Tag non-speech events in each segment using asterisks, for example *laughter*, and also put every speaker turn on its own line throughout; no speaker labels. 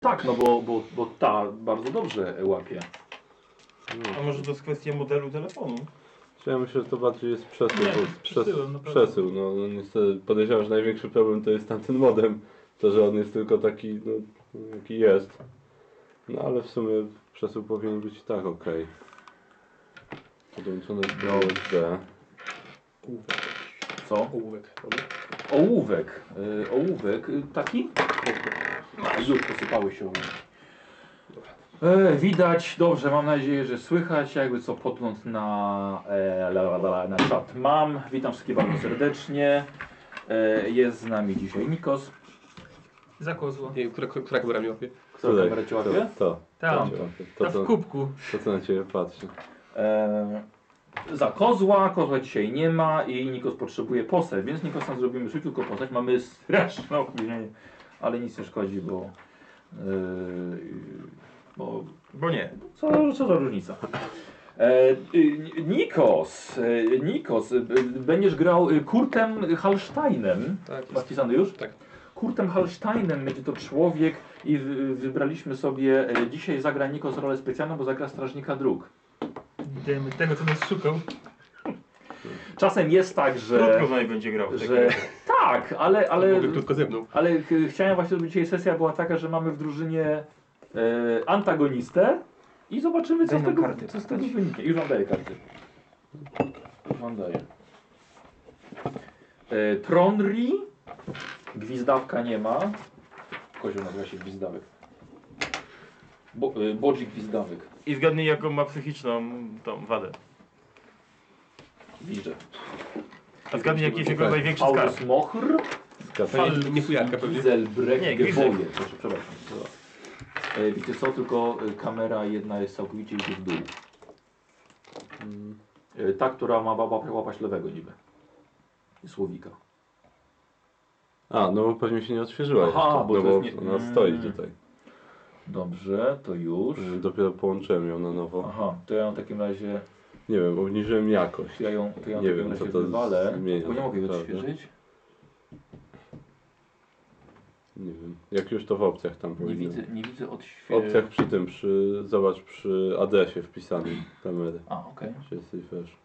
Tak, no bo, bo, bo ta bardzo dobrze łapie.
A może to jest kwestia modelu telefonu?
Czy Ja myślę, że to bardziej jest przesył. bo
Nie,
przes-
przesyłem, na pewno.
przesył. No, no niestety podejrzewam, że największy problem to jest tamten modem. To, że on jest tylko taki, no, jaki jest. No ale w sumie przesył powinien być i tak ok. Podłączony do
No.
USB.
Co?
Ołówek.
Ołówek. Y, ołówek y, taki? A, Już posypały się ołówki. E, widać, dobrze, mam nadzieję, że słychać, jakby co potląd na, e, la, la, la, la, na czat mam. Witam wszystkich bardzo serdecznie. E, jest z nami dzisiaj Nikos.
Za kozła.
Nie, która, która kamera mi łapie?
Kto
Tutaj,
kamerę ci łapie?
To,
Tam.
to, to, to,
Ta w
to,
kubku.
to co na ciebie patrzy.
E, za kozła, kozła dzisiaj nie ma i Nikos potrzebuje postać, więc Nikosem zrobimy szybciutko postać. Mamy straszne opóźnienie, ale nic nie szkodzi, bo, e, bo
Bo nie.
Co, co za różnica? E, y, Nikos, e, Nikos, y, b- będziesz grał y, Kurtem Halsteinem.
Tak, jest.
Wpisany już?
Tak.
Kurtem Halsteinem będzie to człowiek i wy- wybraliśmy sobie, e, dzisiaj zagra Nikos rolę specjalną, bo zagra Strażnika Dróg.
Demy tego, co nas szukał.
Czasem jest tak, że...
Krótko z nami będzie grał.
że tak, ale, ale,
Mówię krótko ze mną.
ale ch- chciałem właśnie, żeby dzisiaj sesja była taka, że mamy w drużynie e, antagonistę i zobaczymy, co
Daj
z,
nam
tego,
karty,
co z tego wyniknie. Już wam daję karty. Wam daję. E, Tronri. Gwizdawka nie ma. Kozioł nazywa się Gwizdawek. Bo, e, Bodzi Gwizdawek.
I zgadnij jaką ma psychiczną tą wadę.
Widzę.
A zgadnij jaki jest jego
Tak.
największy skarb.
Paulus Mochr.
Skakaj.
Fal, nie chujarka pewnie.
Nie,
Gizelbrecht
Gizel.
Geboje. Proszę, przepraszam. przepraszam. E, wiecie co, tylko e, kamera jedna jest całkowicie idzie w dół. E, ta, która ma łapać, łapać lewego niby. Słowika.
A, no bo pewnie się nie odświeżyła
Aha,
jeszcze,
bo to
no bo
jest nie-
ona stoi
Mm.
tutaj.
Dobrze, to już.
Dopiero połączyłem ją na nowo.
Aha, to ja w takim razie,
Nie wiem, obniżyłem jakość.
to ja ją, to ja ją
Nie
w takim
wiem, co
razie
to
wywalę,
zmienia
tylko nie
tak
mogę jej
naprawdę.
odświeżyć.
Nie wiem, jak już to w opcjach tam
Nie
powinno.
widzę, nie widzę
W
odświeżenia.
opcjach przy tym, przy, zobacz, przy adresie wpisanym kamery.
A, okej.
Czy jesteś wiesz?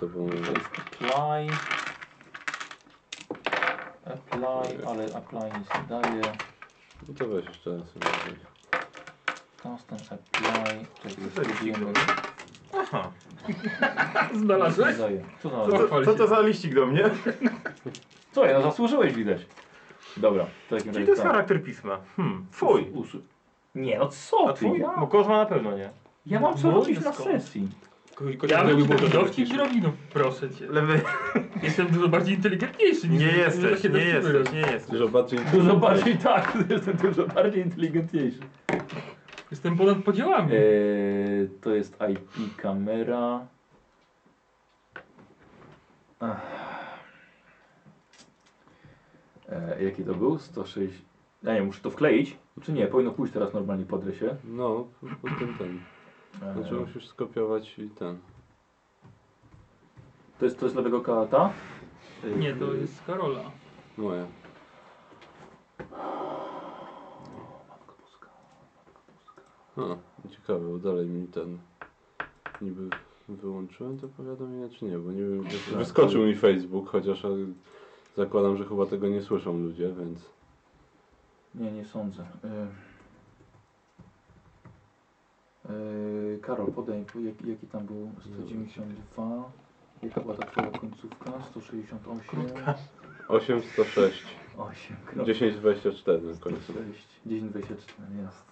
To było...
To jest apply. Apply, ale apply nic nie daje.
No to weź jeszcze raz.
Constant apply,
Co to
czekaj,
jest?
spróbujemy.
Aha.
Co
Znalazłeś?
daje? Co to
Co, co to za liścik do mnie?
Co, ja no zasłużyłeś widać. Dobra, to takim
Czyli to jest
tak.
charakter pisma. Hmm, fuj.
Usu- Nie no co
A
ty?
twój?
Ja,
Bo Kozma na pewno nie.
ja mam co
No,
robić na
wszystko.
sesji.
Ko- ko-
Ja
ko-
bym
było
taki
to
dowcip
śmieszne.
zrobił, no proszę cię.
Lewy.
Jestem dużo bardziej inteligentniejszy niż
Nie
niż
jesteś,
takie
nie
dowcipy
jesteś,
robię.
nie jesteś.
Dużo bardziej...
Dużo bardziej *laughs* tak, jestem dużo bardziej inteligentniejszy.
Jestem ponad podziałami.
Eee, to jest IP kamera. Ach. Eee, jaki to był? 106. Ja nie, muszę to wkleić. Czy nie? Powinno pójść teraz normalnie po adresie.
No, po tym ten.
Eee,
Znaczy musisz skopiować i ten.
to, jest, to jest lewego kata? Eee,
Nie, to jest Karola.
Moja.
Matko Boska.
A, ciekawe, bo dalej mi ten... Niby wyłączyłem to powiadomienie, czy nie, bo nie wiem...
Tak,
Wyskoczył mi Facebook, chociaż e, zakładam, że chyba tego nie słyszą ludzie, więc...
Nie, nie sądzę. Eee. Eee, Karol, podaj, jaki, jaki tam był? 192. Jaka była ta twoja końcówka? 168. Krótka.
806.
8,
1024 na końcu.
10, 10, 24, jest.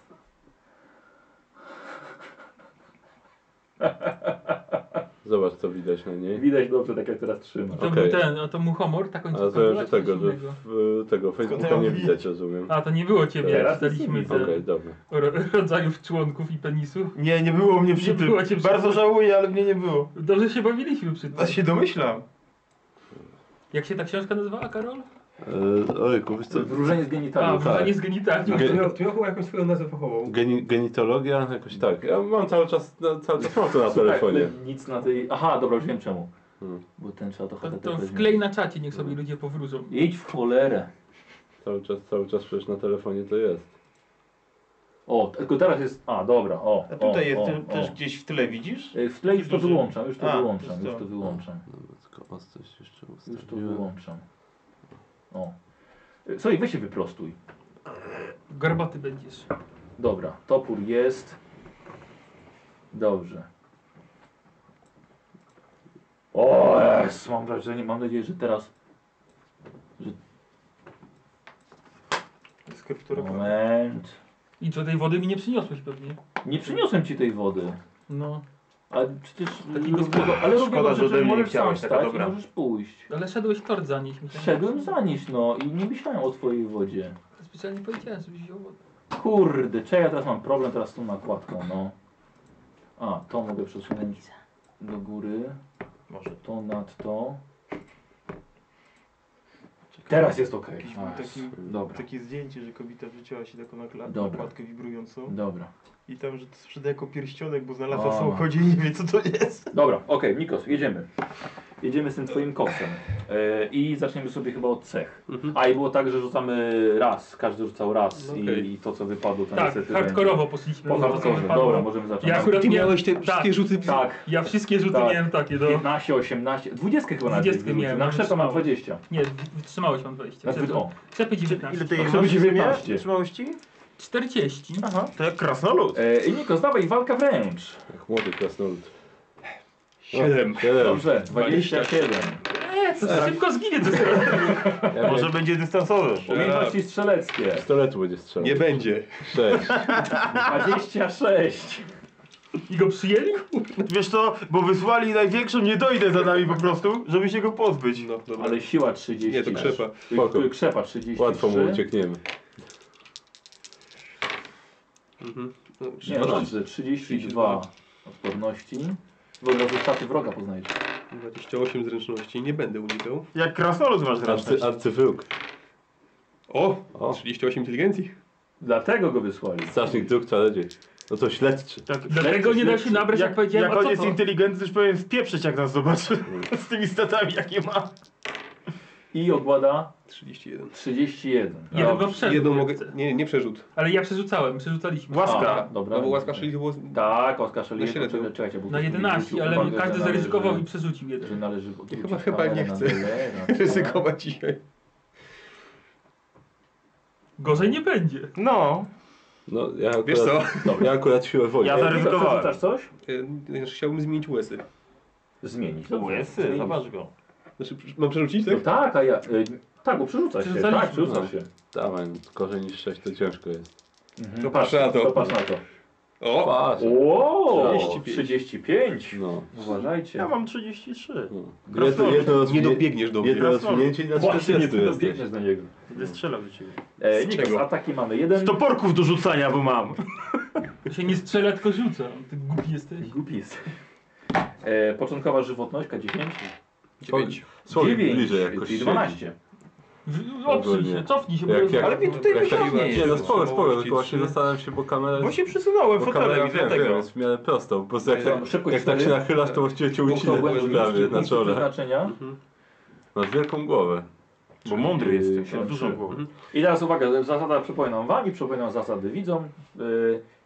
Zobacz co widać na niej.
Widać dobrze, tak jak teraz trzyma.
I to
Okej.
był ten, a to mu humor, ta końcówka
A rozumiem,
była,
że
czy
tego,
coś
że
tak innego?
w, tego Facebooka nie widać, rozumiem.
A, to nie było ciebie,
Teraz
jak czytaliśmy
Okej,
te
dobra.
ro rodzajów członków i penisu.
Nie, nie było mnie
Nie
przy tym.
było cię przy
Bardzo
tym.
żałuję, ale mnie nie było.
Dobrze się bawiliśmy przy tym.
Teraz się domyślam.
Jak się ta książka nazywała, Karol?
E, ojku, wiesz co,
Wróżenie z
A,
genitaliów.
wrażenie z genitaliów.
Ge-
miał, ty miał No, chyba jakąś swoją nazwę fachową.
geni, genitologia? Jakoś tak. Ja mam cały czas, na, cały czas mam to
Tak,
na telefonie.
Nic na tej... Aha, dobra, już wiem czemu.
Hmm.
Bo ten trzeba to
To,
HTTP
to
zmienić.
wklej na czacie, niech sobie ludzie powrócą.
Idź w cholerę.
Cały czas, cały czas przecież na telefonie to jest.
O, tylko teraz jest. A, dobra, o.
A tutaj
o,
jest
o,
ty-
o.
też gdzieś w tyle widzisz?
E, W tle już to
Duży.
wyłączam, już to
A,
wyłączam,
jest
już
to.
to wyłączam.
No,
Dobra, tylko ostrość jeszcze
Już to wyłączam. O. E, Słuchaj, weź się wyprostuj.
Garbaty będziesz.
Dobra, topór jest. Dobrze. O, jest. mam wrażenie, mam nadzieję, że teraz.
Skryptura.
Moment.
I co, tej wody mi nie przyniosłeś pewnie.
Nie przyniosłem ci tej wody.
No.
Ale przecież.
Takiego
Szkoda, ale robię
Szkoda,
dobrze,
że
że
ode mnie
możesz sam
chciałeś, taka
stać i
dobra.
możesz pójść.
Ale szedłeś tort zanieść mi.
Szedłem za nic, no i nie myślałem o twojej wodzie.
Specjalnie powiedziałem, żebyś wziął wodę.
Kurde, czy ja teraz mam problem teraz z tą nakładką, no. A, to mogę przesunąć do góry,
Może.
to nad to. Teraz jest ok.
Jakiś był taki-
Dobra,
Takie zdjęcie, że kobieta wrzuciła się taką nakla-
Dobra.
nakładkę wibrującą
dobra.
i tam, że to sprzeda jako pierścionek, bo znalazła
O.
w samochodzie i nie wie co to jest.
Dobra, okej, Mikos, jedziemy. Jedziemy z tym twoim koksem. E, I zaczniemy sobie chyba od cech.
Mhm.
A i było tak, że rzucamy raz, każdy rzucał raz
No
i-
okej.
i to co wypadło to
Tak,
niestety
hardkorowo poszliśmy.
będzie. Po
No,
hardkorze,
wypadło.
dobra, możemy zacząć.
Ja akurat
Ty
miałem-
miałeś te
tak.
wszystkie rzuty w...
Tak.
Ja wszystkie rzuty
Tak.
miałem takie, do...
15, 18, 20 chyba na
20 No. miałem,
Na
no, ale
krzepę mam
trzymało.
20.
Nie, wytrzymałeś mam 20.
Na dwu- o.
Przepy 19.
Ile ty
To
jej
są
masz
19.
Trzymałości?
40.
Aha.
To jak krasnolud.
E, Niko, zdawaj walka wręcz.
Jak młody krasnolud.
Siedem.
O, Siedem.
Dobrze, 27.
Eee, co ty szybko zginie to sobie.
Ja
Może
Może...
będzie dystansowy.
Umiejętności strzeleckie.
Pistoletu będzie strzelał.
Nie będzie.
Sześć.
26.
I go przyjęli?
Wiesz co, bo wysłali największą, nie dojdę za nami po prostu, żeby się go pozbyć.
No, dobra.
Ale siła 30.
Nie, to krzepa.
Spoko.
Y, Krzepa 30.
Łatwo mu uciekniemy.
No,
Nie, no dobrze, 32 odporności. W ogóle staty wroga poznajesz.
28 zręczności. Nie będę unikał.
Jak krasnolud masz
Arcy,
zresztą.
arcyfruk.
O!
O.
38 inteligencji.
Dlatego go wysłali.
Strażnik dróg czarodziej. No to śledczy.
Tak.
Dlatego nie da się nabrać, jak, powiedziałem,
jak on
a
jest
co to?
inteligentny, już powiem wpieprzeć jak nas zobaczy. Z tymi statami jakie ma.
I ogłada
31.
31.
Jeden go
Dobrze.
przerzut.
Jedną mogę... Nie, nie przerzut.
Ale ja przerzucałem, przerzucaliśmy.
Łaska.
A, dobra.
No bo łaska szli to było...
Tak, łaska szeli.
Na średnią.
Czekajcie, bo
Na
ktoś mi zwrócił
11, ale
uwagę,
każdy
że należy-
zaryzykował i przerzucił
Że
jeden.
należy...
Chyba- chyba nie
Na
chcę
tyle, na tyle.
*laughs* ryzykować dzisiaj.
Gorzej nie będzie.
No.
No ja akurat,
Wiesz co?
No, ja akurat siłę woli.
Ja zaryzykuję. Zaryzykowałem.
Chcesz coś?
Znaczy, chciałbym zmienić łysy.
Zmienić.
Łysy,
Zmienić.
zobacz go.
Znaczy, mam przerzucić,
No
tak?
tak, a ja... Y, tak, bo przerzuca się.
Przerzucaliśmy.
Tak, przerzuca
No.
się.
Dawaj, gorzej niż sześć to ciężko jest.
Mhm.
To patrz na to.
To patrz na to.
O!
Patrz.
O,
35.
35.
No.
Uważajcie.
Ja mam 33.
no. Jedno,
Krasnolud.
jedno
Nie
rozwinie-
dobiegniesz do mnie.
Jedno rozwinięcie i na
Właśnie nie
40 jesteś.
dobiegnę do niego.
Będę strzelał do ciebie.
E,
Z
Nikos,
czego?
ataki mamy. Jeden.
Toporków do rzucania, bo mam.
Ja się nie strzela, tylko rzuca. Ty głupi jesteś.
Głupi jest. E, początkowa żywotność K10.
9.
Słowik
9,
bliżej jakoś
czyli
siedzi.
12.
W- Obsuj się, cofnij się. bo-
Jak- jak-
Ale mnie tutaj
Jak
wyciągnie.
siła-
Nie, no spoko, spoko,
Trzymałości
tylko właśnie
trzy.
zastanawiam się, bo kamera
Bo
jest...
się przesunąłem
Bo
fotelem
kamera
i
wiem, wiem,
dlatego.
jest w miarę prostą, bo jak,
Ja-
tak,
Szybkość
jak tak się
cztery.
nachylasz, to właściwie cię
Punkt
ucina
obłędu
prawie
niski,
na
punkt
czole.
przeznaczenia.
Masz wielką głowę.
Bo mądry jesteś,
Siedem,
mam dużą
trzy.
głowę.
I teraz uwaga, zasada przypominam wam i przypominam zasady widzom. E,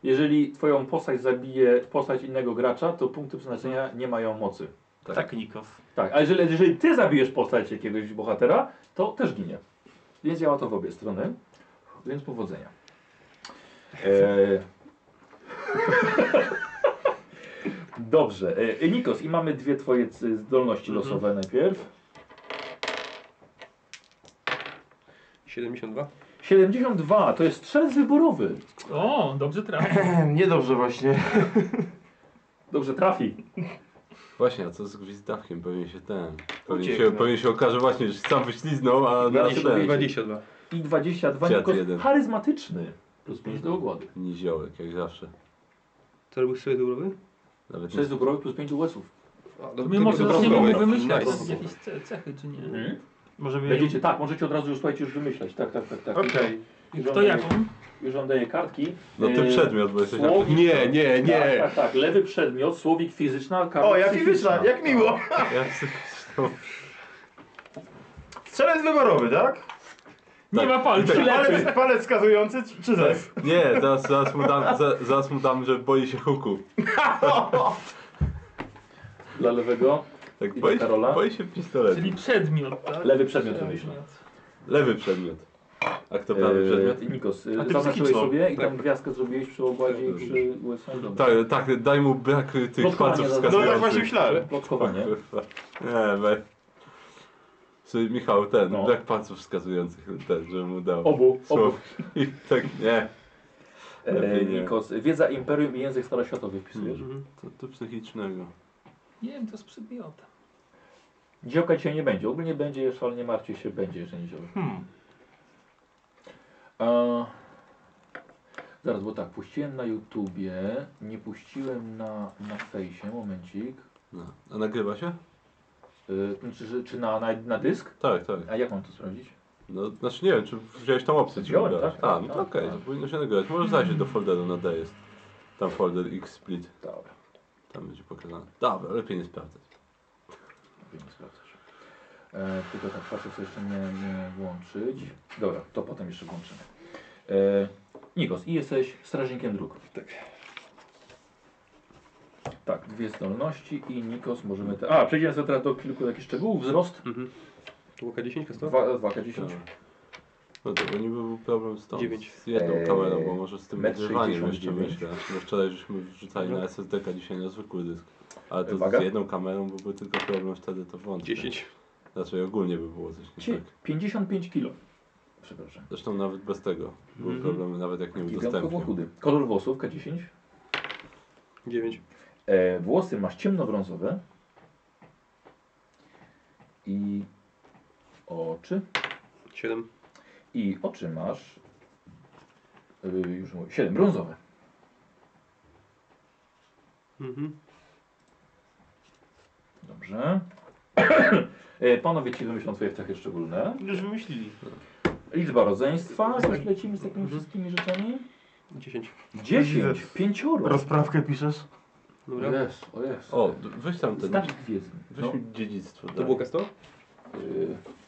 Jeżeli twoją postać zabije postać innego gracza, to punkty przeznaczenia nie mają mocy.
Tak.
Tak, Nikos.
Tak, a jeżeli, jeżeli ty zabijesz postać jakiegoś bohatera, to też ginie. Więc działa to w obie strony. Więc powodzenia. Eee... *laughs* Dobrze. E, Nikos, i mamy dwie twoje c- zdolności losowe najpierw.
72.
72, to jest strzelec wyborowy.
O, dobrze trafił.
Niedobrze właśnie.
Dobrze, trafi.
Właśnie, a co z gwizdawkiem? Pewnie się ten... Pewnie
Uciekł,
się,
no.
pewnie się okaże właśnie, że sam wyśliznął, a na
Dwadzieścia-
ten...
22.
I 22,
Dziad
Nikos,
jeden.
charyzmatyczny. Plus 5 do ogłady.
Niziołek, jak zawsze.
To robisz sobie dubrowy?
Nawet nie
Strzelec wyborowy plus 5 łesów.
no
To my może
to
zaczniemy
dobra.
mu wymyślać
Nice.
jakieś ce- cechy, czy nie.
Mhm. Możemy
Będziecie, tak, możecie od razu już, słuchajcie, już wymyślać. Tak, tak, tak. tak.
Okej.
I
Kto jaką?
Już wam daję kartki.
No ty
Eee,
przedmiot, bo jesteś
słowik-
Nie, nie,
Tak,
nie.
tak, tak. Lewy przedmiot, słowik fizyczna, karta
O, jak
psychiczna.
fizyczna, jak miło.
Ja
Strzelec wyborowy, tak?
Nie ma palca.
Palec, palec wskazujący czy- czy zes?
Nie, zaraz, zaraz, mu dam, za, zaraz mu dam, że boi się huku.
Dla lewego.
Tak,
I
boi,
Karola?
boi się pistoletu.
Czyli przedmiot, tak?
Lewy przedmiot wymyśla.
Lewy przedmiot. A kto prawy przedmiot?
Eee, Nikos, y,
A ty
zaznaczyłeś
psychiczną. Tak.
sobie i tam gwiazdkę zrobiłeś przy ogładzie i przy USA.
Tak, tak, daj mu brak y, tych
Blokowanie
palców
zaraz.
No
wskazujących.
tak właśnie myślałem.
Plotkowanie.
Kurwa. Nie, we. Czyli Michał, ten,
No.
brak palców wskazujących, ten, że mu dał.
Obu, obu.
Słów. I tak, nie.
Eee,
Lepiej nie.
Nikos, wiedza imperium i język staroświatowy wpisujesz.
Co to psychicznego?
Nie wiem, to z przedmiotem.
Dziołka dzisiaj nie będzie, ogólnie będzie jeszcze, ale nie martwcie się, będzie jeszcze niedzielę.
Hmm.
Eee, zaraz, bo tak, puściłem na YouTubie, nie puściłem na, na fejsie, momencik.
No. A nagrywa się?
Eee, czy czy, czy na, na, na dysk?
Tak, tak.
A jak mam to sprawdzić?
No, znaczy nie wiem, czy wziąłeś tą opcję, czy
Wziąłem,
wybrałeś.
tak,
A,
tak,
no to
tak,
okej,
tak.
to powinno się nagrywać. Możesz zajrzeć do folderu na D jest. Tam folder xsplit,
Dobra,
tam będzie pokazane. Dobra, lepiej nie sprawdzać.
lepiej nie sprawdzać. Eee, tylko tak patrzę, co jeszcze nie, nie włączyć. Dobra, to potem jeszcze włączymy. Eee, Nikos, i jesteś strażnikiem dróg.
Tak.
Tak, dwie zdolności i Nikos możemy... Te... A, przejdziemy sobie teraz do kilku takich szczegółów. Wzrost
Mhm. To była K10, K100?
2K10.
Dobra. No to niby był problem z tą,
Dziewięć.
z jedną
Eee,
kamerą, bo może z tym
metr
nagrywaniem jeszcze
69.
myślę. Bo wczoraj żeśmy wrzucali na
No.
SSD, dzisiaj na zwykły dysk. Ale to
Uwaga.
z jedną kamerą byłby tylko problem wtedy, to włączę.
10.
Znaczy ogólnie by było coś nie
Cie-
tak.
55 kg. Przepraszam.
Zresztą nawet bez tego. Były
Mhm.
problemy nawet jak nie
Gigantkowo
udostępnił.
chudy. Kolor włosów K10.
9.
E, włosy masz ciemnobrązowe. I oczy.
7.
I oczy masz. Y, już mówię. 7 brązowe.
Mhm.
Dobrze. *clears throat* E, Panowie ci wymyślą swoje cechy szczególne.
Już wymyślili.
Liczba rodzeństwa. Już lecimy z takimi wszystkimi rzeczami.
10.
Mhm. 10. Pięcioro.
Rozprawkę piszesz?
O
Dobra.
jest, o jest.
O, d- weź tam ten.
Znak gwiezdny.
Weź
No.
mi dziedzictwo. tak.
To
daj.
było K100?
Y,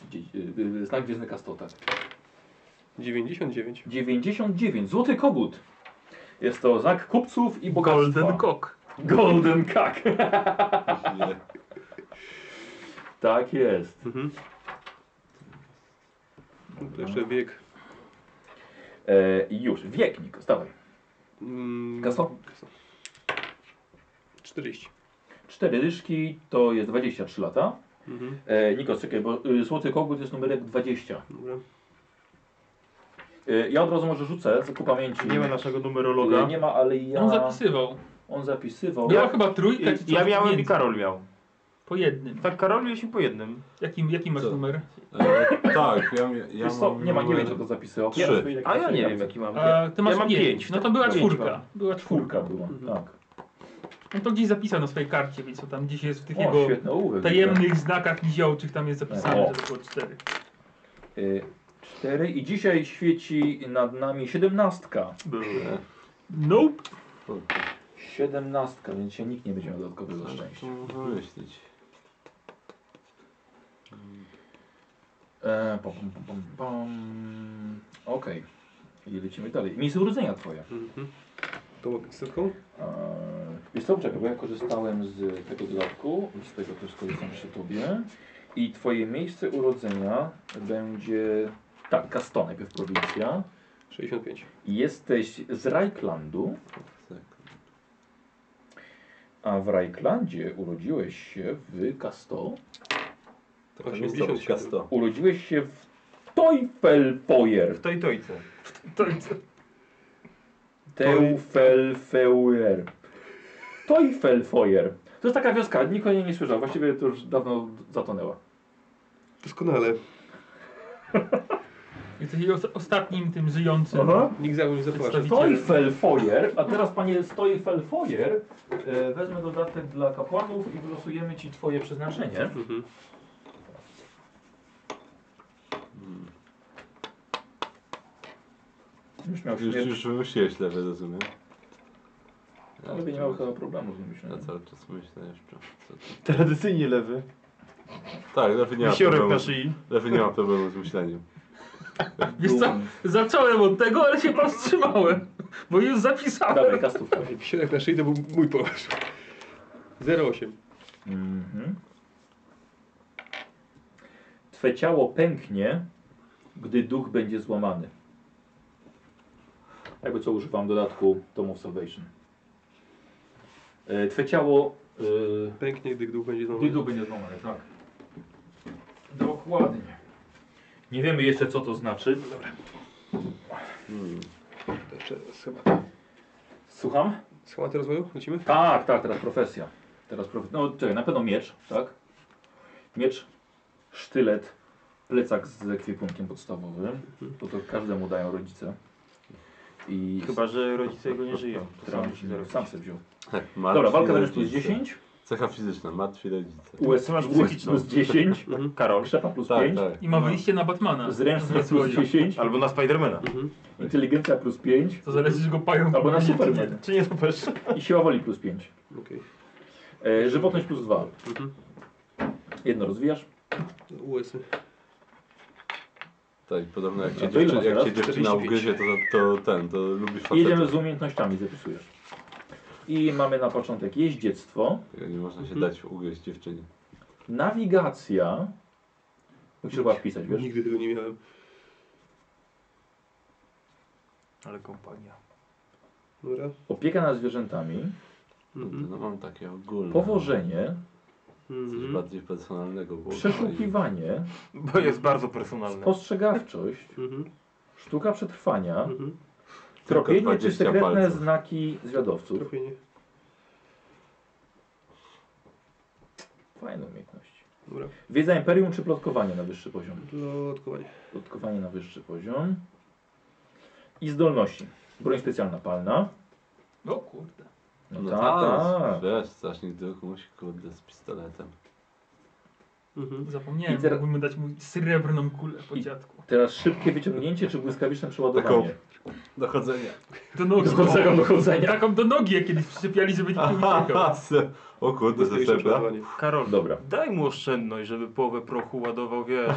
dzie- y, y, Znak gwiezdny kastota.
99.
99. Złoty kogut. Jest to znak kupców i bogactwa.
Golden Cock.
Golden Cock.
Nie.
*laughs* Tak jest.
Mhm. No to jeszcze wiek.
E, i już. Wiek, Niko. Stawaj.
Mm,
Kaso?
Kaso. 40.
Cztery dyszki to jest 23 lata.
Mhm.
E, Niko, czekaj, bo y, Złoty Kogut jest numerek 20.
Dobra.
E, ja od razu może rzucę ku pamięci.
Nie ma naszego numerologa.
Y, nie ma, ale ja...
On zapisywał.
on zapisywał.
Miała chyba trójkę
Ja,
czy coś
ja miałem i
pomiędzy.
Karol miał.
Po jednym.
Tak, Karol mieliśmy po jednym.
Jakim, jaki masz
Co?
numer?
E, tak, ja, mi- ja
Wiesz co,
mam
nie ma, nie
numer-
wiem, co to zapisywał.
Trzy.
sobie
A ja nie
tak-
wiem jaki mam.
A, ty masz
mam
pięć.
pięć.
No to była
Pięć
czwórka.
mam.
Była czwórka.
Czwórka była,
Mhm.
tak.
No to gdzieś zapisał na swojej karcie, więc to tam gdzieś jest w tych
O,
jego
świetny ołówek.
tajemnych znakach niziołczych tam jest zapisane,
O.
że to było cztery.
Y, Cztery i dzisiaj świeci nad nami siedemnastka.
E,
Nope.
kurde,
Siedemnastka, więc się nikt nie będzie miał dodatkowego
co
szczęścia.
tu wymyślić?
E, pom, pom, pom, pom, pom. Okej. I lecimy dalej. Miejsce urodzenia twoje.
Mhm. To było setką?
E, Wiesz co, czekaj, bo ja korzystałem z tego dodatku i z tego też korzystam przy tobie. I twoje miejsce urodzenia będzie... Tak, Kaston, najpierw prowincja.
65.
Jesteś z Rajklandu,
Tak.
a w Rajklandzie urodziłeś się w Kasto.
Taka
87.
miejscowość Kasto.
Urodziłeś się w Teufelfeuer.
W tej tojce.
To jest...
Teufelfeuer. Teufelfeuer. To jest taka wioska, nikt o niej nie słyszał. Właściwie to już dawno zatonęła.
Doskonale.
Jesteś os- ostatnim tym żyjącym.
Nikt za mną nie zapłaci.
Teufelfeuer. A teraz panie z Teufelfeuer e, wezmę dodatek dla kapłanów i wylosujemy ci twoje przeznaczenie.
Mhm.
Już miał
Już,
śmierć.
już wymyśliłeś lewy, rozumiem. Ja
Ale nie miał chyba problemu z
Ja
myśleniem.
cały czas myślę jeszcze. Co to...
Tradycyjnie lewy.
Tak, lewy nie ma
Wisiorek
problemu.
na szyi.
Lewy nie ma problemu z myśleniem.
Wiesz co?
Dumny.
Zacząłem od tego, ale się powstrzymałem. Bo już zapisałem.
Dawaj, kastówka.
Wisielek na szyi to był mój pomysł. 0,8.
Mhm. Twe ciało pęknie, gdy duch będzie złamany. Jakby co używam dodatku Tom of Salvation. E, Twe ciało... e,
Pęknie, gdy duch będzie znowu.
Gdy duch będzie złamany, tak. Dokładnie. Nie wiemy jeszcze co to znaczy.
Jeszcze chyba.
Słucham?
Schematy rozwoju? Lecimy?
Tak, tak, teraz profesja. Teraz profe... No czekaj, na pewno miecz, tak? Miecz, sztylet, plecak z ekwipunkiem podstawowym. Bo to każdemu dają rodzice. I
Chyba, że rodzice jego nie żyją. To sam
sam,
musi zarobić.
sam sobie wziął.
Tak,
Dobra,
martwi
walka wręcz plus
rodzice.
10.
Cecha fizyczna, martwi rodzice.
US,
masz
US
psychiczną.
plus 10.
Karol.
Krzepa plus
Tak,
5.
tak.
I ma wyjście na Batmana.
Zręczność plus
Złodzi.
10.
Albo na Spidermana.
Mhm.
Inteligencja plus 5.
To zależy, czy go pają.
Albo na
czy nie.
Superman.
Czy nie zobacz?
I siła woli plus 5.
Okej.
E, żywotność plus 2.
Mhm.
Jedno rozwijasz.
USy.
Tak, podobno jak
A
cię,
to ile
dziewczy,
masz teraz?
jak cię dziewczyna
45.
ugryzie, to, to ten, to lubisz
Jedziemy
facetów.
z umiejętnościami, zapisujesz. I mamy na początek jeździectwo,
Nie można się
Mhm.
dać ugryźć dziewczynie.
nawigacja. Musisz chyba wpisać, wiesz?
Nigdy tego nie miałem.
Ale kompania.
Dobra.
Opieka nad zwierzętami,
Mhm.
No mam takie ogólne.
powożenie,
Coś
Mhm.
bardziej personalnego było.
przeszukiwanie,
Bo jest bardzo personalne.
spostrzegawczość,
Mhm.
sztuka przetrwania,
Mhm.
tropienie czy
20
sekretne
palców.
znaki zwiadowców.
Trochę nie.
Fajne umiejętności.
Dobra.
Wiedza imperium czy plotkowanie na wyższy poziom?
Plotkowanie.
Plotkowanie na wyższy poziom. I zdolności. Broń specjalna palna.
O kurde.
No,
No
tak,
tak,
tak.
wiesz, strażnik duch musi kurde z pistoletem.
Mhm.
Zapomniałem,
I teraz-
mógłbym dać mu srebrną kulę po
I-
dziadku.
Teraz szybkie wyciągnięcie czy błyskawiczne przeładowanie?
*laughs* Dochodzenia.
Do nogi.
Dochodzenia, dochodzenia.
Taką do nogi jak kiedyś przyczepiali, żeby nikt nie uciekał.
o kurde, ze sebra.
Błyskawiczne przeładowanie.
Karol,
Dobra.
daj mu oszczędność, żeby połowę prochu ładował, wiesz.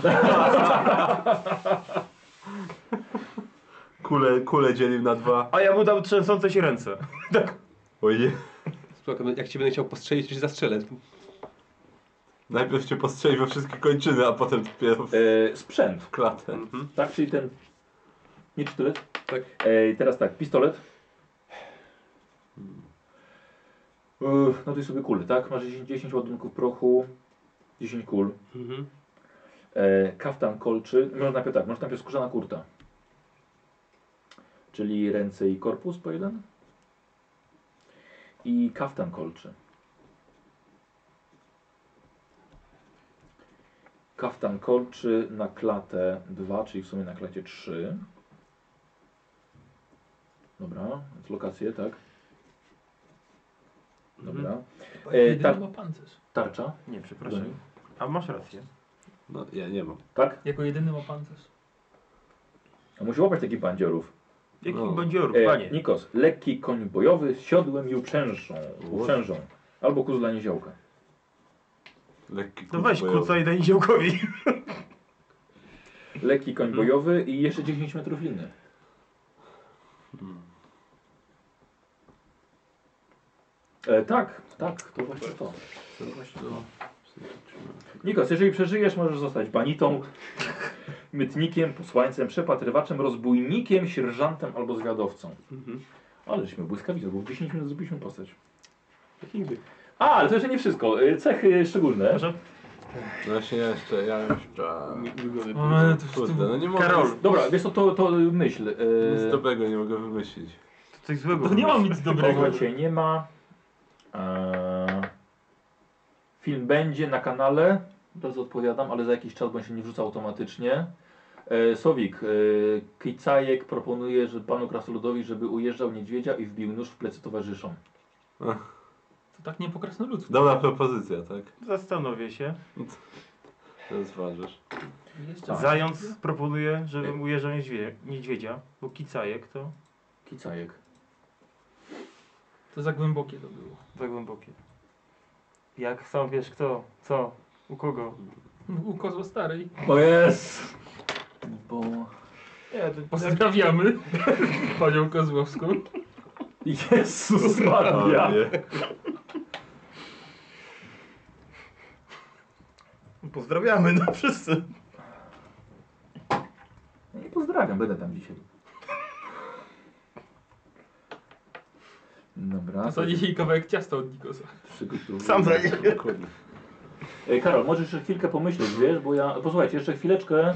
Kule, kule dzielił na dwa.
*laughs* A ja mu dam trzęsące się ręce.
Oj nie.
Spoko, no jak cię będę chciał postrzelić, to się zastrzelę.
Najpierw cię postrzeli we wszystkie kończyny, a potem dopiero w
E, sprzęt,
klatę.
Mhm.
tak? Czyli ten. Nie sztylet.
Tak.
E, teraz tak, pistolet. E, no to i sobie kule, tak? Masz 10, 10 ładunków prochu, 10 kul.
Mhm.
E, kaftan kolczy. Można najpierw tak, można najpierw skórzana kurta. Czyli ręce i korpus po jeden. I kaftan kolczy. Kaftan kolczy na klatę 2, czyli w sumie na klacie 3. Dobra, więc lokacje, tak? Dobra. E,
Jedyny
tar
ma pancerz.
tarcza.
Nie, przepraszam. A masz rację.
No ja nie mam.
Tak?
Jako jedyny ma pancerz.
A musi łapać takich bandziorów.
Jakich
No.
bandziorów,
E,
panie.
Nikos, lekki koń bojowy z siodłem i uprzężą.
Ło.
uprzężą. Albo kuzla niziołka.
Lekki
No
kurs
weź
bojowy.
kuca i daj ziołkowi.
Lekki
No.
koń bojowy i jeszcze 10 metrów liny. E, tak, tak, to właśnie to.
Co- co-
Nikos, jeżeli przeżyjesz, możesz zostać banitą, mytnikiem, posłańcem, przepatrywaczem, rozbójnikiem, sierżantem albo zwiadowcą.
Mhm.
Aleśmy błyskawicy, bo w 10 minut zrobiliśmy postać.
Jak nigdy.
A, ale to jeszcze nie wszystko. E, Cechy szczególne.
Proszę.
No właśnie jeszcze, ja jeszcze...
Mój ulubiony
O, ale
pomysł.
to już
Kurde, no
tym...
nie mogę...
Karol,
Dobra, wiesz co, to, to myśl. E,
Nic dobrego nie mogę wymyślić.
to coś złego.
To nie mam
wymyśl.
nic dobrego.
Kogo no, cię nie ma. Eee, film będzie na kanale. Teraz odpowiadam, ale za jakiś czas, bo on się nie wrzuca automatycznie. Eee, Sowik, eee, Kicajek proponuje że panu Krasnoludowi, żeby ujeżdżał niedźwiedzia i wbił nóż w plecy towarzyszom.
To tak nie po krasnoludzku.
Dobra propozycja, tak?
Zastanowię się.
To zważysz.
Tak.
Jeszcze-
Zając proponuje, żebym ujeżdżał niedźwie- niedźwiedzia, bo kicajek to
Kicajek.
To za głębokie to było.
za Tak głębokie. Jak sam wiesz kto, co, u kogo.
U kozła starej.
O jest! Bo
Nie, to,
*laughs*
Pozdrawiamy panią Kozłowską.
Jezus Maria.
pozdrawiamy, no wszyscy.
Nie No pozdrawiam, będę tam dzisiaj. Dobra.
A co dzisiaj kawałek ciasta od Nikosa.
Przygotuję.
Sam za nie.
Ej, E, Karol, możesz jeszcze chwilkę pomyśleć, wiesz, bo ja... Posłuchajcie, jeszcze chwileczkę,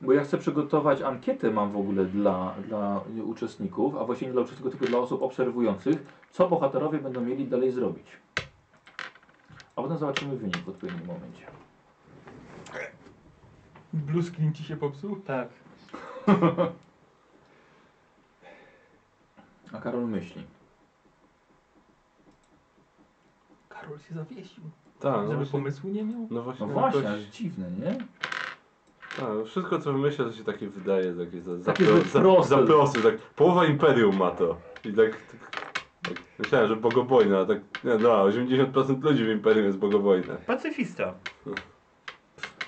bo ja chcę przygotować ankietę mam w ogóle dla, dla uczestników, a właściwie nie dla uczestników, tylko dla osób obserwujących, co bohaterowie będą mieli dalej zrobić. A potem zobaczymy wynik w odpowiednim momencie.
Blue screen ci się popsuł?
Tak.
A Karol myśli.
Karol się zawiesił.
Tak, no
żeby
właśnie,
pomysłu nie miał.
no właśnie.
No właśnie,
jakoś-
aż dziwne, nie?
Tak, wszystko co wymyślę, to się takie wydaje, takie za, za,
Takie
pro-
zbyt
za,
proste.
za proste, tak połowa imperium ma to. I tak, tak, tak myślałem, że bogobojne, a tak, nie no, 80% ludzi w imperium jest bogobojne.
Pacyfista.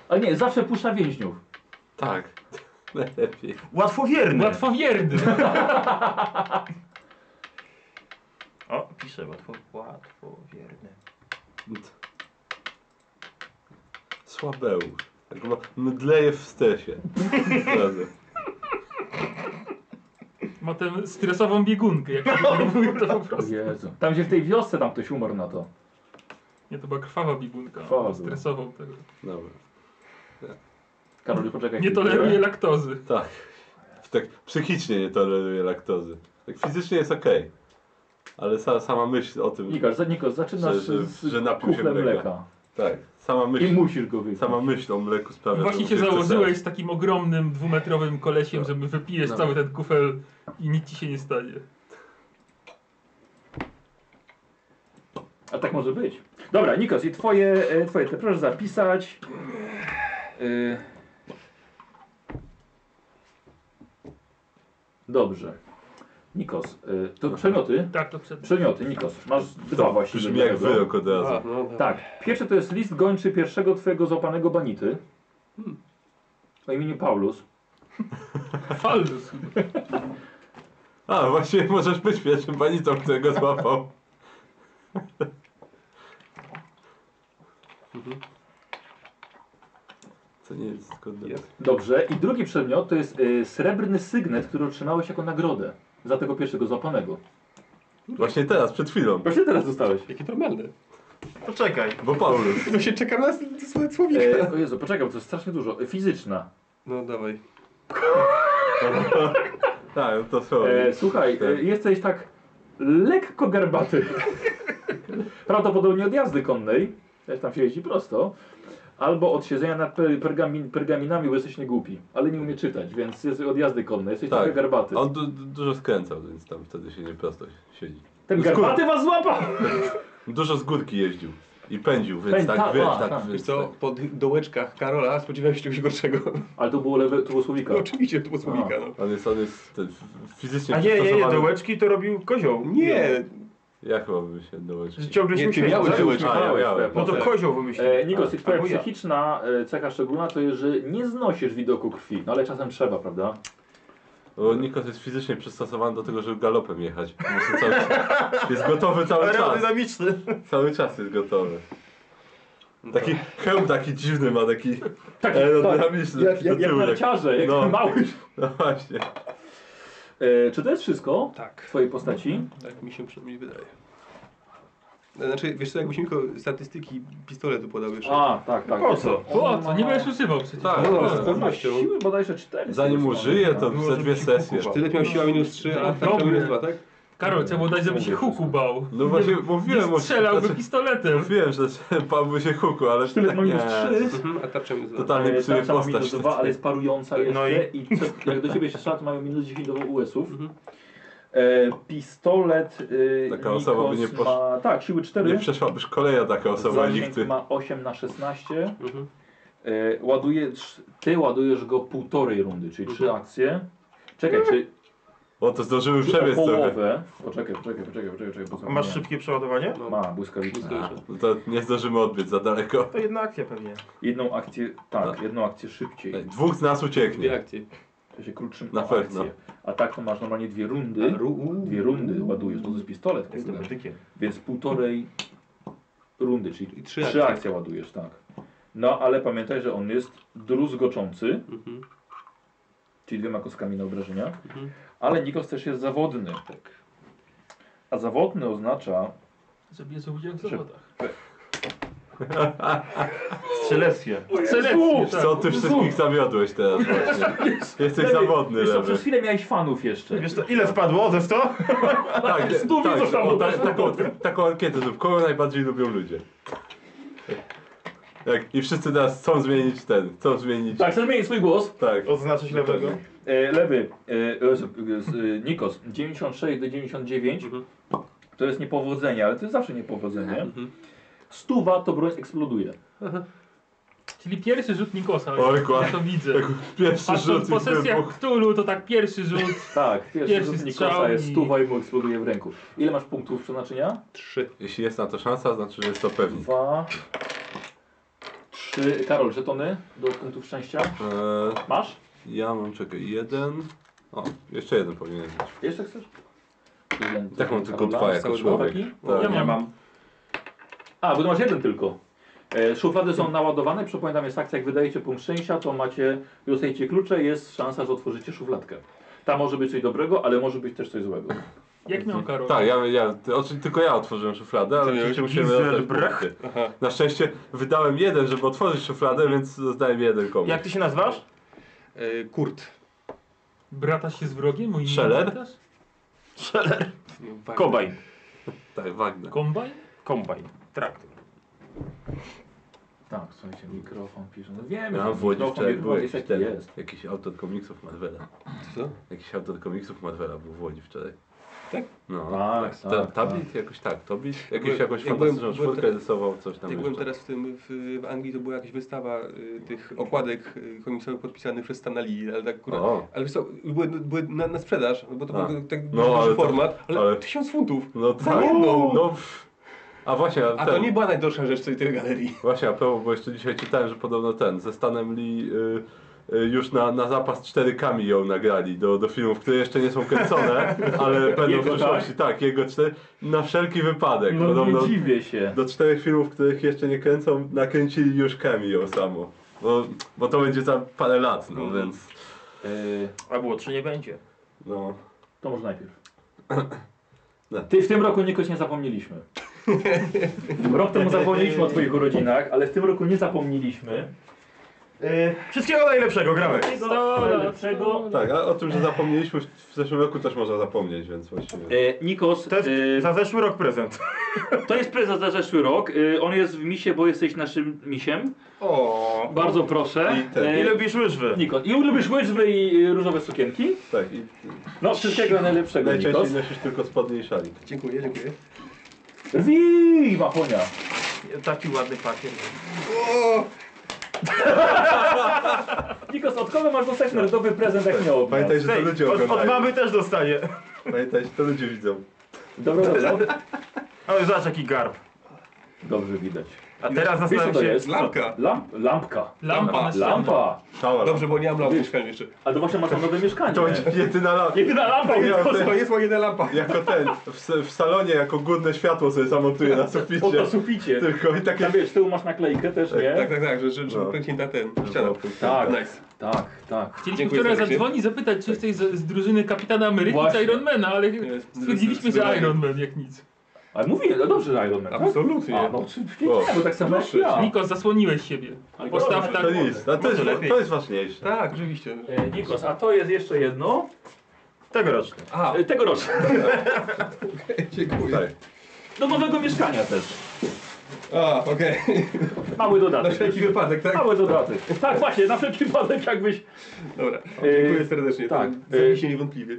Ale nie, zawsze puszcza więźniów.
Tak, *laughs* najlepiej.
Łatwowierny.
Łatwowierny!
O, pisze łatwo. Łatwowierny.
Słabeusz. Tak ma, mdleje w stresie. Zrazu.
Ma tę stresową biegunkę, jak się denerwuje, to po
O
prostu.
Jezu. Tam gdzie w tej wiosce tam ktoś umarł na to.
Nie, to była krwawa biegunka.
Krwawa
Krwawa
była.
stresową tego.
Dobra.
Karol, poczekaj.
Nie
chwilkę.
toleruje laktozy.
Tak. Tak psychicznie nie toleruje laktozy. Tak fizycznie jest okej. Ale sa, sama myśl o tym.
Nikol, za, Nikol zaczynasz
Że- że-
z
że napił się
kuflem
mleka.
mleka.
Tak. Sama myśl.
I musisz go wypić.
Sama myśl o mleku sprawia,
I właśnie
mu
się
chce
założyłeś
sens.
z takim ogromnym, dwumetrowym kolesiem, żeby wypijesz
No.
cały ten kufel i nic ci się nie stanie.
A tak może być. Dobra, Nikos, i twoje, e, twoje te proszę zapisać. Y... Dobrze. Nikos, y, to przemioty.
Tak, to przed...
Przemioty, Nikos. Masz dwa
To
właściwie.
Tak, Brzmi
do
jak
tego.
wyrok od razu.
no,
Tak. Pierwszy to jest list gończy pierwszego twojego złapanego banity. O imieniu Paulus.
Faldus.
A, właśnie *laughs* możesz być pierwszym banitą, którego złapał. Mhm. Co nie jest zgodne.
Dobrze. I drugi przedmiot to jest y, srebrny sygnet, który otrzymałeś jako nagrodę za tego pierwszego złapanego.
Właśnie teraz, przed chwilą.
Właśnie teraz dostałeś.
Jakie normalne.
To czekaj.
Bo Paulus.
No się czekam na s- s- słowika.
E, o Jezu, poczekaj, bo to jest strasznie dużo. E, Fizyczna.
No dawaj.
tak, no to słowo.
E, słuchaj, e, jesteś tak lekko garbaty. Prawdopodobnie od jazdy konnej, też tam się jeździ prosto, albo od siedzenia nad per- pergamin, pergaminami, bo jesteś niegłupi, ale nie umie czytać, więc jesteś od jazdy konnej, jesteś
Tak.
trochę garbaty.
A On du du- dużo skręcał, więc tam wtedy się nie prosto siedzi.
Ten
Skąd?
garbaty was złapał!
Dużo z górki jeździł. I pędził, więc
Pędzi-
tak,
tak,
wiesz,
tak,
tak,
tak.
wiesz,
Wiesz co,
tak.
po d- dołeczkach Karola spodziewałem się czegoś gorszego.
Ale to było lewe, to było słowika.
No, oczywiście, to było słowika. No.
On jest, on jest ten, f- fizycznie
A nie, nie, nie,
przystosowany.
dołeczki to robił kozioł.
Nie,
Ja chyba bym się dołeczki.
Że ciągle
Nie,
się
ty
uśmiecha.
miałeś
Tak?
dołeczki.
A, ja miałem.
No to
Tak.
kozioł wymyślił.
E, Nikos, i twoja
Albo ja.
psychiczna e, cecha szczególna to jest, że nie znosisz widoku krwi, no ale czasem trzeba, prawda?
Bo Nikos jest fizycznie przystosowany do tego, żeby galopem jechać. Musi Cały czas. Jest gotowy cały czas.
Aerodynamiczny.
Cały czas jest gotowy. Taki hełm taki dziwny ma, taki
Tak,
aerodynamiczny.
Jak, jak,
do
jak
tyłu,
narciarze, jak
No.
mały.
No właśnie.
E, czy to jest wszystko?
Tak.
twojej postaci.
Tak mi się przynajmniej wydaje. Znaczy, wiesz co, jakbyś mi tylko statystyki pistoletu podał jeszcze.
A, tak, tak.
Po co?
O, co? Nie będziesz używał przecież.
Tak.
No, no,
tak.
z pewnością.
Siły bodajże 4.
Zanim użyję, to
Było,
za
żeby
dwie
ci
sesje.
kukuła.
Tyle miał siła minus 3, a tak
Dobry.
minus 2, tak?
Karol, trzeba było dać, żeby się huku bał.
No właśnie,
Nie
mówiłem mu,
strzelałby
znaczy,
pistoletem.
mówiłem, że Paweł by się huku, ale
Sztylet ma minus
nie,
3.
Mhm, a tarcza minus 2.
Totalnie psuje
minus
postać.
2, ale jest parująca jeszcze.
No
No
i-
i, co- jak do siebie jeszcze szat mają minus 10 do US-ów.
Mhm.
E, pistolet. E,
Taka osoba by nie
Nikos
posz-
ma, Tak, siły 4.
Nie przeszłaby szkolenia taka osoba
Zasięg
nigdy.
ma 8 na 16.
Mhm.
E, ładujesz, ty ładujesz go półtorej rundy, czyli 3 akcje. Czekaj, czy
O, to zdążymy
czy o
przebiec trochę.
połowę? Poczekaj, poczekaj, poczekaj, poczekaj. poczekaj bo
A
co-
Masz
nie.
szybkie przeładowanie?
Ma, błyskawiczne.
Błyskawiczne.
No to nie zdążymy odbiec za daleko.
To jedna akcja pewnie.
Jedną akcję, tak, jedną akcję szybciej.
Dwóch z nas
Dwie
ucieknie.
akcje.
W sensie krótszym
Na pewno.
A tak to masz normalnie dwie rundy.
Ru, u,
Dwie rundy ładujesz, no to jest pistolet,
Tak, z
kurde.
automatykiem.
Więc półtorej rundy, czyli
I
trzy
trzy
akcje.
akcje.
ładujesz, tak. No ale pamiętaj, że on jest druzgoczący,
Mhm,
czyli dwiema kostkami na obrażenia.
mhm.
Ale Nikos też jest zawodny.
Tak.
A zawodny oznacza,
Zabiję sobie udział w zawodach.
Strzeleckie.
Strzelecki, tak.
Co ty wszystkich zawiodłeś teraz właśnie? Jesteś zawodny,
Wiesz co,
lewy.
przez chwilę miałeś fanów jeszcze.
Wiesz to, ile spadło ze 100?
Tak,
Z dumy
tak,
coś tam
o,
było.
tak, taką, taką ankietę zrób. Kogo najbardziej lubią ludzie? Tak, i wszyscy teraz chcą zmienić ten, chcą zmienić...
Tak, chcę zmienić swój głos.
tak.
Odznaczyć lewego.
E, lewy, e, e, z- e, z- e, Nikos, 96 do 99
Mhm.
to jest niepowodzenie, ale to jest zawsze niepowodzenie.
Mhm.
Stuwa to broń eksploduje.
Czyli pierwszy rzut Nikosa,
Oj,
ja
kład-
to widzę.
Jak pierwszy
Patrząc
rzut
po
i wybuch.
sesjach Cthulhu, to tak pierwszy rzut.
Tak, pierwszy,
Pierwszy
rzut
strzał
Nikosa jest
i-
stuwa i mu eksploduje w ręku. Ile masz punktów przeznaczenia?
Trzy.
Jeśli jest na to szansa, znaczy, że jest to pewnik.
Dwa, trzy. Karol, żetony do punktów szczęścia
Eee,
masz?
ja mam, czekaj, jeden... O, jeszcze jeden powinien być.
Jeszcze chcesz?
Tak mam tylko
Karola?
dwa jako
Cały
człowiek.
chłopaki?
Tak.
Ja mam.
A, bo ty masz jeden tylko. E, szuflady są naładowane, przypominam, jest akcja, jak wydajecie punkt szczęścia, to macie, dostajecie klucze, jest szansa, że otworzycie szufladkę. Tam może być coś dobrego, ale może być też coś złego.
Jak miał Karol?
Tak, ja, ja, ty- oczy, tylko ja otworzyłem szufladę, ale oczywiście musimy
Gizel
oddać
Brach?
punkty. Na szczęście wydałem jeden, żeby otworzyć szufladę, więc zdałem jeden komuś.
Jak ty się nazywasz?
E, Kurt.
Bratasz się z wrogiem? Moim
Szeler?
bratasz?
Kobaj.
Tak, Wagner.
Kombajn?
Kombaj. Traktor.
Tak, słuchajcie, mikrofon pisze. No wiemy,
Ja
że
mam w Łodzi
mikrofon
wczoraj
jest,
był
jest
jakiś,
jaki
ten,
jest.
jakiś autor komiksów Marvela.
Co?
Jakiś autor komiksów Marvela był w Łodzi wczoraj.
Tak?
No,
Tak,
ta,
tak,
Tabit, jakoś tak, Tobit, jakiś,
byłem-
jakąś
jak byłem-
fantastyczną
byłem
czwórkę
teraz-
rysował, coś tam
Jak byłem
jeszcze.
teraz w, tym, w, w Anglii, to była jakaś wystawa y, tych okładek y, komiksowych podpisanych przez Stana Lee, ale tak akurat...
O.
Ale wiesz co, były, były na, na sprzedaż, bo to
A.
był tak
No,
duży
ale to-
format, ale,
ale-
tysiąc funtów!
No tak,
jedną!
no pff. A właśnie,
A to
ten,
nie była najgorsza rzecz w tej tej galerii. *laughs*
Właśnie a propos, bo jeszcze dzisiaj czytałem, że podobno ten, ze Stanem Lee y, y, już na, na zapas 4K mi ją nagrali do, do filmów, które jeszcze nie są kręcone, ale będą w
Jego,
przyszłości. Tak, jego 4, na wszelki wypadek.
No
podobno
nie dziwię się.
do czterech filmów, których jeszcze nie kręcą, nakręcili już cameo samo. Bo, bo to będzie za parę lat, no więc...
E,
A było trzy nie będzie.
No.
to może najpierw.
No.
Ty w tym roku Nikos nie zapomnieliśmy. Rok temu zapomnieliśmy o twoich urodzinach, ale w tym roku nie zapomnieliśmy.
Y, Wszystkiego najlepszego, gramy.
Dlaczego?
Tak, a o tym, że zapomnieliśmy w- w zeszłym roku też można zapomnieć, więc właściwie...
E, Nikos,
To jest
e,
za zeszły rok prezent.
to jest prezent za zeszły rok. E, on jest w misie, bo jesteś naszym misiem.
O.
Bardzo proszę. E,
I ten,
I lubisz łyżwy.
Nikos, i lubisz łyżwy i e, różowe sukienki?
Tak, i
No, wszystkiego najlepszego, Nikos.
najczęściej nosisz tylko spodnie i szalik.
Dziękuję, dziękuję.
Wii, machonia.
Taki ładny pakiet.
Nikos, od kogo masz dostać narodowy prezent, jak nie od nas?
Pamiętaj, że to
Ej,
ludzie
od, od
oglądają.
mamy też dostanie.
Pamiętaj, że to ludzie widzą.
Dobra, dobra.
Ale zobacz jaki garb.
Dobrze widać.
A teraz
Wiesz, co
zastanawiam
to
się...
jest?
Lampka!
Lamp, lampka.
Lampa na ścianie.
Lampa.
Cała
Dobrze, bo nie mam lampy w mieszkaniu jeszcze.
A to właśnie masz na nowe mieszkanie.
To będzie jedyna lampa.
*laughs* Jedyna lampa jest.
Ja
To
te,
jest moja jedna lampa.
jako ten, w, s- w salonie jako główne światło sobie zamontuję na
O, na
suficie.
suficie.
Tylko i takie...
Tam wiesz, tyłu masz naklejkę też, nie?
Tak, tak, tak, że, że, że
No.
pęknięta ten ściana.
Tak.
Nice.
Tak, tak.
Chcieliśmy
Dziękuję
wczoraj
serdecznie.
zadzwonić, zapytać, czy jesteś z, z drużyny Kapitana Ameryki
Właśnie.
czy Iron Mana, ale
Jest-
stwierdziliśmy,
jest-
że
jest-
Iron Man jak nic.
Ale mówię, no dobrze, że Iron Man, tak?
Absolutnie.
A, no oczywiście, nie, bo tak samo jak
proszę.
ja.
Nikos, zasłoniłeś siebie.
Ale
Postaw tak...
To nic, no to, jest,
lepiej.
to jest ważniejsze.
Tak, oczywiście.
E, Nikos, a to jest jeszcze jedno.
Tegoroczny.
A,
E, tegoroczne.
*laughs* dziękuję.
Tak.
Do nowego mieszkania też.
A, okej. *laughs*
Mały
Na
dodatek.
wszelki wypadek, tak?
Mały dodatek. Tak, właśnie, na wszelki wypadek jakbyś...
E,
Dobra. Dziękuję serdecznie.
tak.
Tak.
Yy,
Zabi się niewątpliwie.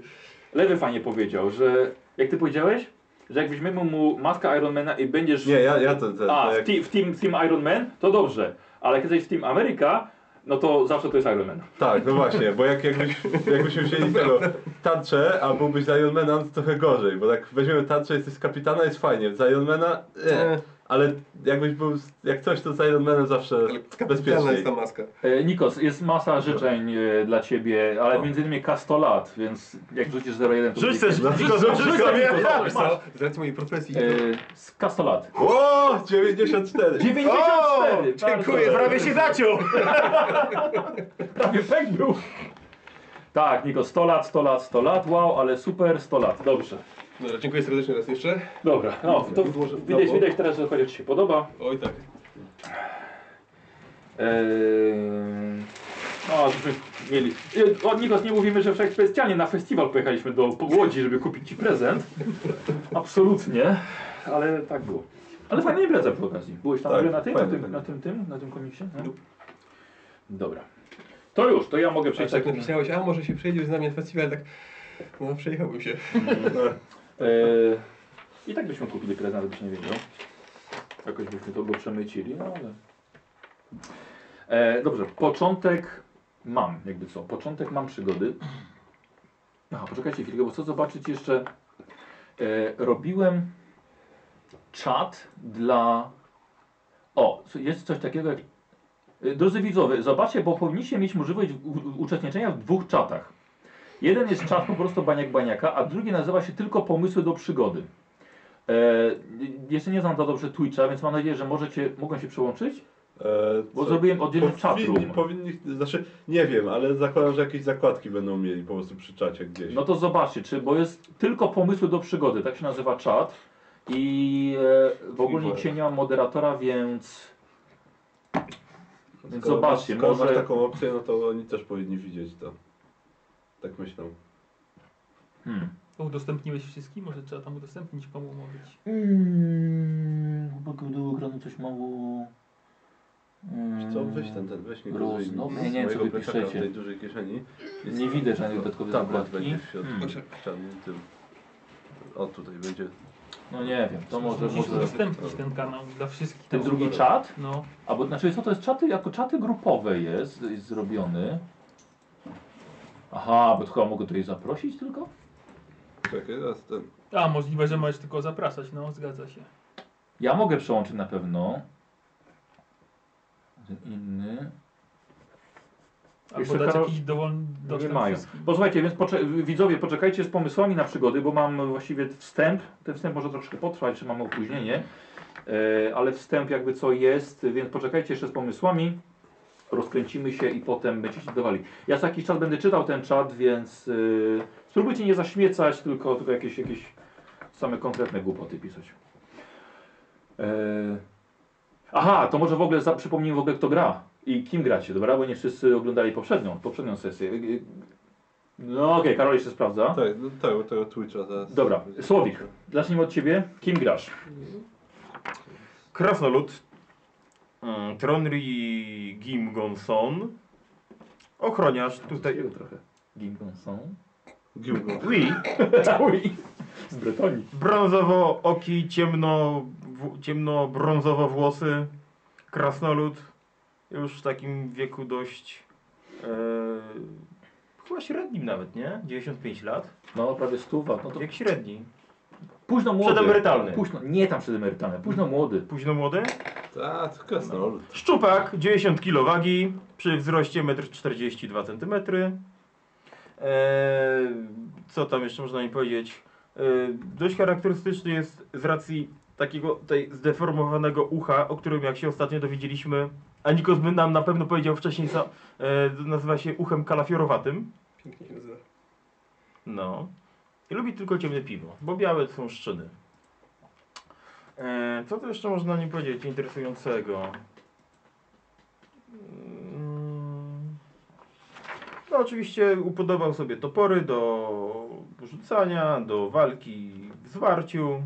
Lewy fajnie powiedział, że... Jak ty powiedziałeś? Że jak weźmiemy mu maskę Ironmana i będziesz...
Nie, ja, ja to... to,
A,
to
w,
jak,
ti- w team, w team Iron Man? To dobrze. Ale jak jesteś w Team Ameryka, no to zawsze to jest Iron Man.
tak, no właśnie, bo jak, jakbyś, jakbyśmy wzięli tego tarczę, a byłbyś z Ironmana, to trochę gorzej, bo tak weźmiemy tarczę, jesteś z kapitana, jest fajnie, z Ironmana... E.
E.
Ale jakbyś był, z- jak coś, to z Iron Manem zawsze
Ale kapitalna
bezpieczniej.
jest ta maska.
E, Nikos, jest masa życzeń e, dla ciebie, ale
O.
między innymi K100 lat, więc jak rzucisz 01 to
Rzuć
będzie-
też, tylko rzuć sobie.
Wiesz co, z racji mojej profesji...
E, z K100 lat.
O, 94!
94!
dziękuję.
Bardzo.
Prawie się zaciął.
Prawie pek był. Tak, Niko, 100 lat, 100 lat, 100 lat, wow, ale super, 100 lat, dobrze.
Dobra, dziękuję serdecznie raz jeszcze.
Dobra, no, to
Złożę w
widać,
domu.
widać teraz, że chociaż ci się podoba.
Oj tak.
Eee... No, żebyśmy mieli. E, Od Nikos nie mówimy, że wszechspecjalnie na festiwal pojechaliśmy do Łodzi, żeby kupić ci prezent. Absolutnie, ale tak było. Ale fajny prezent przy okazji. Byłeś tam
Tak,
w ogóle na, tej, na,
fajny,
tym,
No. fajny.
na tym tym, na tym komiksie? Nie? Dobra. To już, to ja mogę
A
przejść
tak
tak.
no.
napisałeś, a może się przejdziesz z nami na festiwal, tak... No, przejechałbym się.
Eee, I tak byśmy kupili prezent, gdybyś nie wiedział. Jakoś byśmy to go przemycili, no ale. Eee, dobrze, początek mam, jakby co. Początek mam przygody. Aha, poczekajcie chwilkę, bo chcę zobaczyć jeszcze. Eee, robiłem czat dla. O, jest coś takiego jak. Eee, Drodzy widzowie, zobaczcie, bo powinniście mieć możliwość u- uczestniczenia w dwóch czatach. Jeden jest czat po prostu baniak baniaka, a drugi nazywa się tylko pomysły do przygody. E, jeszcze nie znam za dobrze Twitcha, więc mam nadzieję, że możecie, mogą się przyłączyć,
E,
bo
co?
zrobiłem oddzielny
powinni,
chatroom.
powinni, znaczy nie wiem, ale zakładam, że jakieś zakładki będą mieli po prostu przy czacie gdzieś.
No to zobaczcie, czy, bo jest tylko pomysły do przygody, tak się nazywa czat. I e, w ogóle
Miłe.
cię nie mam moderatora, więc więc
Skoro-
zobaczcie,
skoro
może-
masz taką opcję, no to oni też powinni widzieć to. Tak myślę.
hmm.
To udostępniłeś wszystkim? Może trzeba tam udostępnić, komu mówić.
Chyba gdy ugrany coś mało... Hmm.
Wiesz Co, weź ten, ten, weź mi go
Roz-
zdejmij
no,
z
nie, nie wiem,
mojego
co wy
plecaka
piszecie.
w tej dużej kieszeni.
Nie widzę żadnych
No,
dodatkowych
Tablet
zakładki.
będzie w środku.
Hmm.
Czarny tył. O, tutaj będzie.
No nie wiem, to może...
Musisz
może...
udostępnić ten kanał dla wszystkich.
Ten drugi czat?
No.
Albo znaczy co to jest czaty, jako czaty grupowe jest, jest zrobiony. Aha, bo chyba mogę tutaj zaprosić tylko?
Czekaj, raz ten.
A, możliwe, że możesz tylko zapraszać, no, zgadza się.
Ja mogę przełączyć na pewno. Ten inny. Jeszcze
Albo dać
kanał-
jakiś dowolny
Nie
dostęp
mają.
wszystkim.
Posłuchajcie, więc pocze- widzowie, poczekajcie z pomysłami na przygody, bo mam właściwie wstęp. Ten wstęp może troszkę potrwać, czy mamy opóźnienie. E, ale wstęp jakby co jest, więc poczekajcie jeszcze z pomysłami. Rozkręcimy się i potem będziecie dawali. Ja za jakiś czas będę czytał ten czat, więc y, spróbujcie nie zaśmiecać, tylko, tylko jakieś, jakieś same konkretne głupoty pisać. E, aha, to może w ogóle za, przypomnijmy w ogóle kto gra i kim gracie, dobra? Bo nie wszyscy oglądali poprzednią, poprzednią sesję. Y, y, No okej, Karol jeszcze sprawdza.
Tak, no, tego, tego Twitcha teraz.
Dobra, Słowik, zacznijmy od Ciebie. Kim grasz?
Krasnolud. Mm, Tronri Gimgonson. Ochroniarz tutaj.
trochę. Gimpą są. *laughs*
Gimgo.
Lee.
Cały z Bretonii.
Brązowo oki, ciemno, w, ciemno brązowo włosy. Krasnolud. Już w takim wieku dość. E, chyba średnim nawet, nie? 95 lat.
No prawie stuwa, no to
Jak średni.
późno młody.
Przedemerytalny.
Późno, nie tam przedemerytalne, późno młody.
Późno młody.
Tak, to
No.
krasnolud.
Szczupak, 90 kg wagi, przy wzroście 1,42 m. Eee, co tam jeszcze można mi powiedzieć? Eee, dość charakterystyczny jest z racji takiego tej zdeformowanego ucha, o którym jak się ostatnio dowiedzieliśmy, a Nikos by nam na pewno powiedział wcześniej, co, eee, nazywa się uchem kalafiorowatym.
Pięknie się nazywa.
No. I lubi tylko ciemne piwo, bo białe są szczyny. E, co tu jeszcze można nie powiedzieć interesującego? Mm. No oczywiście upodobał sobie topory do rzucania, do walki w zwarciu.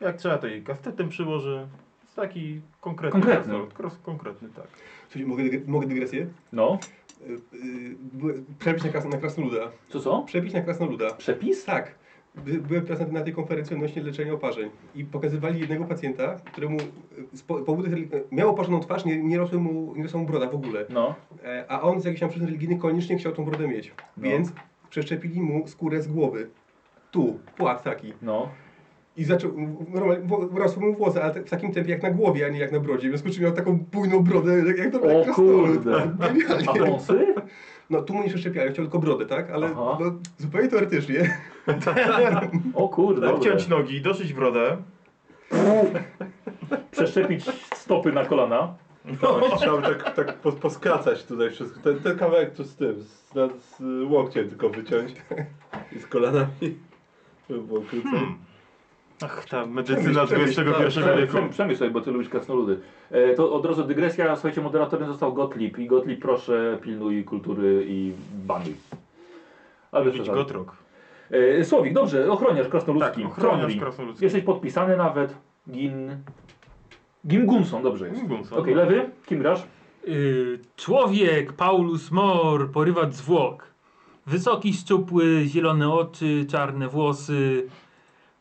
Jak trzeba, to jej kastetem przyłoży. Jest taki konkretny.
Konkretny.
krasnolud, kros- konkretny, tak.
Słuchaj, mogę, dygre- mogę dygresję?
No,
Y, y, by- Przebić na, kras, na krasnoluda.
co co?
Przebić na krasnoluda.
Przepis?
Tak. By, byłem teraz na, na tej konferencji odnośnie leczenia oparzeń i pokazywali jednego pacjenta, któremu y, z po- powodów, reli- y, miał oparzoną twarz, nie, nie, rosły mu, nie rosła mu broda w ogóle.
No.
E, A on z jakichś tam przyczyn religijnych koniecznie chciał tą brodę mieć.
No.
Więc przeszczepili mu skórę z głowy. Tu, płat taki.
No.
I zaczął, normalnie, wo- rosły mu włosy, ale tak- w takim tempie jak na głowie, a nie jak na brodzie, w związku z czym miał taką bujną brodę, jak- jak normalnie
O
krasnolud.
kurde. A *laughs*
Genialnie.
wąsy?
No tu mu nie przeszczepiają, chciał tylko brodę, tak? Ale
Aha.
no, zupełnie teoretycznie.
O kurde.
Obciąć nogi, doszyć brodę.
*laughs* Przeszczepić stopy na kolana.
Właśnie Trzeba by tak, tak po- poskracać tutaj wszystko. Ten, ten kawałek tu z tym, z, na- z łokciem tylko wyciąć i z kolanami. Żeby było krócej.
Hmm. Ach, ta medycyna XXI wieku.
Przem- Przemyśl sobie, bo ty lubisz krasnoludy. E, to od razu dygresja, słuchajcie, moderatorem został Gottlieb i Gottlieb proszę pilnuj kultury i banuj. Ale bez
Być
przesady.
Gotrok.
E, Słowik, dobrze, ochroniarz krasnoludzki.
Tak, ochroniarz
Kromri.
krasnoludzki.
Jesteś podpisany nawet. Gin... Gim Gumson, dobrze jest.
Gumson. no.
Okej, lewy, kim grasz?
Y, człowiek, Paulus Mor, porywacz zwłok. Wysoki, szczupły, zielone oczy, czarne włosy.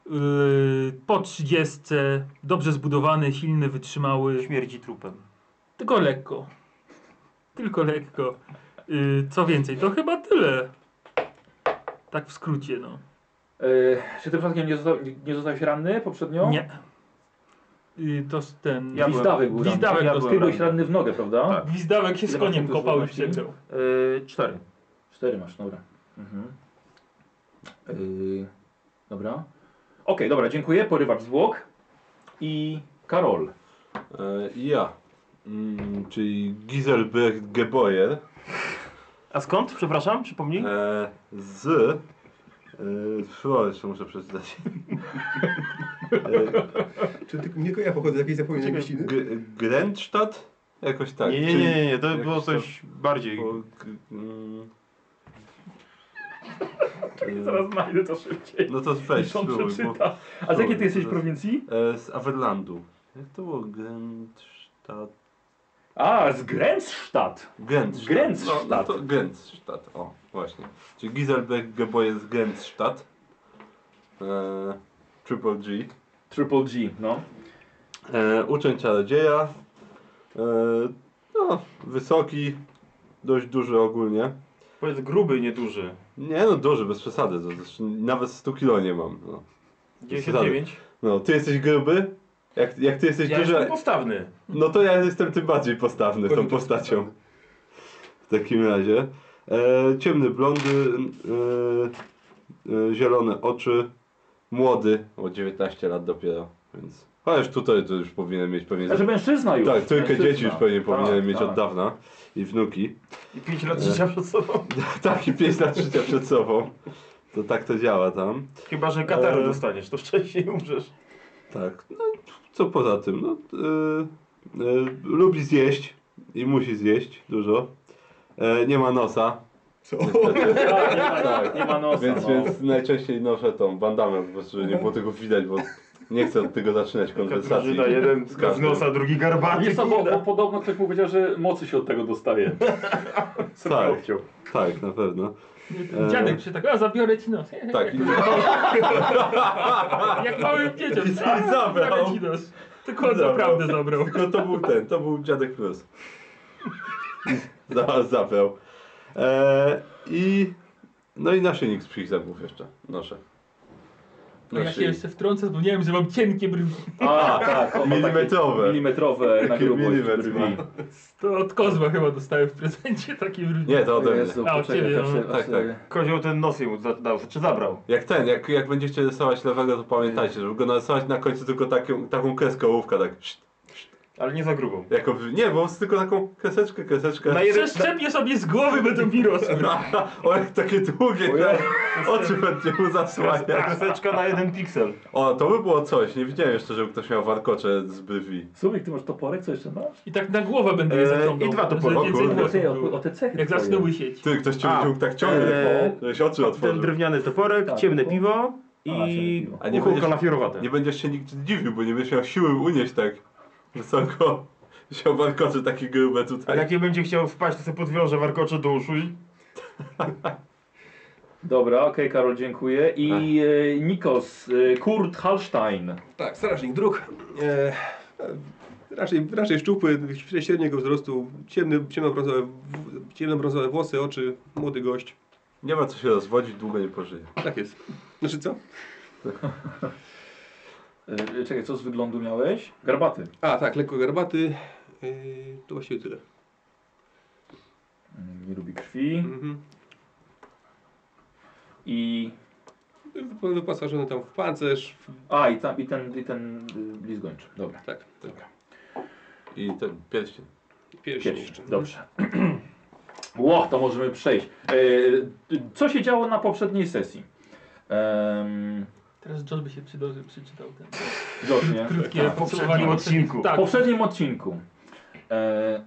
y, po trzydziestce, dobrze zbudowany, silny, wytrzymały.
Śmierdzi trupem.
Tylko lekko. Tylko lekko. Y, co więcej, to chyba tyle. Tak w skrócie, no.
E, czy tym przypadkiem nie, został, nie zostałeś ranny poprzednio?
Nie. Y, to z ten.
Ja Gwizdawek był
Gwizdawek
ranny.
był
Ty byłeś
ranny.
ranny w nogę, prawda?
Tak.
Gwizdawek się z
Ile masz
koniem
punktów
kopał i
żywności?
przegrał.
Yy, cztery.
Cztery masz, dobra. Mhm. Yy, dobra. Okej, dobra, dziękuję. Porywacz zwłok. I Karol.
E, ja, mm, czyli Giselbrecht Geboyer
A skąd? Przepraszam, przypomnij.
e, z... E, Przywołaj, jeszcze muszę przeczytać. E,
Czy tylko, nie tylko ja pochodzę z jakiejś zapomnianej
Czekaj,
gościny?
G- Grenzstadt? Jakoś tak.
nie, nie,
czyli-
nie, nie, to
jakoś
było coś bardziej.
Bo, g, mm, E,
Zaraz znajdę to szybciej.
no to weź,
on
spróbuj, bo
przeczyta. A z jakiej ty jesteś
Spróbuj,
prowincji?
E, z Averlandu. Jak to było? Grenzstadt.
A, z Grenzstadt.
Grenzstadt.
Grenzstadt.
No, no to Grenzstadt, o właśnie. Czyli Giselberg Gebo jest Grenzstadt. E, triple G.
Triple G, no.
E, uczeń czarodzieja. E, no, wysoki, dość duży ogólnie.
Powiedz gruby, nieduży.
Nie no, duży, bez przesady. To, znaczy, nawet 100 kilo nie mam. No,
99.
no ty jesteś gruby? Jak, jak ty jesteś
Ja
duży,
jestem postawny.
No to ja jestem tym bardziej postawny tą
tak.
postacią. W takim razie. E, ciemny blondy, e, e, zielone oczy, młody, o 19 lat dopiero, więc. Chociaż tutaj to już powinien mieć pewnie.
Znaczy mężczyzna już.
Tak, trójkę
Mężczyzna.
dzieci już pewnie powinien
Tak,
mieć
tak.
od dawna i wnuki. *laughs*
I 5 lat życia przed sobą.
tak, i 5 lat życia przed sobą. To tak to działa tam.
Chyba, że kataru
E.
dostaniesz, to wcześniej umrzesz.
Tak, no co poza tym, no y, y, lubi zjeść i musi zjeść dużo. E, nie ma nosa.
Co?
niestety.
Tak, nie ma- Nie ma nosa,
*laughs* więc,
no.
więc najczęściej noszę tą bandamę, po prostu, żeby nie było tego widać, bo nie chcę od tego zaczynać konwersacji.
Katarzyna, jeden
z
z
każdym.
nosa, drugi
A
garbaty.
nie co, bo, bo podobno ktoś mu powiedział, że mocy się od tego dostaje. Co
Tak.
chciał.
Tak, na pewno. E.
Dziadek się tak, a zabiorę ci nos. *laughs*
Tak, i,
Jak małym dzieciom.
I zabrał.
Zabiorę ci nos. Tylko
Zabrał.
naprawdę zabrał.
tylko no, to był ten, to był dziadek plus. Za, zabrał. E, I no i naszyjnik z psich zębów jeszcze noszę.
No ja się
Naszyjnik.
jeszcze wtrącę, bo nie wiem, że mam cienkie brwi.
A, tak. on ma takie
Milimetrowe.
Milimetrowe na
Taki
grubość
milimetr
brwi.
To od Kozła chyba dostałem w prezencie takie brwi.
Nie, to ode mnie.
A, od ciebie, no.
Tak, tak.
Kozioł ten nos mu dał, czy zabrał.
Jak ten, jak, jak będziecie rysować lewego, to pamiętajcie, żeby go narysować na końcu tylko taką, taką kreskę ołówka, tak. szt,
Ale nie za grubą.
Jako, nie, bo tylko taką kreseczkę, kreseczkę.
Na jeden...
Przeszczepię sobie z głowy, będą mi rosły.
*laughs* o, jak takie długie, te oczy będzie mu zasłaniać.
Kreseczka na jeden piksel.
O, to by było coś, nie widziałem jeszcze, żeby ktoś miał warkocze z brwi.
Słowik, ty masz toporek? Co jeszcze masz?
I tak na głowę będę je
Eee,
zaciągał.
i dwa
żeby
topory. O
więcej
kurde.
włosów
Ty, o,
było.
o te cechy
No, Jak
twoje.
zaczną łysieć.
Ty, ktoś cię
A,
wyciął tak ciągle,
eee,
eee, żeś oczy
Ten
otworzył.
drewniany toporek,
Tak.
ciemne piwo
A, ciemne
i
piwo.
A nie
uchówka
będziesz-
na fiorowate.
Nie będziesz się nikt dziwił, bo nie będziesz miał siły unieść tak wysoko. Wziął warkocze takie grube
A
tutaj.
jak nie będzie chciał wpaść, to sobie podwiąże warkocze do uszu i...
Dobra, okej, Karol, dziękuję. I e, Nikos, e, Kurt Hallstein.
Tak, strażnik dróg. E, e, raczej, raczej szczupły, średniego wzrostu, ciemny, ciemnobrązowe, w- ciemnobrązowe włosy, oczy, młody gość.
Nie ma co się rozwodzić, długo nie pożyje.
Tak jest. Znaczy co?
E, czekaj, co z wyglądu miałeś? Garbaty.
A tak, lekko garbaty. Yy, to właściwie tyle.
Mm, Nie lubi krwi.
Mhm.
I...
Wy- Wyposażony tam w pancerz.
A, i, tam, i ten, i ten y, list gończy. Dobra.
Tak, dobra.
I ten pierścień.
Pierścień jeszcze.
Pierwszy. Dobrze. *clears throat* Ło, to możemy przejść. E, co się działo na poprzedniej sesji? Ehm,
Teraz Josh by się przydał, przeczytał ten.
Zgodnie.
Krótkie
Tak.
poprzednim
podsumowanie poprzednich-
odcinku.
W
Tak,
poprzednim odcinku. E,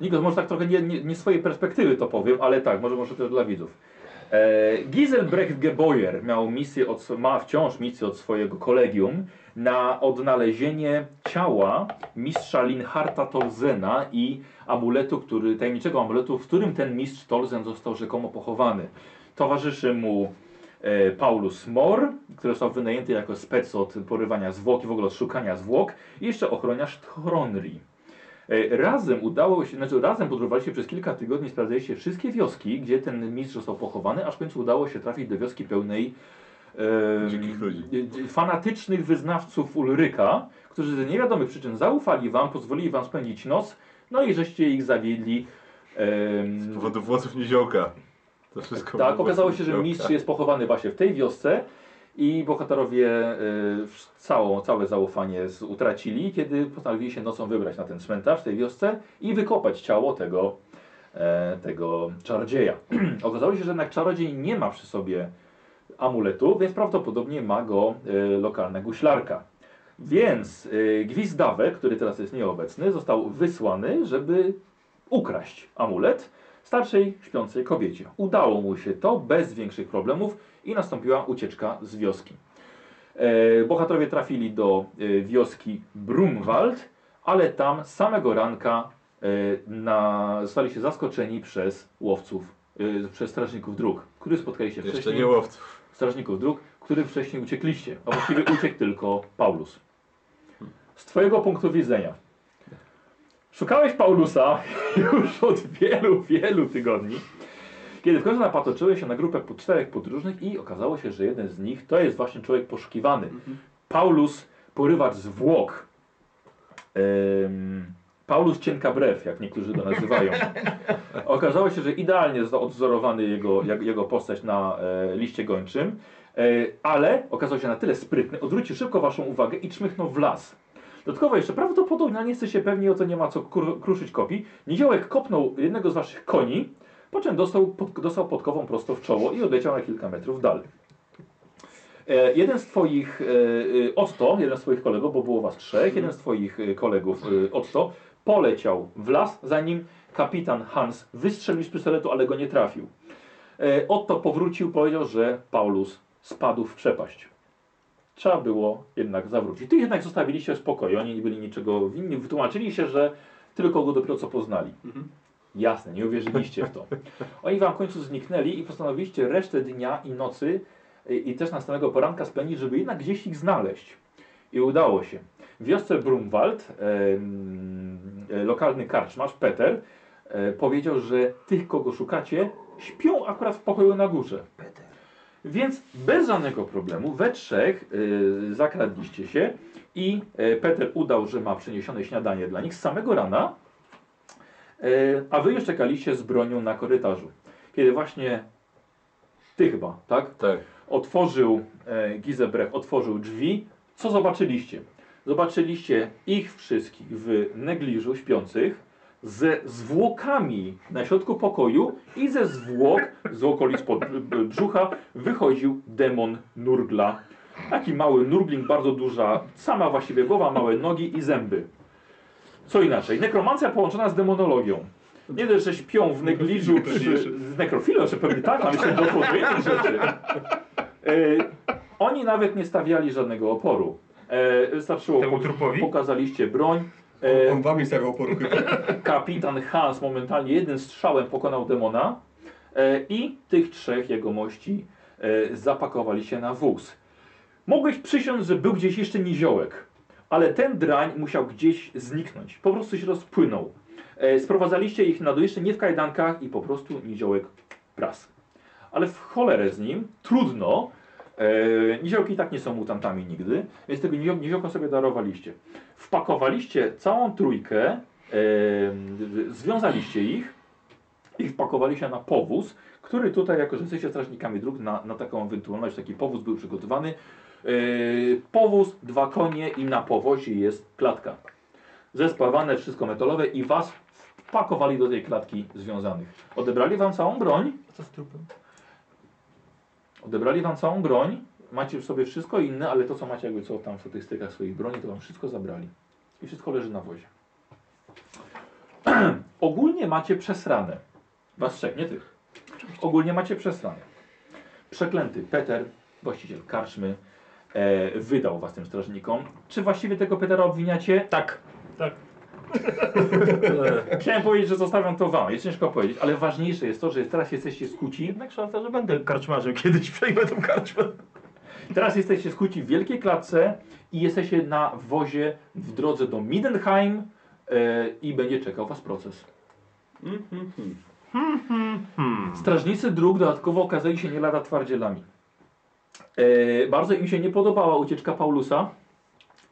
Nikos, może tak trochę nie, nie, nie swojej perspektywy to powiem, ale tak, może, może też dla widzów. E, Giselbrecht Geboyer miał misję od, sw- ma wciąż misję od swojego kolegium na odnalezienie ciała mistrza Linharta Tolzena i amuletu, który, tajemniczego amuletu, w którym ten mistrz Tolzen został rzekomo pochowany. Towarzyszy mu e, Paulus Mor, który został wynajęty jako spec od porywania zwłok i w ogóle od szukania zwłok, i jeszcze ochroniarz Tronri. E, Razem udało się, znaczy razem podróżowaliście przez kilka tygodni, sprawdzaliście wszystkie wioski, gdzie ten mistrz został pochowany, aż w końcu udało się trafić do wioski pełnej em,
Dzikich ludzi.
e, e, fanatycznych wyznawców Ulryka, którzy z niewiadomych przyczyn zaufali wam, pozwolili wam spędzić noc, no i żeście ich zawiedli. em,
Z powodu włosów niziołka. To wszystko było
tak, okazało
włosów
się, że
niziołka.
mistrz jest pochowany właśnie w tej wiosce i bohaterowie y, całą, całe zaufanie z, utracili, kiedy postanowili się nocą wybrać na ten cmentarz w tej wiosce i wykopać ciało tego, e, tego czarodzieja. *clears throat* okazało się, że jednak czarodziej nie ma przy sobie amuletu, więc prawdopodobnie ma go e, lokalna guślarka. Więc y, Gwizdawek, który teraz jest nieobecny, został wysłany, żeby ukraść amulet starszej śpiącej kobiecie. Udało mu się to bez większych problemów i nastąpiła ucieczka z wioski. E, bohaterowie trafili do e, wioski Brumwald, ale tam samego ranka e, na, zostali się zaskoczeni przez łowców, e, przez strażników dróg, którzy spotkali się
Jeszcze
wcześniej
nie łowców.
strażników dróg, którym wcześniej uciekliście. A właściwie uciekł tylko Paulus. Z twojego punktu widzenia. Szukałeś Paulusa *laughs* już od wielu, wielu tygodni. Kiedy w końcu napatoczyłeś się na grupę po czterech podróżnych i okazało się, że jeden z nich to jest właśnie człowiek poszukiwany. Paulus, porywacz zwłok. Em, Paulus cienka brew, jak niektórzy to nazywają. Okazało się, że idealnie został odwzorowany jego, jak- jego postać na e, liście gończym, e, ale okazał się na tyle sprytny, odwrócił szybko waszą uwagę i czmychnął w las. Dodatkowo jeszcze prawdopodobnie, ale nie jesteście pewni, o to nie ma co kur- kruszyć kopii, niziołek kopnął jednego z waszych koni, po czym dostał, pod, dostał podkową prosto w czoło i odleciał na kilka metrów dalej. E, jeden z twoich e, e, Otto, jeden z twoich kolegów, bo było was trzech, jeden z twoich e, kolegów e, Otto poleciał w las, zanim kapitan Hans wystrzelił z pistoletu, ale go nie trafił. E, Otto powrócił, powiedział, że Paulus spadł w przepaść. Trzeba było jednak zawrócić. Ty jednak zostawiliście w spokoju, oni nie byli niczego winni. Wytłumaczyli się, że tylko go dopiero co poznali.
Mhm.
Jasne, nie uwierzyliście w to. Oni wam w końcu zniknęli i postanowiliście resztę dnia i nocy e, i, i też następnego poranka spędzić, żeby jednak gdzieś ich znaleźć. I udało się. W wiosce Brumwald em, e, lokalny karczmarz Peter e, powiedział, że tych, kogo szukacie, śpią akurat w pokoju na górze. Więc bez żadnego problemu we trzech e, zakradliście się i e, Peter udał, że ma przyniesione śniadanie dla nich z samego rana, e, a wy już czekaliście z bronią na korytarzu. Kiedy właśnie ty chyba, tak?
Tak.
otworzył e, Gizebrech, otworzył drzwi. Co zobaczyliście? Zobaczyliście ich wszystkich w negliżu śpiących ze zwłokami na środku pokoju i ze zwłok z okolic pod, b- brzucha wychodził demon nurgla. Taki mały nurgling, bardzo duża, sama właściwie głowa, małe nogi i zęby. Co inaczej? Nekromancja połączona z demonologią. Nie dość, że śpią w negliżu przy... z nekrofilą, że pewnie tak, tam się do odpowiednich rzeczy. E, oni nawet nie stawiali żadnego oporu. E, wystarczyło,
Temu trupowi?
pokazaliście broń.
On, on
E,
wam nie stawiał oporu chyba.
kapitan Hans momentalnie jednym strzałem pokonał demona e, i tych trzech jegomości e, zapakowali się na wóz. Mogłeś przysiąc, że był gdzieś jeszcze niziołek, ale ten drań musiał gdzieś zniknąć. Po prostu się rozpłynął. E, sprowadzaliście ich na dojeżdżę nie w kajdankach i po prostu niziołek pras. Ale w cholerę z nim, trudno. E, niziołki i tak nie są mutantami nigdy, więc tego nizio- niziołka sobie darowaliście. Wpakowaliście całą trójkę, e, w- związaliście ich i wpakowaliście na powóz, który tutaj, jako że jesteście strażnikami dróg, na, na taką ewentualność taki powóz był przygotowany. E, powóz, dwa konie i na powozie jest klatka. Zespawane, wszystko metalowe i was wpakowali do tej klatki związanych. Odebrali wam całą broń.
A co z trupem?
Odebrali wam całą broń, macie w sobie wszystko inne, ale to co macie jakby co tam w statystykach swoich broni, to wam wszystko zabrali. I wszystko leży na wozie. *clears throat* Ogólnie macie przesrane. Was trzech, nie tych. Ogólnie macie przesrane. Przeklęty Peter, właściciel karczmy, e, wydał was tym strażnikom. Czy właściwie tego Petera obwiniacie? Tak.
Tak.
E, *laughs* Chciałem powiedzieć, że zostawiam to wam, jest ciężko powiedzieć, ale ważniejsze jest to, że teraz jesteście skuci
Jednak szansa, że będę karczmarzem *laughs* kiedyś, przejmę tą karczmę.
Teraz jesteście skuci w wielkiej klatce i jesteście na wozie w drodze do Midenheim e, i będzie czekał was proces.
Hmm.
Strażnicy dróg dodatkowo okazali się nie lada twardzielami. E, bardzo im się nie podobała ucieczka Paulusa,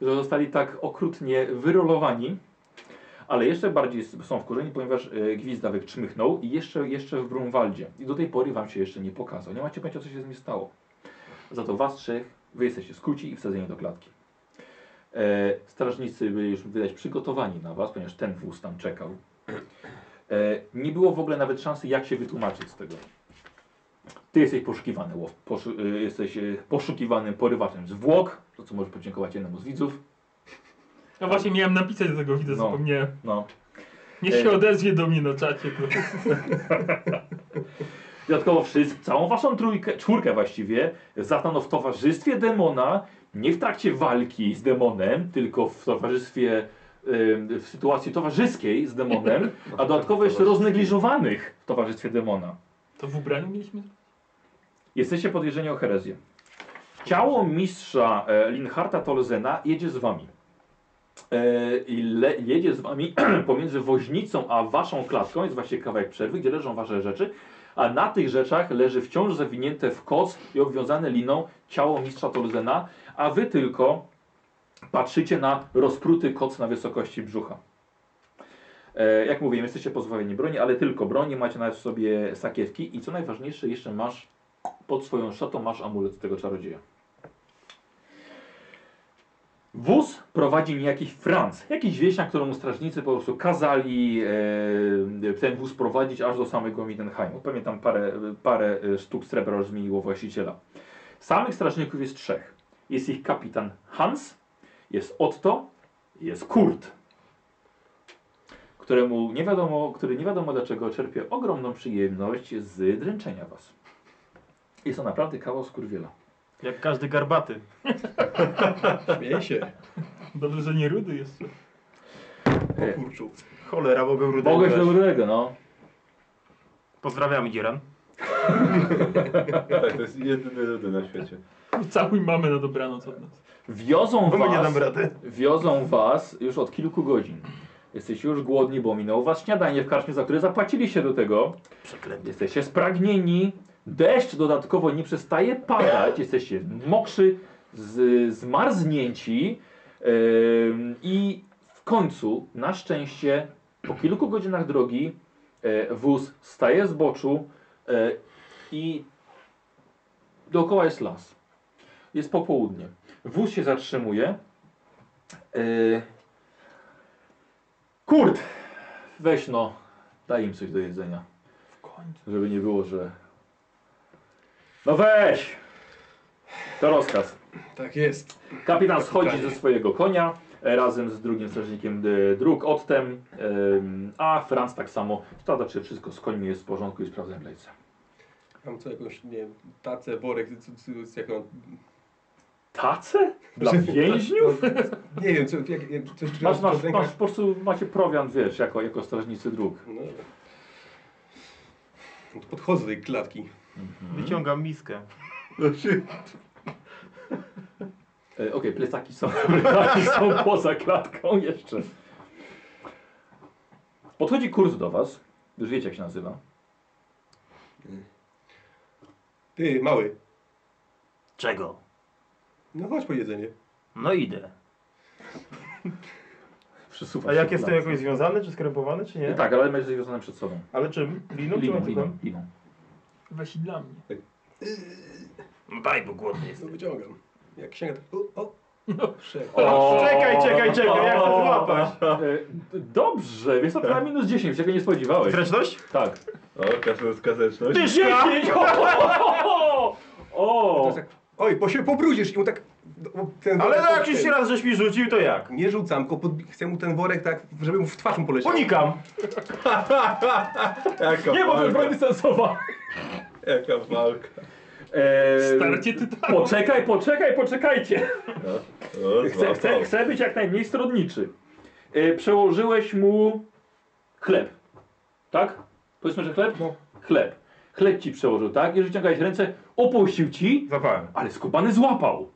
że zostali tak okrutnie wyrolowani, ale jeszcze bardziej s- są wkurzeni, ponieważ e, Gwizdawek czmychnął i jeszcze, jeszcze w Brunwaldzie. I do tej pory wam się jeszcze nie pokazał. Nie macie pojęcia, co się z nim stało. Za to was trzech, wy jesteście skuci i wsadzeni do klatki. E, strażnicy byli już wydać przygotowani na was, ponieważ ten wóz tam czekał. E, nie było w ogóle nawet szansy, jak się wytłumaczyć z tego. Ty jesteś poszukiwany, łow, poszu, e, jesteś e, poszukiwanym porywaczem zwłok, za co możesz podziękować jednemu z widzów.
No właśnie miałem napisać do tego widzę,
No.
zapomniałem.
No.
Niech
Ej.
się odezwie do mnie na czacie. Bo...
Dodatkowo wszystko, całą waszą trójkę, czwórkę właściwie, zatano w towarzystwie demona, nie w trakcie walki z demonem, tylko w towarzystwie, em, w sytuacji towarzyskiej z demonem, a dodatkowo jeszcze roznegliżowanych w towarzystwie demona.
To w ubraniu mieliśmy?
Jesteście podejrzeni o herezję. Ciało mistrza e, Linharta Tolzena jedzie z wami. E, i le, jedzie z wami *clears throat* pomiędzy woźnicą a waszą klatką, jest właśnie kawałek przerwy, gdzie leżą wasze rzeczy, a na tych rzeczach leży wciąż zawinięte w koc i obwiązane liną ciało mistrza Tolzena, a wy tylko patrzycie na rozpruty koc na wysokości brzucha. E, jak mówiłem, jesteście pozbawieni broni, ale tylko broni, macie nawet w sobie sakiewki i co najważniejsze, jeszcze masz pod swoją szatą masz amulet tego czarodzieja. Wóz prowadzi niejaki Franz, jakiś wieśniak, któremu strażnicy po prostu kazali e, ten wóz prowadzić aż do samego Mittenheimu. Pewnie tam parę, parę e, sztuk srebra już zmieniło właściciela. Samych strażników jest trzech. Jest ich kapitan Hans, jest Otto, jest Kurt, któremu nie wiadomo, który nie wiadomo dlaczego czerpie ogromną przyjemność z dręczenia was. Jest to naprawdę kawał skurwiela.
Jak każdy garbaty.
Śmieję się.
Dobrze, że nie rudy jeszcze.
O kurczu.
Cholera, mogę rudę
Mogłeś
ubrać.
do rudego, no.
Pozdrawiam, Dzieran.
*laughs* Tak, to jest jedyny ludy na świecie.
Całuj mamy na dobranoc od nas.
Wiozą
Bo No my nie
was,
damy rady.
wiozą was już od kilku godzin. Jesteście już głodni, bo minęło was śniadanie w karczmie, za które zapłaciliście do tego.
Przeklęty.
Jesteście spragnieni. Deszcz dodatkowo nie przestaje padać. Jesteście mokrzy, z, zmarznięci. Em, I w końcu, na szczęście, po kilku godzinach drogi, e, wóz staje z boczu e, i dookoła jest las. Jest popołudnie. Wóz się zatrzymuje. E, Kurt, weź no, daj im coś do jedzenia.
W końcu.
Żeby nie było, że. No weź! To rozkaz.
Tak jest.
Kapitan schodzi ze swojego konia e, razem z drugim strażnikiem e, dróg Ottem, em, a Franz tak samo stada, czy wszystko z końmi jest w porządku i sprawdza lejce.
Mam Mhm. co jakąś, nie wiem, tacę, borek, c- c- c- jaką...
Tace?
*laughs*
Dla więźniów?
No, Nie wiem, co, jak, jak, coś czy-
Masz, masz,
czy-
masz, po prostu macie prowiant, wiesz, jako, jako strażnicy dróg.
No. No to Podchodzę do tej klatki.
Wyciągam miskę.
E, Okej, plecaki są, *laughs* plecaki są poza klatką jeszcze. Podchodzi kurs do was, już wiecie jak się nazywa.
Ty, mały.
Czego?
No chodź po jedzenie.
No idę.
Przesuwa
A
się
jak
w
jestem
las.
jakoś związany, czy skrępowany, czy nie?
Tak, ale będziesz związany przed sobą.
Ale czym? Liną,
Liną,
czy
liną,
liną.
liną.
Weź i dla mnie.
No daj, bo głodny
No
jestem.
wyciągam. Jak sięga, to... O, o. Szef.
O, czekaj, czekaj, czekaj, jak to
O.
złapać?
E, Dobrze, wiesz co, to na minus 10, czego nie spodziewałeś.
Zręczność?
Tak.
O, kaszelska zręczność.
Dyszka!
O!
To
O!
jest tak, Oj, bo się pobrudzisz i mu tak... no, Ten
Ale no
worek-
jakiś raz żeś mi rzucił, to jak?
Nie rzucam, tylko pod... chcę mu ten worek tak, żeby mu w twarz mu poleciał.
Unikam!
Jaka
Nie, bo to jest
walka,
broń sensowa.
jaka walka.
E,
Starcie tytanów.
Poczekaj, poczekaj, poczekajcie.
No, O,
Chcę, chcę,
złapał.
chcę być jak najmniej stronniczy. E, Przełożyłeś mu chleb. Tak? Powiedzmy, że chleb?
No.
Chleb. Chleb ci przełożył, tak? I wyciągałeś ręce, opuścił ci,
*laughs* Zapałem.
ale skubany złapał.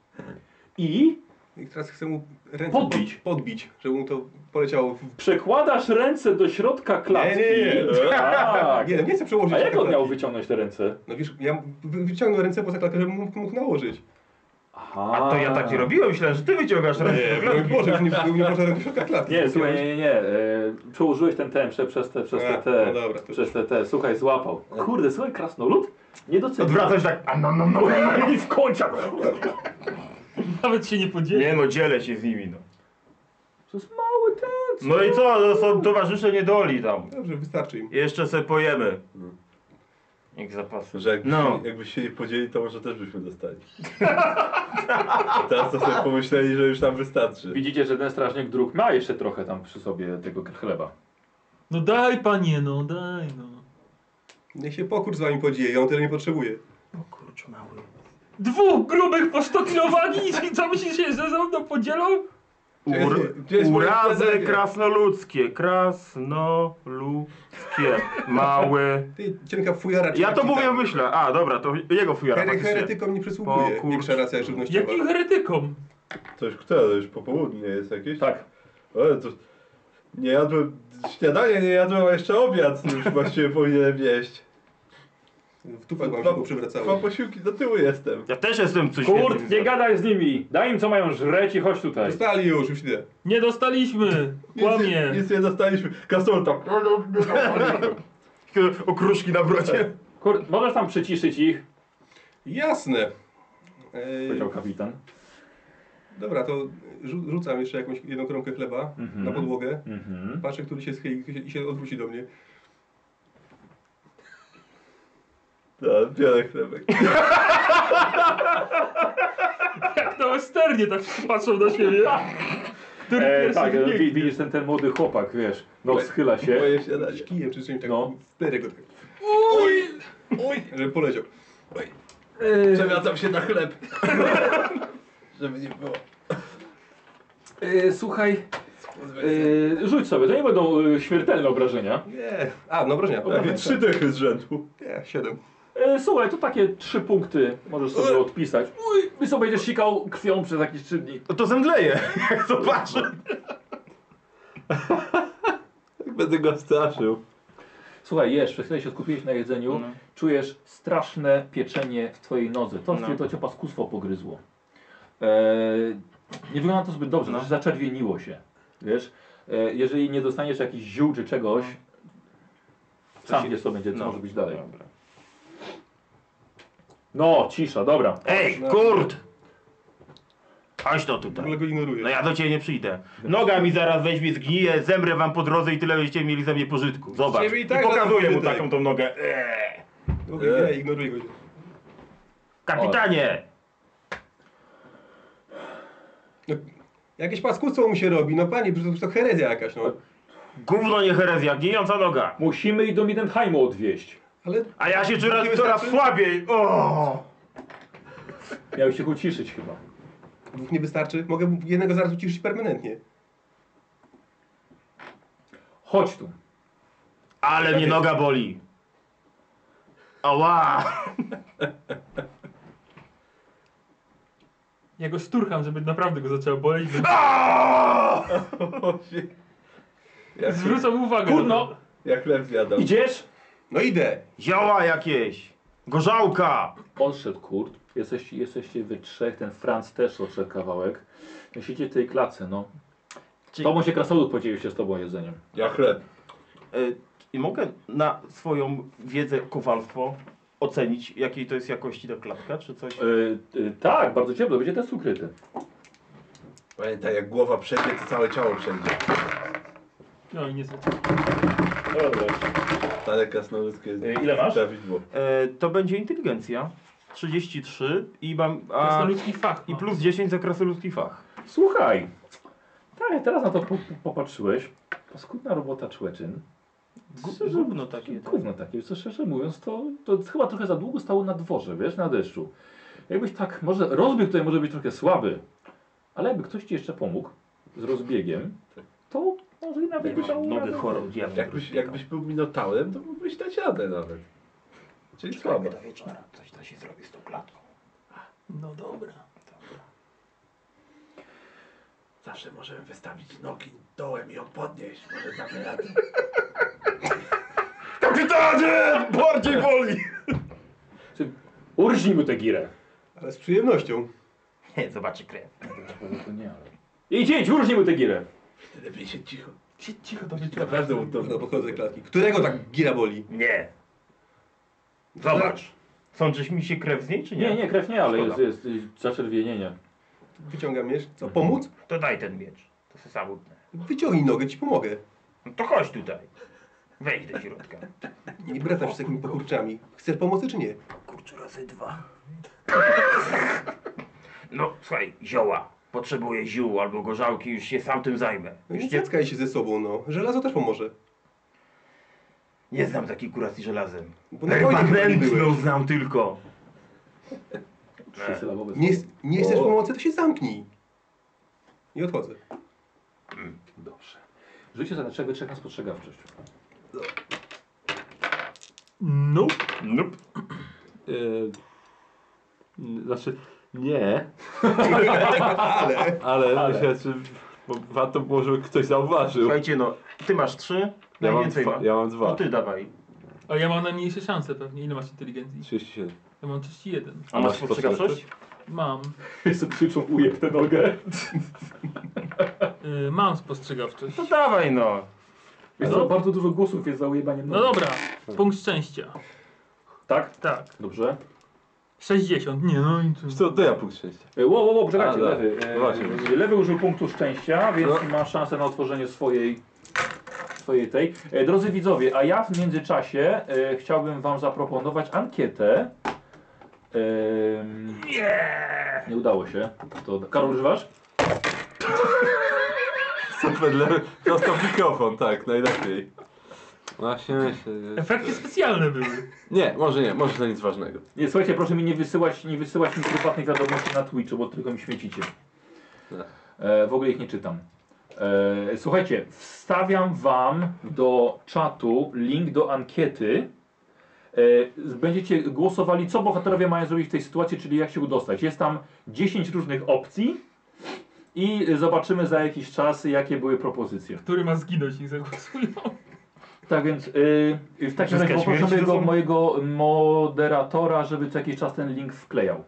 I
I teraz chcę mu ręce
Podbić.
Pod, podbić, żeby mu to poleciało. W...
przekładasz ręce do środka klatki.
Nie, nie, nie.
No,
Tak.
Nie, nie chcę przełożyć.
A jak on
takiej
miał
klatki.
wyciągnąć te ręce?
No wiesz, ja wy- wyciągnę ręce poza klatkę, żebym mógł, mógł nałożyć.
Aha.
A to ja tak nie robiłem, myślałem, że ty wyciągasz
*laughs*
ręce. do
Broń
klatki. *laughs*
Boże, już nie, nie można ręki w środka klatki.
Nie, słuchaj, nie, nie, nie. E, przełożyłeś ten ten prze, przez te, przez te,
A,
te
no dobra, to-
przez te, te, słuchaj, złapał. Kurde, słuchaj, krasnolud? Nie docenił. *laughs*
Odwracasz tak, a no no no.
I w końcu.
Nawet się nie podzieli.
Nie no, dzielę się z nimi no.
To jest mały ten.
No i co, no są towarzysze niedoli tam.
Dobrze, wystarczy im.
Jeszcze se pojemy. Jak zapasy.
Że jakby,
No.
jakbyś się nie podzieli, to może też byśmy dostali. *laughs* A teraz to sobie pomyśleli, że już tam wystarczy.
Widzicie, że ten strażnik dróg ma jeszcze trochę tam przy sobie tego chleba.
No daj panie, no daj no.
Niech się pokór z wami podzieje, ja on tyle nie potrzebuje.
O kurczę mały.
Dwóch grubych postokrowanych i *laughs* co myślisz, że ze mną podzielą?
Ur,
Gdzie jest moje
urazy
jedzenie?
krasnoludzkie, krasnoludzkie, małe.
Ty, cienka fujara.
Ja to
cienki
mówię
tam.
myślę. A, dobra, to jego fujara
Hery,
faktycznie.
heretykom nie przysługuje
Pokór.
większa racja żywnościowa.
Jakim heretykom?
To już które? To już popołudnie jest jakieś?
Tak.
Ale to... Nie jadłem... Śniadanie nie jadłem, a jeszcze obiad już właściwie *laughs* powinienem jeść.
W tupach wam się
dwa
poprzywracało.
posiłki do tyłu jestem.
Ja też jestem coś
Kurt,
więcej
nie
niż-
gadaj z nimi. Daj im co mają żreć i chodź tutaj.
Zostali już, już idę.
Nie dostaliśmy!
Nic, nie-
Kłamie!
nic nie dostaliśmy. Kasol tam...
Okruszki na
Tak.
brodzie.
Kurt, możesz tam przyciszyć ich?
Jasne. Ej,
Powiedział kapitan.
dobra, to rzu- rzucam jeszcze jakąś jedną kromkę chleba
Mhm.
na podłogę.
Mhm.
Patrzę, który się schyli i się odwróci do mnie.
Da, No, biorę chlebek.
Jak na westernie tak patrzą na siebie. Który
E,
pierwszy
tak,
biegnie.
wi- widzisz ten, ten młody chłopak, wiesz, no schyla się.
Moje śniadanie.
Z kijem czy czymś tak.
No.
W plerę go tak. Uj! Uj! Żeby poleciał.
Przewracam się na chleb. *laughs* Żeby nie było.
E, słuchaj, e, rzuć sobie, to nie będą e, śmiertelne obrażenia.
Nie. A, no brożnia.
Takie trzy dychy z rzędu.
Nie, siedem.
E, słuchaj, to takie trzy punkty możesz sobie odpisać. Uj, i sobie będziesz sikał krwią przez jakieś trzy dni.
No to zemdleję, jak zobaczę.
Tak będę go straszył.
Słuchaj, jesz, przez chwilę się skupiłeś na jedzeniu,
No.
czujesz straszne pieczenie w twojej nodze. To,
No.
cię- to cię paskustwo pogryzło. E, nie wygląda to zbyt dobrze,
No.
znaczy zaczerwieniło się. Wiesz, e, jeżeli nie dostaniesz jakichś ziół czy czegoś, sam
się-
wiesz co będzie, co
no.
może być dalej. No, cisza, dobra.
Ej, Kurt! Chodź to
W ogóle
tutaj.
go ignoruję.
No ja do ciebie nie przyjdę. Noga mi zaraz weźmie, zgnije, zemrę wam po drodze i tyle będziecie mieli ze mnie pożytku. Zobacz.
Ciebie i
I
tak
pokazuję
zaraz
mu
pożytek.
taką tą nogę. Eee.
W ogóle nie, ignoruję go.
Kapitanie!
No, jakieś paskudstwo mu się robi. No panie, przecież to herezja jakaś, no.
Gówno nie herezja, gnijąca noga.
Musimy ich do Midenheimu odwieźć.
Ale
A ja się coraz,
Drugi
coraz
wystarczy?
słabiej. O!
Miałeś ich uciszyć chyba.
dwóch nie wystarczy. Mogę jednego zaraz uciszyć permanentnie.
Chodź tu.
Ale mnie noga boli. Ała!
Ja go sturcham, żeby naprawdę go zaczęło boleć.
Aaaa!
Jak,
Zwrócam uwagę.
Kurno,
jak chleb zjadam.
idziesz?
No idę.
Zioła jakieś. Gorzałka!
Odszedł Kurt, jesteście, jesteście wy trzech, ten Franz też odszedł kawałek. Siedzicie w tej klatce, no.
Czy,
Tobą się krasnolud podzielił się z tobą jedzeniem.
Ja chleb.
y, I mogę na swoją wiedzę kowalstwo ocenić, jakiej to jest jakości ta klatka, czy coś?
Y, y, tak, bardzo ciepło, będzie test ukryty.
Pamiętaj, jak głowa przejdzie, to całe ciało przejdzie.
No i niestety.
Stare krasnoludzkie
Y, ile masz?
prawidło.
E, to będzie inteligencja. 33 i mam. A,
Krasnoludzki fach.
I
ma.
plus 10 za krasnoludzki fach.
Słuchaj, tak, teraz na to po, po, popatrzyłeś. Paskudna robota człeczyn.
Gó- Gówno takie. tak.
Gówno takie, co szczerze mówiąc, to, to chyba trochę za długo stało na dworze, wiesz, na deszczu. Jakbyś tak, może rozbieg tutaj może być trochę słaby, ale jakby ktoś ci jeszcze pomógł z rozbiegiem, to może i nawet
Jakbyś
dało
nogę
radę.
chorą diabłem
Jakbyś,
rozbiegał.
jakbyś był minotaurem, to mógłbyś dać radę nawet. Czyli słabo.
wieczora coś to się zrobi z tą klatką.
No dobra.
Zawsze możemy wystawić nogi dołem i ją podnieść. Może damy radę.
*laughs* Kapitanie! Bardziej boli!
Urżnij mu tę girę.
Ale z przyjemnością.
Zobaczy krew. No
To nie, ale... Idź, idź, urżnij mu tę girę.
Wtedy by się cicho.
Siedź cicho do mnie.
Naprawdę
Dobra,
utopno.
podchodzę do klatki. Którego tak gira boli?
Nie.
Tak.
Zobacz. Sądzisz mi się krew z niej, czy nie?
Nie, nie, krew nie, ale jest,
Szkoda.
jest, jest zaczerwienienie.
Wyciągam miecz. Co, pomóc?
To daj ten miecz. To se samotne.
Wyciągnij nogę, ci pomogę.
No to chodź tutaj. Wejdź do *laughs* środka.
I wracam się z takimi pokurczami. Chcesz pomocy czy nie?
Kurczę, razy dwa. *laughs* No, słuchaj, zioła. Potrzebuję ziół albo gorzałki, już się sam tym zajmę.
No
Już nie,
nie dziecka się ze sobą, no. Żelazo też pomoże.
nie znam takiej kuracji żelazem.
Bo na wojnie chyba nie
Permanentną
byłeś.
znam tylko.
Trzysylabowe
Nie,
słowo.
nie chcesz pomocy, to się zamknij. I odchodzę.
Dobrze. Rzućcie za dlaczego trzech na spostrzegawczość.
No.
Nope.
Yy, znaczy, nie,
Ale...
ale, myślę, że bo warto było, żeby ktoś zauważył.
Słuchajcie, no, ty masz trzy,
Ja mam,
najwięcej
dwa,
ma.
ja mam dwa.
No ty dawaj.
A ja mam najmniejsze szanse pewnie. Ile masz inteligencji?
37.
Ja mam 31.
A masz spostrzegawczość?
Mam.
Jeszcze krzyczą ujek tę nogę.
Y, mam spostrzegawczość.
To dawaj no.
Wiesz co, bardzo dużo głosów jest za ujebaniem
No dobra. Punkt szczęścia.
Tak?
Tak.
Dobrze.
60. Nie no i co?
Co, to ja punkt szczęścia.
E, Ło, ło, ło, czekajcie,
A,
lewy.
tak.
E,
Właśnie.
Lewy użył punktu szczęścia, więc ma szansę na otworzenie swojej, swojej tej. E, Drodzy widzowie, a ja w międzyczasie e, chciałbym wam zaproponować ankietę. Em, Nie udało się. To, Karol, używasz?
Super, lewy. Prosto w mikrofon, tak, najlepiej. Właśnie myślę, że...
Efekty specjalne były.
Nie, może nie, może to nic ważnego.
Nie, słuchajcie, proszę mi nie wysyłać, nie wysyłać mi prywatnych wiadomości na Twitchu, bo tylko mi świecicie. E, w ogóle ich nie czytam. E, słuchajcie, wstawiam wam do czatu link do ankiety. E, z- będziecie głosowali, co bohaterowie mają zrobić w tej sytuacji, czyli jak się udostać. Jest tam 10 różnych opcji i e, zobaczymy za jakiś czas, jakie były propozycje.
Który ma zginąć, niech zagłosują.
Tak więc yy, w takim razie
Zyskać
poproszę
śmierci
mojego,
to są-
mojego moderatora, żeby co jakiś czas ten link wklejał.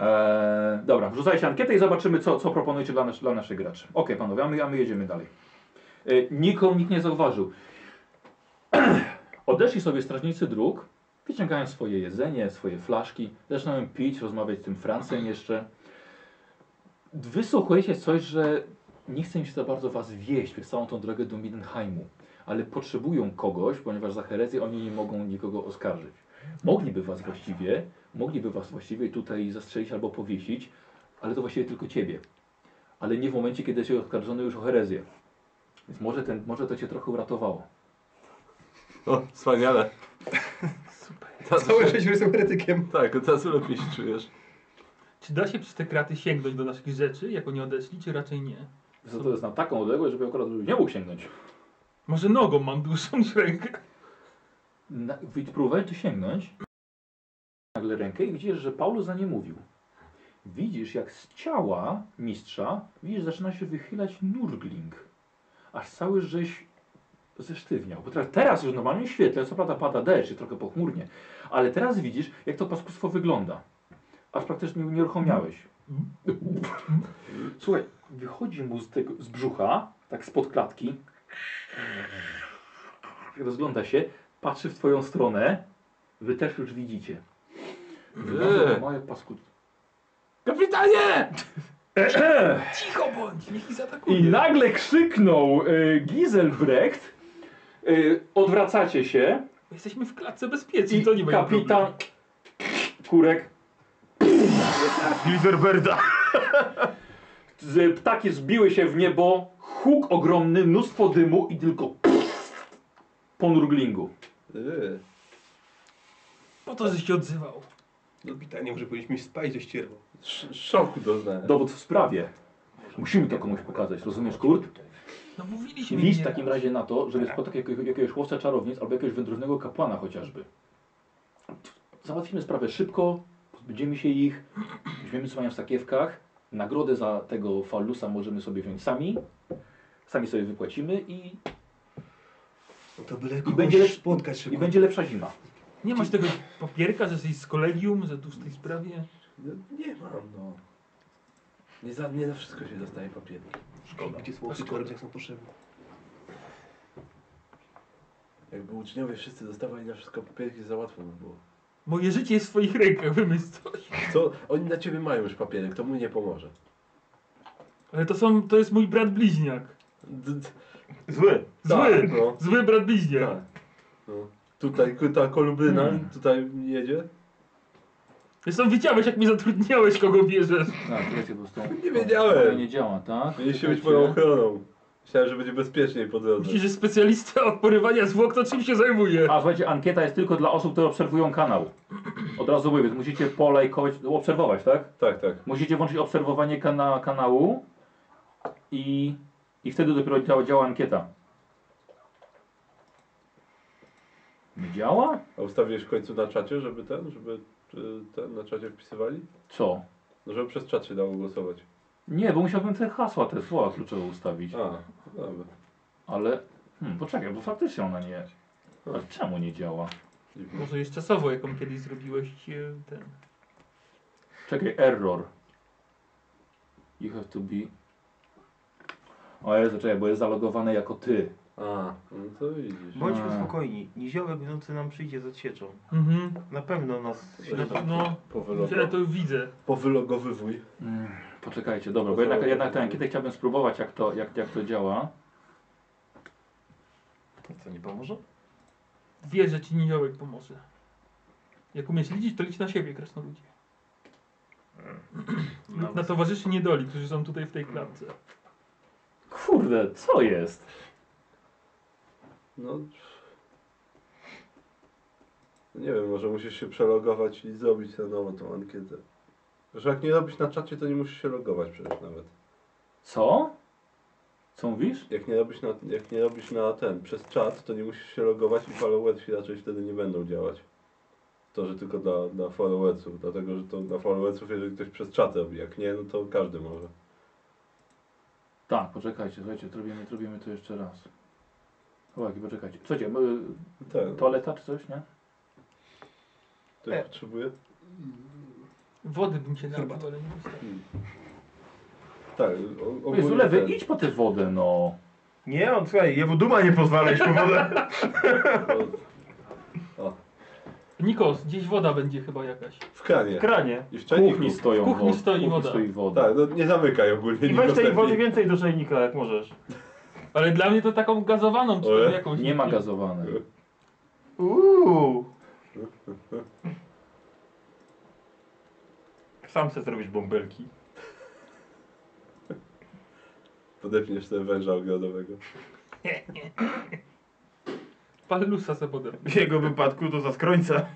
Eee, dobra, wrzucajcie ankietę i zobaczymy, co, co proponujecie dla, nas, dla naszych graczy. Okej, panowie, a my, a my jedziemy dalej. Yy, nikomu nikt nie zauważył. *clears throat* Odeszli sobie strażnicy dróg, wyciągają swoje jedzenie, swoje flaszki, zaczynają pić, rozmawiać z tym Francem jeszcze. Wysłuchujecie coś, że nie chcę mi się za bardzo was wieść przez całą tą drogę do Mindenheimu, ale potrzebują kogoś, ponieważ za herezję oni nie mogą nikogo oskarżyć. Mogliby was właściwie, mogliby was właściwie tutaj zastrzelić albo powiesić, ale to właściwie tylko ciebie. Ale nie w momencie, kiedy jesteś oskarżony już o herezję. Więc może, ten, może to cię trochę uratowało.
O, wspaniale. Super.
Całe sześć jestem heretykiem.
Tak, od razu lepiej się czujesz.
Czy da się przez te kraty sięgnąć do naszych rzeczy, jak oni odeszli, czy raczej nie?
Za to jest na taką odległość, żeby akurat nie mógł sięgnąć.
Może nogą mam dłuższą niż rękę.
Na, wy- próbowałeś tu sięgnąć, nagle rękę i widzisz, że Paulus za nie mówił. Widzisz, jak z ciała mistrza, widzisz, zaczyna się wychylać nurgling. Aż cały żeś zesztywniał. Bo teraz, teraz już w normalnym świetle, co prawda pada deszcz i trochę pochmurnie, ale teraz widzisz, jak to paskustwo wygląda. Aż praktycznie nie uruchomiałeś. Słuchaj, wychodzi mu z, tego, z brzucha, tak spod klatki, rozgląda się, patrzy w twoją stronę, wy też już widzicie. Eee. Małe paskudne.
Kapitanie!
Eee.
Cicho bądź, niech ich zaatakuje.
I nagle krzyknął y, Giselbrecht. Y, odwracacie się
Jesteśmy w klatce
i
bezpieczni, to nie będzie
kapitan Kurek.
Gilberberda!
Z, ptaki zbiły się w niebo, huk ogromny, mnóstwo dymu i tylko po nurglingu.
Yy.
Po to, żeś się odzywał.
Kapitanie, tak może powinniśmy spać ze ścierwą.
Sz- Szoku doznałem.
Dowód w sprawie. Musimy to komuś pokazać, rozumiesz Kurt?
No mówiliśmy
Liść w
nie
takim
raz.
razie na to, żeby
Tak.
spotkać jakiegoś, jakiegoś chłopca czarownic albo jakiegoś wędrownego kapłana chociażby. Załatwimy sprawę szybko, pozbędziemy się ich, weźmiemy sobie w sakiewkach, nagrodę za tego falusa możemy sobie wziąć sami, sami sobie wypłacimy i,
No to byle
kogoś
spotkać szybko.
i będzie lepsza zima.
Nie masz tego papierka, że jesteś z kolegium, że tu w tej sprawie?
Nie mam, no. Nie za, nie za wszystko się dostaje papieru.
szkoda. Gdzie słowcy korek, jak są potrzebne.
Jakby uczniowie wszyscy dostawali na wszystko papierki, za łatwo by było.
Moje życie jest w swoich rękach, wymyśl coś.
Co? Oni na ciebie mają już papierek, to mu nie pomoże.
Ale to są, to jest mój brat bliźniak.
D- d-
Zły!
Zły,
Tak, no.
zły brat bliźniak.
Tak. No. Tutaj ta kolubryna,
Hmm.
tutaj jedzie.
Zresztą widziałeś, jak mnie zatrudniałeś, kogo bierzesz.
Tak, wiecie, po prostu.
Nie wiedziałem.
To nie działa, tak?
Mieliście być moją ochroną. Myślałem, że będzie bezpieczniej po drodze.
Myślisz, że specjalista od porywania zwłok to czym się zajmuje?
A słuchajcie, ankieta jest tylko dla osób, które obserwują kanał. Od razu mówię, więc musicie polajkować, obserwować, tak?
Tak, tak.
Musicie włączyć obserwowanie kana kanału i, i wtedy dopiero działa, działa ankieta. Nie działa?
A ustawiłeś w końcu na czacie, żeby ten, żeby y, ten na czacie wpisywali?
Co?
No żeby przez czat się dało głosować.
Nie, bo musiałbym te hasła, te słowa kluczowe ustawić.
A, No dobra.
Ale hmm, poczekaj, bo faktycznie ona nie. Ale czemu nie działa?
Dziwne.
Może jest czasowo, jaką kiedyś zrobiłeś e, ten...
Czekaj, error. You have to be. O Jezu, czekaj, bo jest zalogowane jako ty.
A, no to widzisz.
Bądźmy
A.
spokojni, niziołek w nocy nam przyjdzie z odsieczą.
Mhm.
Na pewno nas...
Na pewno, ja to widzę.
Powylogowywuj.
Mm, poczekajcie, dobra, bo jednak, jednak tę ankietę chciałbym spróbować, jak to, jak, jak to działa.
Co, nie pomoże?
Wie, że ci niziołek pomoże. Jak umiesz liczyć, to licz na siebie, krasnoludzie. Mm. Na towarzyszy niedoli, którzy są tutaj w tej klatce.
Kurde, co jest?
No... Nie wiem, może musisz się przelogować i zrobić na nowo tą ankietę. Że jak nie robisz na czacie, to nie musisz się logować przecież nawet.
Co? Co mówisz?
Jak nie robisz na, jak nie robisz na ten, przez czat, to nie musisz się logować i followersi raczej wtedy nie będą działać. To, że tylko dla, dla followersów, dlatego, że to dla followersów, jeżeli ktoś przez czat robi, jak nie, no to każdy może.
Tak, poczekajcie, słuchajcie, robimy, robimy to jeszcze raz. Chłopaki, poczekajcie. Słuchajcie, y,
Tak,
toaleta czy coś, nie?
ktoś potrzebuje?
Wody bym się napił,
Herbata.
ale nie muszę.
Tak, o- ogólnie
Jezu, lewy,
ten.
idź po tę wodę, no.
Nie, on słuchaj, jemu duma nie pozwala iść po wodę.
O, o,
Nikos, gdzieś woda będzie chyba jakaś.
w kranie.
W *laughs* kranie.
I w
W kuchni
czajniku.
stoją
W kuchni
wody.
stoi woda.
stoi woda.
Tak, no nie zamykaj ogólnie.
I
nie
weź tej
udostępnij.
wody więcej do czajnika, jak możesz.
Ale dla mnie to taką gazowaną, czy
Ale
tam jakąś.
Nie ma gazowanej.
Uuu. *laughs* Sam chcę zrobić bąbelki.
Podepniesz ten węża ogrodowego.
Palusa se podem.
W jego wypadku to za skrońca.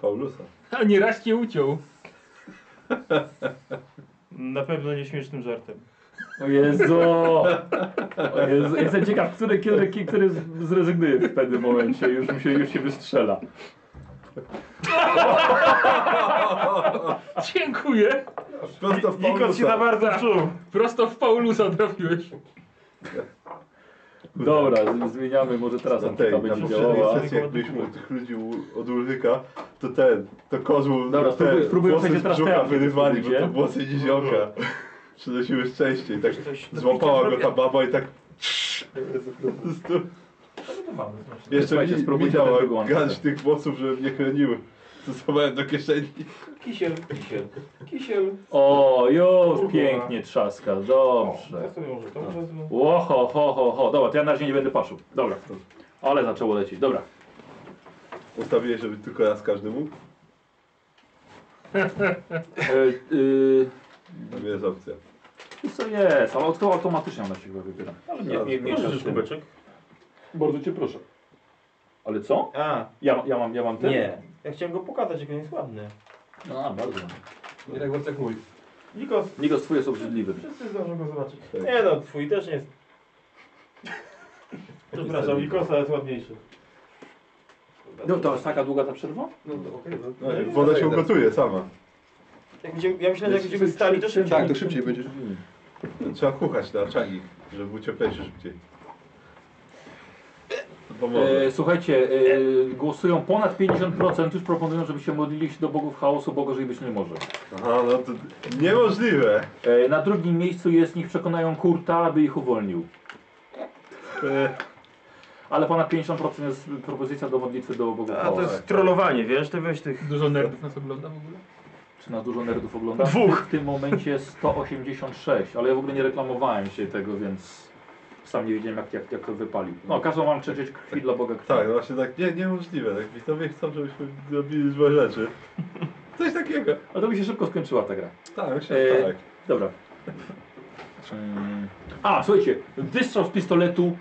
Paulusa.
A nie raz cię uciął.
Na pewno nieśmiesznym żartem.
O Jezu! O Jezu. Jestem ciekaw, który, który, który z- zrezygnuje w pewnym momencie. Już, mu się, już się wystrzela.
Dziękuję.
Prosto w
Nikos się
Paulusa.
za bardzo czuł.
Prosto w Paulusa trafiłeś.
Dobra, z- zmieniamy, może teraz
Na
antyka
tej, na
będzie
poprzedniej
działała.
sesji, jak byliśmy u tych ludzi u, od Ulryka, to ten, to kozłów,
Dobra,
te
spróbuję- spróbuję
włosy
przejść
z
teraz
brzucha
teatr,
wyrywali, bo
spróbujcie.
to włosy nizionka. Przynosiły szczęście i tak
Coś do
złapała
picia
go ta baba i tak... Po prostu Jeszcze
Słuchajcie,
mi, mi
spróbujcie tak na
dała
drugą antykę.
garść tych włosów, żeby mnie chroniły. Zastosowałem do kieszeni.
Kisiel, kisiel, kisiel.
O, już pięknie trzaska, dobrze.
No.
Teraz sobie może to, teraz sobie-
Łoho, ho, ho, ho. Dobra, to ja na razie nie będę paszył. Dobra. Ale zaczęło lecieć, dobra.
Ustawiłeś, żeby tylko raz każdy mógł?
E, y,
Tam jest opcja.
wiesz co jest, ale to automatycznie ona się chyba wybiera. Ale
No,
nie- nie- nie-
Proszę, kubeczek. Bardzo cię proszę. Ale co?
A,
Ja, ja mam, ja mam ten? No,
nie. Ja chciałem go pokazać, jak on jest ładny.
A, bardzo.
Nie tak bardzo jak mój.
Nikos,
Nikos, twój jest obrzydliwy.
wszyscy zdążą go zobaczyć. Nie no, twój też nie jest. Przepraszam, Nikosa jest ładniejszy.
No to aż taka długa ta przerwa?
No to okej, no.
No, i woda się ugotuje sama.
Jak będziemy, ja myślę, że jak będziemy stali, to szybciej.
Tak, to szybciej będzie.
Trzeba kuchać na czajnik, żeby uciepleć się szybciej. To pomoże.
Eee.
E, słuchajcie, e, głosują ponad 50%, już proponują, żebyście modlili się do bogów chaosu, bo gorzej być nie może.
Aha, no to niemożliwe.
E, na drugim miejscu jest, niech przekonają Kurta, aby ich uwolnił.
E,
Ale ponad 50% jest propozycja do modlitwy do bogów
A to
chaosu.
jest trollowanie, wiesz, ty weź tych.
Dużo nerdów nas ogląda w ogóle?
Czy nas dużo nerdów ogląda?
Dwóch.
W tym momencie 186, ale ja w ogóle nie reklamowałem się tego, więc sam nie wiedziałem jak, jak, jak to wypalił. No, każą wam krzyczeć krwi dla Boga krwi.
tak, no właśnie tak, nie, niemożliwe. Tak, widzowie chcą, żebyśmy robili złe rzeczy. Coś takiego.
A to by się szybko skończyła ta gra.
Tak, myślę,
E,
że
Eee.
tak.
Dobra. Mm. A, słuchajcie, wystrzał z pistoletu,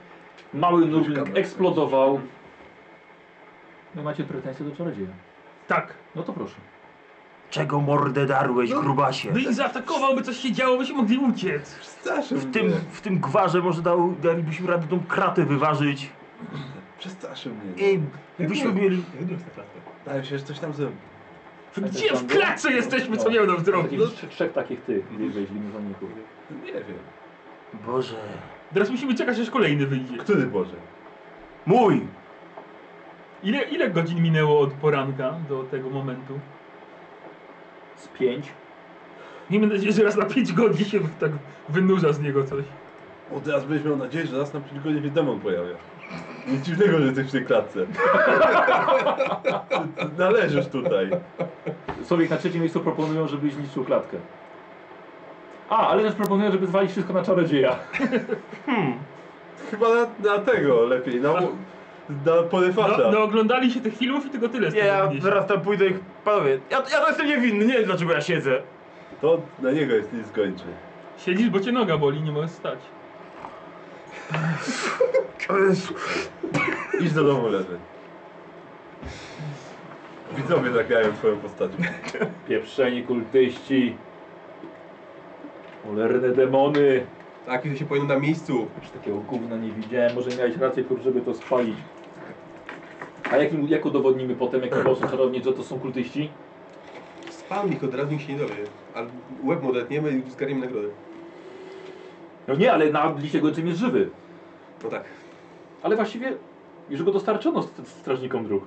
mały nurling eksplodował. Wy macie pretensje do czarodzieja.
Tak.
No to proszę.
Czego mordę darłeś, grubasie?
By ich No zaatakował, by coś się działo, byśmy mogli uciec.
Przestraszył
W tym,
mnie.
w tym gwarze może dał, dalibyśmy radę tą kratę wyważyć.
Przestraszył mnie.
I byśmy mieli...
Wydrost na klatę.
Wydaje mi się, że coś tam zrobił.
Gdzie w klatce jesteśmy, co nie nam zrobić?
Takich trzy- No, trzech takich ty weź limuzoników.
Nie wiem.
Boże...
Teraz musimy czekać, aż kolejny wyjdzie.
Który Boże?
Mój!
Ile, ile godzin minęło od poranka do tego momentu?
Z pięć.
Miejmy nadzieję, że raz na 5 godzin się tak wynurza z niego coś.
O, teraz będziesz miał nadzieję, że nas na przeciwko nie demon pojawia. Nic dziwnego, że jesteś w tej klatce. *laughs* Ty- ty Należysz tutaj.
Sobie na trzecim miejscu proponują, żeby zniszczył klatkę. A, ale też proponują, żeby zwalić wszystko na czarodzieja.
Chyba na, na tego lepiej, na, mu- na
No,
poryfacza.
no oglądali się tych filmów i tylko tyle z
Nie,
tego
ja
wynieśli.
zaraz tam pójdę ich... Panowie, ja, ja to jestem niewinny, nie wiem dlaczego ja siedzę.
To na niego jest nic kończy.
Siedzisz, bo cię noga boli, nie możesz stać.
Idź do domu leży. Widzowie zagrają twoją postacią.
Pieprzeni kultyści. Cholerne demony.
Tak, i to się powinno na miejscu.
Już takiego gówna nie widziałem. Może miałeś rację, kur, żeby to spalić. A jak, im- jak udowodnimy potem, jak głosu czarownic, że to są kultyści?
Spam ich od razu nikt się nie dowie. Ale łeb mu odetniemy i zgarniemy nagrodę.
No nie, ale na liście gończym jest żywy.
No tak.
Ale właściwie już go dostarczono st- strażnikom dróg.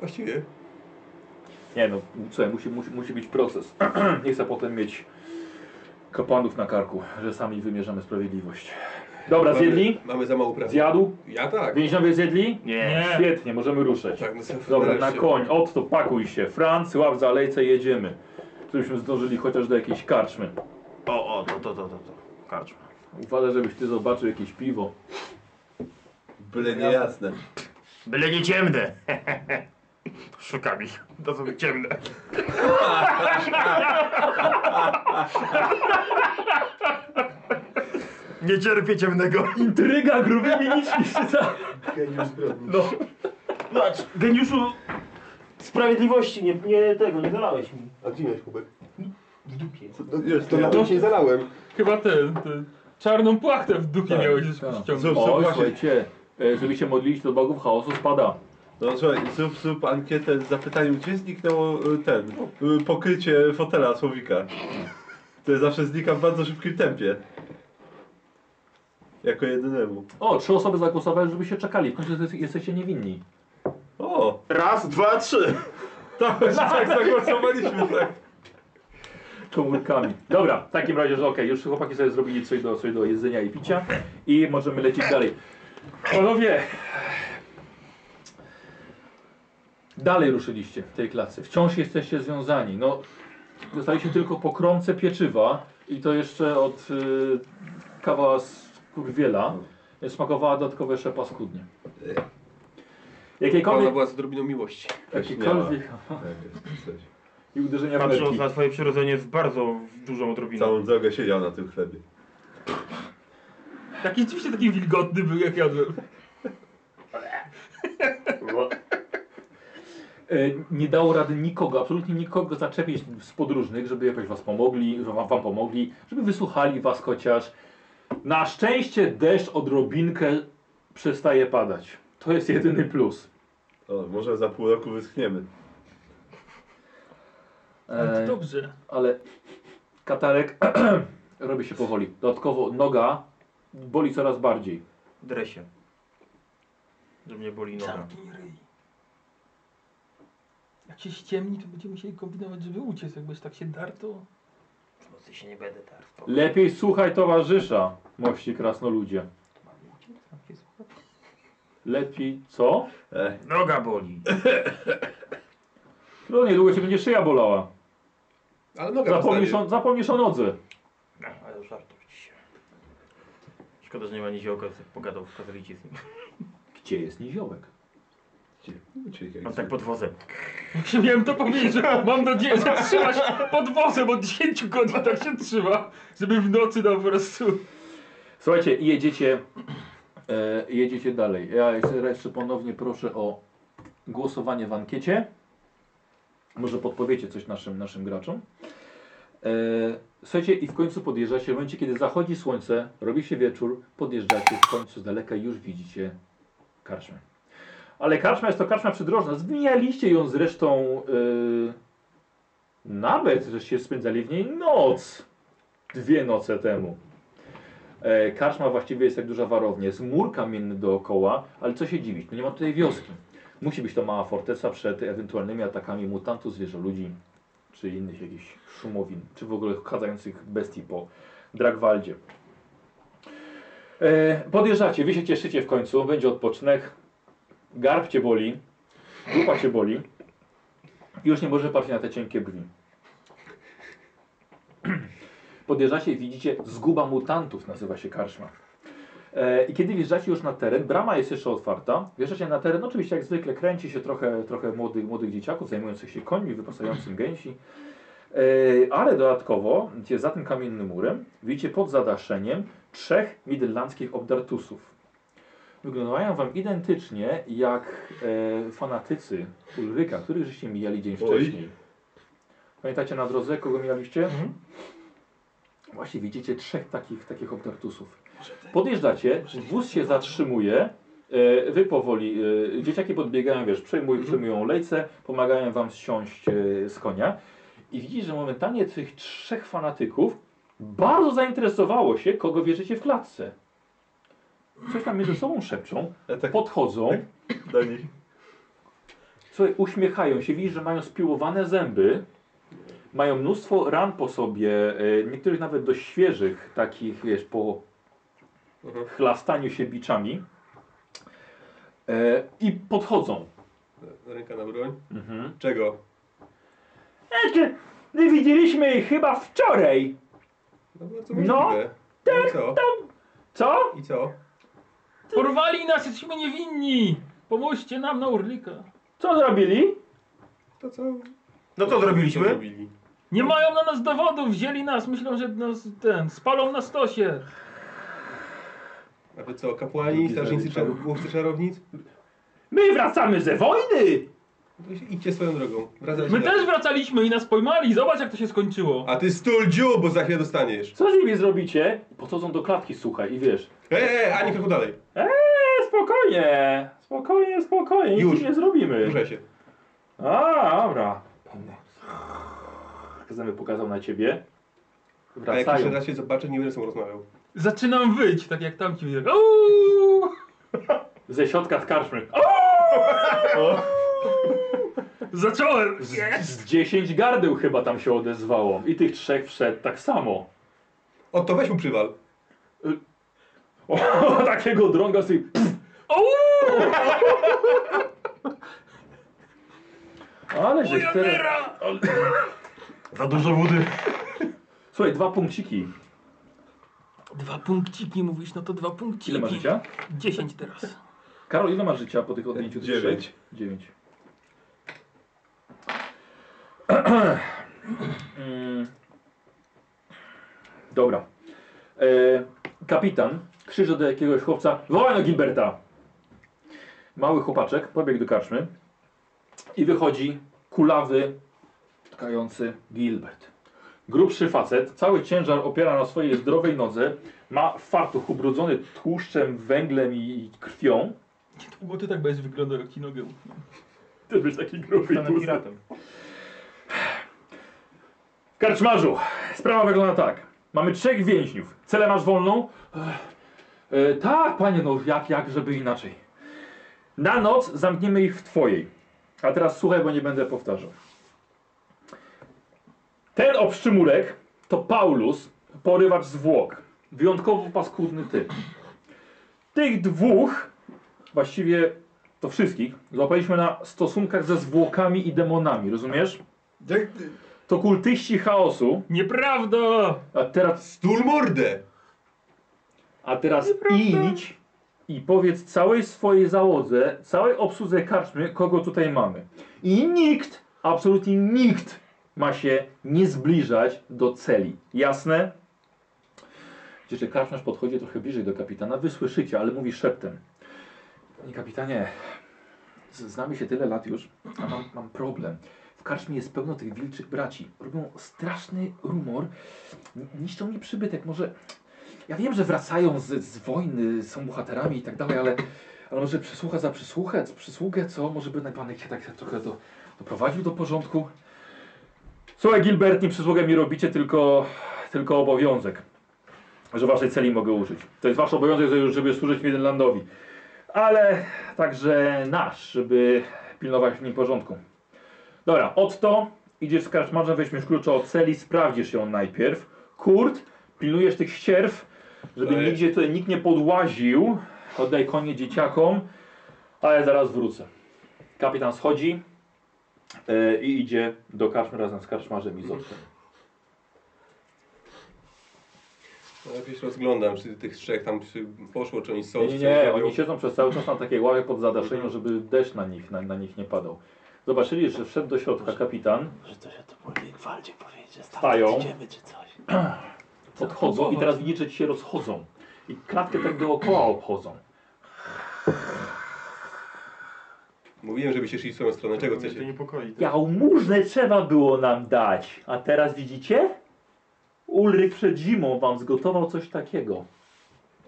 Właściwie.
Nie no, słuchaj, musi, musi, musi być proces. *clears throat* Nie chcę potem mieć kapłanów na karku, że sami wymierzamy sprawiedliwość. Dobra, zjedli?
Mamy, mamy za mało pracy.
Zjadł?
Ja tak.
Więźniowie zjedli?
Nie.
Świetnie, możemy ruszać.
Tak, no co,
Dobra, na
nareszcie.
koń, Otto, pakuj się. Franc, łap za lejce, jedziemy. Żebyśmy zdążyli chociaż do jakiejś karczmy.
O, o, to, to, to, to, to. Karczma.
Uważaj, żebyś ty zobaczył jakieś piwo.
Byle niejasne.
Byle nie ciemne. *laughs* Szukam ich. To są ciemne. *laughs* Nie cierpię ciemnego.
Intryga grubymi niczki się za...
No. Patrz, geniuszu sprawiedliwości, nie, nie tego, nie dolałeś mi.
A gdzie miałeś kubek?
W dupie.
No, Jest
To na to się zalałem.
Chyba ten, ten czarną płachtę w dupie miałeś ściągnąć.
Zrób-
O,
właśnie.
słuchajcie, e, żeby się modlić do bogów chaosu spada.
No słuchaj, zrób, zrób ankietę z zapytaniem, gdzie zniknęło y, ten, y, pokrycie fotela Słowika. To zawsze znika w bardzo szybkim tempie. Jako jedynemu.
O, trzy osoby zagłosowały, żeby się czekali. W końcu jesteś- jesteście niewinni.
O!
Raz, dwa, trzy.
*laughs* Tak, tak, zagłosowaliśmy, tak.
Komórkami. Dobra, w takim razie, że okej, już chłopaki sobie zrobili coś do, coś do jedzenia i picia i możemy lecieć dalej. Panowie, dalej ruszyliście w tej klasie. Wciąż jesteście związani. No, dostaliście tylko po kromce pieczywa i to jeszcze od y, kawa z kurwiela. Smakowała dodatkowo jeszcze paskudnie.
Ona
Jakiekolwiek...
była z odrobiną miłości.
Jakiekolwiek...
Tak, jest coś.
I uderzenia w
Patrząc
nerki.
na twoje przyrodzenie z bardzo dużą odrobiną.
Całą drogę siedział na tym chlebie.
Taki rzeczywiście taki wilgotny był jak jadłem.
E, Nie dało rady nikogo, absolutnie nikogo zaczepić z podróżnych, żeby jakoś was pomogli, żeby wam, wam pomogli, żeby wysłuchali was chociaż. Na szczęście deszcz odrobinkę przestaje padać. To jest jedyny plus.
O, może za pół roku wyschniemy.
Ale
E,
to dobrze.
ale katarek *clears throat* robi się powoli. Dodatkowo noga boli coraz bardziej.
Dresie. Że mnie boli noga.
Zamknij ryj. Jak się ściemni, to będziemy musieli kombinować, żeby uciec. Jakbyś tak się darł, to...
W nocy się nie będę tarł.
Lepiej słuchaj towarzysza, mości krasnoludzie. Lepiej co?
Ech,
Noga boli.
No niedługo ci będzie szyja bolała.
Ale noga
Zapomnisz
zostanie.
o, zapomnisz o nodze.
No,
Ale żartuj się.
Szkoda, że nie ma niziołka, co pogadał w katolicie z nim.
Gdzie jest niziołek?
cie- uciekaj.
On tak pod wozem.
Właśnie miałem to powiedzieć, że mam nadzieję, że trzyma się pod wozem od 10 godzin, tak się trzyma, żeby w nocy tam po prostu...
Słuchajcie, i jedziecie, *clears throat* e, jedziecie dalej. Ja jeszcze, jeszcze ponownie proszę o głosowanie w ankiecie. Może podpowiecie coś naszym, naszym graczom. E, słuchajcie, i w końcu podjeżdżacie. W momencie, kiedy zachodzi słońce, robi się wieczór, podjeżdżacie, w końcu z daleka już widzicie karczmę. Ale karczma jest to karczma przydrożna. Zmienialiście ją zresztą e, nawet, żeście spędzali w niej noc. Dwie noce temu. E, Karczma właściwie jest jak duża warownia, jest mur kamienny dookoła, ale co się dziwić, no nie ma tutaj wioski. Musi być to mała forteca przed ewentualnymi atakami mutantów, zwierzoludzi, czy innych jakichś szumowin, czy w ogóle kadających bestii po Dragwaldzie. E, podjeżdżacie, wy się cieszycie w końcu, będzie odpoczynek, garb cię boli, dupa cię boli, już nie może patrzeć na te cienkie brwi. Podjeżdżacie i widzicie zguba mutantów, nazywa się karczma. E, I kiedy wjeżdżacie już na teren, brama jest jeszcze otwarta, wjeżdżacie na teren, oczywiście jak zwykle kręci się trochę, trochę młodych, młodych dzieciaków zajmujących się końmi, wypasających gęsi, e, ale dodatkowo, gdzie za tym kamiennym murem, widzicie pod zadaszeniem trzech midlandzkich obdartusów. Wyglądają wam identycznie jak e, fanatycy Ulryka, których żeście mijali dzień
Oj.
wcześniej. Pamiętacie na drodze, kogo mijaliście?
Mhm.
Właśnie widzicie trzech takich, takich obdartusów. Podjeżdżacie, wóz się zatrzymuje, e, wy powoli, e, dzieciaki podbiegają, wiesz, przejmują, przejmują lejce, pomagają wam zsiąść e, z konia i widzisz, że momentalnie tych trzech fanatyków bardzo zainteresowało się, kogo wierzycie w klatce. Coś tam między sobą szepczą,
Ja tak
podchodzą,
do nich.
Słuchaj, uśmiechają się, widzisz, że mają spiłowane zęby, mają mnóstwo ran po sobie, e, niektórych nawet dość świeżych, takich wiesz, po
Mhm.
chlastaniu się biczami. E, I podchodzą.
Ręka na broń.
Mhm.
Czego?
Znaczy, My widzieliśmy ich chyba wczoraj.
No bardzo
No,
możliwe. No, I co?
Co?
I co?
Porwali nas, jesteśmy niewinni! Pomóżcie nam na Urlika.
Co zrobili?
To co?
No co
Co
zrobiliśmy?
zrobili?
Nie mają na nas dowodów, wzięli nas, myślą, że nas ten, spalą na stosie.
A wy co, kapłani, strażnicy, czar- łowcy czarownic?
My wracamy ze wojny!
No to Idźcie swoją drogą. Wracajcie
My
na-
też wracaliśmy i nas pojmali, zobacz jak to się skończyło.
A ty stul dziób, bo za chwilę dostaniesz.
Co z nimi zrobicie? Podchodzą do klatki, słuchaj, i wiesz.
Ej, ej, ani kroku dalej.
Eee, spokojnie, spokojnie, spokojnie, nic
Już.
im nie zrobimy.
Ruszaj się.
A, dobra. Zęby pokazał na ciebie.
A jak jeszcze
Wracają.
raz się zobaczę, nie będę z tobą rozmawiał.
Zaczynam wyć, tak jak tamci. Tak, "Au!"
Ze środka z karczmy.
Zacząłem!
Z, z 10 gardeł chyba tam się odezwało. I tych trzech wszedł tak samo.
O, to weź mu przywal.
*laughs* O, takiego drąga sobie. pff.
Au!
Ale że teraz...
Jagera!
Za dużo wody.
Słuchaj, dwa punkciki.
Dwa punkciki mówisz, no to dwa punkciki.
Ile masz życia?
Dziesięć teraz.
Karol, ile masz życia po tych odjęciu tych
Dziewięć.
trzech? Dziewięć. *clears throat* Mm. Dobra. E, kapitan krzyże do jakiegoś chłopca. Wołaj na Gilberta! Mały chłopaczek pobiegł do karczmy i wychodzi kulawy, tkający Gilbert. Grubszy facet, cały ciężar opiera na swojej zdrowej nodze, ma fartuch ubrudzony tłuszczem, węglem i i krwią.
Bo ty tak będziesz wyglądał, jak ci nogę utnę.
Ty byś taki gruby i tłusty.
piratem.
Karczmarzu, sprawa wygląda tak. Mamy trzech więźniów. Cele masz wolną? Ech, e, tak, panie, no jak, jak, żeby inaczej. Na noc zamkniemy ich w twojej. A teraz słuchaj, bo nie będę powtarzał. Ten obszczymurek to Paulus, porywacz zwłok. Wyjątkowo paskudny typ. Tych dwóch, właściwie to wszystkich, złapaliśmy na stosunkach ze zwłokami i demonami, rozumiesz?
Jak
To kultyści chaosu,
Nieprawda!
a teraz,
Stul mordę!
a teraz idź i powiedz całej swojej załodze, całej obsłudze karczmy, kogo tutaj mamy. I nikt, absolutnie nikt ma się nie zbliżać do celi. Jasne? Wiecie, karczmarz podchodzi trochę bliżej do kapitana, wy słyszycie, ale mówi szeptem. Panie kapitanie, z- znamy się tyle lat już, a mam, mam problem. W karczmie jest pełno tych wilczych braci. Robią straszny rumor, n- niszczą mi przybytek. Może ja wiem, że wracają z, z wojny, są bohaterami i tak dalej, ale, ale może przysłucha za przysłuchę, przysługę, co? Może by najpanek się tak trochę do, doprowadził do porządku? Słuchaj, Gilbert, nie przysługę mi robicie, tylko, tylko obowiązek, że waszej celi mogę użyć. To jest wasz obowiązek, żeby służyć Midlandowi, ale także nasz, żeby pilnować w nim porządku. Dobra, Otto, idziesz z karczmarzem, weźmiesz klucze od celi, sprawdzisz ją najpierw. Kurt, pilnujesz tych ścierw, żeby
Ej.
nigdzie tutaj nikt nie podłaził. Oddaj konie dzieciakom, a ja zaraz wrócę. Kapitan schodzi e, i idzie do karczmy razem z karczmarzem i z Otto.
No, Jakoś rozglądam, czy tych trzech tam czy poszło, czy oni są.
Nie,
czy
nie,
co
nie,
robią.
oni siedzą przez cały czas na takiej ławie pod zadaszeniu, żeby deszcz na nich, na, na nich nie padał. Zobaczyli, że wszedł do środka kapitan,
Może to się to młodej gwaldzie powiedzieć, że
Wstają.
stąd idziemy czy coś.
*clears throat* odchodzą i teraz widzicie, ci się rozchodzą. I klatkę tak
*clears throat*
dookoła obchodzą.
Mówiłem, żebyście szli w swoją stronę. Czego
Mnie to
chcecie?
niepokoi. to-
Jałmużnę trzeba było nam dać, a teraz widzicie? Ulryk przed zimą wam zgotował coś takiego.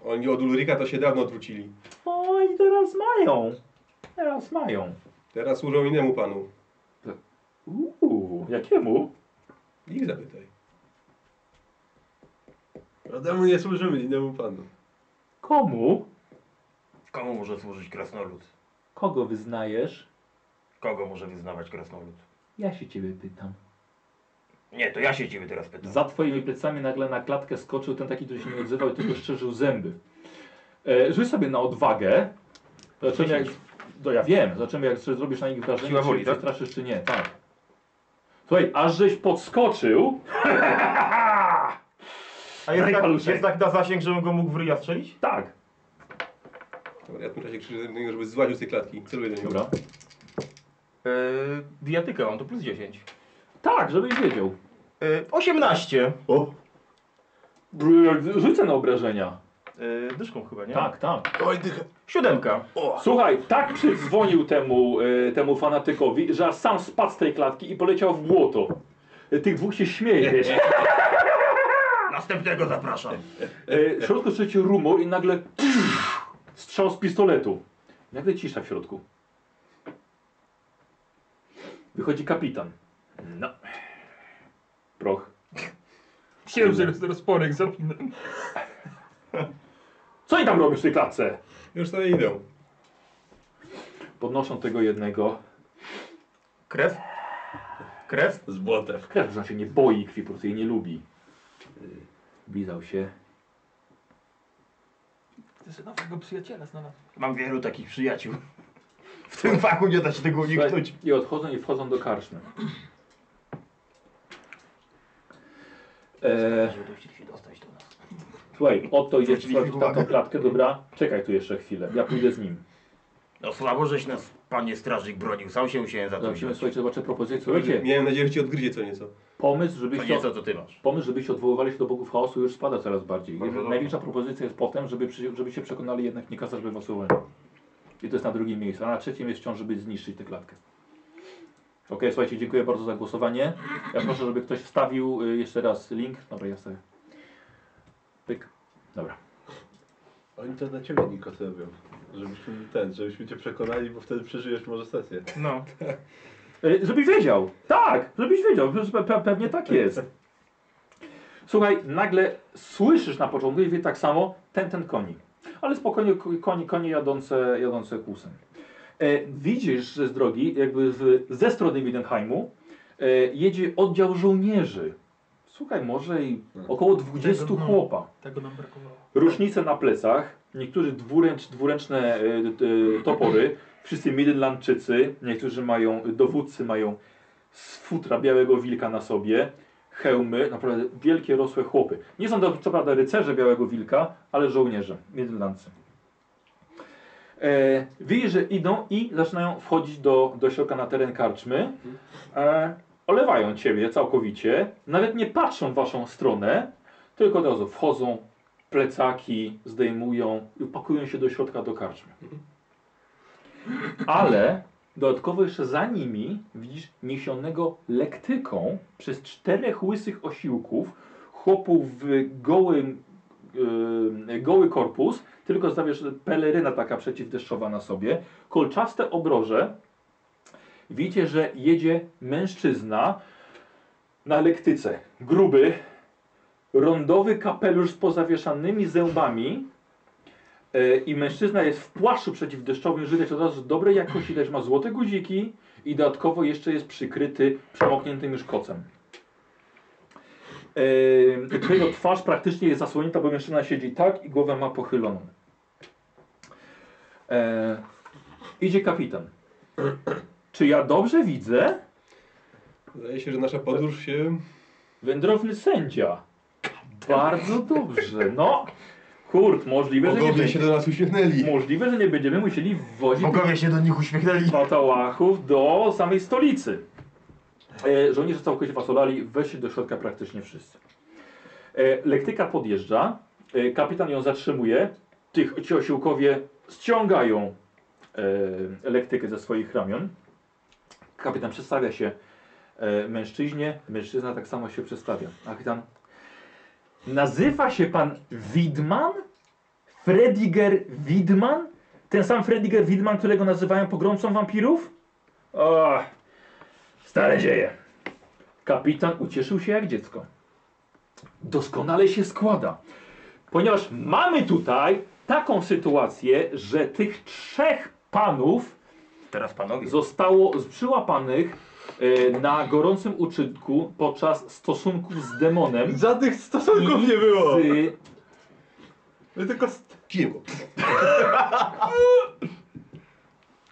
Oni od Ulrika to się dawno odwrócili.
O, i teraz mają. Teraz mają.
Teraz służą innemu panu.
Uuu, jakiemu?
Ich zapytaj.
Temu nie służymy innemu panu.
Komu?
Komu może służyć krasnolud?
Kogo wyznajesz?
Kogo może wyznawać krasnolud?
Ja się ciebie pytam.
Nie, to ja się ciebie teraz pytam.
Za twoimi plecami nagle na klatkę skoczył ten taki, który się nie odzywał i tylko szczerzył zęby. E, rzuć sobie na odwagę. Zobaczymy jak... No ja wiem, zobaczymy jak czy zrobisz na nich wrażenie,
Siła woli,
czy
tak?
straszysz czy nie. Tak. Słuchaj, aż żeś podskoczył,
A jest tak,
Rejpaluszek.
jest tak na zasięg, żebym go mógł w ryja strzelić?
tak.
Dobra, ja w tym czasie krzyczę do niego, żeby złaził z tej klatki. Celuję do niego.
Dobra.
Yy, diatyka mam, to plus 10.
Tak, żebyś wiedział.
Yy, 18.
O,
Rzucę na obrażenia.
Yy, dyszką chyba, nie?
Tak, tak.
Oj, dycha.
Siódemka.
Słuchaj, tak przydzwonił temu, e, temu fanatykowi, że aż sam spadł z tej klatki i poleciał w błoto. E, Tych dwóch się śmieje, wiesz.
Następnego zapraszam.
E, w środku słyszycie rumor i nagle *clears throat* strzał z pistoletu. Nagle cisza w środku. Wychodzi kapitan. No. Proch.
Chciałem, że roz- rozporek zapinę.
Co i tam robisz w tej klatce?
Już sobie idą.
Podnoszą tego jednego.
Krew? Krew?
Z błotem.
Krew znaczy nie boi krwi, po prostu jej nie lubi. Blizał się.
Ty sobie nowego przyjaciela znalazł.
Mam wielu takich przyjaciół. W tym fachu nie da się tego uniknąć.
I odchodzą i wchodzą do karczmy. E,
się dostać do nas.
słuchaj, Otto idzie
Zwróciliśmy
w tamtą klatkę, dobra? Czekaj tu jeszcze chwilę, ja pójdę z nim.
No słabo, żeś nas, panie strażnik, bronił. Sam się musiałem za No, to
Musimy,
wziąć.
słuchajcie, zobaczę propozycję. Słuchajcie,
Miałem nadzieję, że ci odgryzie co nieco.
pomysł,
To
żebyście,
nie co to ty masz.
pomysł, żebyście odwoływali się do bogów chaosu już spada coraz bardziej.
Bardzo dobrze.
Największa propozycja jest potem, żeby, przy- żeby się przekonali jednak nie kasać we własne I to jest na drugim miejscu, a na trzecim jest wciąż, żeby zniszczyć tę klatkę. Okej, słuchajcie, dziękuję bardzo za głosowanie. Ja proszę, żeby ktoś wstawił y, jeszcze raz link. Dobra, ja sobie. Pyk. Dobra.
Oni to na ciebie Niko to robią. Żebyśmy ten, żebyśmy cię przekonali, bo wtedy przeżyjesz może sesję.
No.
Y, Żebyś wiedział. Tak, żebyś wiedział. Pe- pe- Pewnie tak jest. Słuchaj, nagle słyszysz na początku i wie tak samo ten, ten koni. Ale spokojnie ko- konie, konie jadące, jadące kłusem. E, widzisz że z drogi, jakby w, ze strony Widenheimu, e, jedzie oddział żołnierzy. Słuchaj, może i około 20
Tak. Tego, no.
chłopa.
Tego nam brakowało.
Rusznice na plecach, niektórzy dwuręcz, dwuręczne e, e, topory, wszyscy Midlandczycy, niektórzy mają, dowódcy mają z futra białego wilka na sobie, hełmy, naprawdę wielkie, rosłe chłopy. Nie są to co prawda rycerze białego wilka, ale żołnierze, Midlandcy. E, widzisz, że idą i zaczynają wchodzić do, do środka na teren karczmy. E, olewają ciebie całkowicie, nawet nie patrzą w waszą stronę, tylko od razu wchodzą, plecaki zdejmują i pakują się do środka do karczmy. Ale dodatkowo jeszcze za nimi widzisz niesionego lektyką przez czterech łysych osiłków chłopów w gołym, yy, goły korpus, tylko stawiasz peleryna taka przeciwdeszczowa na sobie, kolczaste obroże. Widzicie, że jedzie mężczyzna na lektyce. Gruby, rondowy kapelusz z pozawieszanymi zębami e, i mężczyzna jest w płaszczu przeciwdeszczowym, żydać od razu dobrej jakości, też ma złote guziki i dodatkowo jeszcze jest przykryty przemokniętym już kocem. E, Którego twarz praktycznie jest zasłonięta, bo mężczyzna siedzi tak i głowę ma pochyloną. E, idzie kapitan. Czy ja dobrze widzę?
Zdaje się, że nasza podróż się...
Wędrowny sędzia. Bardzo dobrze. No, kurt, możliwe, że nie,
Bogowie się
będzie,
do nas uśmiechnęli.
możliwe, że nie będziemy musieli wwozić
Bogowie się do nich uśmiechnęli.
patałachów do samej stolicy. E, żołnierze całkowicie was olali, weszli do środka praktycznie wszyscy. E, lektyka podjeżdża, e, kapitan ją zatrzymuje, tych ci osiłkowie ściągają e, lektykę ze swoich ramion. Kapitan przedstawia się e, mężczyźnie, mężczyzna tak samo się przedstawia. Kapitan nazywa się pan Widman? Frediger Widman? Ten sam Frediger Widman, którego nazywają pogromcą wampirów? O, stare dzieje. Kapitan ucieszył się jak dziecko. Doskonale się składa. Ponieważ mamy tutaj taką sytuację, że tych trzech panów
Teraz panowie.
zostało z- przyłapanych e, na gorącym uczynku podczas stosunków z demonem.
Żadnych stosunków nie było!
Z,
My tylko st-
Piję
*laughs*
go.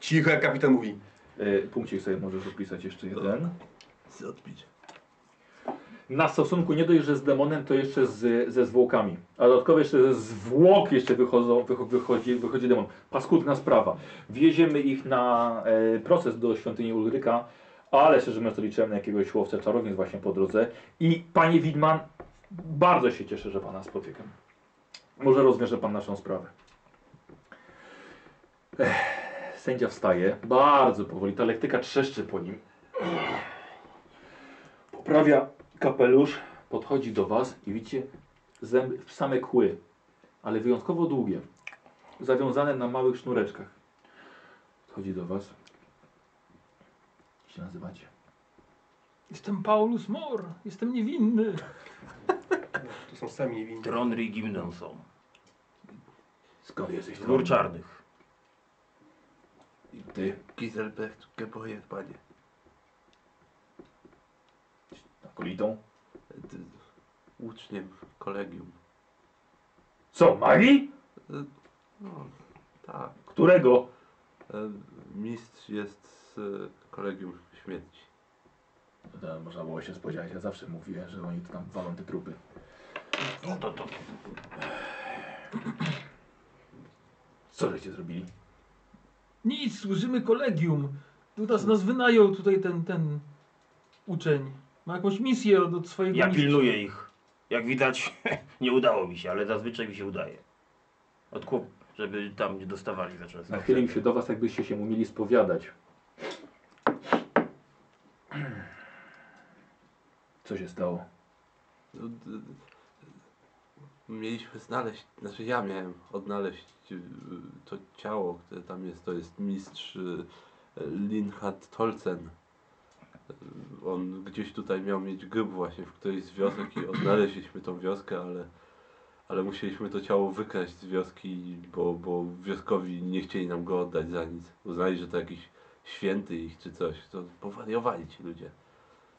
Cicho, jak kapitan mówi.
e, punkcik sobie możesz opisać jeszcze jeden.
odbić.
na stosunku nie dość, że z demonem, to jeszcze z, ze zwłokami. A dodatkowo jeszcze ze zwłok jeszcze wychodzą, wycho- wychodzi, wychodzi demon. Paskudna sprawa. Wieziemy ich na e, proces do świątyni Ulryka, ale szczerze mówiąc to liczyłem na jakiegoś łowcę czarownic właśnie po drodze. I panie Widman, bardzo się cieszę, że pana spotykam. Może rozwiąże pan naszą sprawę. Ech, sędzia wstaje, bardzo powoli, ta lektyka trzeszczy po nim. Poprawia kapelusz, podchodzi do was i widzicie zęby, same kły, ale wyjątkowo długie, zawiązane na małych sznureczkach. Podchodzi do was. Jak się nazywacie?
Jestem Paulus Mor, jestem niewinny.
są sami niewinni.
Tronry i Gimnon są.
Skąd jesteś?
Z gór czarnych.
I ty, Giselbrecht, Geboje, panie.
Kolitą.
Ty, uczniem kolegium.
Co, magii?
No, tak.
Którego?
E, Mistrz jest z e, kolegium śmierci.
No, Można było się spodziewać, ja zawsze mówiłem, że oni tam walą te trupy. Co żeście zrobili?
Nic, służymy kolegium. Tu nas, nas wynajął tutaj ten, ten uczeń. Ma jakąś misję od, od swojego
Ja
mistrza.
pilnuję ich. Jak widać, *laughs* nie udało mi się, ale zazwyczaj mi się udaje. Od kłop, żeby tam nie dostawali za często.
Nachylił się do was, jakbyście się mu mieli spowiadać. Co się stało?
No, d- d- Mieliśmy znaleźć, znaczy ja miałem odnaleźć y, to ciało, które tam jest, to jest mistrz y, Linhard Tolcen. Y, On gdzieś tutaj miał mieć grób właśnie w którejś z wiosek i odnaleźliśmy tą wioskę, ale, ale musieliśmy to ciało wykraść z wioski, bo, bo wioskowi nie chcieli nam go oddać za nic. Uznali, że to jakiś święty ich czy coś. To powariowali ci ludzie.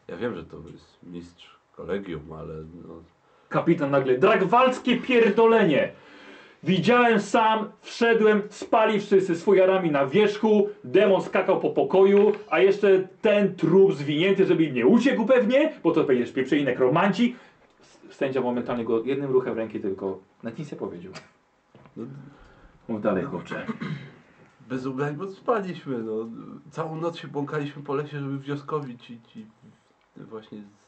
Ja wiem, że to jest mistrz kolegium, ale no,
Kapitan nagle, dragwalskie pierdolenie! Widziałem sam, wszedłem, spali wszyscy z fujarami na wierzchu, demon skakał po pokoju, a jeszcze ten trup zwinięty, żeby nie uciekł pewnie, bo to będziesz pieprzeli nekromanci. S- Sędzia momentalnie go jednym ruchem ręki tylko na nic nie powiedział. Mów dalej, chłopcze.
bez ubrań, bo spaliśmy, no. Całą noc się błąkaliśmy po lesie, żeby wioskowi ci, ci właśnie, z-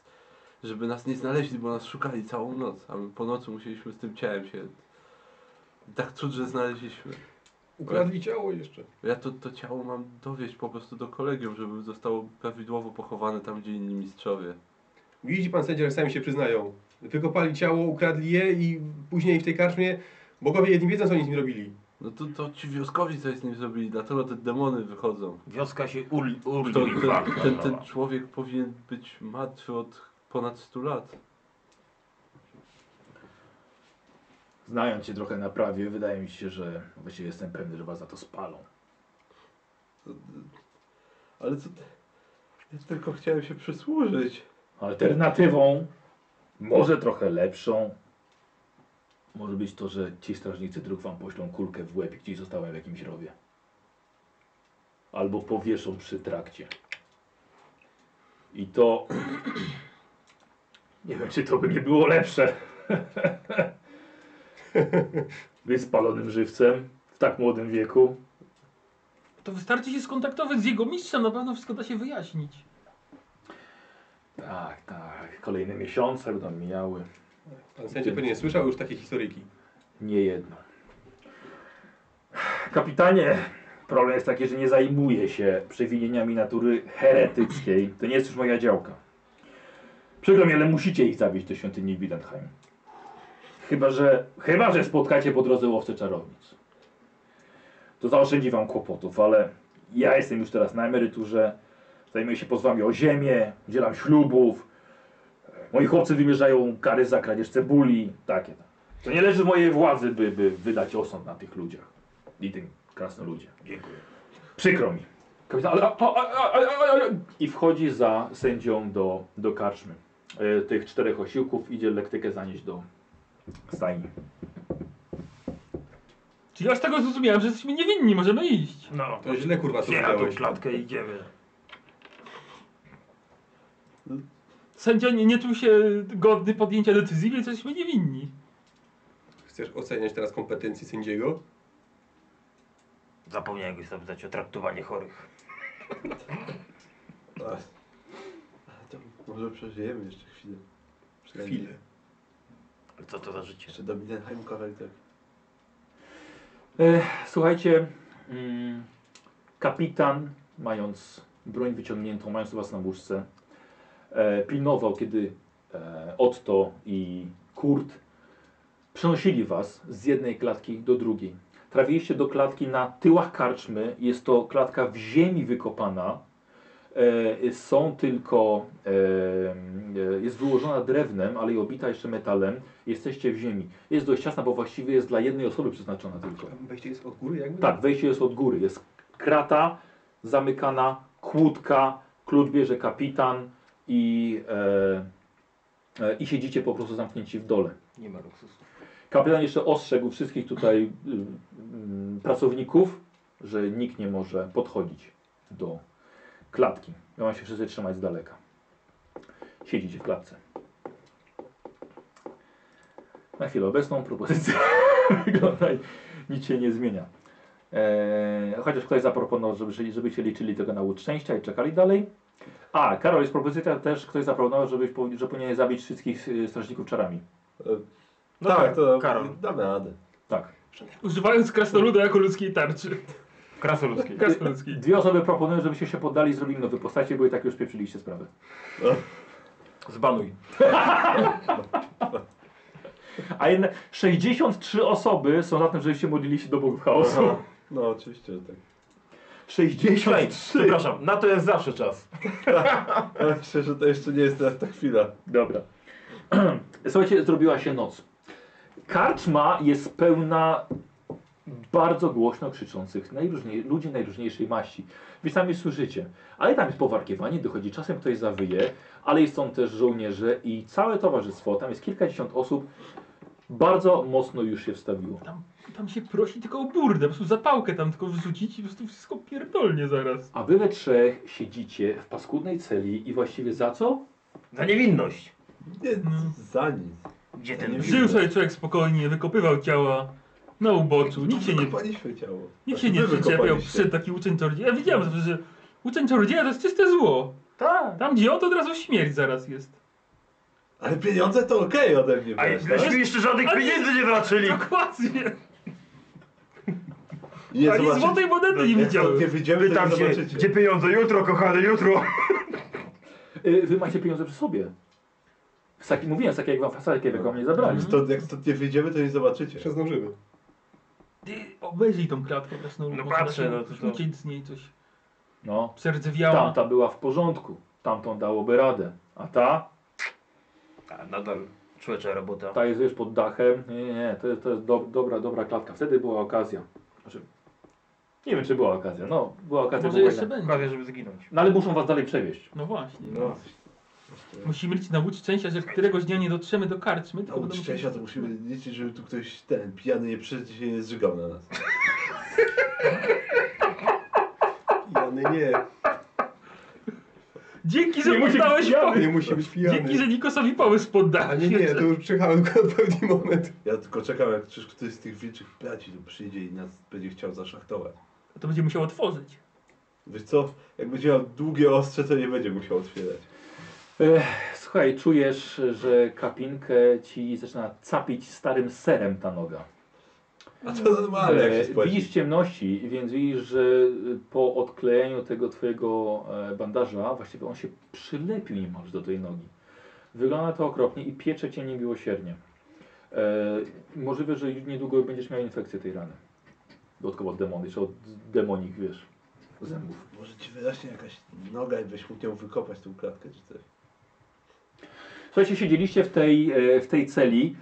żeby nas nie znaleźli, bo nas szukali całą noc, a my po nocy musieliśmy z tym ciałem się, tak cud, że znaleźliśmy.
Ukradli ciało jeszcze.
Ja to, to ciało mam dowieść po prostu do kolegium, żeby zostało prawidłowo pochowane tam, gdzie inni mistrzowie.
Widzi pan sędzia, że sami się przyznają. Wykopali ciało, ukradli je i później w tej karczmie bogowie jedni wiedzą, co oni z nim robili.
No to, to ci wioskowi coś z nim zrobili, dlatego te demony wychodzą.
Wioska się urli.
To, ten, ten, ten człowiek powinien być martwy od ponad 100 lat.
Znając się trochę na prawie, wydaje mi się, że właściwie jestem pewny, że was za to spalą.
Ale co... Ja tylko chciałem się przysłużyć.
Alternatywą, może trochę lepszą, może być to, że ci strażnicy dróg wam poślą kulkę w łeb, gdzieś zostałem w jakimś rowie. Albo powieszą przy trakcie. I to... *clears throat* Nie wiem, czy to by nie było lepsze. *laughs* Być spalonym żywcem w tak młodym wieku.
To wystarczy się skontaktować z jego mistrzem, na pewno wszystko da się wyjaśnić.
Tak, tak. Kolejne miesiące będą mijały.
Pan sędzia pewnie słyszał już takie historyjki.
Nie jedno. Kapitanie, problem jest taki, że nie zajmuję się przewinieniami natury heretyckiej. To nie jest już moja działka. Przykro mi, ale musicie ich zabić do świątyni Widenheim. Chyba, że, chyba, że spotkacie po drodze łowcę czarownic. To zaoszczędzi wam kłopotów, ale ja jestem już teraz na emeryturze. Zajmuję się pozwami o ziemię, dzielam ślubów. Moi chłopcy wymierzają kary za kradzież cebuli, takie tam. To nie leży w mojej władzy, by, by wydać osąd na tych ludziach. I tym krasnoludzie.
Dziękuję.
Przykro mi. Kapitan, ale, a, a, a, a, a, a, a. I wchodzi za sędzią do, do karczmy. E, tych czterech osiłków idzie lektykę zanieść do stajni.
Czyli ja z tego zrozumiałem, że jesteśmy niewinni, możemy iść.
No,
To źle kurwa co
zbiera tą
zrobiłeś.
klatkę i idziemy.
Sędzia nie, nie czuł się godny podjęcia decyzji, więc jesteśmy niewinni.
Chcesz oceniać teraz kompetencje sędziego?
Zapomniałem go zapytać o traktowanie chorych.
Ale to może przeżyjemy jeszcze chwilę. Przynajmniej.
Chwilę.
Co to za życie?
Jeszcze do Mindenheim kawałek tak.
E, słuchajcie, mm, kapitan, mając broń wyciągniętą, mając was na łóżce, e, pilnował, kiedy e, Otto i Kurt przenosili was z jednej klatki do drugiej. Trafiliście do klatki na tyłach karczmy, jest to klatka w ziemi wykopana, E, Są tylko, e, e, jest wyłożona drewnem, ale i obita jeszcze metalem. Jesteście w ziemi. Jest dość ciasna, bo właściwie jest dla jednej osoby przeznaczona tylko.
Tak.
Wejście jest od góry jakby?
Tak, wejście jest od góry. Jest krata zamykana, kłódka, klucz bierze kapitan i, e, e, i siedzicie po prostu zamknięci w dole.
Nie ma luksusu.
Kapitan jeszcze ostrzegł wszystkich tutaj y, y, pracowników, że nikt nie może podchodzić do klatki. Mają się wszyscy trzymać z daleka. Siedzicie w klatce. Na chwilę obecną propozycja *laughs* wygląda nic się nie zmienia. Eee, chociaż ktoś zaproponował, żeby, się- żeby się liczyli tego na łód szczęścia i czekali dalej. A, Karol, jest propozycja też, ktoś zaproponował, żebyś, powi- że powinien zabić wszystkich y, strażników czarami.
No
tak,
tak,
to
Karol.
dam radę.
Tak.
Używając krasnoluda jako ludzkiej tarczy.
Krasoludzkiej.
Krasnoludzkiej.
Dwie osoby proponują, żebyście się poddali i zrobili nowe postacie, bo i tak już pieprzyliście sprawę.
Zbanuj.
A jednak 63 osoby są za tym, żebyście modlili się do bogów chaosu.
No oczywiście, że tak.
63!
Przepraszam, na to jest zawsze czas.
Ale myślę, że to jeszcze nie jest teraz ta chwila.
Dobra. *clears throat* Słuchajcie, zrobiła się noc. Karczma jest pełna bardzo głośno krzyczących najróżniej, ludzi najróżniejszej maści. Wy sami słyszycie. Ale tam jest powarkiewanie, dochodzi czasem ktoś zawyje, ale są też żołnierze i całe towarzystwo, tam jest kilkadziesiąt osób, bardzo mocno już się wstawiło.
Tam się prosi tylko o burdę, po prostu zapałkę tam tylko wrzucić i po prostu wszystko pierdolnie zaraz.
A wy we trzech siedzicie w paskudnej celi i właściwie za co?
Za niewinność.
Nie,
No.
za nic.
Gdzie
Ja
ten
nie
Żył sobie człowiek spokojnie, wykopywał ciała na uboczu, nikt się nie,
Wykopaliśmy ciało. Tak,
nikt się
Wy
nie przyczepiał
wykopaliście.
przy taki uczeń czarodzieja. Ja widziałem zawsze, że uczeń czarodzieja to jest czyste zło.
Tak.
Tam gdzie on to od razu śmierć zaraz jest.
Ale pieniądze to okej ode mnie
A
brać, tak?
myśmy jeszcze żadnych
A nie-
pieniędzy nie wraczyli.
Dokładnie.
no. Nie
Ani
zobaczy-
złotej
No
monety nie
Jak stąd Nie
widziałem.
wyjdziemy, to
Pytam
nie
się,
zobaczycie.
gdzie pieniądze? Jutro, kochany, jutro.
Y, Wy macie pieniądze przy sobie. Saki, mówiłem, takie jak wam fasaki, jak wam nie zabrali.
Mhm.
Jak stąd, jak stąd nie wyjdziemy, to nie zobaczycie.
Jeszcze zdążymy.
Ty obejrzyj tą klatkę krasnoludów.
No patrzę, no to- to-
Uciec z niej coś.
No,
Przerdzewiała.
tamta była w porządku. Tamtą dałoby radę. A ta?
A nadal człowiecza robota.
Ta jest już pod dachem. Nie, nie, nie. To jest, to jest do, dobra, dobra klatka. Wtedy była okazja. Znaczy, nie wiem, czy była okazja. No, była okazja.
Może
była
jeszcze
inna.
będzie.
Prawie, żeby zginąć.
No ale muszą was dalej przewieźć.
No właśnie.
No,
Musimy liczyć na łódź szczęścia, że któregoś dnia nie dotrzemy do karczmy.
no od szczęścia to musimy liczyć, żeby tu ktoś ten pijany nie przyszedł i się nie zżygał na nas.
Pijany nie.
Dzięki, że
Nie musi
poddałeś
być pijany.
Nie
pomysł.
musi być pijany.
Dzięki, że Nikosowi pomysł
A
poddałeś.
nie, nie, to już przyjechałem na odpowiedni moment.
Ja tylko czekam, jak czyż ktoś z tych wilczych braci tu przyjdzie i nas będzie chciał zaszachtować.
To będzie musiał otworzyć.
Wiesz co, jak będzie miał długie ostrze, to nie będzie musiał otwierać.
Ech, słuchaj, czujesz, że kapinkę ci zaczyna capić starym serem ta noga.
A to normalne, jak
E,
się spłaci.
Widzisz ciemności, więc widzisz, że y, po odklejeniu tego twojego e, bandaża właściwie on się przylepił niemalże do tej nogi. Wygląda to okropnie i piecze cię niemiłosiernie. E, możliwe, że już niedługo będziesz miał infekcję tej rany. Dodatkowo od demony, jeszcze od demonik, wiesz, zębów.
Może ci wyrośnie jakaś noga i byś mógł ją wykopać tą klatkę czy coś.
Słuchajcie, siedzieliście w tej, e, w tej celi.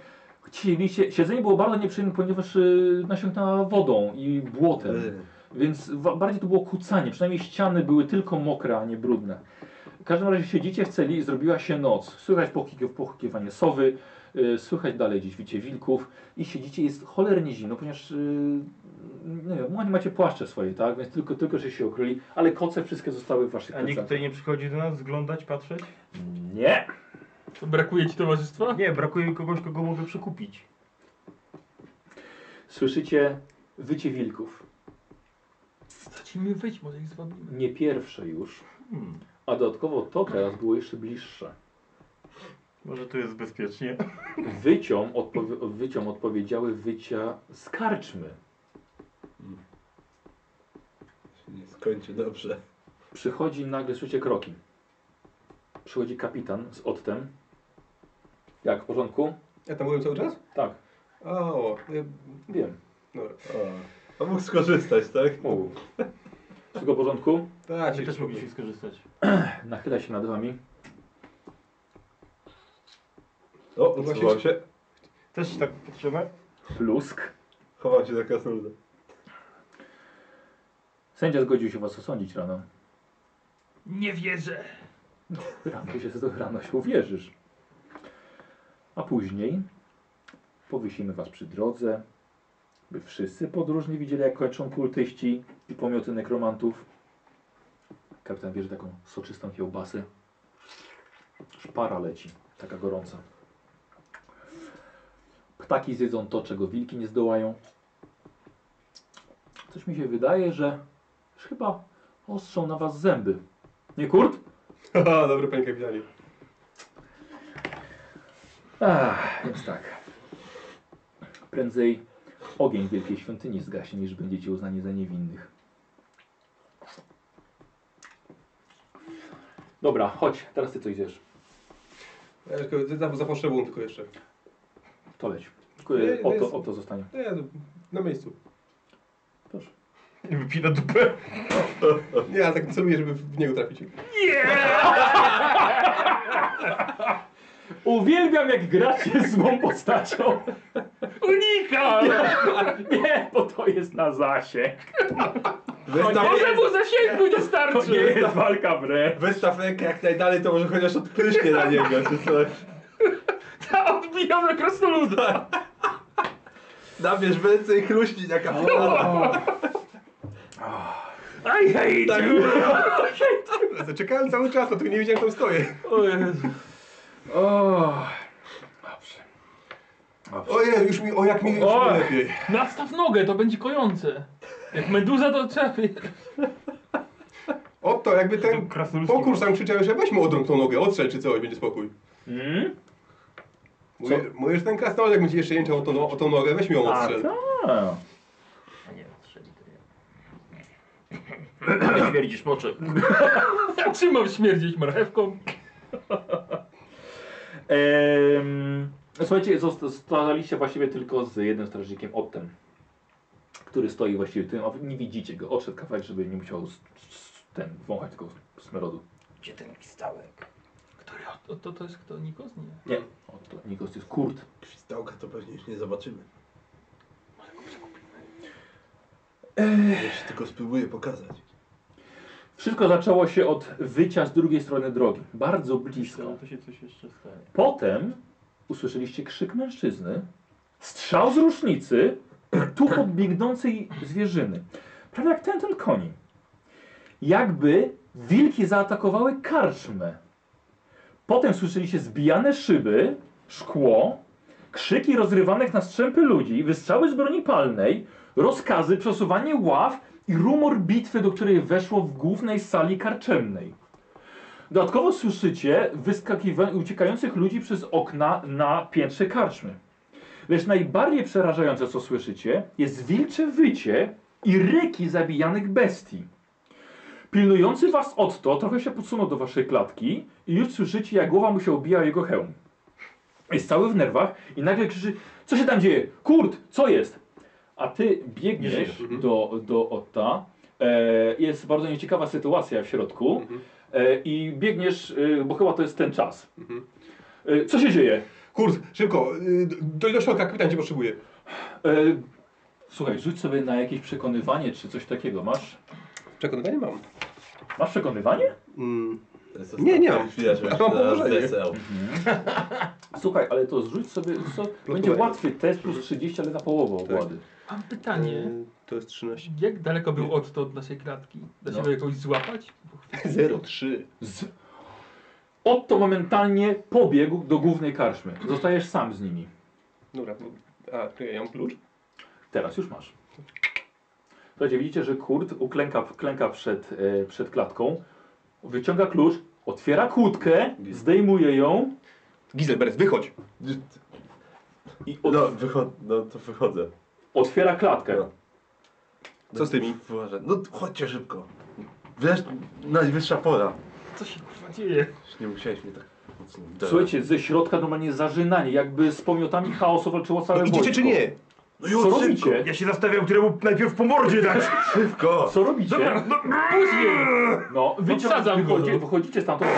Siedzieliście, siedzenie było bardzo nieprzyjemne, ponieważ y, nasiąknęła wodą i błotem.
Yy.
Więc wa- bardziej to było kucanie, przynajmniej ściany były tylko mokre, a nie brudne. W każdym razie siedzicie w celi i zrobiła się noc. Słychać pokik- pokiwanie sowy, yy, słychać dalej gdzieś wicie wilków i siedzicie, jest cholernie zimno, ponieważ yy, nie wiem, oni macie płaszcze swoje, tak? Więc tylko, tylko że się okryli, ale koce wszystkie zostały w waszych
A
plecach.
nikt tutaj nie przychodzi do nas zglądać, patrzeć?
Nie!
To brakuje ci towarzystwa?
Nie, brakuje mi kogoś, kogo mogę przekupić.
Słyszycie wycie wilków.
Zacznijmy wyjść, może ich zwabimy.
Nie pierwsze już,
Hmm.
a dodatkowo to teraz było jeszcze bliższe.
Może tu jest bezpiecznie.
Wyciom, odpowie, wyciom odpowiedziały wycia z karczmy.
Się nie skończy dobrze.
Przychodzi nagle, słyszycie kroki. Przychodzi kapitan z odtem. Jak, w porządku?
Ja tam byłem cały czas?
Tak,
O, y,
wiem.
dobra.
O. A mógł skorzystać, tak?
Mógł. Wszystko w porządku?
Tak,
My
się
też mogliśmy skorzystać.
Nachyla się nad wami.
No
O, odsuwał się.
Też tak patrzymy?
Plusk.
Chował się za krasnoludem.
Sędzia zgodził się was osądzić rano.
Nie wierzę.
Rano się, rano się uwierzysz. A później powiesimy was przy drodze, by wszyscy podróżni widzieli, jak kończą kultyści i pomioty nekromantów. Kapitan bierze taką soczystą kiełbasę. Szpara leci, taka gorąca. Ptaki zjedzą to, czego wilki nie zdołają. Coś mi się wydaje, że że chyba ostrzą na was zęby. Nie kurt?
*laughs* Haha, Dobry panie kapitanie.
Ach, więc tak. Prędzej ogień w wielkiej świątyni zgaśnie, niż będziecie uznani za niewinnych. Dobra, chodź, teraz ty coś zjesz.
Ja tylko za, za potrzebą tylko jeszcze.
To leć.
Nie,
O
nie
to,
jest-
o to zostanie.
Nie, no, na miejscu.
Proszę.
Wypina dupę.
Nie, ja tak celuję, żeby w niego trafić.
Uwielbiam, jak gracie z złą *laughs* postacią.
Unikam!
Nie, bo to jest na zasięg.
Wystaw,
Może mu zasięgu nie
To nie
*laughs* starczy!
jest walka wręcz.
wystaw rękę jak najdalej, to może chociaż odprysznie na niego, czy coś.
Ta odbijamy krasnoluda!
Nabierz ręce i chluśnij na
*laughs*
kapitana.
Aj, hej,
Tak.
Zaczekałem cały czas, a tylko nie wiedziałem, tam stoję.
O Jezu.
O, dobrze.
Ojej, już mi, o jak mi już
O.
mi lepiej.
Nastaw nogę, to będzie kojące. Jak meduza to trzepy.
O to, jakby ten
Krasnoludzki.
pokór tam krzyczał, że weźmy odrąb tą nogę, otrzel czy coś, będzie spokój. Hmm?
Mm?
Mówię, mówię, że ten krasnoludek będzie jeszcze jęczał o tą, no- o tą nogę, weźmy ją
A,
odstrzel.
tak.
A
no,
nie, strzeli to ja. Śmierdzisz moczem.
*laughs* Ja trzymam śmierdzić marchewką.
Em, Słuchajcie, zostaliście właściwie tylko z jednym strażnikiem Otem, który stoi właściwie tym, a wy nie widzicie go. Odszedł kawałek, żeby nie musiał s- s- ten wąchać tego smerodu.
Gdzie ten stałek?
Który to, to, to jest kto? Nikos? Nie.
Nie. O, to Nikos jest kurt.
Krzyształka to pewnie już nie zobaczymy. Ja się tylko spróbuję pokazać.
Wszystko zaczęło się od wycia z drugiej strony drogi. Bardzo blisko.
To się coś jeszcze stanie.
Potem usłyszeliście krzyk mężczyzny, strzał z rusznicy, *clears throat* tu pod biegnącej zwierzyny. Prawie jak ten, ten koni. Jakby wilki zaatakowały karczmę. Potem słyszeliście zbijane szyby, szkło, krzyki rozrywanych na strzępy ludzi, wystrzały z broni palnej, rozkazy, przesuwanie ław i rumor bitwy, do której weszło w głównej sali karczemnej. Dodatkowo słyszycie wyskakiwa- uciekających ludzi przez okna na piętrze karczmy. Lecz najbardziej przerażające, co słyszycie, jest wilcze wycie i ryki zabijanych bestii. Pilnujący was Otto trochę się podsunął do waszej klatki i już słyszycie, jak głowa mu się obija o jego hełm. Jest cały w nerwach i nagle krzyczy, co się tam dzieje? Kurt, co jest? A ty biegniesz do, do Otta. E, jest bardzo nieciekawa sytuacja w środku. E, I biegniesz, e, bo chyba to jest ten czas. E, Co się dzieje?
Kurt, szybko, y, do, do środka, kapitan cię potrzebuje.
E, Słuchaj, rzuć sobie na jakieś przekonywanie czy coś takiego. Masz,
Przekonywanie mam.
masz przekonywanie?
Mm.
To jest
Nie, No, nie mam.
ostatnia Chwila,
*laughs*
żeby
Mam
się na
położenie.
DSL.
Słuchaj, ale to zrzuć sobie. Co? *laughs* Mhm. Tak. Będzie łatwy test plus 30, ale na połowę ogłady.
Mam pytanie.
Y, To jest 13.
Jak daleko był Otto od naszej klatki? Da się
No.
go jakoś złapać? Bo chwilę-
*laughs* 03.
Z... Otto momentalnie pobiegł do głównej karczmy. Zostajesz sam z nimi.
Dobra, bo- a, czekaj, ja mam klucz?
Teraz już masz. Słuchajcie, widzicie, że Kurt uklęka klęka przed, e, przed klatką, wyciąga klucz, otwiera kłódkę, zdejmuje ją
Gizelberes, wychodź!
i od,
No, wychod, no to wychodzę.
otwiera klatkę.
No.
Co z tymi?
Wyłażę. No chodźcie szybko. Wiesz, najwyższa pora.
Co się kurwa dzieje?
Już Nie musiałeś mnie tak mocno
No.
uderzyć.
Słuchajcie, ze środka normalnie zażynanie, jakby z pomiotami chaosu walczyło całe
Idziecie
wojsko.
czy nie?
No już Co robicie?
Ja się zastawiam, któremu najpierw po mordzie dać.
Szybko! Co robicie?
No, wyciągam,
wsadzam go,
wychodzicie,
no.
wychodzicie stamtąd.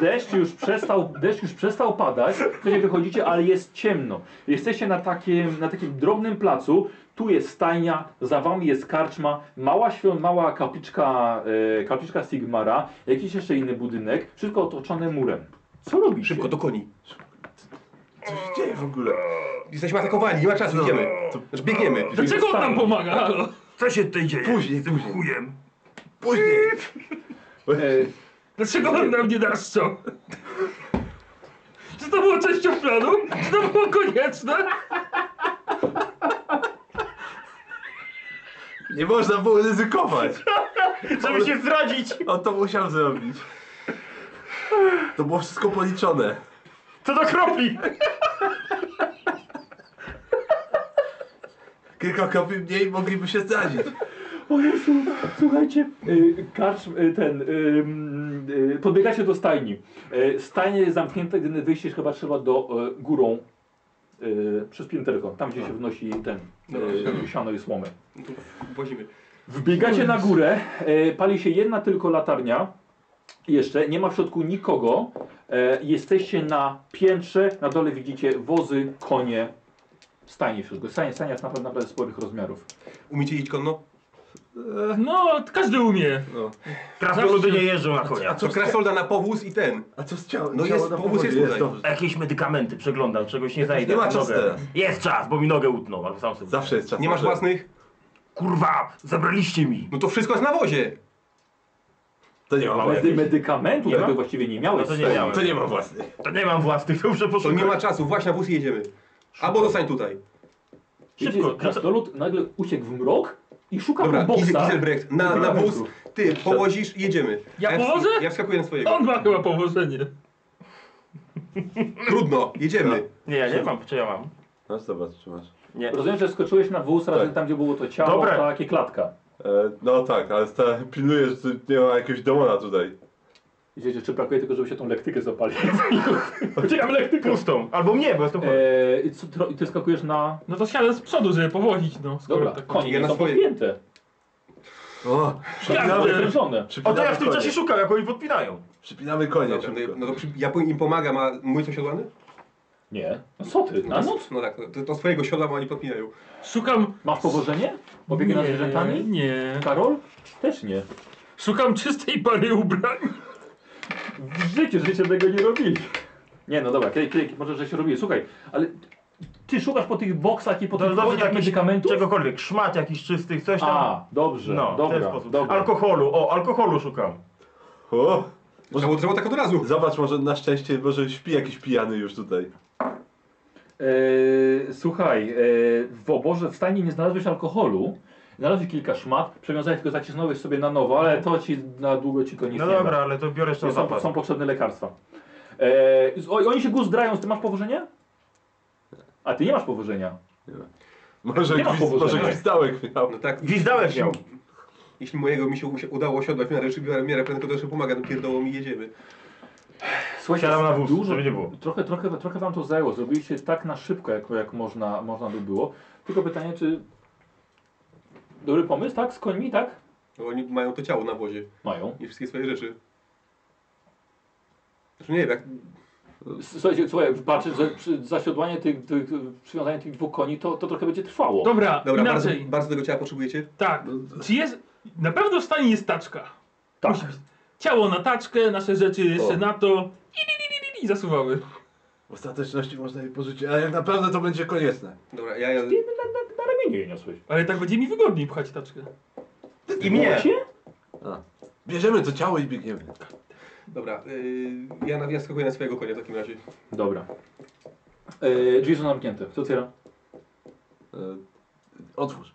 Deszcz już przestał, deszcz już przestał padać, wtedy wychodzicie, ale jest ciemno. Jesteście na takim, na takim drobnym placu, tu jest stajnia, za wami jest karczma, mała świąt, mała kapliczka, e, kapliczka Sigmara, jakiś jeszcze inny budynek, wszystko otoczone murem. Co robicie?
Szybko do koni.
Co się dzieje w ogóle?
Jesteśmy atakowani, nie ma czasu, idziemy. Znaczy, biegniemy.
Dlaczego on nam pomaga? Halo?
Co się tutaj dzieje?
Później,
z tym
później.
chujem.
Później! E,
Dlaczego on nam nie daszczał? Czy to było częścią planu? Czy to było konieczne?
Nie można było ryzykować!
Żeby się zdradzić.
On to musiał zrobić. To było wszystko policzone.
Co do kropli.
Kilka kropli mniej mogliby się zdradzić.
O Jezu, słuchajcie, y, karcz, y, ten, y, mm, y, podbiegacie do stajni. Y, Stajnia jest zamknięta, jedyne wyjście chyba trzeba do y, górą y, przez pięterko, tam gdzie się
Tak.
wnosi ten
No
y, siano i słomę.
No Włazimy.
Wbiegacie na górę, e, pali się jedna tylko latarnia. Jeszcze nie ma w środku nikogo. E, jesteście na piętrze, na dole widzicie wozy, konie, stajnie w środku. Stajnia, stajnia jest naprawdę, naprawdę sporych rozmiarów.
Umiecie jeździć konno?
No, każdy umie.
Teraz po ludzie nie jeżdżą na konia.
A co, krasolda na powóz i ten.
A co z ciałem?
No jest, powóz jest tutaj.
Jakieś medykamenty przeglądam, czegoś nie znajdę.
Nie ma czasu
Nogę.
teraz.
Jest czas, bo mi nogę utnął, ale sam sobie.
Zawsze jest czas.
Nie masz
na rzecz.
własnych?
Kurwa, zabraliście mi.
No to wszystko jest na wozie.
To nie ma
Małe.
własnych.
Medykamentów
Nie
tego
ma?
właściwie nie miałeś.
No to nie
stajni.
miałem.
To nie ma własnych.
To nie mam własnych, to muszę
To
poszukać.
nie ma czasu, właśnie na wóz i jedziemy. Albo zostań tutaj.
Widzicie,
Szybko, no
Krasnolud nagle uciekł w mrok i szuka
Dobra, Gizel-
boksa.
Giselbrecht, na, na wóz, ty powozisz i jedziemy.
Ja
wsk-
powożę?
Ja wskakuję na swojego.
On ma chyba położenie.
Trudno, jedziemy.
Nie, ja nie mam, czy ja mam?
No zobacz, czy masz.
Nie.
Rozumiem, że skoczyłeś na wóz razem tam, gdzie było to ciało,
Dobra.
tak i klatka.
E, no tak, ale sta- pilnuję, że tu nie ma jakiegoś demona tutaj.
Widzicie, czy brakuje tylko, żeby się tą lektykę
*laughs*
zapalić. Uciekam lektyką.
Pustą. Albo mnie, bo jestem chory.
Eee, i co, tro- I ty skakujesz na...
No to siadam z przodu, żeby powozić, no. skoro
Dobra,
tak-
konie
Ja
są
na swoje-
podpięte.
O,
Są
przypinamy,
Podkręcone.
O
przypinamy
to ja w tym
konie.
czasie szukam, jak oni podpinają.
Przypinamy konie.
Dobrze,
szybko.
no to przy- ja im pomagam, a mój co siodłany?
Nie. No co ty, na noc?
No tak, to, to swojego siodła bo oni podpinają.
Szukam...
Masz powożenie? Opieki nad zwierzętami?
Nie.
Karol? Też nie.
Szukam czystej pary ubrań.
W życiu, życie tego nie robili. Nie no dobra, kiedy, kiedy, może żeś robili. Słuchaj, ale ty szukasz po tych boksach i po tych
Dobrze,
koniach
jakiś-
medykamentów?
Czegokolwiek, szmat jakiś czystych, coś tam.
A, dobrze,
no, w ten
dobra,
sposób.
dobra.
Alkoholu, o, alkoholu szukam.
no. O,
Trzeba było- trzeba było tak od razu.
zobacz, może na szczęście, może śpi jakiś pijany już tutaj.
Eee, słuchaj, eee, w oborze w stanie nie znalazłeś alkoholu. Znalazłeś kilka szmat, przewiązałeś tylko zacisnąłeś sobie na nowo, ale to ci na długo ci to nic
No
nie
dobra,
da.
ale to biorę jeszcze
Nie
na
Są,
zapas.
są potrzebne lekarstwa. Eee, z- o, oni się guzdrają, ty masz powożenie? A ty nie masz powożenia.
Może,
Nie ma
gwiz,
powożenia.
może gwizdałek miał.
No tak,
Gwizdałeś ją.
jeśli mojego mi się usi- udało osiodłać na rzeczy biorę miarę prędko, to jeszcze pomaga, no pierdoło mi jedziemy.
Słuchajcie, tak
Siadam na wóz,
dużo-
żeby nie było.
Trochę, trochę, trochę wam to zajęło. Zrobiliście tak na szybko, jak, jak można, można by było. Tylko pytanie, czy... Dobry pomysł, tak? Z końmi, tak?
No Bo oni mają to ciało na wozie
Mają.
i wszystkie swoje rzeczy. Znaczy nie wiem, jak...
Słuchajcie, słuchaj, patrzę, że przy, zasiodłanie tych, tych, przywiązanie tych dwóch koni to, to trochę będzie trwało.
Dobra,
Dobra, bardzo,
inaczej.
bardzo tego ciała potrzebujecie?
Tak. Czy jest... Na pewno w stanie jest taczka.
Tak.
Musi być. Ciało na taczkę, nasze rzeczy jeszcze
O.
na to. I, i, i, i, i, i zasuwamy.
W ostateczności można jej pożyczyć, ale naprawdę to będzie konieczne.
Dobra, ja... ja...
Na ramieniu je niosłeś.
Ale tak będzie mi wygodniej pchać taczkę.
I mnie.
Bierzemy to ciało i biegniemy.
Dobra, yy, ja, na- ja skakuję na swojego konia w takim razie.
Dobra. E, drzwi są zamknięte. Kto otwiera?
E, otwórz.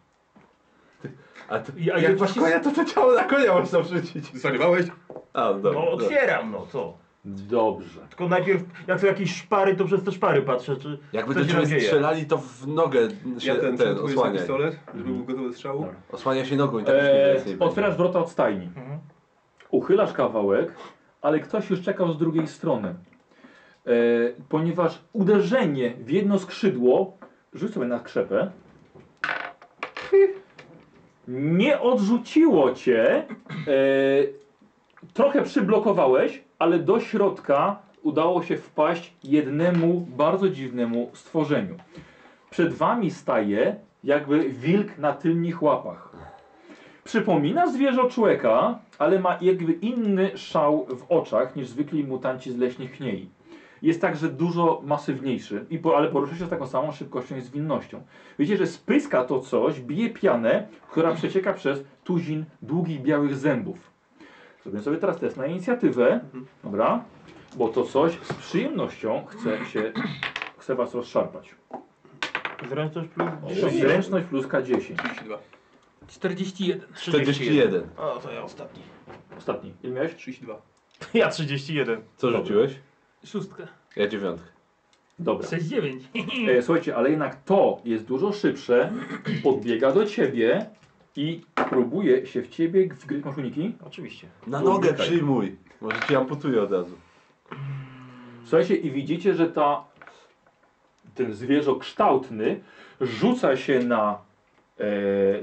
Ty- A ty,
Ja- ja
jak masz
ci-
konia, to to ciało na konia można wrzucić.
Zwariowałeś?
A, dobra.
No
dobra.
otwieram, no co?
Dobrze.
Tylko najpierw, jak są jakieś szpary, to przez te szpary patrzę, czy
Jak
co się tam
będziemy
dzieje.
strzelali, to w nogę się
Ja ten,
Znaczy, ten
ten sobie
osłaniaj.
pistolet, żeby był gotowy do strzału.
Dobra.
Osłania się nogą i tak już
E,
nic nie będzie.
otwierasz wrota od stajni.
Mhm.
Uchylasz kawałek, ale ktoś już czekał z Eee, drugiej strony. E, ponieważ uderzenie w jedno skrzydło Rzuć sobie na krzepę. Nie odrzuciło cię. E, trochę przyblokowałeś, ale do środka udało się wpaść jednemu bardzo dziwnemu stworzeniu. Przed wami staje jakby wilk na tylnych łapach. Przypomina zwierzę człowieka, ale ma jakby inny szał w oczach niż zwykli mutanci z leśnych kniei. Jest także dużo masywniejszy, i po, ale porusza się z taką samą szybkością i zwinnością. Widzicie, że spyska to coś, bije pianę, która przecieka przez tuzin długich białych zębów. Zrobimy sobie teraz test na inicjatywę, dobra? Bo to coś z przyjemnością chce się, chce was rozszarpać.
Zręczność plus
Zręczność plus K10.
41.
41.
O, to ja ostatni.
Ostatni. Ile miałeś?
32.
Ja 31.
Co rzuciłeś?
Szóstka.
Ja dziewiątkę.
Dobra.
6-9.
E, słuchajcie, ale jednak to jest dużo szybsze, podbiega do ciebie i próbuje się w ciebie wgryźć. Masz uniki?
Oczywiście.
Na
Unikaj.
nogę przyjmuj. Może ci amputuję od razu.
Słuchajcie, i widzicie, że ta, ten zwierzokształtny rzuca się na, e,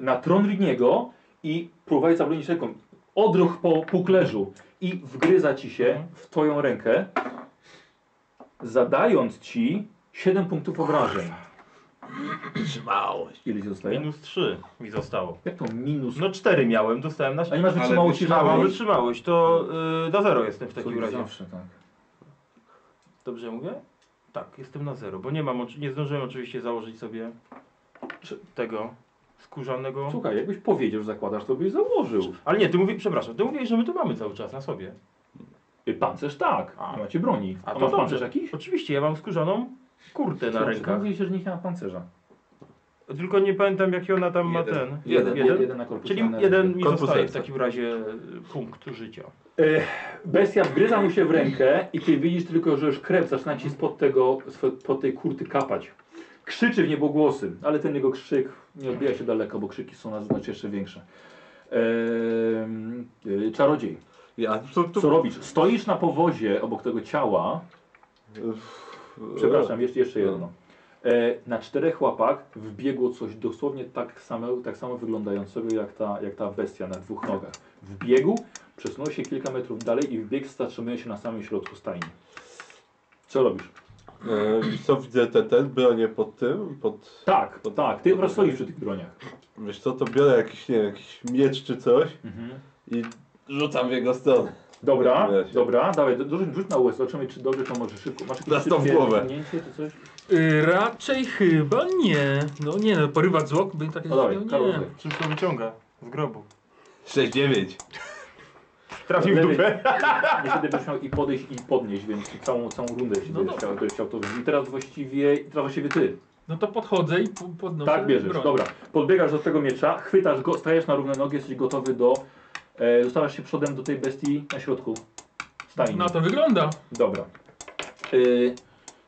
na tron Riniego i próbuje zabronić ręką. Odruch po puklerzu i wgryza ci się w twoją rękę, zadając ci 7 punktów obrażeń.
Trzymałość.
Ile ci zostaje?
Minus 3 mi zostało.
Jak to minus?
No 4 miałem, dostałem na
A nie masz
Ale
wytrzymałości
A mam
żadnej?
wytrzymałość, to y, na zero jestem w takim razie.
Zawsze tak.
Dobrze mówię? Tak, jestem na zero, bo nie mam, oczy- nie zdążyłem oczywiście założyć sobie czy- tego skórzanego.
Słuchaj, jakbyś powiedział, że zakładasz, to byś założył.
Ale nie, ty mówisz, przepraszam, ty mówisz, że my to mamy cały czas na sobie.
Y, Pancerz tak,
A.
nie macie broni.
A
A,
to
masz
dobrze.
pancerz jakiś?
Oczywiście, ja mam skórzaną kurtę na rękach.
Mówi się, że nie ma pancerza.
Tylko nie pamiętam, jaki ona tam ma
Jeden.
ten.
Jeden.
Jeden, jeden na korpus.
Czyli
na
jeden mi
Korpus
zostaje w
serca.
takim razie y, punkt życia.
Y, Bestia wgryza mu się w rękę i ty widzisz tylko, że już krew zaczyna ci spod, tego, spod tej kurty kapać. Krzyczy w niebogłosy, ale ten jego krzyk nie odbija się daleko, bo krzyki są na znacznie jeszcze większe. Ehm, y, czarodziej,
Ja tu, tu,
co robisz? Stoisz na powozie obok tego ciała, Przepraszam, jeszcze, jeszcze
No.
jedno. E, na czterech łapach wbiegło coś dosłownie tak samo, tak samo wyglądającego jak ta, jak ta bestia na dwóch nogach. Wbiegł, przesunął się kilka metrów dalej i wbiegł zatrzymuje się na samym środku stajni. Co robisz?
E, wiesz co widzę te, te bronie pod tym, pod...
Tak, tak, ty po prostu stoisz przy tych broniach.
Wiesz co, to biorę jakiś, nie wiem, jakiś miecz czy coś i rzucam w jego stronę.
Dobra,
Mhm. Ja się-
dobra, dawaj, do- rzuć rzuć na US, zobaczymy czy dobrze to może szybko. Masz jakieś
Na stop w
szybkie
głowę.
wygnięcie czy coś?
*laughs* Y, raczej chyba nie. No nie, no, porywać z łok, by takie
No dawaj,
no,
Karol,
nie.
dawaj.
Szybko wyciąga z grobu.
6-9.
Trafił w
Lewy.
dupę.
I wtedy będziesz miał i podejść i podnieść, więc całą, całą rundę jeśli
No
będziesz chciał, będziesz chciał to zrobić. I teraz właściwie, i teraz właściwie ty.
No to podchodzę i p- podnoszę
Tak, bierzesz,
broń.
dobra. Podbiegasz do tego miecza, chwytasz go, stajesz na równe nogi, jesteś gotowy do... E, zostawiasz się przodem do tej bestii na środku stajni.
Na No to wygląda.
Dobra. E,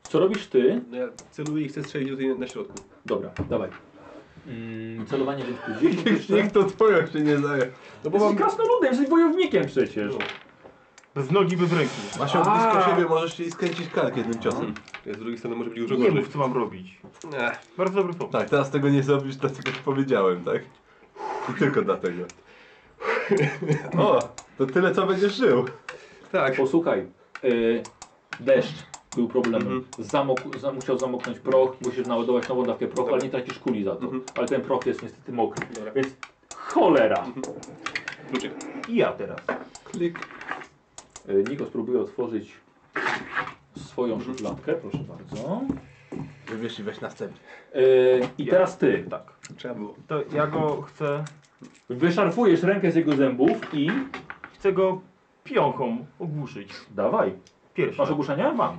co robisz ty?
No ja celuję i chcę strzelić do tej na środku.
Dobra, dawaj. Mm, celowanie więc plus 10
Niech,
*laughs*
jeszcze.
niech to twoja się nie zdaje.
No bo
Jesteś
mam...
krasnoludem, jesteś wojownikiem przecież.
*laughs* Z nogi bez ręki.
Masz ją blisko siebie, możesz jej skręcić kark jednym ciosem.
Z drugiej strony może być dużo
Nie
gorzej.
mów, co mam robić.
Ech,
Bardzo dobry pomysł.
Tak, teraz tego nie zrobisz, dlatego ci powiedziałem, tak? I tylko dlatego. *laughs*
O, to tyle co będziesz żył.
tak.
Posłuchaj, e, deszcz był problemem.
Mhm.
Zamok, zam, musiał zamoknąć proch, musisz naładować nową dawkę prochu, ale nie tracisz kuli za to.
Tak. Mhm.
Ale ten proch jest niestety mokry.
Dobra.
Więc cholera!
Kluczyk.
I ja teraz.
E, Niko spróbuje otworzyć swoją szufladkę, proszę bardzo.
Wybierz i weź następny.
E, I teraz ty
Tak.
Trzeba było.
To ja go chcę.
wyszarfujesz rękę z jego zębów i
Chcę go pionchą ogłuszyć.
dawaj.
Pierwszy.
Masz ogłuszenie? Mam.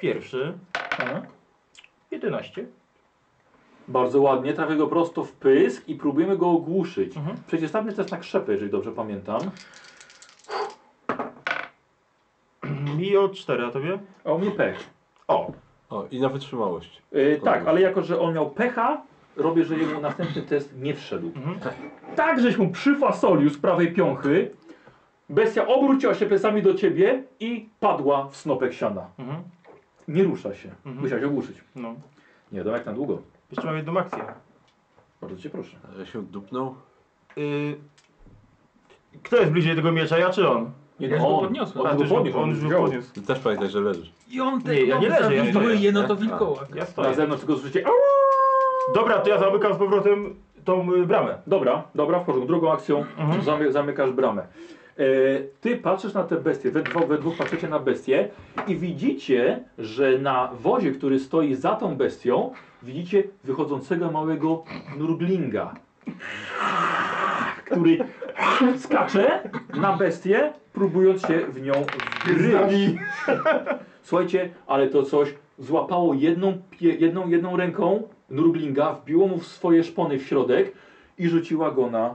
Pierwszy.
A.
11.
Bardzo ładnie, trafię go prosto w pysk i próbujemy go ogłuszyć.
Mhm.
Przeciwstawny test na krzepę, tak jeżeli dobrze pamiętam.
Mi o 4, a tobie?
A u mnie pech.
O.
O, i na wytrzymałość.
E, tak, ale jako, że on miał pecha, robię, że jego następny test nie wszedł.
Mhm.
Tak, żeś mu przyfasolił z prawej piąchy, bestia obróciła się plecami do ciebie i padła w snopek siana.
Mhm.
Nie rusza się.
Mhm.
Musiałeś ogłuszyć.
No.
Nie wiadomo jak na długo.
Jeszcze mam jedną akcję.
Bardzo cię proszę.
Ale się dupnął.
Y, Kto jest bliżej tego miecza, ja czy on?
Nie,
Ja
no
już go
on.
podniosłem.
On
A,
już
też
go
on-
podniósł,
on
on
już
już
go
wziął.
podniósł.
Ty też pamiętaj, że leżysz.
Jątek,
Nie, ja nie leżę, ja
zawiły
stoję.
jeno to wilkołak.
Ja
Na
stoję.
zewnątrz tylko słyszycie.
Dobra, to ja zamykam z powrotem tą y, bramę.
Dobra, dobra, w porządku. Drugą akcją zamy, zamykasz bramę. E, ty patrzysz na te bestie, we, dwo, we dwóch patrzycie na bestie i widzicie, że na wozie, który stoi za tą bestią, widzicie wychodzącego małego nurglinga, który skacze na bestię, próbując się w nią wgryźć. Słuchajcie, ale to coś złapało jedną, pie, jedną, jedną ręką nurglinga, wbiło mu w swoje szpony w środek i rzuciła go na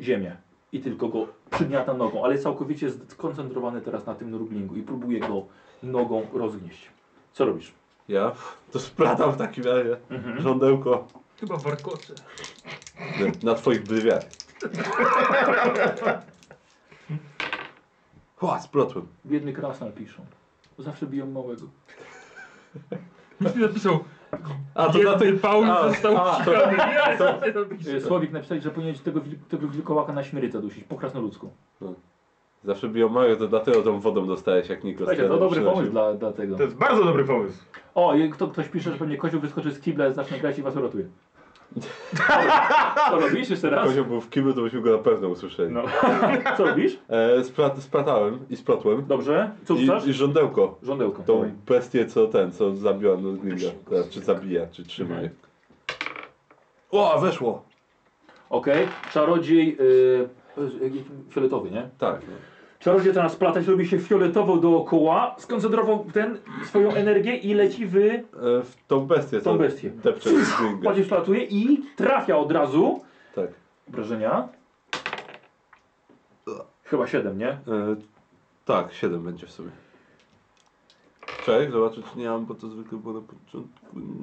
ziemię. I tylko go przygniata nogą, ale całkowicie skoncentrowany teraz na tym nurglingu i próbuje go nogą rozgnieść. Co robisz?
Ja *laughs* to splatam w takim razie.
Mhm.
Żądełko
Chyba warkocze.
na twoich
*laughs*
brywiach. Chła, splotłem.
Biedny krasnal piszą. Zawsze biją małego.
Nikt nie napisał.
A to
Biedny
na tych...
Paul
a,
został
a, to-
ścigany. Nie, to nie napisał.
*laughs* E, Słowik napisał, że powinieneś tego, wil- tego wilkołaka na śmierce dusić, po krasnoludzku.
Zawsze biją mają, to dlatego tą wodą dostajesz jak Nikos.
Tak,
Słuchajcie, to
Tenen
dobry
przynosił.
pomysł dla, dla tego.
To jest bardzo dobry pomysł.
O, i kto, ktoś pisze, że pewnie kozioł wyskoczy z kibla, zacznie grać i was uratuje. Co robisz jeszcze raz?
Kozioł był w kiblu, to byśmy go na pewno usłyszeli.
No. Co robisz?
E, splat, splatałem i splotłem.
Dobrze. Co rzucasz?
I, I żądełko.
Żądełko.
Tą
Dawaj.
bestię, co ten, co zabiła Ludwika. Teraz, Czy zabija, czy trzyma.
Mhm.
O, weszło!
Okej, czarodziej y, y, fioletowy, nie?
Tak. No.
Czarodziej teraz splatać, robi się fioletowo dookoła, skoncentrował ten swoją energię i leci w...
E, w tą bestię,
Tą bestię.
Depcze Ludwika.
Bardziej splatuje i trafia od razu.
Tak.
Obrażenia. Chyba 7, nie?
E, tak, 7 będzie w sumie. Czekaj, zobaczę czy nie mam, bo to zwykle było na początku.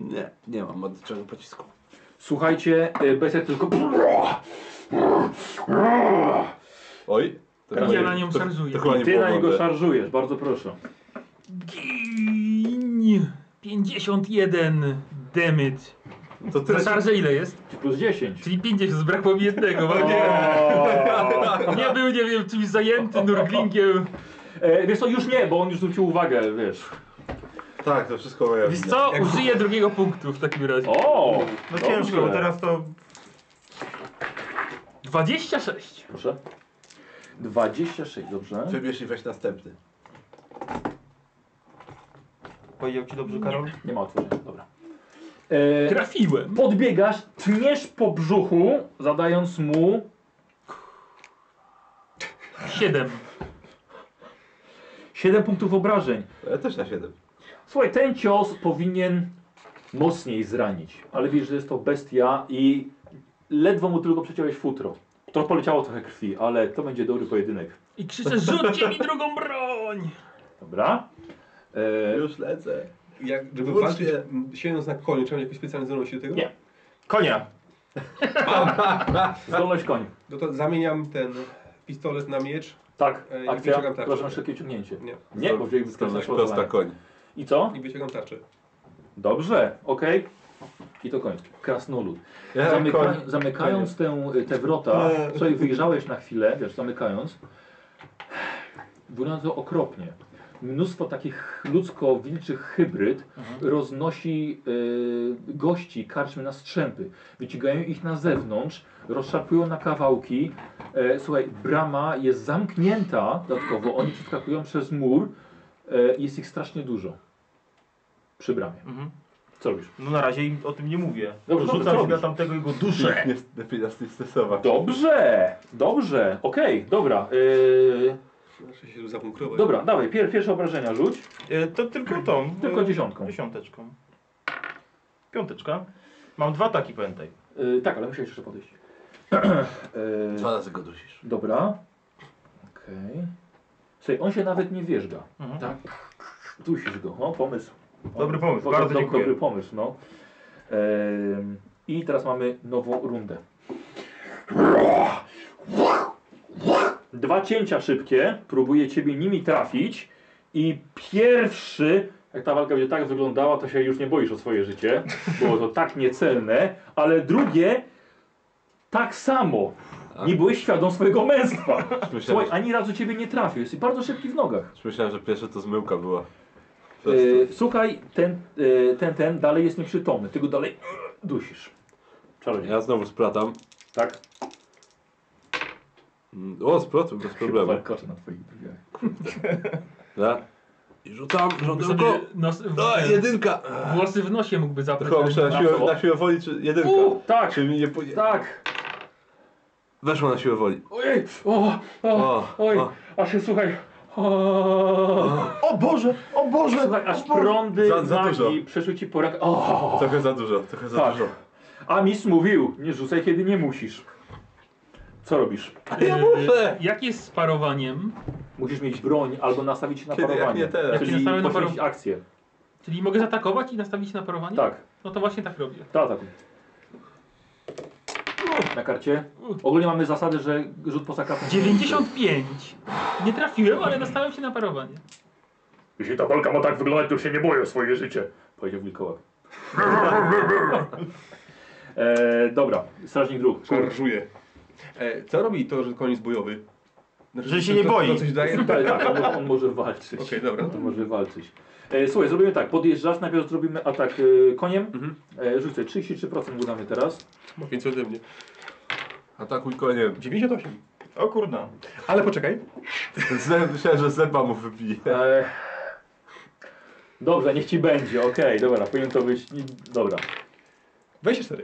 Nie, nie mam od czego pocisku.
Słuchajcie, y, bestia tylko...
Oj! To
Ja
chyba
na nią
to-
szarżuję.
To chyba nie
Ty
było
na niego
mądre.
szarżujesz, bardzo proszę.
Gin. 51 demyt.
To ty
Na szarze ile jest?
Plus 10.
Czyli 50, zbrakło mi jednego. bo Nie, nie był, nie wiem, czymś zajęty nurglingiem.
E, wiesz co, już nie, bo on już zwrócił uwagę, wiesz.
Tak, to wszystko moja
Wiesz
wina.
co? Użyję drugiego punktu w takim razie.
O!
No ciężko, bo teraz to
26.
Proszę. 26, dobrze.
Wybierz i weź następny.
powiedział ci dobrze Karol.
Nie ma otworzenia, dobra. E,
Trafiłem.
podbiegasz, tniesz po brzuchu, zadając mu
7.
7 punktów obrażeń.
Ja też na 7.
Słuchaj, ten cios powinien mocniej zranić, ale wiesz, że jest to bestia i ledwo mu tylko przeciąłeś futro. To poleciało trochę krwi, ale to będzie dobry pojedynek.
I krzyczę, rzućcie mi drugą broń!
Dobra? E,
Już lecę.
Jak, żeby
Włócznie.
walczyć m, siedząc na koniu, trzeba mieć jakieś specjalne zdolności do tego?
Nie.
Konia.
zdolność koń.
No to zamieniam ten pistolet na miecz
Tak,
E, i
akcja.
wyciągam tarczę.
Proszę na szybkie ciągnięcie.
Nie.
Nie, bo wzięli
Zdolność
wyskarżenie.
prosta koń.
I co?
i wyciągam tarczę.
Dobrze, okej. I to koniec. Krasnolud.
Ja
Zamyka,
koń.
zamykając tę, y, te wrota, sobie wyjrzałeś na chwilę, wiesz, zamykając, wygląda to okropnie. Mnóstwo takich ludzko-wilczych hybryd roznosi y, gości karczmy na strzępy. Wyciągają ich na zewnątrz, rozszarpują na kawałki. E, słuchaj, brama jest zamknięta dodatkowo, oni przeskakują przez mur. E, jest ich strasznie dużo przy bramie.
Mhm.
Co robisz?
No na razie im o tym nie mówię.
Dobrze, dobrze,
Rzucam
co
się na
robisz?
tamtego jego duszę.
Dobrze. Nie, lepiej nas nie stresować.
Dobrze, dobrze, okej, dobra. Yy,
Znaczy się tu zabunkrować.
dobra, dawaj, pier, pierwsze obrażenia rzuć.
E, To tylko tą.
Tylko
e,
dziesiątką.
Dziesiąteczką. Piąteczka. Mam dwa taki, pamiętaj.
Yy, tak, ale musisz jeszcze podejść. *clears throat* Yy,
Dwa razy go dusisz.
dobra, okej. Słuchaj, on się nawet nie wjeżdża.
Mhm.
Tak, dusisz go, no pomysł.
Dobry pomysł,
Do-
bardzo
do-
dziękuję.
Dobry pomysł, no. Yy, I teraz mamy nową rundę. Dwa cięcia szybkie, próbuję ciebie nimi trafić i pierwszy Jak ta walka będzie tak wyglądała, to się już nie boisz o swoje życie. Było to tak niecelne. Ale drugie, tak samo.
Tak.
Nie byłeś świadom
*laughs*
swojego męstwa. Słuchaj, ani razu ciebie nie trafił. Jesteś bardzo szybki w nogach.
Już myślałem, że pierwsze to zmyłka była.
E, słuchaj, ten, e, ten, ten dalej jest nieprzytomny. Ty go dalej e, dusisz. Czarodziej.
Ja znowu splatam.
Tak?
Mm, O,
*laughs*
splotłem bez problemu.
Koczy na twoich brwiach.
Ja. I rzucam
Myślałem,
żądełko.
że nos, w,
No,
A, jedynka!
włosy w nosie mógłby zabrać.
Chyba muszę na siłę, na siłę woli, czy jedynka.
U, tak.
Czy mi nie pójdzie.
Tak.
Weszło na siłę woli.
Ojej. O, o,
O,
oj.
o.
Aż się słuchaj. O,
O Boże, o Boże!
słuchaj, aż prądy
Za- za dużo.
magii przeszły ci po rak. O,
Trochę za dużo, trochę za
Tak.
dużo.
A mis mówił, nie rzucaj kiedy nie musisz. Co robisz?
Ja
Yy,
muszę!
Jak jest z parowaniem?
Musisz mieć broń albo nastawić się na
Kiedy, jak
parowanie.
nie teraz?
Czyli
Jak nie nastawię na
poświęcić akcję.
Czyli mogę zaatakować i nastawić się na parowanie?
Tak,
No to właśnie tak robię.
tak, tak. Na karcie. Ogólnie mamy zasadę, że rzut poza kartą.
95! Nie trafiłem, ale nastawiam się na parowanie.
Jeśli ta walka ma tak wyglądać, to już się nie boję o swoje życie. Powiedział wilkołak. *laughs* e, dobra, strażnik dróg.
Szarżuje. E, co robi to, że koniec bojowy? Znaczy,
Że się
to-
nie
to-
boi.
To coś
*laughs*
daje?
Tak, tak, on, on może walczyć.
Okej, dobra. no
On może walczyć. E, słuchaj, zrobimy tak, podjeżdżasz, najpierw zrobimy atak e, koniem. E, rzucę 33% udamy teraz.
Ma więcej ode mnie.
Atakuj koniem.
98.
O kurna.
Ale poczekaj.
Zęb, myślałem, że zęba mu
*laughs*
wybije.
E, dobrze, niech ci będzie, okej, dobra, powinien to być, nie- dobra.
24.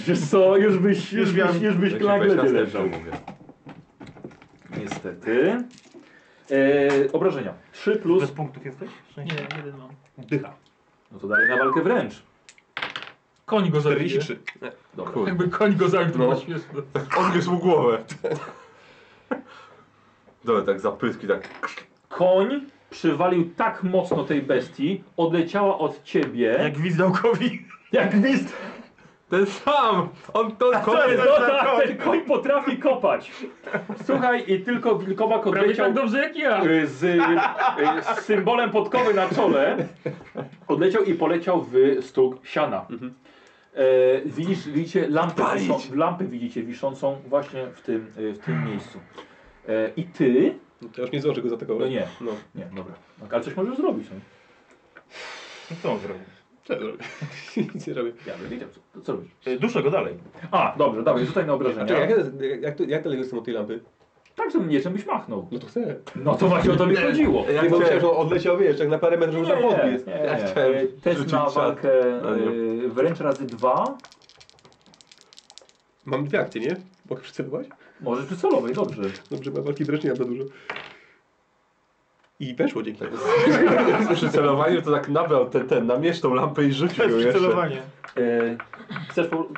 Wiesz co, już byś, już
miałem-
byś, już byś
Weź- weź
nagle
następną,
leżał.
mówię.
Niestety. E, obrażenia. 3 plus,
Bez punktów jesteś?
Nie, jeden mam.
Dycha.
no to dalej na walkę wręcz.
Koń go zabije.
43.
Dobra.
Kurde.
Jakby koń go zabił, to było śmieszne.
Odgryzł mu głowę. *laughs* Dobra, tak zapyski, tak.
Koń przywalił tak mocno tej bestii, odleciała od ciebie.
Jak gwizdałkowi.
jak list
Ten sam! On to
Koń,
kopie.
*laughs* no, tak, ten koń potrafi kopać. Słuchaj, i tylko wilkołak
Prawie
odleciał
tak dobrze jak ja.
y, z, y, z symbolem podkowy na czole. Odleciał i poleciał w stóg siana.
Mhm.
E, widzisz, widzicie lampę, wiszą, lampę widzicie wiszącą właśnie w tym, y, w tym miejscu. E, I ty...
To już nie zdążę go zaatakować.
No nie.
No.
Nie, dobra. No, Ale coś możesz zrobić. No.
No co on zrobił?
Co ja zrobię? *laughs* Nic nie robię.
Ja bym wiedział, co, co robisz.
Y, Duszę go dalej.
A, dobrze, dawaj, rzucaj na
A
obrażenia.
czekaj, jak, jak, jak, to- jak daleko jestem od tej lampy?
Tak, że mnie, żebyś machnął.
No to chcę.
No to właśnie o to mi chodziło.
Ja bym chciał, że on odleciał, wiesz, tak na parę metrów za podbój jest.
nie, nie.
chciałem
E, Test
rzucić
na
czat,
walkę
ale
e, wręcz razy dwa.
Mam dwie akcje, nie? Mogę przycelować?
Możesz przycelować, dobrze.
Dobrze, bo ja walki wręcz nie mam za dużo. I weszło dzięki temu.
Przy celowaniu to tak nabrał ten, ten, namierz tą lampę i rzucił ją
Bez
jeszcze.
przycelowania.
E, Chcesz po...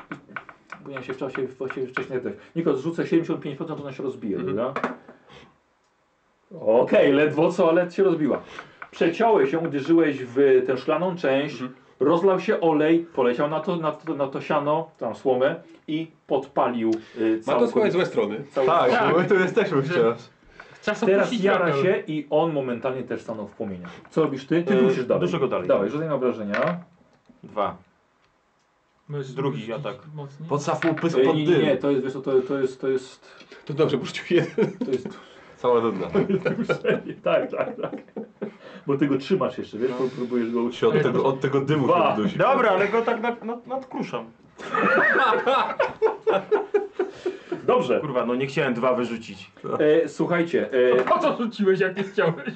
Powinienem się w czasie właściwie wcześniej też. Niko, zrzucę 75%, to ona się rozbije, prawda? Okej, ledwo co, ale się rozbiła. Przeciąłeś ją, uderzyłeś w tę szklaną część, rozlał się olej, poleciał na to, na to, na to siano, tam słomę i podpalił y,
Ma to słuchaj z złej strony.
Tak,
Tak.
bo my tu jesteśmy wciąż.
Czas
Teraz
opuścić
jara
lokal.
się i on momentalnie też stanął w płomieniach. Co robisz ty? Ty
E,
musisz dalej.
duszę go dalej.
Dawaj, rzucaj na obrażenia.
Dwa.
Możesz
Drugi
rzucić
atak.
mocniej.
Podstaw mu pysk
Ej,
pod
nie, nie, Y, nie,
dym.
to jest, wiesz co, to, to jest, to jest,
To dobrze, bo rzucił jeden.
to jest
Cała runda.
*laughs* tak, tak, tak. Bo ty go trzymasz jeszcze, wiesz, próbujesz go
Się od tego, od tego dymu
Dwa.
się dusi.
Dobra, ale go tak nad, nad, nadkruszam.
Dobrze.
Kurwa, no nie chciałem dwa wyrzucić.
E, słuchajcie, e,
Po co rzuciłeś, jak nie chciałeś?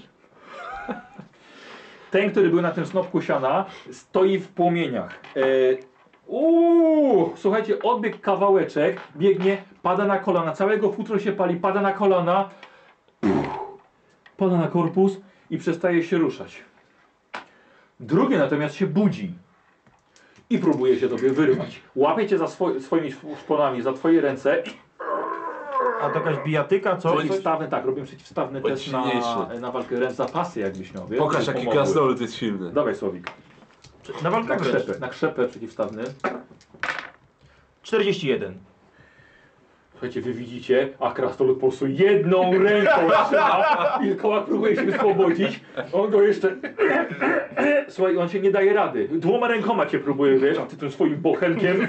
ten, który był na tym snopku siana, stoi w płomieniach. E, uuu, słuchajcie, odbiegł kawałeczek, biegnie, pada na kolana, całego futro się pali, pada na kolana, pada na korpus i przestaje się ruszać. Drugie natomiast się budzi i próbuje się tobie wyrwać. Łapie cię za swo- swoimi szp- szponami, za twoje ręce
A to jakaś bijatyka, co?
Przeciwstawny, tak, robię przeciwstawny
Bądź
test na,
silniejszy.
na walkę ręce za pasy, jakbyś miał, wiesz?
Pokaż
żeby
jaki
pomogły.
krasnolud jest silny.
Dawaj Słowik,
Na walkę
na
wręcz.
krzepę, na krzepę przeciwstawny.
41.
Słuchajcie, wy widzicie, a krasnolud po prostu jedną ręką trzyma. Wilkołak próbuje się wyswobodzić. On go jeszcze... Słuchaj, on się nie daje rady. Dwoma rękoma cię próbuje, wiesz, a ty tym swoim bochenkiem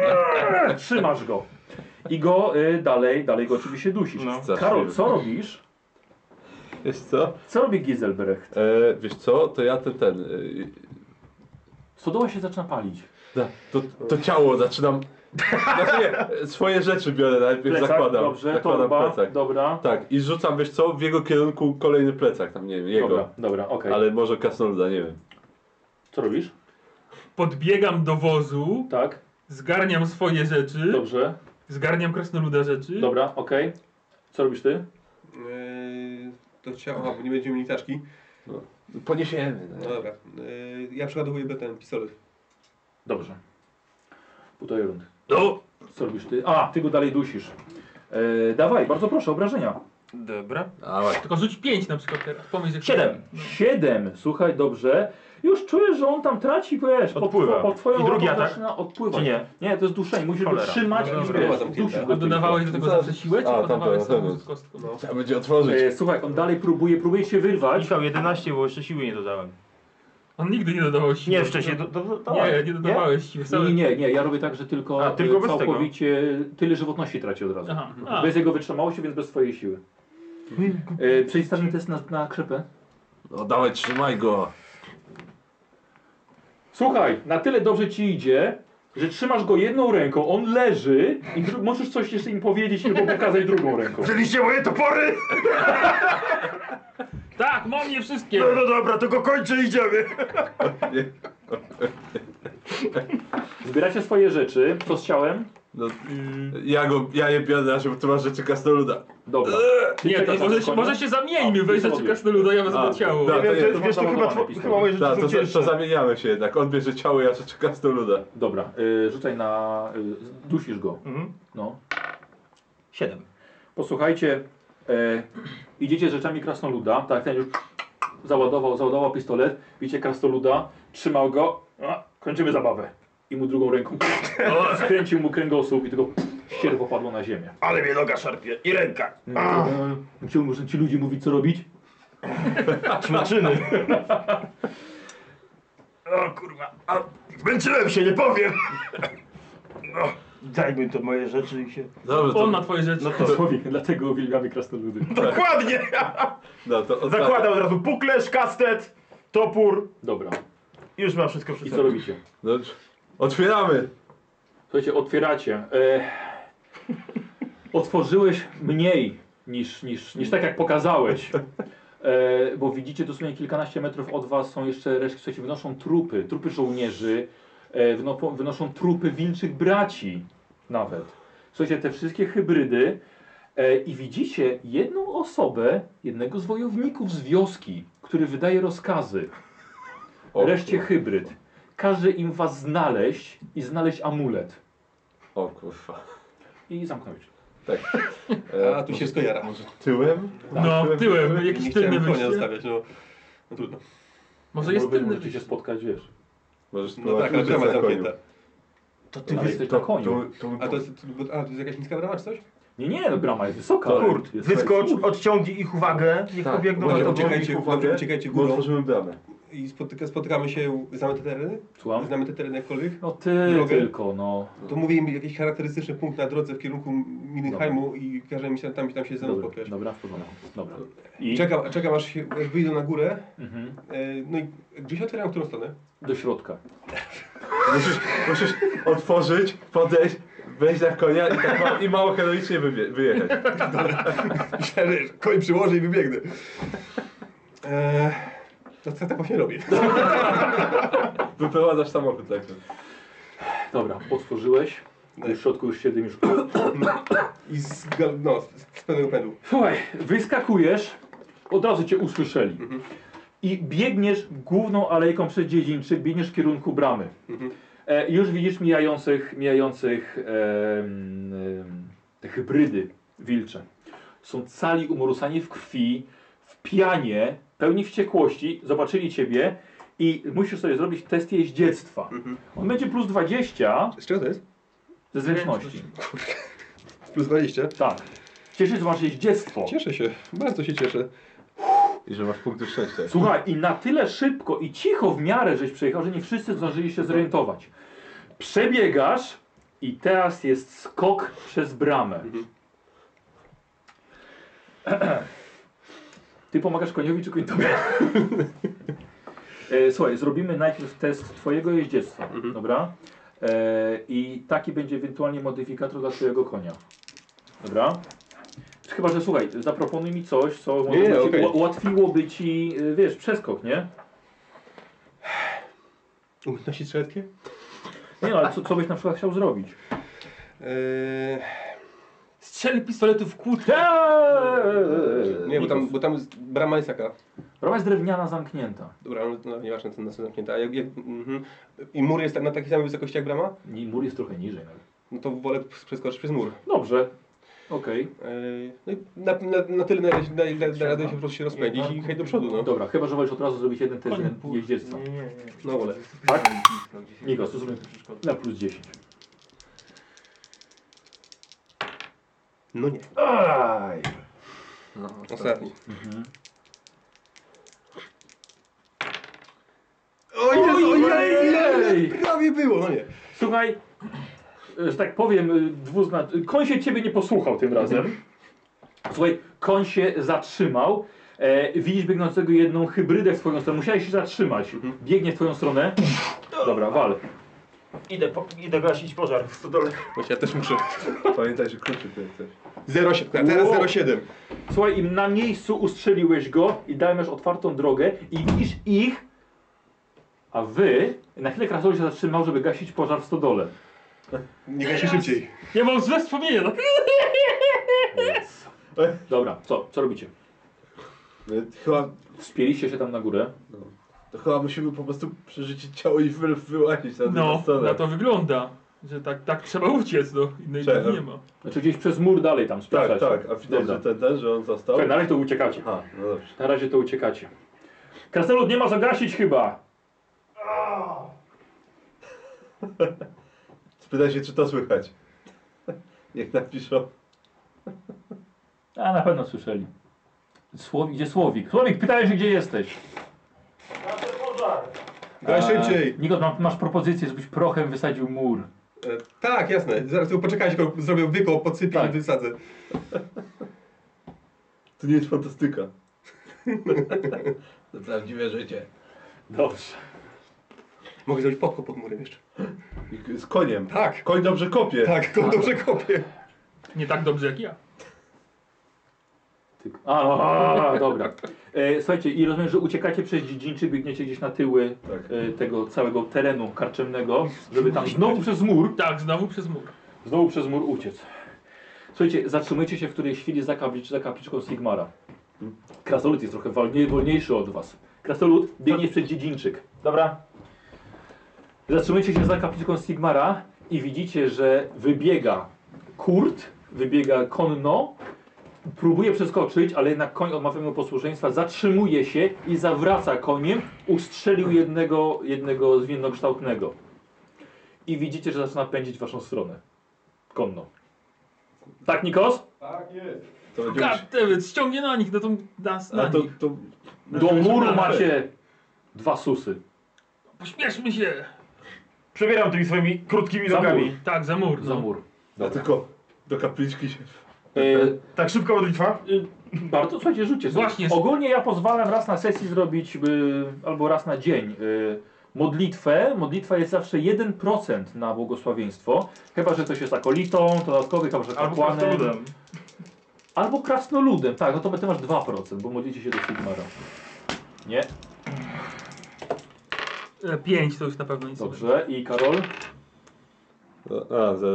*laughs* trzymasz go. I go y, dalej, dalej go oczywiście dusisz.
No.
Karol, co robisz?
Wiesz co?
Co robi Giselbrecht?
E, wiesz co, to ja ten, ten, e,
Stodoła się zaczyna palić.
Da, to, to ciało zaczynam. Znaczy nie, swoje rzeczy biorę najpierw,
Plecak,
zakładam.
dobrze,
zakładam
torba,
plecak.
dobra.
Tak, i rzucam, wiesz co, w jego kierunku kolejny plecak, tam nie wiem, jego.
Dobra, dobra, okej.
Ale może kasnoluda, nie wiem.
Co robisz?
Podbiegam do wozu,
Tak,
zgarniam swoje rzeczy,
dobrze,
zgarniam krasnoluda rzeczy.
dobra, okej. Co robisz ty?
Eee, to chciałem, aha, bo nie będziemy mieli taczki.
Poniesiemy.
No dobra. Eee, ja przeładowuję ten pistolet.
Dobrze. Półtorej rundy.
No,
Co robisz ty? A, ty go dalej dusisz. E, dawaj, bardzo proszę, obrażenia.
Dobra.
A właśnie.
tylko rzuć 5 na przykład teraz. Pomyśl, jak- No.
Siedem. Siedem, słuchaj, dobrze. Już czujesz, że on tam traci, wiesz, pod,
Odpływa.
pod twoją
I drugi
ręką
atak?
zaczyna odpływać.
Czy nie?
Nie, to jest duszenie, musisz go
Cholera.
trzymać
No
i
dobra.
wiesz,
Była tam
dusiłeś
kilka.
go
A dodawałeś do tego zawsze siłę, czy
A, tam
dodawałeś
pewno,
samą
pewno.
z kostką?
Trzeba będzie otworzyć.
E, słuchaj, on dalej próbuje, próbuje się wyrwać.
Michał 11, bo jeszcze siły nie dodałem.
On nigdy nie dodawał siły.
Nie, wcześniej do, do, do,
Nie, nie dodawałeś siły.
Nie,
Same...
nie, nie, ja robię tak, że tylko,
A, tylko
e,
bez tego.
całkowicie tyle żywotności traci od razu.
Aha. A,
Bez jego wytrzymałości, więc bez swojej siły. E, Przeciwstawny test na, na krzepę.
No dawaj, trzymaj go.
Słuchaj, na tyle dobrze ci idzie, że trzymasz go jedną ręką, on leży i dru- możesz coś jeszcze im powiedzieć albo pokazać drugą ręką.
Wzięliście moje topory!
tak, mam je wszystkie!
No dobra, to go kończę i idziemy.
Zbieracie swoje rzeczy, co z ciałem?
No, ja, go, ja je biorę, żeby tu masz rzeczy kasnoluda.
Dobra.
Eee, Nie, to
czekasz na
może, się-
spokojnie?
może się
no. A,
zamieńmy, weź
to
rzeczy
robię.
krasnoluda, ja wezmę
A,
ciało.
da.
Nie wiem,
to
to
jest
jest, wiesz, to chyba,
zamontowane
two-
pistolet.
chyba moje rzeczy
Tak,
są
to, to,
cięższe.
to zamieniamy się jednak. On bierze ciało, ja rzeczy kasnoluda.
Dobra, y, rzucaj na... Y, dusisz go.
Mhm.
No.
Siedem.
Posłuchajcie, e, idziecie z rzeczami krasnoluda, tak, ten już załadował, załadował pistolet, widzicie krasnoluda, trzymał go, a, kończymy zabawę. I mu drugą ręką skręcił mu kręgosłup i tylko sierwo padło na ziemię.
Ale mnie noga szarpie i ręka.
Czy muszą ci ludzie mówić, co robić?
Smaczyny. o kurwa, a zmęczyłem się, nie powiem. No, dajmy to moje rzeczy i się...
Dobrze,
On
to,
ma twoje rzeczy.
Człowiek, dlatego uwielbiamy krasnoludy.
Dokładnie!
no, to ostatnie.
Zakładam od razu puklerz, kastet, topór.
Dobra,
i Już mam wszystko przy
i
sobie.
co robicie?
No, otwieramy.
Słuchajcie, otwieracie. E, otworzyłeś mniej niż, niż, niż tak jak pokazałeś. E, bo widzicie dosłownie kilkanaście metrów od was są jeszcze resztki, słuchajcie, wynoszą trupy, trupy żołnierzy, e, wyno, wynoszą trupy wilczych braci nawet. Słuchajcie, te wszystkie hybrydy e, i widzicie jedną osobę, jednego z wojowników z wioski, który wydaje rozkazy.
O,
Reszcie
kur-
hybryd. Każe im was znaleźć i znaleźć amulet.
O kurwa. Tak.
I zamknąć.
E,
A tu się skojara.
Tyłem? tak.
No, tyłem,
Nie
jakiś tylny
chciałem konia
wyjście.
zostawiać, no. No trudno.
Może jest
Możecie-
tylny
Możecie się
wyjście.
spotkać, wiesz.
Możesz
No tak,
spróbować
ale
uciec
brama
na koniu.
zamknięta.
To ty
Ale
wiesz.
jesteś na koniu.
Tu- tu-
A to jest, bo- a, to jest jakaś niska brama czy coś?
Nie, nie, no brama jest wysoka. ale
Kurt,
jest-
wyskocz, odciągnij ich uwagę, niech
Tak,
pobiegną
Dobrze,
na to.
uciekajcie, dobrze, uciekajcie
Bo
górą
otworzymy bramę.
i spotyka, spotykamy się, znamy te tereny?
Słucham?
Znamy te tereny jakkolwiek?
No ty
Drogę?
tylko, no.
To mówię im jakiś charakterystyczny punkt na drodze w kierunku Minenheimu i każe mi się tam, tam się ze mną
Dobra,
spotkać.
dobra, w porządku. Dobra. I
Czekam, czekam aż, się, aż wyjdą na górę.
mhm.
E, no i gdzieś otwieram w którą stronę? *laughs*
do środka.
Musisz, musisz otworzyć, podejść, wejść na konia i, tak ma, i mało heroicznie wybie, wyjechać.
Myślałem, że koń przyłożę i wybiegnę. E, to co tak właśnie robię?
Wyprowadzasz samochód tak.
Dobra, otworzyłeś.
No.
W środku już siedem już.
I z, gal- no, z, z pełnego pędu.
Słuchaj, wyskakujesz, od razu cię usłyszeli. I biegniesz główną alejką przez dziedzińczyk, biegniesz w kierunku bramy.
Mhm.
E, już widzisz mijających, mijających em, em, te hybrydy wilcze. Są cali umorusani w krwi, w pianie, pełni wściekłości, zobaczyli ciebie i musisz sobie zrobić test jeździectwa. On będzie plus 20
Z czego to jest?
ze zręczności.
Plus 20.
Tak. Cieszę, że masz jej dziecko.
Cieszę się, bardzo się cieszę.
I że masz punkty szczęścia.
Słuchaj, i na tyle szybko i cicho w miarę żeś przejechał, że nie wszyscy zdążyli się zorientować. Przebiegasz i teraz jest skok przez bramę.
Mhm.
Ty pomagasz koniowi czy koń tobie? E, Słuchaj, zrobimy najpierw test twojego jeździectwa,
Mhm.
dobra? E, I taki będzie ewentualnie modyfikator dla twojego konia. Dobra? Chyba, że słuchaj, zaproponuj mi coś, co może
nie,
by ci-
okej.
ua- ułatwiłoby ci, y, wiesz, przeskok, nie?
Umiejętności strzeleckie?
Nie, no, ale co, co byś na przykład chciał zrobić?
Eee,
Strzeli pistoletu w kłód.
nie, bo tam, bo tam jest, brama jest taka.
Brama jest Eee! drewniana zamknięta.
Dobra, no, no nieważne, ten nas zamknięta. A jak, jak, mhm. I mur jest na takiej samej wysokości jak brama?
I mur jest trochę niżej nawet.
No to wolę przeskoczyć przez mur.
Dobrze. Okej.
Eee, no i na, na, na tyle na, na, na, na radę się po prostu się rozpędzić i hej do przodu, no.
Dobra, chyba, że wolisz od razu zrobić jeden test jeździectwa.
nie, nie.
No wolę.
Tak? Nikos, to zrób na plus 10.
No nie.
Aj!
No,
Ostatni.
Ojej!
Prawie było, no nie.
Słuchaj, e, że tak powiem, y, dwuzna... y, koń się ciebie nie posłuchał tym razem. Słuchaj, koń się zatrzymał. E, widzisz biegnącego jedną hybrydę w twoją stronę. Musiałeś się zatrzymać.
Mhm.
Biegnie w twoją stronę. Dobra, wal.
Idę, po, idę gasić pożar w stodole.
Właśnie ja też muszę.
Pamiętaj, że kluczy ty jesteś.
07. Teraz
Wow.
07.
Słuchaj, im na miejscu ustrzeliłeś go i dajesz otwartą drogę i widzisz ich, a wy na chwilę krasnolud się zatrzymał, żeby gasić pożar w stodole.
Nie gasi szybciej.
Ja mam złe wspomnienia, tak?
E,
Dobra, co? Co robicie?
No, chyba,
Wspięliście się tam na górę.
to chyba musimy po prostu przeżyć ciało i wy, wyłazić na drugą
No,
stronę.
na to wygląda. Że tak, tak trzeba uciec, no. Innej
Cześć,
drogi
no.
nie ma.
Znaczy gdzieś przez mur dalej tam
Tak,
spieszacie.
tak, a widać,
Dobra.
że ten, ten, że on został.
Słuchaj, na razie to uciekacie.
Aha, no dobrze.
Na razie to uciekacie. Krasnolud nie ma zagasić chyba.
Spytaj się, czy to słychać. *laughs* Niech napiszą.
A na pewno słyszeli. Słowik, gdzie Słowik? Słowik, pytałeś, gdzie jesteś.
Daj szybciej.
Nikos, ma- masz propozycję, żebyś prochem wysadził mur.
E, tak, jasne. Zaraz tylko poczekajcie, tylko zrobię wykop, podsypię
Tak.
i wysadzę.
To nie jest fantastyka.
To prawdziwe życie.
Dobrze.
Mogę zrobić podkop pod murem jeszcze.
I- Z koniem.
Tak.
Koń dobrze kopie.
Tak, to dobrze kopię.
Nie tak dobrze jak ja.
Tyk. A, no, a, dobra. E, słuchajcie, i rozumiem, że uciekacie przez dziedzińczy, biegniecie gdzieś na tyły
Tak.
e, tego całego terenu karczemnego, żeby tam znowu przez mur,
Tak, znowu przez mur.
znowu przez mur uciec. Słuchajcie, zatrzymujecie się w którejś chwili za, kaplicz, za kapliczką Sigmara. Krasnolud jest trochę wolniej, wolniejszy od was. Krasnolud biegnie przez dziedzińczyk. Dobra. Zatrzymujecie się za kapliczką Sigmara i widzicie, że wybiega kurt, wybiega konno, próbuje przeskoczyć, ale jednak koń odmawia mu posłuszeństwa, zatrzymuje się i zawraca koniem, ustrzelił jednego, jednego zwinnokształtnego. I widzicie, że zaczyna pędzić w waszą stronę. Konno. Tak, Nikos?
To będzie musi-
Gadewec, ściągnie na nich, no to nas na
A to,
nich.
to
Do muru macie dwa susy.
Pośpieszmy się.
Przebieram tymi swoimi krótkimi
Za
nogami.
mur.
Tak, za mur.
Za
No.
mur.
ja tylko do kapliczki się.
E,
Tak szybko modlitwa?
y, bardzo, słuchajcie, rzućcie sobie.
Właśnie.
Ogólnie ja pozwalam raz na sesji zrobić, y, albo raz na dzień, y, modlitwę. Modlitwa jest zawsze 1% na błogosławieństwo. Chyba, że ktoś jest akolitą, to dodatkowy, chyba, że
Albo
kapłanem.
krasnoludem.
Albo krasnoludem, tak, no to ty masz 2%, bo modlicie się do Sigmara. Nie?
E, Pięć to już na pewno nic nie będzie.
Dobrze. I Karol?
No, A, za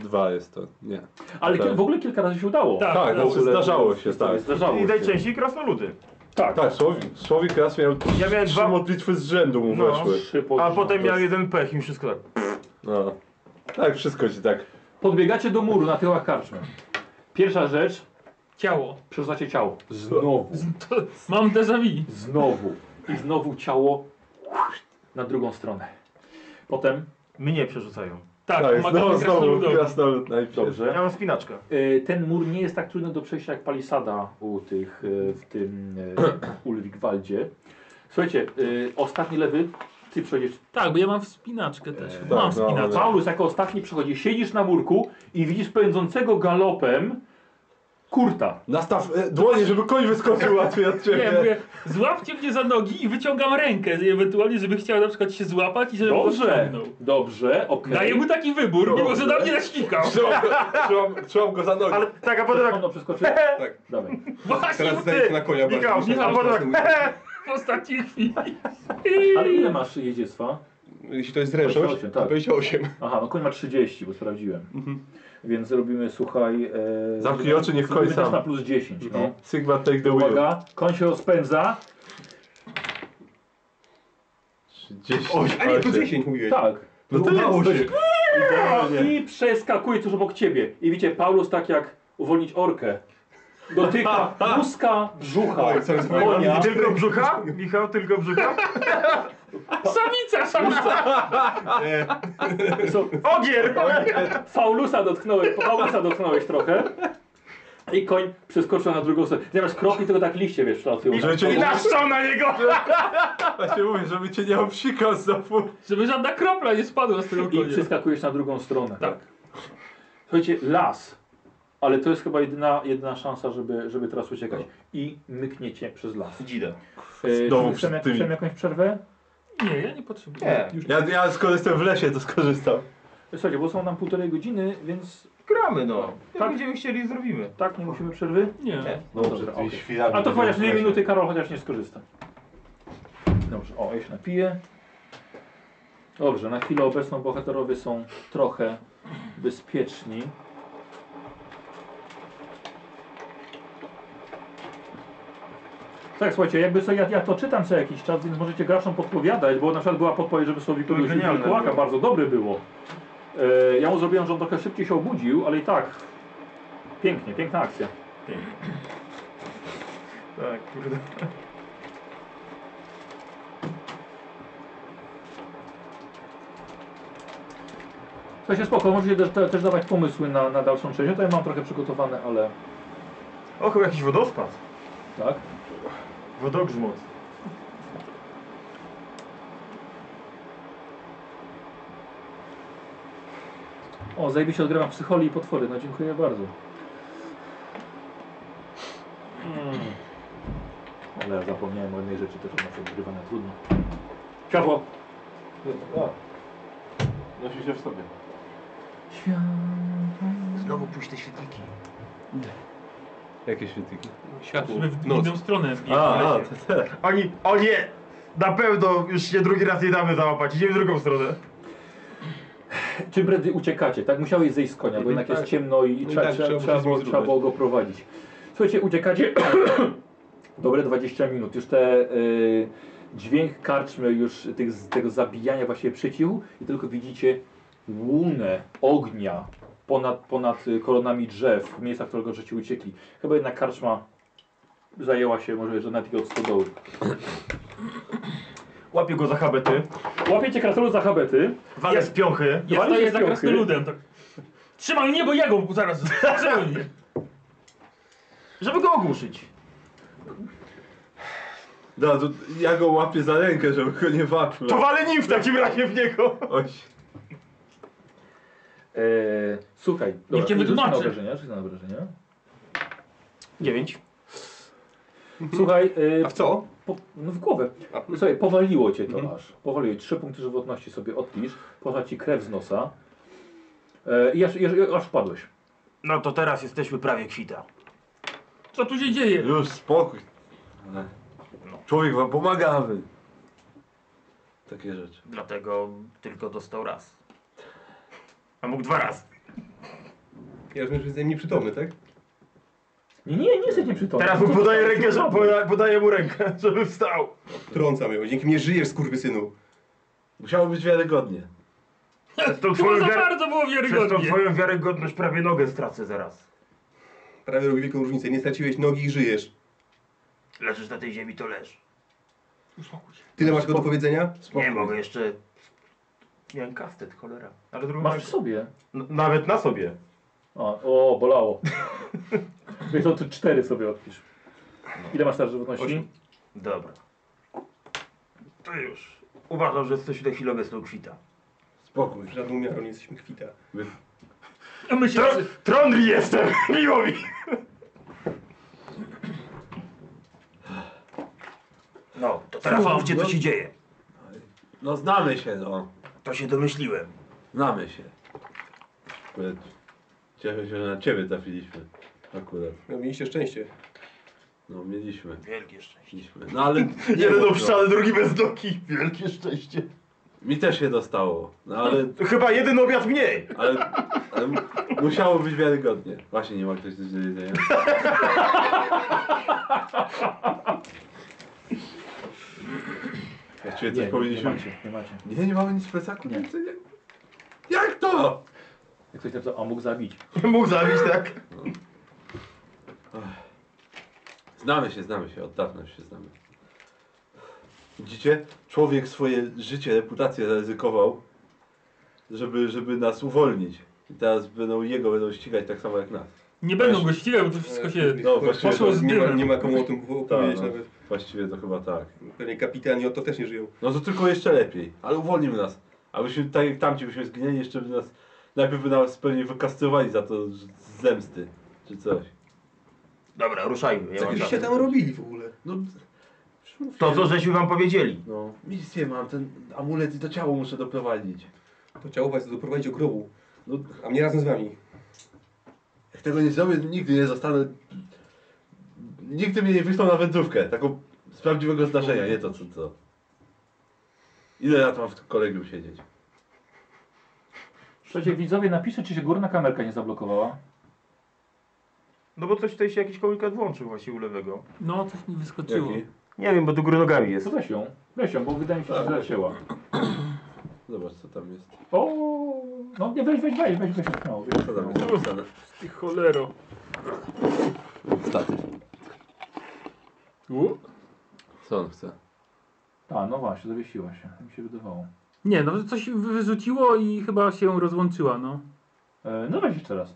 dwa jest to. Nie.
Ale
Tak.
ki- w ogóle kilka razy się udało.
Tak,
Tak,
raz.
znaczy zdarzało się, tak.
Zdarzało
I
się.
najczęściej krasnoludy.
Tak,
Tak, Słowik, Słowik raz miał
Ja miałem
trzy
dwa-
modlitwy z rzędu mu
No.
weszły.
Trzy
A
podrzuty.
potem miał jeden pech i mi wszystko tak.
No. Tak, wszystko ci tak.
Podbiegacie do muru na tyłach karczmy. Pierwsza rzecz,
Ciało. *laughs*
przerzucacie ciało. Znowu.
Z- To, mam déjà vu.
Znowu. I znowu ciało na drugą stronę. Potem
Mnie przerzucają.
Tak,
Tak,
no,
pomagamy
znowu, znowu
krasnoludowi.
krasnolud najpierw.
Ja
Dobrze.
mam spinaczkę.
E, Ten mur nie jest tak trudny do przejścia jak palisada u tych e, w tym e, Ulrikwaldzie. Słuchajcie, e, ostatni lewy, ty przechodzisz.
Tak, bo ja mam wspinaczkę też.
Eee,
mam
tak, no,
wspinaczkę.
Paulus jako ostatni przechodzi, siedzisz na murku i widzisz pędzącego galopem kurta.
Nastaw e, dłonie, żeby koń wyskoczył łatwiej od ciebie.
Nie, mówię, złapcie mnie za nogi i wyciągam rękę, ewentualnie, żeby chciał na przykład się złapać i żeby
Dobrze,
podciągnął.
dobrze, okej.
Daję mu taki wybór, mimo że na mnie nasikał.
Trzymam, go- trzymam, trzymam go za nogi.
Ale tak, a potem tak...
Ono przeskoczyło.
Tak.
no Dawaj.
Właśnie
Teraz
w
zdaję się
ty,
na konia.
Michał,
bardzo
Michał,
myślę, że
bo
to jest-
w ostatniej chwili.
Ale ile masz jeździectwa?
Jeśli to jest zręczność,
28, tak.
to 28.
Aha, no koń ma 30, bo sprawdziłem.
Mhm.
Więc zrobimy, słuchaj... E,
Zamknij oczy, niech koń
zrobimy też
sam. Mhm.
na plus 10, no.
Sigma take the wheel.
Uwaga, koń się rozpędza.
30.
O, a nie, plus 10 mówiłeś.
Tak.
No to
Udało
jest
się.
I przeskakuje tuż obok ciebie. I widzicie, Paulus tak jak uwolnić orkę.
*laughs*
Dotyka łuska brzucha.
Oj, co jest
Konia.
Tylko brzucha? Michał, tylko brzucha?
Samica, samica!
E,
Co?
Ogier!
Faulusa dotknąłeś, Faulusa dotknąłeś trochę. I koń przeskoczył na drugą stronę. Zamiast kropli, tylko tak liście wiesz, przelatują.
Żeby cię,
I naszczał na niego!
właśnie mówię, żeby cię nie obsikał znowu.
Żeby żadna kropla nie spadła z tego
I
konia.
przeskakujesz na drugą stronę.
Tak.
Słuchajcie, las. Ale to jest chyba jedyna, jedyna szansa, żeby, żeby teraz uciekać. I mykniecie przez las.
Dzida.
E,
Znowu
czy
przed
chcemy,
tymi.
chcemy jakąś przerwę?
Nie, ja nie potrzebuję.
Nie,
Ja, ja skoro jestem w lesie, to skorzystam.
Słuchajcie, bo są nam półtorej godziny, więc
gramy no. Jak
Tak.
będziemy chcieli, zrobimy.
tak, nie musimy przerwy.
Nie.
No dobra, okej.
świrami.
A to chociaż dwie minuty, Karol, chociaż nie skorzystam. Dobrze, o, ja się napiję. Dobrze, na chwilę obecną bohaterowie są trochę bezpieczni. Tak, słuchajcie, jakby co, ja, ja to czytam co jakiś czas, więc możecie graczom podpowiadać, bo na przykład była podpowiedź, żeby sobie
To
kogoś
genialne
Wilkołaka,
było.
bardzo dobre było. E, ja mu zrobiłem, że on trochę szybciej się obudził, ale i tak, pięknie, piękna akcja.
Tak, kurde.
Słuchajcie, spoko, możecie też, te, też dawać pomysły na, na dalszą część. Ja tutaj mam trochę przygotowane, ale
O, chyba jakiś wodospad.
tak.
Wodogrzmot.
O, zajebiście odgrywam psycholi i potwory, no dziękuję bardzo. Mm. Ale ja zapomniałem o jednej rzeczy też od nas odgrywania, trudno. Światło!
Nosi się w sobie.
Znowu pójść te świetliki.
Jakie świetniki?
Światło.
Żeby w
Noc.
inną stronę biegł.
A, a,
Ale-
to te.
Oni, o nie! Na pewno już się drugi raz nie damy załapać. Idziemy w drugą stronę.
Czy bredy uciekacie, tak? Musiałeś zejść z konia, bo jednak jest ciemno i
No i
trzeba,
tak,
trzeba,
trzeba
trzeba,
było
było,
coś
trzeba było go prowadzić. Słuchajcie, uciekacie *coughs* dobre 20 minut. Już te y, dźwięk karczmy, już tych, z- tego zabijania właśnie przycichł i tylko widzicie łunę ognia ponad, ponad y, koronami drzew, w miejscach, w którego żeście uciekli. Chyba jednak karczma zajęła się może że nawet i od stodoły.
Łapię go za habety.
Łapiecie krasnolud za habety.
Walę z piąchy.
Ja
Walisz
staję
z
za
piąchy.
krasnoludem. Tak. Trzymaj mnie, bo ja go zaraz Trzymaj mnie.
Żeby go ogłuszyć.
No, to ja go łapię za rękę, żeby go nie wapił.
To walę nim w takim razie w niego.
Oj,
E, słuchaj,
Niech cię
rzuć na
wytłumaczy.
obrażenia, rzuć na obrażenia.
Dziewięć.
Słuchaj, y,
A w co?
Po, no w głowę.
A.
Słuchaj, powaliło cię to aż. Powaliło. Trzy punkty żywotności sobie odpisz. Poszła ci krew z nosa. E, I aż, i aż, i aż padłeś.
No to teraz jesteśmy prawie kwita.
Co tu się dzieje?
już spokój. Ale Człowiek wam pomagamy.
Takie rzeczy.
Dlatego tylko dostał raz. A mógł dwa razy.
Ja rozumiem, że jestem nieprzytomny, tak?
Nie, nie, nie jesteś nieprzytomny.
Teraz mu podaję rękę, żeby, poda- podaję mu rękę, *laughs* żeby wstał.
Trącam ją. Dzięki mnie żyjesz, skurwysynu.
Musiało być wiarygodnie.
Przez tą
Chyba
twoją,
za
wiar-
bardzo było
przez tą
wiarygodnie.
twoją wiarygodność prawie nogę stracę zaraz.
Prawie robi wielką różnicę. Nie straciłeś nogi i żyjesz.
Leżysz na tej ziemi, to leż.
Tyle masz go do powiedzenia?
Spokój.
Nie mogę jeszcze Miałem kastet, cholera. Ale drugi
Masz w sobie.
N- Nawet na sobie.
O, o bolało. Wiesz, to ty cztery sobie odpisz. Ile masz teraz żywotności?
Osiem. Dobra. To już. Uważam, że 107 chwil obecny ukwita.
Spokój.
Żadną miarą nie jesteśmy kwita.
Tron, Trondri jestem! *laughs* Miło mi! No, to teraz
Słucham,
mówcie,
no.
co się dzieje.
No znamy się, no.
To się domyśliłem.
Znamy się.
Akurat Cieszę się, że na ciebie trafiliśmy. Akurat.
No, mieliście szczęście.
No mieliśmy.
Wielkie szczęście.
mieliśmy. No *laughs* ale nie
Jeden
mów, no.
obszany, drugi bez nogi. Wielkie szczęście.
Mi też się dostało. No ale,
Chyba jeden obiad mniej.
ale, ale musiało być wiarygodnie. Właśnie nie ma ktoś nic do *laughs* jedzenia.
Właściwie
Nie,
coś
nie,
powinniśmy...
Nie macie, nie macie.
Nie, nie mamy nic w plecaku?
Nie.
Nic nie- Jak to?
Jak ktoś napisał, a mógł zabić.
Mógł zabić, tak?
Znamy się, znamy się, od dawna już się znamy. Widzicie? Człowiek swoje życie, reputację zaryzykował, żeby, żeby nas uwolnić. I teraz będą jego będą ścigać tak samo jak nas.
Nie będą go ścigać, bo to wszystko się...
E,
No,
po-
właściwie
poszło
to-
z nie, ma, nie ma komu o tym opowiedzieć
Tak, no.
nawet.
Właściwie to chyba tak.
Pewnie kapitani o to też nie żyją.
No to tylko jeszcze lepiej, ale uwolnimy nas. Abyśmy tak jak tamci byśmy zginęli, jeszcze by nas najpierw by nas pewnie wykastrowali za to z zemsty czy coś.
Dobra, ruszajmy. Ja
Co
mam
byście
czas.
tam robili w ogóle?
No
to, co żeśmy wam powiedzieli.
no, misję mam, ten amulet i to ciało muszę doprowadzić.
To ciało was doprowadzić do grobu,
No,
a mnie razem z wami.
jak tego nie zrobię, nigdy nie zostanę. Nigdy mnie nie wyślą na wędrówkę, taką z prawdziwego zdarzenia, nie to co co. Ile lat mam w kolegium siedzieć?
Słuchajcie, widzowie, napiszcie, czy się górna kamerka nie zablokowała.
No bo coś tutaj się jakiś komunikat włączył właśnie u lewego.
No, coś mi wyskoczyło.
Jaki?
Nie wiem, bo do góry nogami jest.
To weź ją, weź ją, bo wydaje mi się, że zleciała.
Zobacz co tam jest.
O, no nie, weź, weź, weź, weź, weź, weź, no, weź.
Co tam jest napisane?
Ty cholero.
Statyw.
U?
Co on chce?
A, no właśnie, zawiesiła się, mi się wydawało.
Nie, no coś wy- wyrzuciło i chyba się rozłączyła, no.
E, no weź jeszcze raz.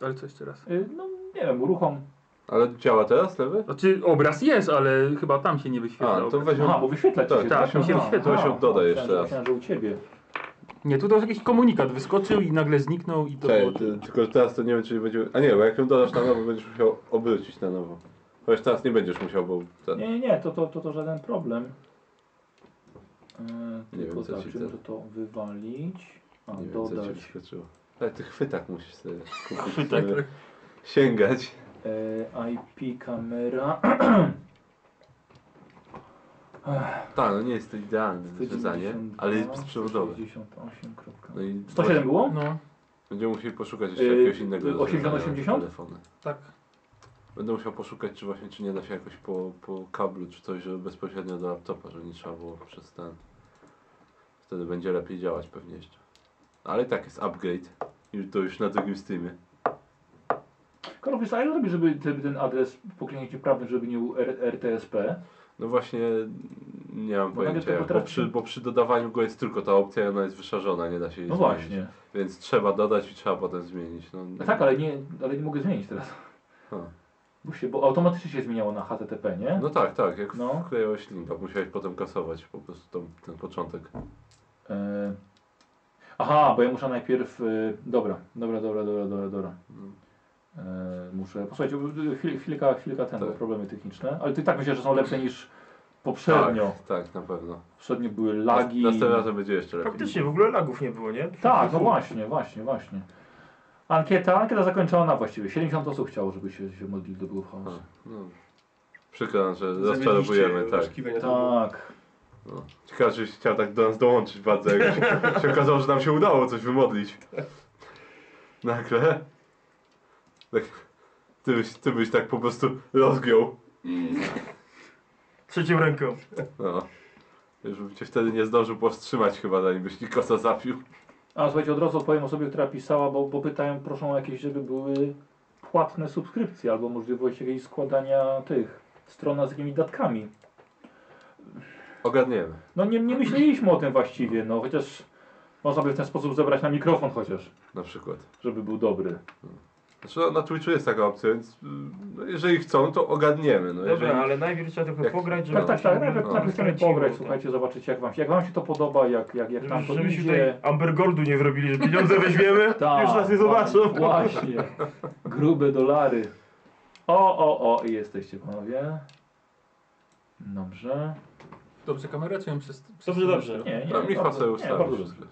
Ale co jeszcze raz?
E, no, nie wiem, uruchom.
Ale działa teraz lewy?
Znaczy obraz jest, ale chyba tam się nie
A,
wyświetla.
to
obraz.
weź
Aha,
ją.
bo wyświetla ci
Tak,
się.
tak, mi się
Aha,
wyświetla.
aha,
To się dodaj
myślałem,
jeszcze raz.
Myślałem, że u ciebie.
Nie, tu też jakiś komunikat wyskoczył i nagle zniknął i to
Czekaj,
było...
ty, tylko teraz to nie wiem czy będzie... A nie, bo jak ją dodasz na nowo, będziesz musiał obrócić na nowo. Chociaż teraz nie będziesz musiał, bo... Ten...
Nie, nie, nie, to, to, to, to żaden problem. E,
Nie
tylko
wiem, co ci
zobaczymy,
ten-
to to wywalić. A,
Nie wiem, co ci
dodać.
wyskoczyło. Ale ty chwytak musisz sobie kupić.
Chwytak,
żeby
tak.
Sięgać.
E, IP kamera.
Tak, no nie jest to idealne rozwiązanie,
192,
ale jest bezprzewodowe.
68.
No i
107 było?
No,
Będziemy musieli poszukać jeszcze
Y,
Yy,
jakiegoś innego rozwiązania
80?
na telefony.
tak.
Będę musiał poszukać, czy właśnie, czy nie da się jakoś po, po kablu, czy coś, żeby bezpośrednio do laptopa, żeby nie trzeba było przez ten... Wtedy będzie lepiej działać pewnie jeszcze. Ale i tak jest upgrade. I to już na drugim streamie.
Karol, wiesz, a ile robi, żeby ten, ten adres po kliencie prawnym, żeby nie był R- RTSP?
No właśnie, nie
No tak,
mam
Bo
pojęcia,
nagle to
jak, bo,
potrafi-
przy, bo przy dodawaniu go jest tylko ta opcja i ona jest wyszarzona, nie da się jej
No
zmienić.
właśnie.
Więc trzeba dodać i trzeba potem zmienić. No,
A tak, ale nie, ale nie mogę zmienić teraz.
Ha.
Bo, się, bo automatycznie się zmieniało na HTTP, nie?
No tak, tak, jak
No.
wklejałeś linka, musiałeś potem kasować po prostu tą, ten początek.
E... Aha, bo ja muszę najpierw... Y... Dobra, dobra, dobra, dobra, dobra, dobra.
Mhm.
E... Muszę... Posłuchajcie, y, chwil, chwilka, chwilka ten,
Tak.
bo problemy techniczne. Ale ty tak myślę, że są lepsze niż poprzednio.
Tak, tak, na pewno.
Poprzednio były lagi.
Na, następnym razem będzie jeszcze lepiej.
Faktycznie, w ogóle lagów nie było, nie?
Tak, no właśnie, właśnie, właśnie. Ankieta, ankieta zakończona właściwie. 70 osób chciało, żeby się, się modlili do Blue
A,
House.
no. Przykro nam, że
Zawiedliście
rozczarowujemy, tak.
oczekiwania tego.
Tak.
No. Ciekawe, czy się chciał tak do nas dołączyć bardzo,
*laughs*
jak się, się okazało, że nam się udało coś wymodlić. Nagle. Tak, ty, byś, ty byś tak po prostu rozgiął.
Trzecią ręką.
No. Już bym cię wtedy nie zdążył powstrzymać chyba, zanim byś Nikosa zapił.
A słuchajcie, od razu odpowiem osobie, która pisała, bo, bo pytają, proszą o jakieś, żeby były płatne subskrypcje albo możliwość jakiejś składania tych stron z jakimiś datkami.
Ogarniemy.
No nie, nie myśleliśmy o tym właściwie, no chociaż można by w ten sposób zebrać na mikrofon chociaż,
Na przykład.
żeby był dobry.
Znaczy no, na Twitchu jest taka opcja, więc y, no, jeżeli chcą, to ogarniemy. No, jeżeli...
Dobra, ale najpierw trzeba trochę
Jak-
pograć, żeby...
Tak, tak, tak, najpierw,
no,
najpierw chcemy
straciło,
pograć,
tak.
słuchajcie, zobaczyć jak wam, się- jak wam się to podoba, jak, jak, jak tam to
Żeby się tutaj
idzie.
Amber Goldu nie zrobili, że *laughs* pieniądze weźmiemy,
Tak,
już nas nie zobaczą.
Właśnie, grube dolary. O, o, o, i jesteście panowie. Dobrze.
Dobrze, kamera czy ją przez...
Dobrze, dobrze.
Nie, nie,
No, Michał
bardzo-
sobie
nie, bardzo
ustawi
dobrze.
wszystko.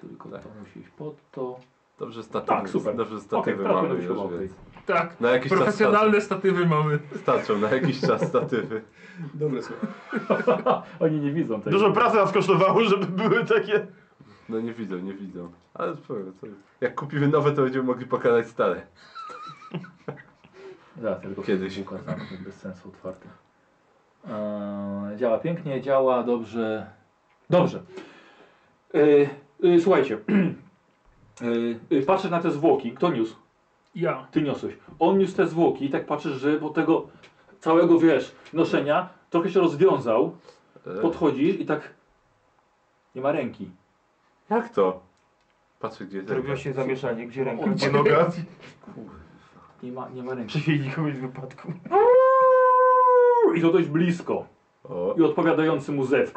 Tylko
Tak.
to musi iść pod to.
Dobrze statywy,
Tak, super.
dobrze
Okej,
statywy
okay,
mamy
już
już,
okej.
więc
Tak,
na jakiś czas
profesjonalne statywy mamy.
starczą- starczą, na jakiś czas statywy.
Dobre słowo.
Oni nie widzą tego.
Dużo pracy nas kosztowało, żeby były takie...
No nie widzą, nie widzą. Ale spoko, to jak kupimy nowe, to będziemy mogli pokazać stare.
Ja, tylko
Kiedyś.
Facebooka zamknę, bez sensu otwarty. Eee, działa pięknie, działa dobrze. Dobrze. Eee, eee, słuchajcie. *clears throat* Eee, eee, patrzę na te zwłoki. Kto niósł?
Ja.
Ty niosłeś. On niósł te zwłoki i tak patrzysz, że po tego całego, wiesz, noszenia trochę się rozwiązał.
E,
Podchodzisz i tak nie ma ręki.
jak to? Patrzę gdzie jest
Zrobiło
ręka.
się zamieszanie, gdzie ręka,
On-
gdzie noga.
Nie ma, nie ma ręki.
Prześwietli kogoś w wypadku.
I to dość blisko.
O,
I odpowiadający mu zew.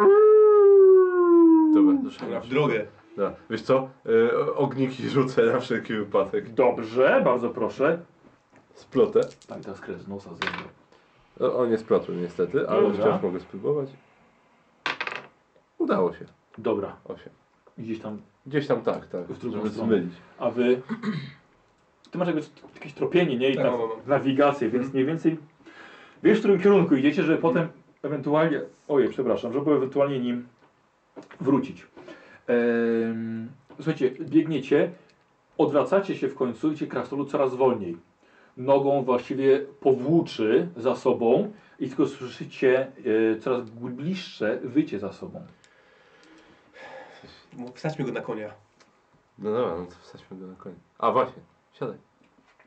dobra,
Dobra, w
dobrze.
drogę.
Dobra. No, Wiesz co? E, ogniki rzucę na wszelki wypadek.
Dobrze, bardzo proszę.
Splotę.
Tak, teraz kres nosa zjadł.
O, o nie splotłem niestety, ale
Dobra.
wciąż mogę spróbować. Udało się.
Dobra,
Osiem.
gdzieś tam,
Gdzieś tam tak, tak.
W drugą
żeby
stronę.
zmylić.
a wy... *clears throat* Ty masz jakby jakieś tropienie, nie? I
Tak,
tak,
mam, Mhm. mam.
nawigację, więc mniej więcej wiesz, w którym kierunku idziecie, żeby potem ewentualnie... Ojej, przepraszam, żeby ewentualnie nim wrócić. Em, słuchajcie, biegniecie, odwracacie się w końcu i cię krasnolud coraz wolniej. Nogą właściwie powłóczy za sobą i tylko słyszycie e, coraz bliższe wycie za sobą.
Wsadźmy go na konia.
No dobra, no to wsadźmy go na koniec. A właśnie, siadaj.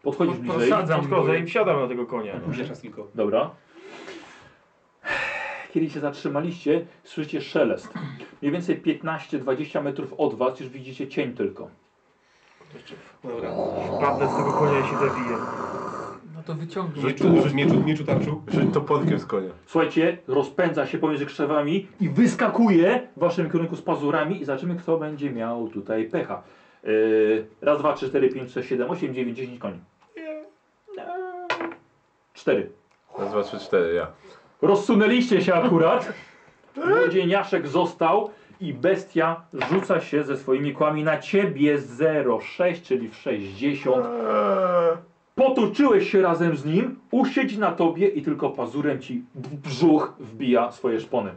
Podchodzisz bliżej.
Posadzam go.
Podchodzę i wsiadam na tego konia.
Później czas tylko.
Dobra. Kiedy się zatrzymaliście, słyszycie szelest. Mniej więcej 15-20 metrów od was już widzicie cień tylko.
No Dobra.
Padnę z tego konia i się zabiję.
No to wyciągnij.
Mieczu, mieczu, mieczu tarczu.
Rzuć to podkiem z konia.
Słuchajcie, rozpędza się pomiędzy krzewami i wyskakuje w waszym kierunku z pazurami i zobaczymy, kto będzie miał tutaj pecha. Yy, raz, dwa, trzy, cztery, pięć, sześć, siedem, osiem, dziewięć, dziesięć koni. Yy, no. Cztery.
Raz, dwa, trzy, cztery, ja.
Rozsunęliście się akurat. Młodzieniaszek został i bestia rzuca się ze swoimi kłami na ciebie 06, czyli w 60. Potoczyłeś się razem z nim, usiedź na tobie i tylko pazurem ci w brzuch wbija swoje szpony.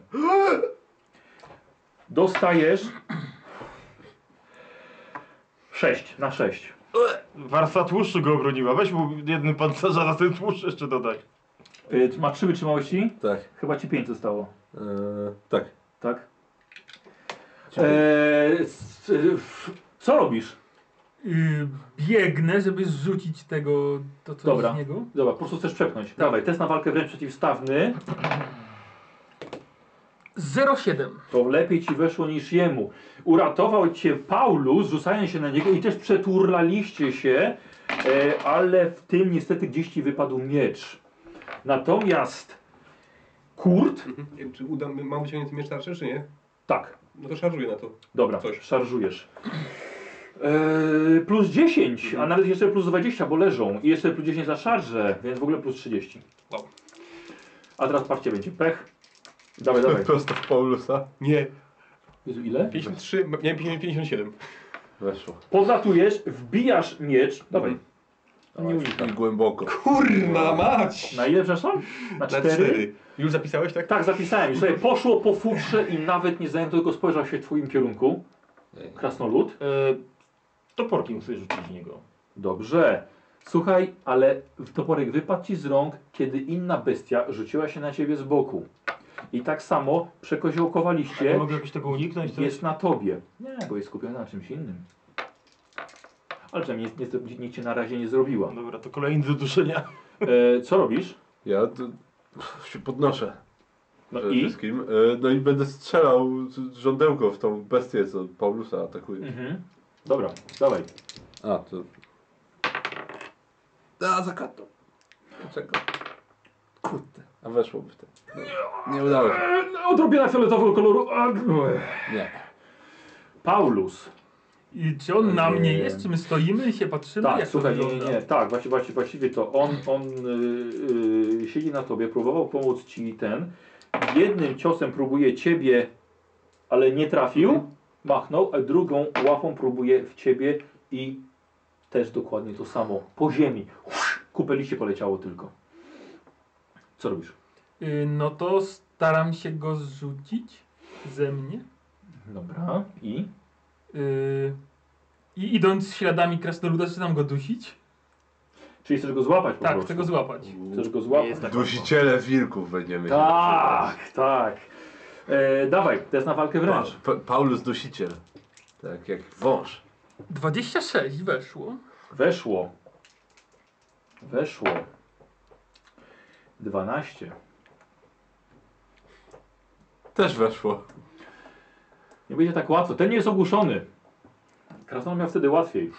Dostajesz 6 na 6.
Warstwa tłuszczu go obroniła. Weź mu jeden pancerza na ten tłuszcz jeszcze dodaj.
Ma Yy, trzy wytrzymałości?
Tak.
Chyba ci 5 zostało,
Eee, tak.
tak? Eee, s- y, f- co robisz?
Y, biegnę, żeby zrzucić tego, to co
Dobra.
z niego. Tak.
Dobra, po prostu chcesz przepchnąć. Dawaj, test na walkę wręcz przeciwstawny.
07.
To lepiej ci weszło niż jemu. Uratował cię Paulus, rzucając się na niego i też przeturlaliście się, e, ale w tym niestety gdzieś ci wypadł miecz. Natomiast Kurt,
Mhm. Czy uda, mam wyciągnięty miecz tarczy, czy nie?
tak,
No to szarżuję na to.
dobra,
Coś.
szarżujesz. E, plus 10, a nawet jeszcze plus 20, bo leżą. I jeszcze plus 10 za szarże, więc w ogóle plus 30.
Wow.
A teraz parcie będzie pech. Dawaj,
*laughs*
*laughs*
dawaj.
Prosto w Paulusa.
Nie.
Jezu, ile?
53, miałem 50, 57.
Weszło.
Podlatujesz, wbijasz miecz. Dawaj. Nie
I
unikam.
głęboko.
Kurwa mać!
Na ile przepraszam? Na
Na
cztery?
cztery. Już zapisałeś, tak?
Tak, zapisałem. I Sobie poszło po futrze i nawet nie zanim tylko spojrzał się w twoim kierunku. Krasnolud.
toporkiem sobie rzucić w niego.
Dobrze. Słuchaj, ale w toporek wypadł ci z rąk, kiedy inna bestia rzuciła się na ciebie z boku. I tak samo
Ja
przekoziołkowaliście.
mogę jakoś tego uniknąć? To jest...
Jest na tobie. Nie, bo jest skupiona na czymś innym. Ale przynajmniej nic, nic, nic cię na razie nie zrobiła.
Dobra, to kolejny do duszenia.
E, co robisz?
Ja tu, się podnoszę.
No
przede
i?
wszystkim. E, No i będę strzelał z- z żądełko w tą bestię, co Paulusa atakuje.
Mhm. Dobra, dawaj.
A, to...
A, zakato. Dlaczego?
Kurde. A weszłoby w te. No. Nie udało się.
E, Odrobina fioletowego koloru. A, e.
Nie.
Paulus.
I czy on na
Eee.
mnie jest? Czy my stoimy i się patrzymy?
Tak,
No jak to
słuchaj, nie,
wygląda?
nie, nie, tak, właśnie, właśnie, właściwie to on, on yy, yy, siedzi na tobie, próbował pomóc ci ten, jednym ciosem próbuje ciebie, ale nie trafił,
Mhm.
machnął, a drugą łapą próbuje w ciebie i też dokładnie to samo, po ziemi, kupę liści poleciało tylko. Co robisz?
Y, No to staram się go zrzucić ze mnie.
Dobra, i?
Y, I idąc śladami krasnoluda, zaczynam go dusić.
Czyli chcesz go złapać po
Tak,
prostu?
chcę go złapać.
Chcesz go złapać?
Tak Dusiciele wilków będziemy. się nazywać.
Tak, tak. E, dawaj, to jest na walkę wręcz.
Patrz, Pa- Paulus dusiciel. Tak, jak wąż.
26 weszło.
Weszło. Weszło. 12.
Też weszło.
Nie będzie tak łatwo. Ten nie jest ogłuszony. Krasnolud miał wtedy łatwiej.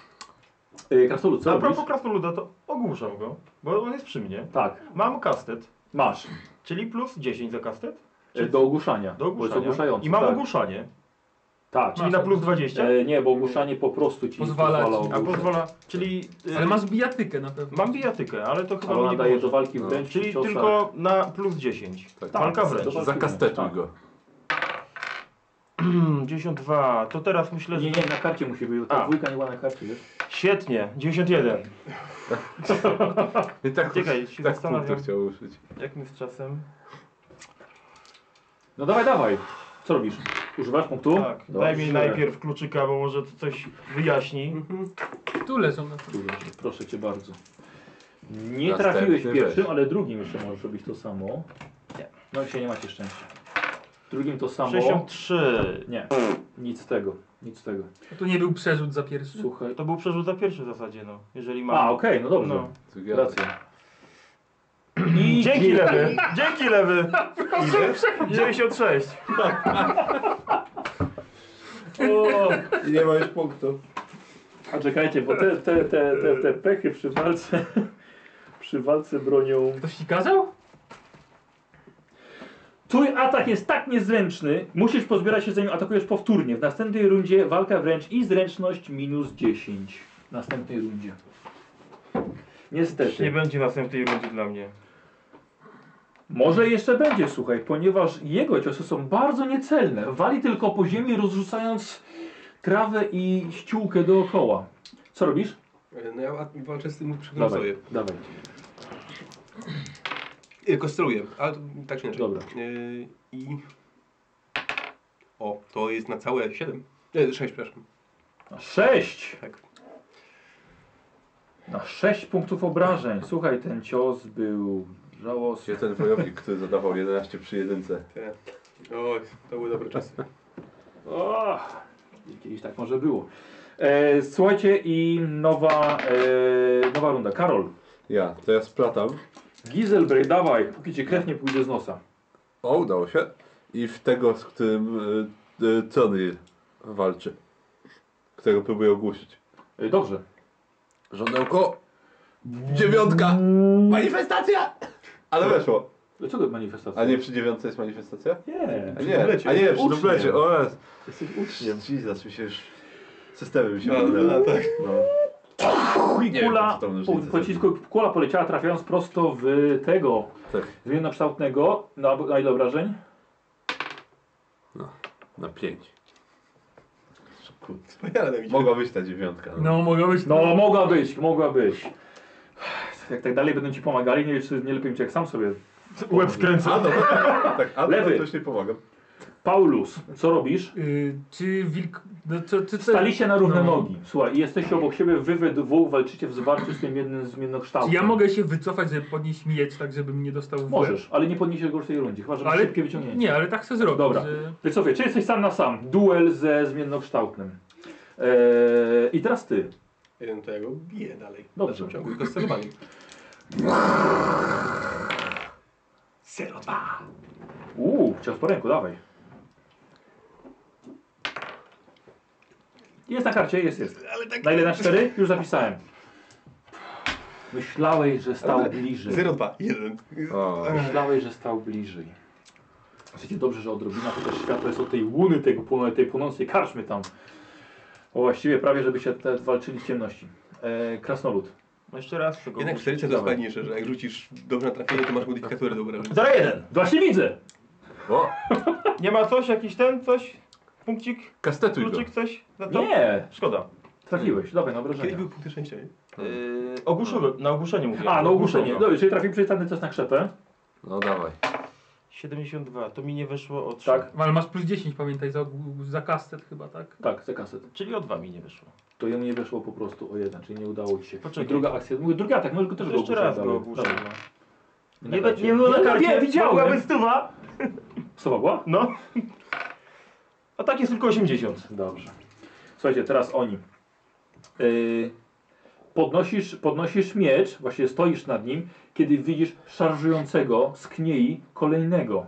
Yy, Krasnolud, co
A
robisz?
propos krasnoluda, to ogłuszam go, bo on jest przy mnie.
Tak,
Mam kastet,
masz.
czyli plus 10 za kastet.
E, Do ogłuszania.
Do
Bo jest
ogłuszania.
ogłuszający.
I mam
tak.
ogłuszanie,
Tak.
czyli na plus 20.
E, nie, bo ogłuszanie po prostu ci
Pozwala
pozwala
ci.
A
ogłuszać.
pozwala, czyli... y,
Ale masz bijatykę na pewno.
Mam bijatykę, ale to chyba
Ale
mi
ona
nie
daje
pomoże.
do walki
No.
wręcz
Czyli
ciosa.
tylko na plus 10.
Tak.
Walka wręcz.
Dobra.
Zakastetuj
Tak.
go.
*clears throat* 92, to teraz myślę, że...
Nie, nie, na karcie musi być. bo Ta
A.
dwójka nie była na karcie, wiesz?
Świetnie, 91.
I tak,
Czekaj, się
tak
zastanawiam.
punktu chciał użyć.
Jak my z czasem?
No dawaj, dawaj. Co robisz? Używasz punktu?
Tak, daj mi
Dobrze. Mhm.
najpierw kluczyka, bo może to coś wyjaśni.
Tu leżą na
Kurde, Proszę cię bardzo. Nie
Następny
trafiłeś
weź.
pierwszym, ale drugim jeszcze możesz robić to samo. No się nie macie szczęścia. Drugim to samo.
63.
Nie, nic z tego, nic z tego.
To nie był przerzut za pierwszy.
Słuchaj.
To był przerzut za pierwszy w zasadzie, no. Jeżeli mam.
A, okej, no dobrze.
No.
Racja. I
Dzięki
dzie-
lewy! Dzięki lewy! 96.
O,
Nie ma już punktu.
A czekajcie, bo te, te, te, te, te pechy przy walce, *laughs* przy walce bronią
Ktoś ci kazał?
Twój atak jest tak niezręczny, musisz pozbierać się zanim atakujesz powtórnie. W następnej rundzie walka wręcz i zręczność minus 10. W następnej rundzie.
Nie
Niestety.
będzie następnej rundy dla mnie.
Może jeszcze będzie, słuchaj, ponieważ jego ciosy są bardzo niecelne. Wali tylko po ziemi, rozrzucając trawę i ściółkę dookoła. Co robisz?
E, No ja a- walczę z tym
Dawaj,
przygnącojem.
dawaj.
E, Kostruję, ale to tak czy inaczej.
Dobra.
E, I... O, to jest na całe 7. E, 6, przepraszam.
Na 6!
Tak.
Na 6 punktów obrażeń. Słuchaj, ten cios był żałosny.
Gdzie ten wojownik, który zadawał 11 przy jedynce?
Te. Oj, to były dobre czasy. *laughs*
O, kiedyś tak może było. E, słuchajcie i nowa, e, nowa runda. Karol,
Ja, to ja splatam.
Giselbrecht, dawaj, póki ci krew nie pójdzie z nosa.
O, udało się. I w tego, z którym y, y, Tony walczy. Którego próbuje ogłuszyć.
E, dobrze.
Żądełko! Dziewiątka! Manifestacja! Ale weszło.
Dlaczego manifestacja?
A nie przy dziewiątce jest manifestacja?
Nie.
A nie,
dublecie.
a nie, przy
Uczniem.
dublecie. O, jest.
Jesteś uczniem.
Jesus, mi się już... Systemy mi się
No,
wydały.
no, tak.
No.
Chuj,
Nie wiem,
kula,
co tam
po,
różnica
pocisku, kula poleciała trafiając prosto w tego
Tak.
zmiennokształtnego. Na, na ile obrażeń?
Na pięć.
Wspaniale, Dawid.
Mogła być ta dziewiątka. No.
No, mogło być.
No, mogła być, mogła być. Jak tak dalej będą ci pomagali, nie, wiesz, czy nie lepiej mi jak sam sobie.
Łeb skręcę.
No.
A, dobra. Tak, a
Lewy.
Lewy. to już nie pomagam.
Paulus, co robisz?
Y, czy wilk. No, co, czy, co,
Staliście na równe
No.
nogi. Słuchaj, jesteście obok siebie, wy we dwóch walczycie w zwarciu z tym jednym
czy
zmiennokształtem.
ja mogę się wycofać, żeby podnieść miecz, tak żebym nie dostał w łeb?
Możesz, ale nie podniesiesz go w tej rundzie, chyba że masz szybkie wyciągnięcie.
Nie, ale tak chcę zrobić.
Dobra.
Że...
Więc sobie, czy jesteś sam na sam? Duel ze zmiennokształtnym. Eee, I teraz ty.
E, No to ja go biję dalej.
Dobrze.
W dalszym ciągu, tylko z celowaniem. 02.
Uuu, cios po ręku, dawaj. Jest na karcie, jest, jest.
tak-
Na ile na cztery? Już zapisałem. Myślałeś, że stał bliżej.
0, 2, 1.
O,
Myślałeś, że stał bliżej. Wiecie dobrze, że odrobina chociaż światło jest od tej łuny, tego, płon- tej płonącej karczmy tam. Bo właściwie prawie, żeby się te walczyli w ciemności. E, krasnolud.
No Jeszcze raz tego.
Jednak 4 to jest fajniejsze, że jak rzucisz dobrze na trafienie, to masz modyfikatory do obrażeń.
0-1.
Właśnie widzę!
O,
Nie ma coś, jakiś ten, coś? Punkcik?
kastetuj go.
Znaczy-
Kluczyk, coś? Za to?
Nie!
Szkoda.
Trafiłeś, dawaj na
Kiedyś
obrażenia.
były punkty szczęścia, nie?
Yy, ogłuszego, na ogłuszenie mówię.
A, no ogłuszenie.
Ogłuszone.
Dobrze, czyli trafił przystany czas na krzepę.
No dawaj.
72, to mi nie weszło o 3.
Tak,
Ale masz plus 10, pamiętaj, za, ogół- za kastet chyba, tak?
tak, za kaset.
Czyli o 2 mi nie weszło.
To jemu nie weszło po prostu o jeden, czyli nie udało ci się.
Poczekaj.
I druga akcja, mówię, drugi atak, możesz go też
To
go
jeszcze
ogłuszać
raz go
dalej.
ogłuszam.
Dobra.
Nie,
Na
be-
karcie.
nie było na
Nie,
karcie.
nie, widziałem.
Byłaby stuwa.
Sowa była?
No. *laughs* A tak jest tylko 80.
Dobrze. Słuchajcie, teraz oni. Yy, podnosisz, podnosisz miecz, właśnie stoisz nad nim, kiedy widzisz szarżującego z kniei kolejnego.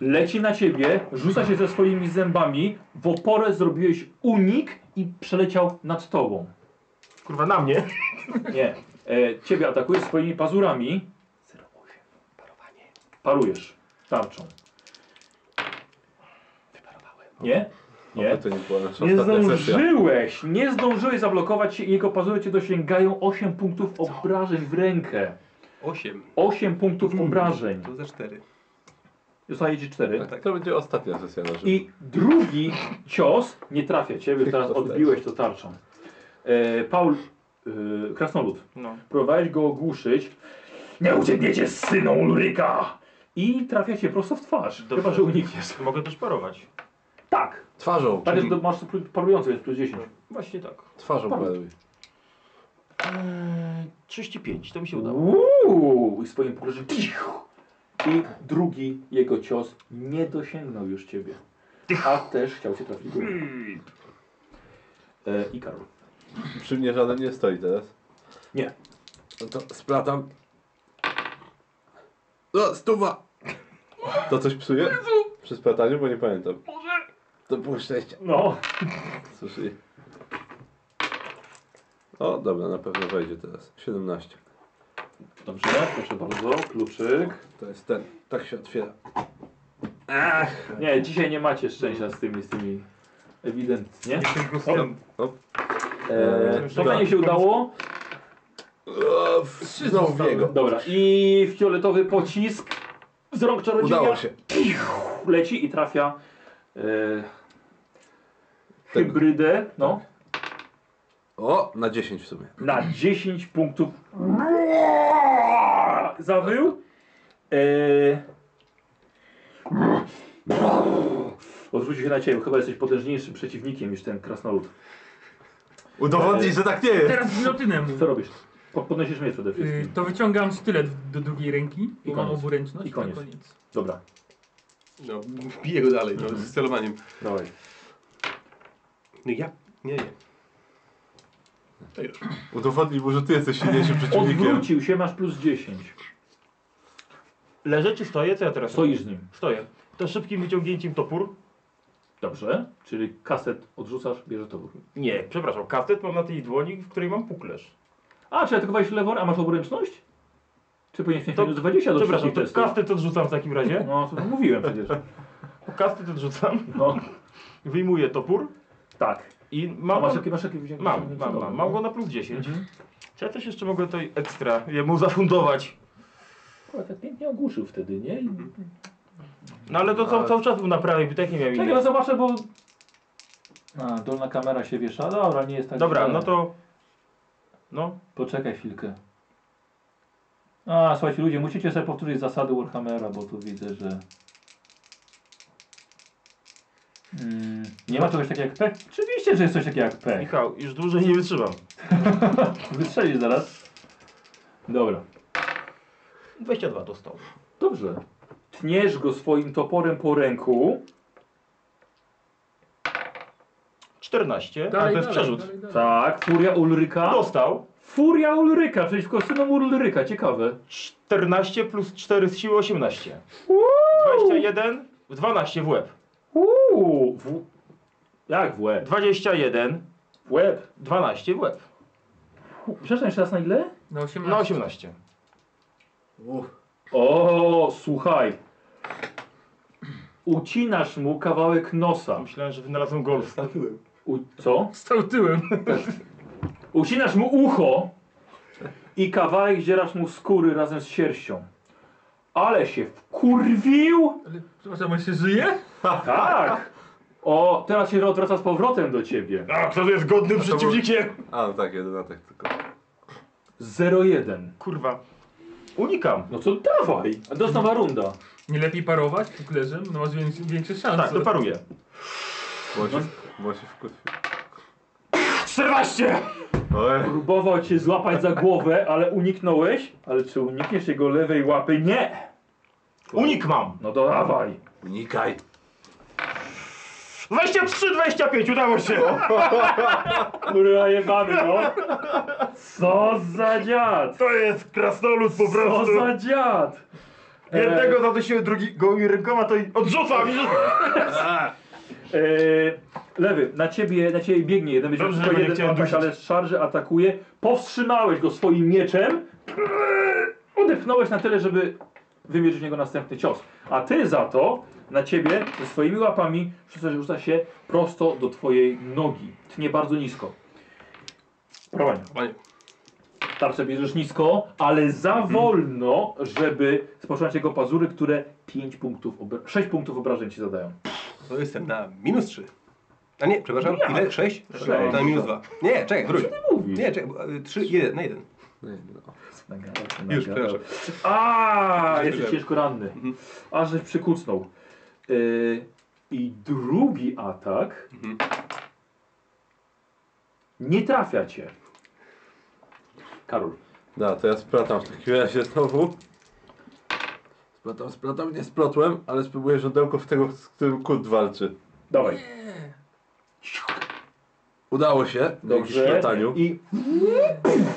Leci na ciebie, rzuca się ze swoimi zębami, w oporę zrobiłeś unik i przeleciał nad tobą.
Kurwa, na mnie.
Nie. E, ciebie atakuje swoimi pazurami. 08. Parowanie. Parujesz. Tarczą. Wyparowałem. Nie? Nie?
to nie była nasza
Nie
ostatnia sesja.
zdążyłeś! Nie zdążyłeś zablokować się i jego pazury cię dosięgają 8 punktów obrażeń w rękę.
8.
8 punktów obrażeń.
To za 4.
Zostaje ci 4.
Tak, to będzie ostatnia sesja na żywo.
I drugi cios nie trafia ciebie, teraz odbiłeś to tarczą. E, Paul, e, krasnolud,
No.
próbowałeś go ogłuszyć. Nie uciekniecie z syną Ulryka! I trafia cię prosto w twarz,
Dobrze.
chyba że unikniesz.
Mogę też parować.
Tak!
Twarzą.
Tak, że masz parujący, jest plus 10.
Właśnie tak.
Twarzą paruj.
Eee, 35, to mi się udało.
Uuu, i swoim pokrzyżem. I drugi jego cios nie dosięgnął już ciebie. A też chciał cię trafić. górą. E, I Karol.
Przy mnie żaden nie stoi teraz.
No to splatam. No, stuwa!
To coś psuje? Przy splataniu, bo nie pamiętam.
To było szczęście.
No,
Cóż i... O, dobra, na pewno wejdzie teraz. 17.
dobrze, proszę bardzo, kluczyk.
To jest ten. Tak się otwiera. Tak.
Nie, dzisiaj nie macie szczęścia z tymi, z tymi. Ewidentnie. E, Szukanie się udało.
Znowu w niego.
Dobra, i fioletowy pocisk z rąk czarodzieja
Udało się.
leci i trafia e,
Tego.
hybrydę. No.
O, na 10 w sumie.
na 10 punktów. Zawył. Eee... Odwrócił się na ciebie, chyba jesteś potężniejszym przeciwnikiem niż ten krasnolud.
Udowodnij, że tak nie jest.
Teraz gilotynę mu.
Co robisz? Po- Podnosisz mnie przede
Y,
wszystkim.
to wyciągam sztylet do drugiej ręki,
I
bo mam
koniec.
oburęczność. tak,
I koniec. Dobra,
No, *laughs* biję go dalej, no, z celowaniem.
dawaj.
No ja? Nie, nie. To już.
Udowodnij mu, że ty jesteś silniejszym przeciwnikiem.
Odwrócił się, masz plus 10.
Leżę czy stoję? Co ja teraz robię?
Stoisz z nim.
Stoję. To szybkim wyciągnięciem topór.
Dobrze, czyli kaset odrzucasz, bierze to.
Nie, przepraszam, kastet mam na tej dłoni, w której mam puklerz.
A, czy atakowałeś lewą, a masz oboręczność? Czy powinieneś mieć
To-
minus 20 do
Przepraszam,
wszystkich
to
testów?
kastet odrzucam w takim razie.
No, to mówiłem przecież.
Kastet odrzucam,
No,
wyjmuję topór
tak.
i
A
mam...
masz jakie Mhm. masz jakie wzięcie?
Mam, mam, mam. Mam go na plus 10. Czy ja też jeszcze mogę to ekstra jemu zafundować?
Kurwa, tak pięknie ogłuszył wtedy, nie? I...
No ale to ca- cały czas był na prawej, by tak nie miał
Czekaj,
innej.
no zobaczę, bo... A, dolna kamera się wiesza. Dobra, nie jest tak
Dobra,
źle.
no to... No,
Poczekaj chwilkę. A, słuchajcie ludzie, musicie sobie powtórzyć zasady Warhammera, bo tu widzę, że... Mm, nie ma czegoś takiego jak pech? Oczywiście, że jest coś takiego jak pech.
Michał, już dłużej nie wytrzymam.
Wystrzelisz zaraz. Dobra.
22 dostał.
Dobrze. Tniesz go swoim toporem po ręku.
14,
Dalej,
a to jest
dalej,
przerzut.
dalej, dalej.
Tak, furia Ulryka.
Dostał.
Furia Ulryka, przeciwko synom Ulryka, ciekawe.
14 plus 4 z siły 18. 21, 12 w łeb.
Uuu, w... Jak w łeb?
21,
W łeb.
12 w łeb.
U, Przepraszam jeszcze raz na ile?
Na 18.
Na
No.
18.
O, słuchaj. Ucinasz mu kawałek nosa.
Myślałem, że wynalazłem golf.
Stawiłem.
U... Co?
Stał tyłem. *laughs*
Ucinasz mu ucho i kawałek zdzierasz mu skóry razem z sierścią. Ale się wkurwił!
Ale przepraszam, on się żyje?
Tak! O, teraz się odwraca z powrotem do ciebie.
A, kto tu jest godnym przeciwnikiem?
A, no tak, jeden atak tylko.
0-1.
Kurwa. Unikam.
No co dawaj! Dostępna runda.
Nie lepiej parować kuklerzem? No masz większe, większe szanse.
Tak, to paruję.
Bo się, bo się wkurwił.
14!
Oj.
Próbował cię złapać za głowę, ale uniknąłeś. Ale czy unikniesz jego lewej łapy? Nie!
Unik mam.
No to dawaj.
Unikaj!
23, 25, udało się.
Kurwa jebany, no. Co za dziad!
To jest krasnolud po
Co
prostu.
za dziad!
Jednego zadusiłem, drugiego i rękoma to i odrzucam. I
Eee, lewy, na ciebie, na ciebie biegnie jeden, będzie
Dobrze,
tylko
że nie
jeden
chciałem
atak,
dusić.
ale z szarży atakuje. Powstrzymałeś go swoim mieczem. Odepchnąłeś na tyle, żeby wymierzyć w niego następny cios. A ty za to, na ciebie, ze swoimi łapami, rzuca, rzuca się prosto do twojej nogi. Tnie bardzo nisko. Prowadź.
Panie.
Tarczę bierzesz nisko, ale
Mhm.
za wolno, żeby spocząć jego pazury, które 5 punktów, 6 punktów obrażeń ci zadają.
To jestem na minus 3. A nie, przepraszam,
Jak?
ile? 6?
Sześć.
Na minus 2. Nie, czekaj, wróć.
Mówisz.
Nie, czekaj, 3, 1, na 1.
Nagadał się,
Już,
nagadał.
przepraszam.
A,
Już
jesteś
wiedziałem.
ciężko ranny. Aż żeś przykucnął. Yy, I drugi atak
Mhm.
nie trafia cię. Karol.
Da, to ja splatam w takim razie znowu.
Splatam, splatam, nie splatam.
Splotłem, ale spróbuję żądełko w tego, z którym kurt walczy.
Dawaj.
Udało się, dzięki
Dobrze.
szplataniu.
I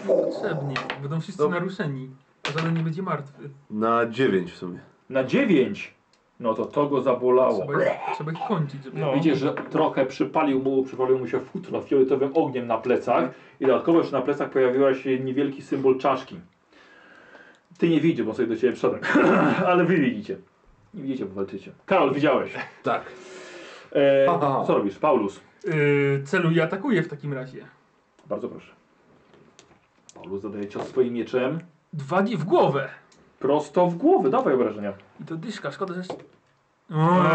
Potrzebnie. Będą wszyscy
No.
naruszeni. A żaden nie będzie martwy.
Na 9 w sumie.
na dziewięć. No to to go zabolało.
Trzeba ich, trzeba ich kończyć, żeby...
No.
Widzisz, że trochę przypalił mu, przypalił mu się futro fioletowym ogniem na plecach i dodatkowo jeszcze na plecach pojawiła się niewielki symbol czaszki. Ty nie widzisz, bo sobie do ciebie wszedłem, *clears throat* ale wy widzicie. Nie widzicie, bo walczycie. Karol, widziałeś.
Tak.
E,
Aha.
co robisz? Paulus.
Yy, celuję i atakuję w takim razie.
Bardzo proszę. Paulus zadaje cios swoim mieczem
Dwa dni w głowę.
prosto w głowę. Dawaj obrażenia.
I to dyszka, szkoda, że... jeszcze-
No,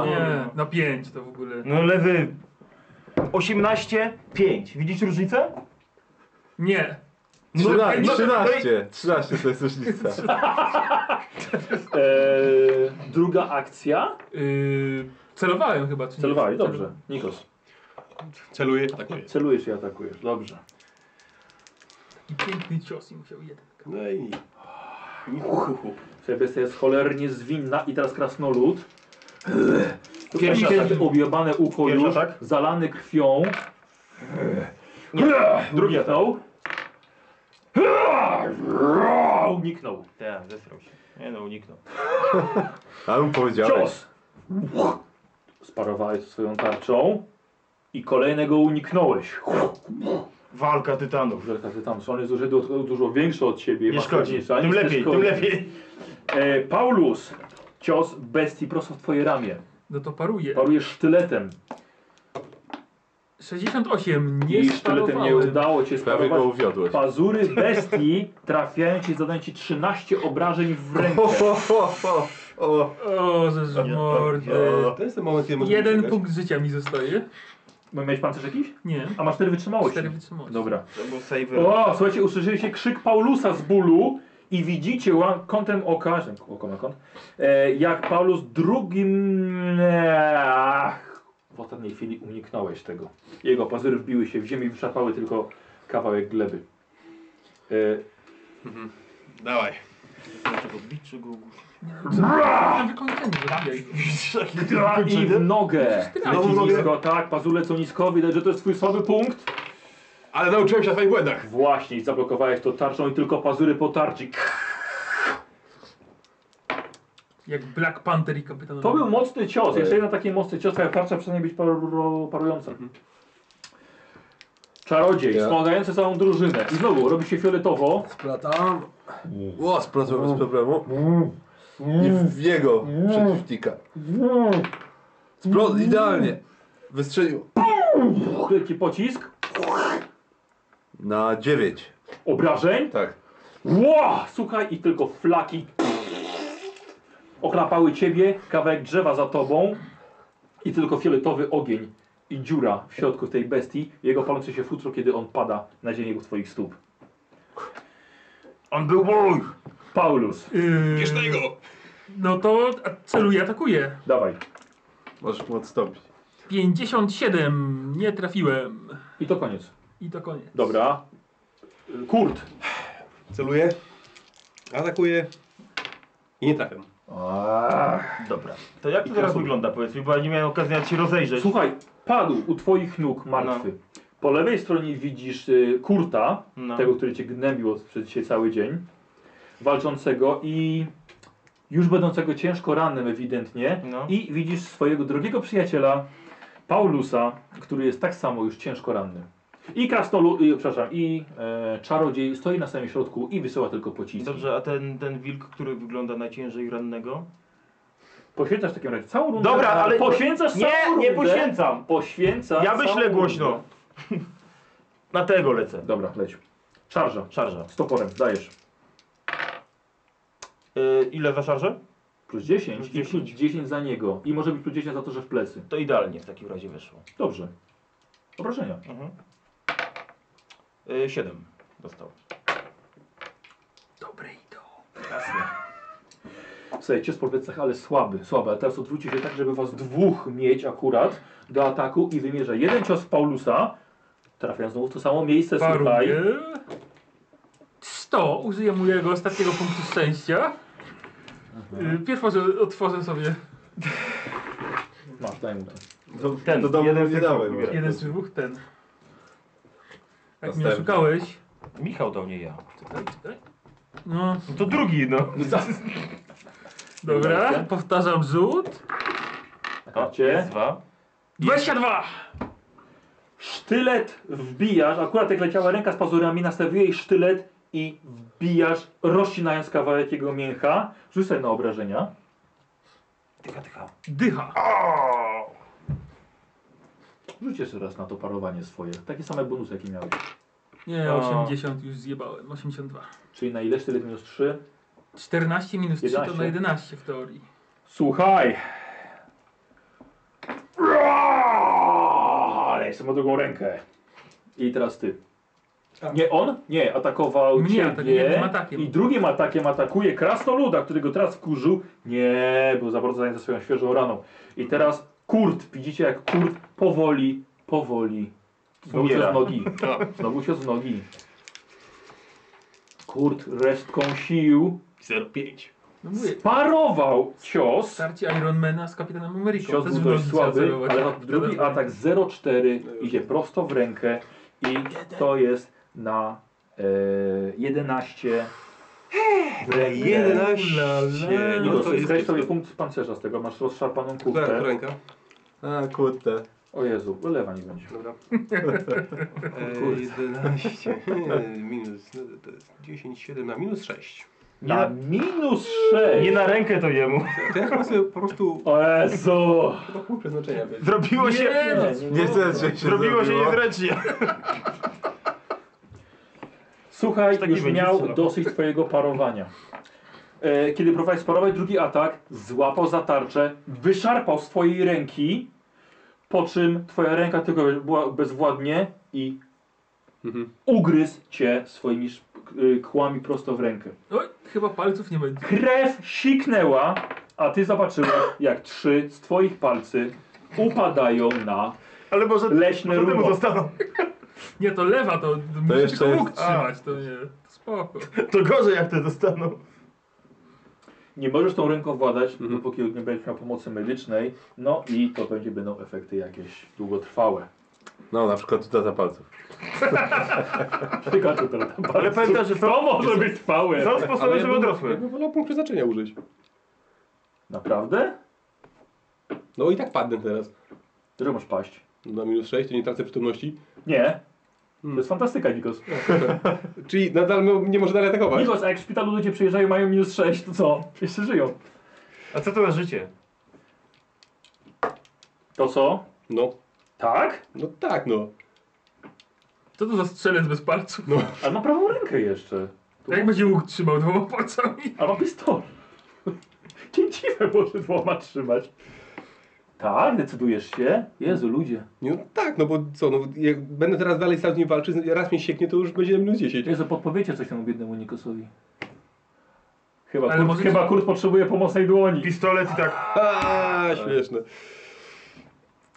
O, nie, na pięć to w ogóle.
No lewy. 18, 5. Widzisz różnicę?
Nie.
No,
Trzyna-
no, no
13! 13 to jest różnica.
E, druga akcja.
Yy, celowałem chyba, czy nie?
Celowałeś, dobrze. Nikos.
Celuję, atakuję.
Celujesz i atakujesz. Dobrze.
I piękny cios i musiał jeden.
No i... i hu, hu, hu.
Sebestia jest cholernie zwinna i teraz krasnolud.
Yy. Pierwszy
Pierwszy
atak.
objebane ucho
Pierwszy
już,
atak.
zalany krwią. Yy.
Drugi atak.
Uniknął. Yy. Uniknął.
Tak, zesrał się. Nie no, uniknął.
A mu powiedziałeś.
Cios. Sparowałeś swoją tarczą i kolejnego uniknąłeś.
Walka tytanów.
Żelka, ty tam są, on jest dużo, dużo większy od ciebie.
Nie szkodzi.
mocniejszy, ale
Tym
nie
lepiej,
szkodzi.
tym lepiej.
E, Paulus, cios bestii prosto w twoje ramię.
No to paruje.
Parujesz sztyletem
68, nie
i sztyletem nie
sparowałem.
udało cię
Prawie
sparować.
go uwiodłeś.
Pazury bestii trafiają ci, zadają ci 13 obrażeń w rękę.
Ho, ho, ho, ho, ho.
O, żeż mordy.
To jest ten moment, kiedy możemy
Jeden
uciekać.
punkt życia mi zostaje.
Bo Miałeś pancerz jakiś?
Nie.
A masz 4 wytrzymałości.
Cztery wytrzymałości.
Dobra.
To był save.
O, słuchajcie, usłyszeliście krzyk Paulusa z bólu i widzicie ła- kątem oka, że- oko na kąt, e, jak Paulus drugim... Ach, w ostatniej chwili uniknąłeś tego. Jego pazury wbiły się w ziemię i wyczerpały tylko kawałek gleby. E,
Dawaj.
Na wykończenie zabijaj.
dra- I w nogę!
Znowu
Leci
w nogę?
nisko, tak, pazule co nisko, widać, że to jest twój słaby punkt.
Ale nauczyłem się na swoich błędach.
Właśnie, i zablokowałeś to tarczą i tylko pazury po tarczy.
Jak Black Panther i Kapitan
To
Ameryka.
był mocny cios. Jeszcze jeden taki mocny cios, twoja tarcza przestanie być paru, parująca. Czarodziej,
Ja.
wspomagający całą drużynę. I znowu robi się fioletowo.
Splatam. O, splatłem bez problemu. I w jego przeciwnika. Splot, idealnie. Wystrzelił.
Wielki pocisk.
Na 9.
Obrażeń.
Tak.
Ła! Słuchaj, i tylko flaki oklapały ciebie, kawałek drzewa za tobą i tylko fioletowy ogień i dziura w środku tej bestii, jego palące się futro, kiedy on pada na ziemię u twoich stóp.
On był mój!
Paulus,
Yy,
Kiesznego!
No to celuję, atakuję.
dawaj.
Możesz mu odstąpić.
57, nie trafiłem.
I to koniec.
I to koniec.
Dobra. Kurt.
Celuję, atakuję i nie trafiam.
Dobra. To jak
I
to teraz
kasuje.
wygląda, powiedz mi, bo ja nie miałem okazji nawet się rozejrzeć.
Słuchaj, padł u twoich nóg martwy. Po lewej stronie widzisz y, Kurta,
No.
tego, który cię gnębił od- przez dzisiaj cały dzień, walczącego i już będącego ciężko rannym ewidentnie.
No.
I widzisz swojego drogiego przyjaciela, Paulusa, który jest tak samo już ciężko ranny. I krasnolu, y, przepraszam, i e, czarodziej stoi na samym środku i wysyła tylko pociski.
Dobrze, a ten, ten wilk, który wygląda najciężej rannego?
Poświęcasz w takim razie całą rundę.
Dobra,
na-
ale-
Poświęcasz
Nie,
całą
nie
rundę.
poświęcam!
Poświęcasz
Ja
całą
wyślę
rundę.
głośno. Na tego lecę.
Dobra, leć. Szarża.
Szarża.
Z toporem, dajesz.
Yy, ile za szarżę?
Plus 10
Plus
i plus 10 za niego. I może być plus 10 za to, że w plecy.
To idealnie w takim razie wyszło.
Dobrze. Obrażenia.
Mhm. Yy, 7 dostał.
Dobre i to.
Słuchaj, cios po plecach, ale słaby, słaby. A teraz odwróćcie się tak, żeby was dwóch mieć akurat do ataku i wymierza jeden cios w Paulusa, trafiając znowu w to samo miejsce,
Paruję.
słuchaj.
100, użyję mojego ostatniego punktu szczęścia. Yy, Pierwszy otworzę sobie
Masz, daj mu to.
To,
Ten,
Tak. to dam,
jeden
nie
z
dałem.
tych-
jeden z dwóch, ten. Jak mnie
Następny.
szukałeś.
Michał dał, nie ja.
No,
No to drugi, no.
dobra, powtarzam rzut.
Na karcie.
Tak, Dwa.
22!
Sztylet wbijasz, akurat jak leciała ręka z pazurami, nastawiłeś jej sztylet i wbijasz, rozcinając kawałek jego mięcha. Rzucaj na obrażenia.
Tycha, tycha.
Dycha.
Rzuć jeszcze raz na to parowanie swoje. Takie same bonusy, jakie miałeś.
Nie,
A.
80 już zjebałem, 82.
Czyli na ile sztylet minus 3?
14 minus 3 to na
11.
11 w teorii.
Słuchaj! Roar! Ale jestem na drugą rękę. I teraz ty.
A.
Nie on? Nie, atakował
Mnie
ciebie.
atakuje jednym atakiem.
I drugim atakiem atakuje krasnoluda, który go teraz wkurzył. Nie, był za bardzo zajęty swoją świeżą raną. I teraz Kurt. Widzicie jak Kurt powoli, powoli Znowu
Umiera.
cios w nogi. Znowu cios w nogi. Kurt resztką sił
05.
No mówię,
sparował cios.
starcie Ironmana z Kapitanem Ameryką.
Cios
Też
był
w
dość
nogi
słaby,
zacelować.
ale drugi atak 0,4 idzie prosto w rękę i to jest na e, 11 w rękę.
11.
No to
to
jest sobie punkt z pancerza z tego, masz rozszarpaną
Która, która
kurtę.
ręka?
A, kurde.
O Jezu, lewa nie będzie.
*laughs* Dobra.
kurde.
E, 11. e, *laughs* Minus, no to jest 10, 7 na minus 6.
Na minus
Nie
6!
na rękę to jemu.
To ja chyba sobie po prostu
O Jezu!
chyba punkt przeznaczenia wy-
Zrobiło się...
Nie chcę, że się
no. Zrobiło się niezręcznie.
Słuchaj,
Taki
już
będzie
miał
strzelał.
dosyć twojego parowania. E, kiedy próbowałeś sparować drugi atak, złapał za tarczę, wyszarpał z twojej ręki, po czym twoja ręka tylko była bezwładnie i ugryzł cię swoimi szp- y, kłami prosto w rękę.
Oj, chyba palców nie będzie.
Krew siknęła, a ty zobaczyłeś, jak trzy z twoich palcy upadają na
Ale może...
leśne
może temu
runo.
zostaną.
Nie, to lewa, to, to musi
jeszcze
tylko
jest-
łuk trzymać, to nie. To spoko.
To gorzej jak te dostaną.
Nie możesz tą ręką władać,
Mhm.
dopóki nie będziesz miał pomocy medycznej. No i to będzie będą efekty jakieś długotrwałe. *laughs*
No, na przykład utrata palców.
Tylko to tam
Ale
*laughs*
pamiętaj, że
to może być trwałe.
Są sposoby,
Ale ja
żeby
bym-
odrosły.
Ja bym wolał punkt przeznaczenia użyć.
Naprawdę?
No i tak padnę teraz.
Dużo masz paść.
Na minus 6 to nie tracę przytomności.
Nie.
Hmm.
To jest fantastyka, Nikos.
Czyli nadal mo- nie może dalej atakować.
Nikos, a jak w szpitalu ludzie przyjeżdżają mają minus 6, to co? Jeszcze żyją.
A co to za życie?
To co?
No,
Tak?
no tak no.
Co to za strzelec bez palców?
Ale ma prawą rękę jeszcze.
Jak będzie łuk trzymał dwoma palcami?
A ma *laughs* pistolet. Cięciwe może dwoma trzymać. Tak, decydujesz się? Jezu, ludzie.
Nie, no tak, no bo co, no jak będę teraz dalej sam z nim walczył, raz mnie sieknie, to już będzie na minus 10.
Jezu, podpowiecie coś temu biednemu Nikosowi. Chyba,
Ale
Kurt,
może-
chyba Kurt potrzebuje pomocnej dłoni.
Pistolet i tak.
A, śmieszne.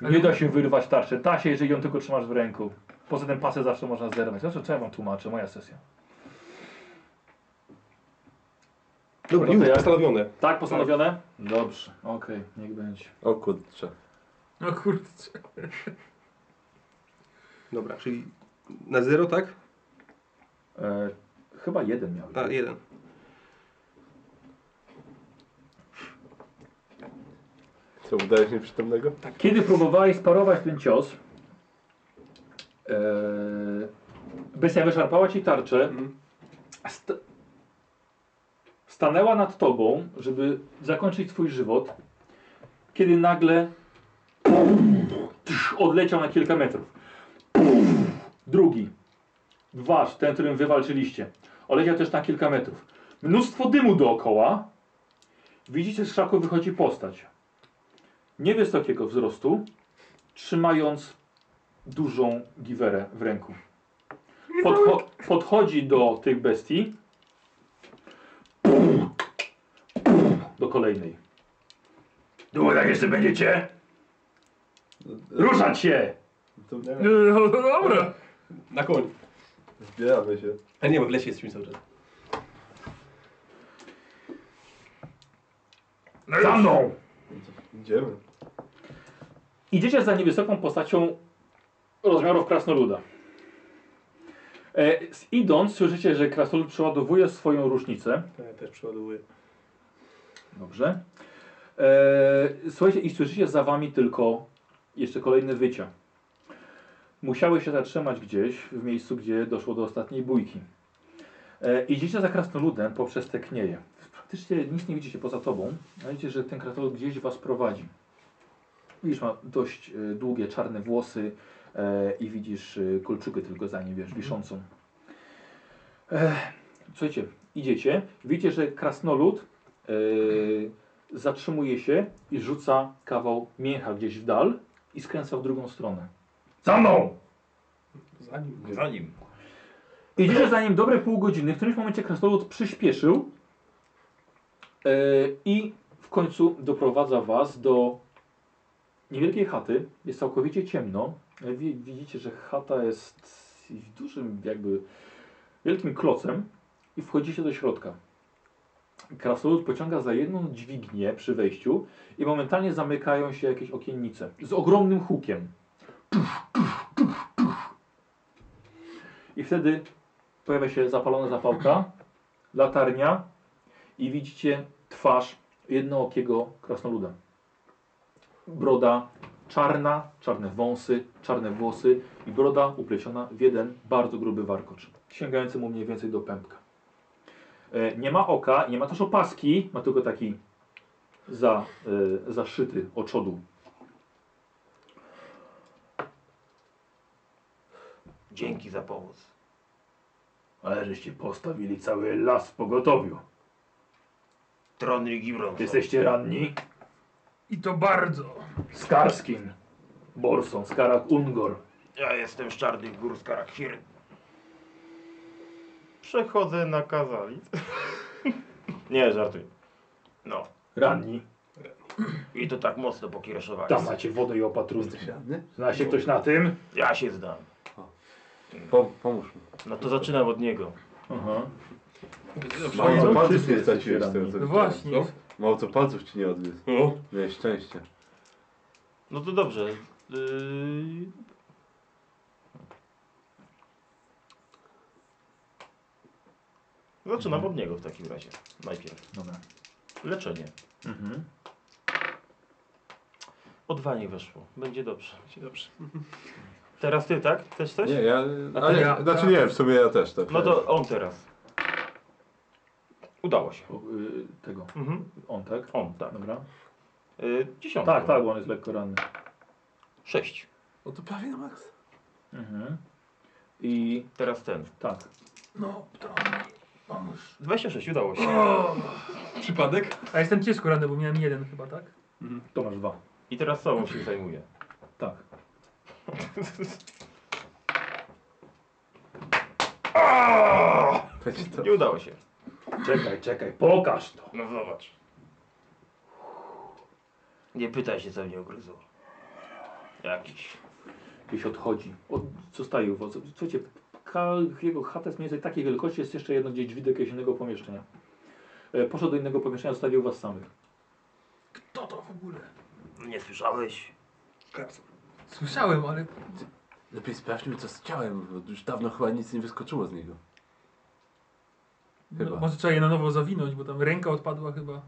Nie da się wyrwać tarczy. Da się, jeżeli ją tylko trzymasz w ręku. Poza tym pasy zawsze można zerwać. Zresztą co ja wam tłumaczę, moja sesja.
Dobra,
No to
już
ja-
postanowione.
Tak, postanowione? Dobrze, okej, niech będzie.
O kurczę.
No kurczę.
Dobra, czyli na 0, tak?
E, chyba jeden miał.
A, 1.
Co, udajesz nieprzytomnego?
Tak.
Kiedy próbowałeś sparować ten cios, e, bestia wyszarpała ci tarczę,
Mhm.
st- stanęła nad tobą, żeby zakończyć twój żywot, kiedy nagle tsz, odleciał na kilka metrów. Drugi, wasz, ten, którym wywalczyliście, odleciał też na kilka metrów. Mnóstwo dymu dookoła. Widzicie, z szaku wychodzi postać niewysokiego wzrostu, trzymając dużą giwerę w ręku. Podcho podchodzi do tych bestii. Do kolejnej. Długo jeszcze będziecie? Ruszać się!
To
No, no dobra.
Na koń.
zbieramy się.
A nie, bo w lesie jesteśmy cały czas.
Za mną!
Idziemy.
Idziecie za niewysoką postacią rozmiarów krasnoluda. E, z- idąc słyszycie, że krasnolud przeładowuje swoją różnicę.
Ja też przeładowuję.
Dobrze. Eee, słuchajcie, i słyszycie za wami tylko jeszcze kolejne wycia. Musiały się zatrzymać gdzieś, w miejscu, gdzie doszło do ostatniej bójki. Eee, idziecie za krasnoludem poprzez te knieje. Praktycznie nic nie widzicie poza tobą, a widzicie, że ten krasnolud gdzieś was prowadzi. Widzisz, ma dość e, długie, czarne włosy e, i widzisz e, kolczukę tylko za nim, wiesz, wiszącą. Eee, słuchajcie, idziecie, widzicie, że krasnolud Yy, zatrzymuje się i rzuca kawał mięcha gdzieś w dal i skręca w drugą stronę. Za mną!
Zanim.
Za nim.
Idziecie za nim dobre pół godziny, w którymś momencie krasnolud przyspieszył yy, i w końcu doprowadza was do niewielkiej chaty. Jest całkowicie ciemno. Wi- Widzicie, że chata jest dużym jakby wielkim klocem i wchodzicie do środka. Krasnolud pociąga za jedną dźwignię przy wejściu i momentalnie zamykają się jakieś okiennice z ogromnym hukiem. Puch, puch, puch, puch. I wtedy pojawia się zapalona zapałka, latarnia i widzicie twarz jednookiego krasnoluda. Broda czarna, czarne wąsy, czarne włosy i broda upleciona w jeden bardzo gruby warkocz, sięgający mu mniej więcej do pępka. E, Nie ma oka, nie ma też opaski, ma tylko taki za, e, zaszyty oczodu.
Dzięki za pomoc.
Ale żeście postawili cały las w pogotowiu.
Tron Rigibron.
Jesteście ranni?
I to bardzo.
Skarskin, Borson, Skarak, Ungor.
Ja jestem z Czarnych Gór z Karakhir.
Przechodzę na kazalic. *laughs* Nie, żartuję.
No.
Ranni.
I to tak mocno pokiereszowali.
Tam macie wodę i opatrunki. Zna się ktoś na tym?
Ja się znam.
Pom- pomóż mi.
No to zaczynam od niego.
Aha.
Mało co
no,
palców
wszyscy
nie straciłeś z tego,
jesteście
co
No
widziałem.
właśnie.
Mało co palców ci nie odgryzł.
No.
Miałeś szczęście.
No to dobrze. Yy... Zaczynam od niego w takim razie. Najpierw.
Dobra.
Leczenie.
Mhm.
O dwa nie weszło. Będzie dobrze.
Dobrze.
Teraz ty, tak? Chcesz coś?
Nie, ja...
A
A
ty
nie,
ja-
znaczy nie, w sumie ja też tak.
No to on teraz. Udało się.
O, y, tego.
Mhm.
On, tak?
On, tak.
Dobra.
Y, dziesiątka.
Tak, tak, bo on jest lekko ranny.
Sześć.
No to prawie na maks.
Mhm. I
Teraz ten.
tak.
No, to pomóż.
26, udało się.
Przypadek?
A jestem ciężko ranny, bo miałem jeden chyba, tak?
To masz dwa.
I teraz sobą się zajmuję.
Tak.
Będzie to.
Nie udało się.
Czekaj, czekaj, pokaż to.
No zobacz. Nie pytaj się, co mnie ugryzło. Jakiś.
Gdzieś odchodzi. Od, zostaje u was. Słuchajcie, ka, jego chata jest mniej więcej takiej wielkości, jest jeszcze jedno gdzieś drzwi do jakiegoś innego pomieszczenia. E, poszedł do innego pomieszczenia, zostawił was samych.
Kto to w ogóle?
Nie słyszałeś?
Słyszałem, ale
Lepiej sprawdźmy co z ciałem, bo już dawno chyba nic nie wyskoczyło z niego.
No,
Chyba.
może trzeba je na nowo zawinąć, bo tam ręka odpadła chyba.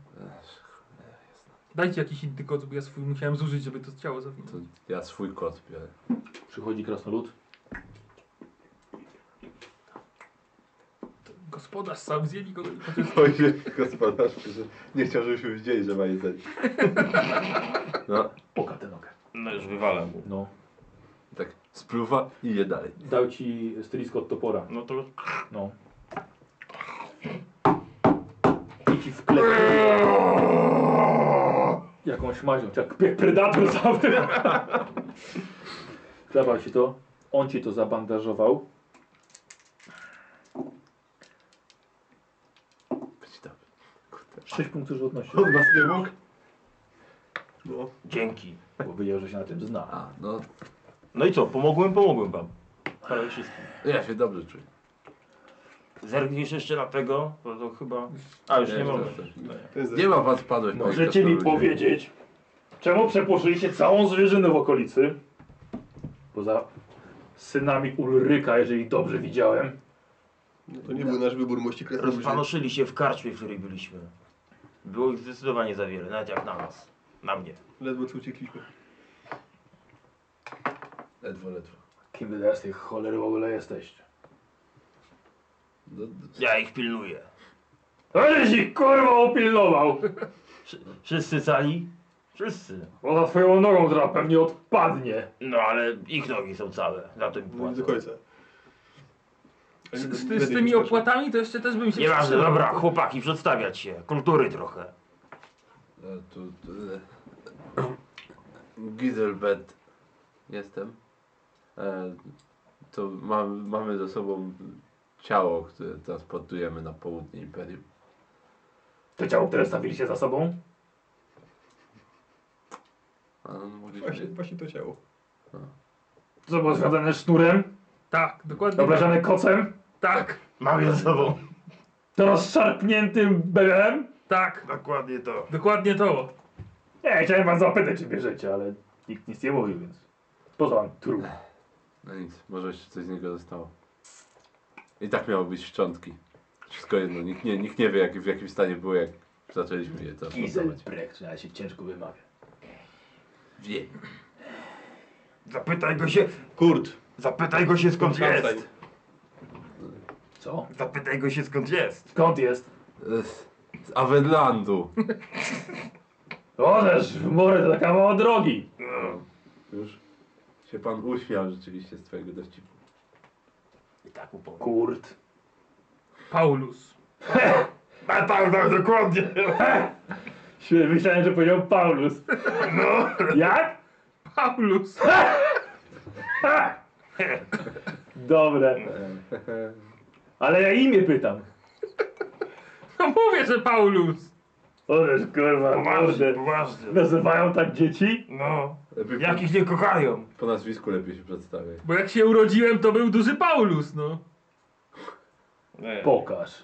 Dajcie jakiś inny koc, bo ja swój musiałem zużyć, żeby to ciało zawinąć.
To ja swój kot biorę.
Przychodzi krasnolud.
Gospodarz sam zjedli go. chociaż-
Ojej, gospodarz, że nie chciał, żebyśmy widzieli, że ma jedzenie.
No,
Poka tę nogę.
No już wywalam.
No.
tak spluwa i je dalej.
Dał ci stylisko od topora.
No to
No. I ci wklepał. Jakąś mazią, jak pie- predator *laughs* sam Wklepał ci to. On ci to zabandażował.
Będzie dobrze.
6 punktów żywotności.
On nas nie mógł.
No.
dzięki.
Bo wiedział, że się na tym zna.
A, no,
No i co? Pomogłem? Pomogłem wam. Prawie wszystkim.
ja się dobrze czuję.
Zerknijsz jeszcze na tego, to, to chyba... A, już nie,
Nie,
mogę.
teraz też
Nie.
To jest
Nie ma pan spadłeś. panie
Możecie mi
Kasprowicz.
powiedzieć, czemu przepłoszyliście całą zwierzynę w okolicy? Poza synami Ulryka, jeżeli dobrze widziałem.
No to nie był nasz wybór mości krasnoludzie.
Rozpanoszyli się w karczmie, w której byliśmy. Było ich zdecydowanie za wiele, nawet jak na nas. Na mnie.
Ledwo czy uciekliśmy.
Ledwo, ledwo.
Kim wy teraz tych cholery w ogóle jesteście?
No,
Ja ich pilnuję.
Aleś ich kurwa opilnował!
Wsz- Wszyscy cali? Wszyscy.
Bo za swoją nogą, która pewnie odpadnie.
No ale ich nogi są całe, za to im
Nie
płacą.
do końca.
Z, z, z tymi opłatami to jeszcze też bym się
Nieważne,
wstrzymał.
dobra, chłopaki, przedstawiać się. Kultury trochę.
e, tu... tu, e, Gizelbet jestem. E, To ma, mamy ze sobą ciało, które transportujemy na południe Imperium.
To ciało, które stawiliście za sobą?
A, no, mogliśmy...
Właśnie, właśnie to ciało.
Co było związane sznurem?
Tak, dokładnie. tak.
Obleżane kocem?
Tak,
Mam je ze sobą.
To rozszarpniętym belem?
tak,
Dokładnie to.
dokładnie to.
Nie, chciałem was zapytać, czy bierzecie, ale nikt nic nie mówił, więc... Poza wam trup.
No nic, może jeszcze coś z niego zostało. I tak miało być szczątki. Wszystko jedno, nikt nie, nikt nie wie jak, w jakim stanie było, jak zaczęliśmy je transportować.
Gizelbrecht, ja się ciężko wymawia.
Wie.
Zapytaj go się,
Kurt.
zapytaj go się skąd
Wracaj.
jest.
Co?
Zapytaj go się skąd jest.
Skąd jest?
Z, z Avenlandu.
O, też w morę to taka mała drogi.
Już się pan uśmiał rzeczywiście z twojego dowcipu.
I tak upomnę.
Kurt.
Paulus.
A tak, tak, dokładnie.
Myślałem, że powiedział Paulus. No. Jak?
Paulus. *laughs*
*laughs* Dobre. Ale ja imię pytam.
No mówię, że Paulus.
O, też kurwa,
Poważny,
kurde.
poważny.
Nazywają tak dzieci?
No.
Lepiej
Jak ich nie kochają.
po, po nazwisku lepiej się przedstawiaj.
Bo jak się urodziłem, to był duży Paulus, no.
Pokaż.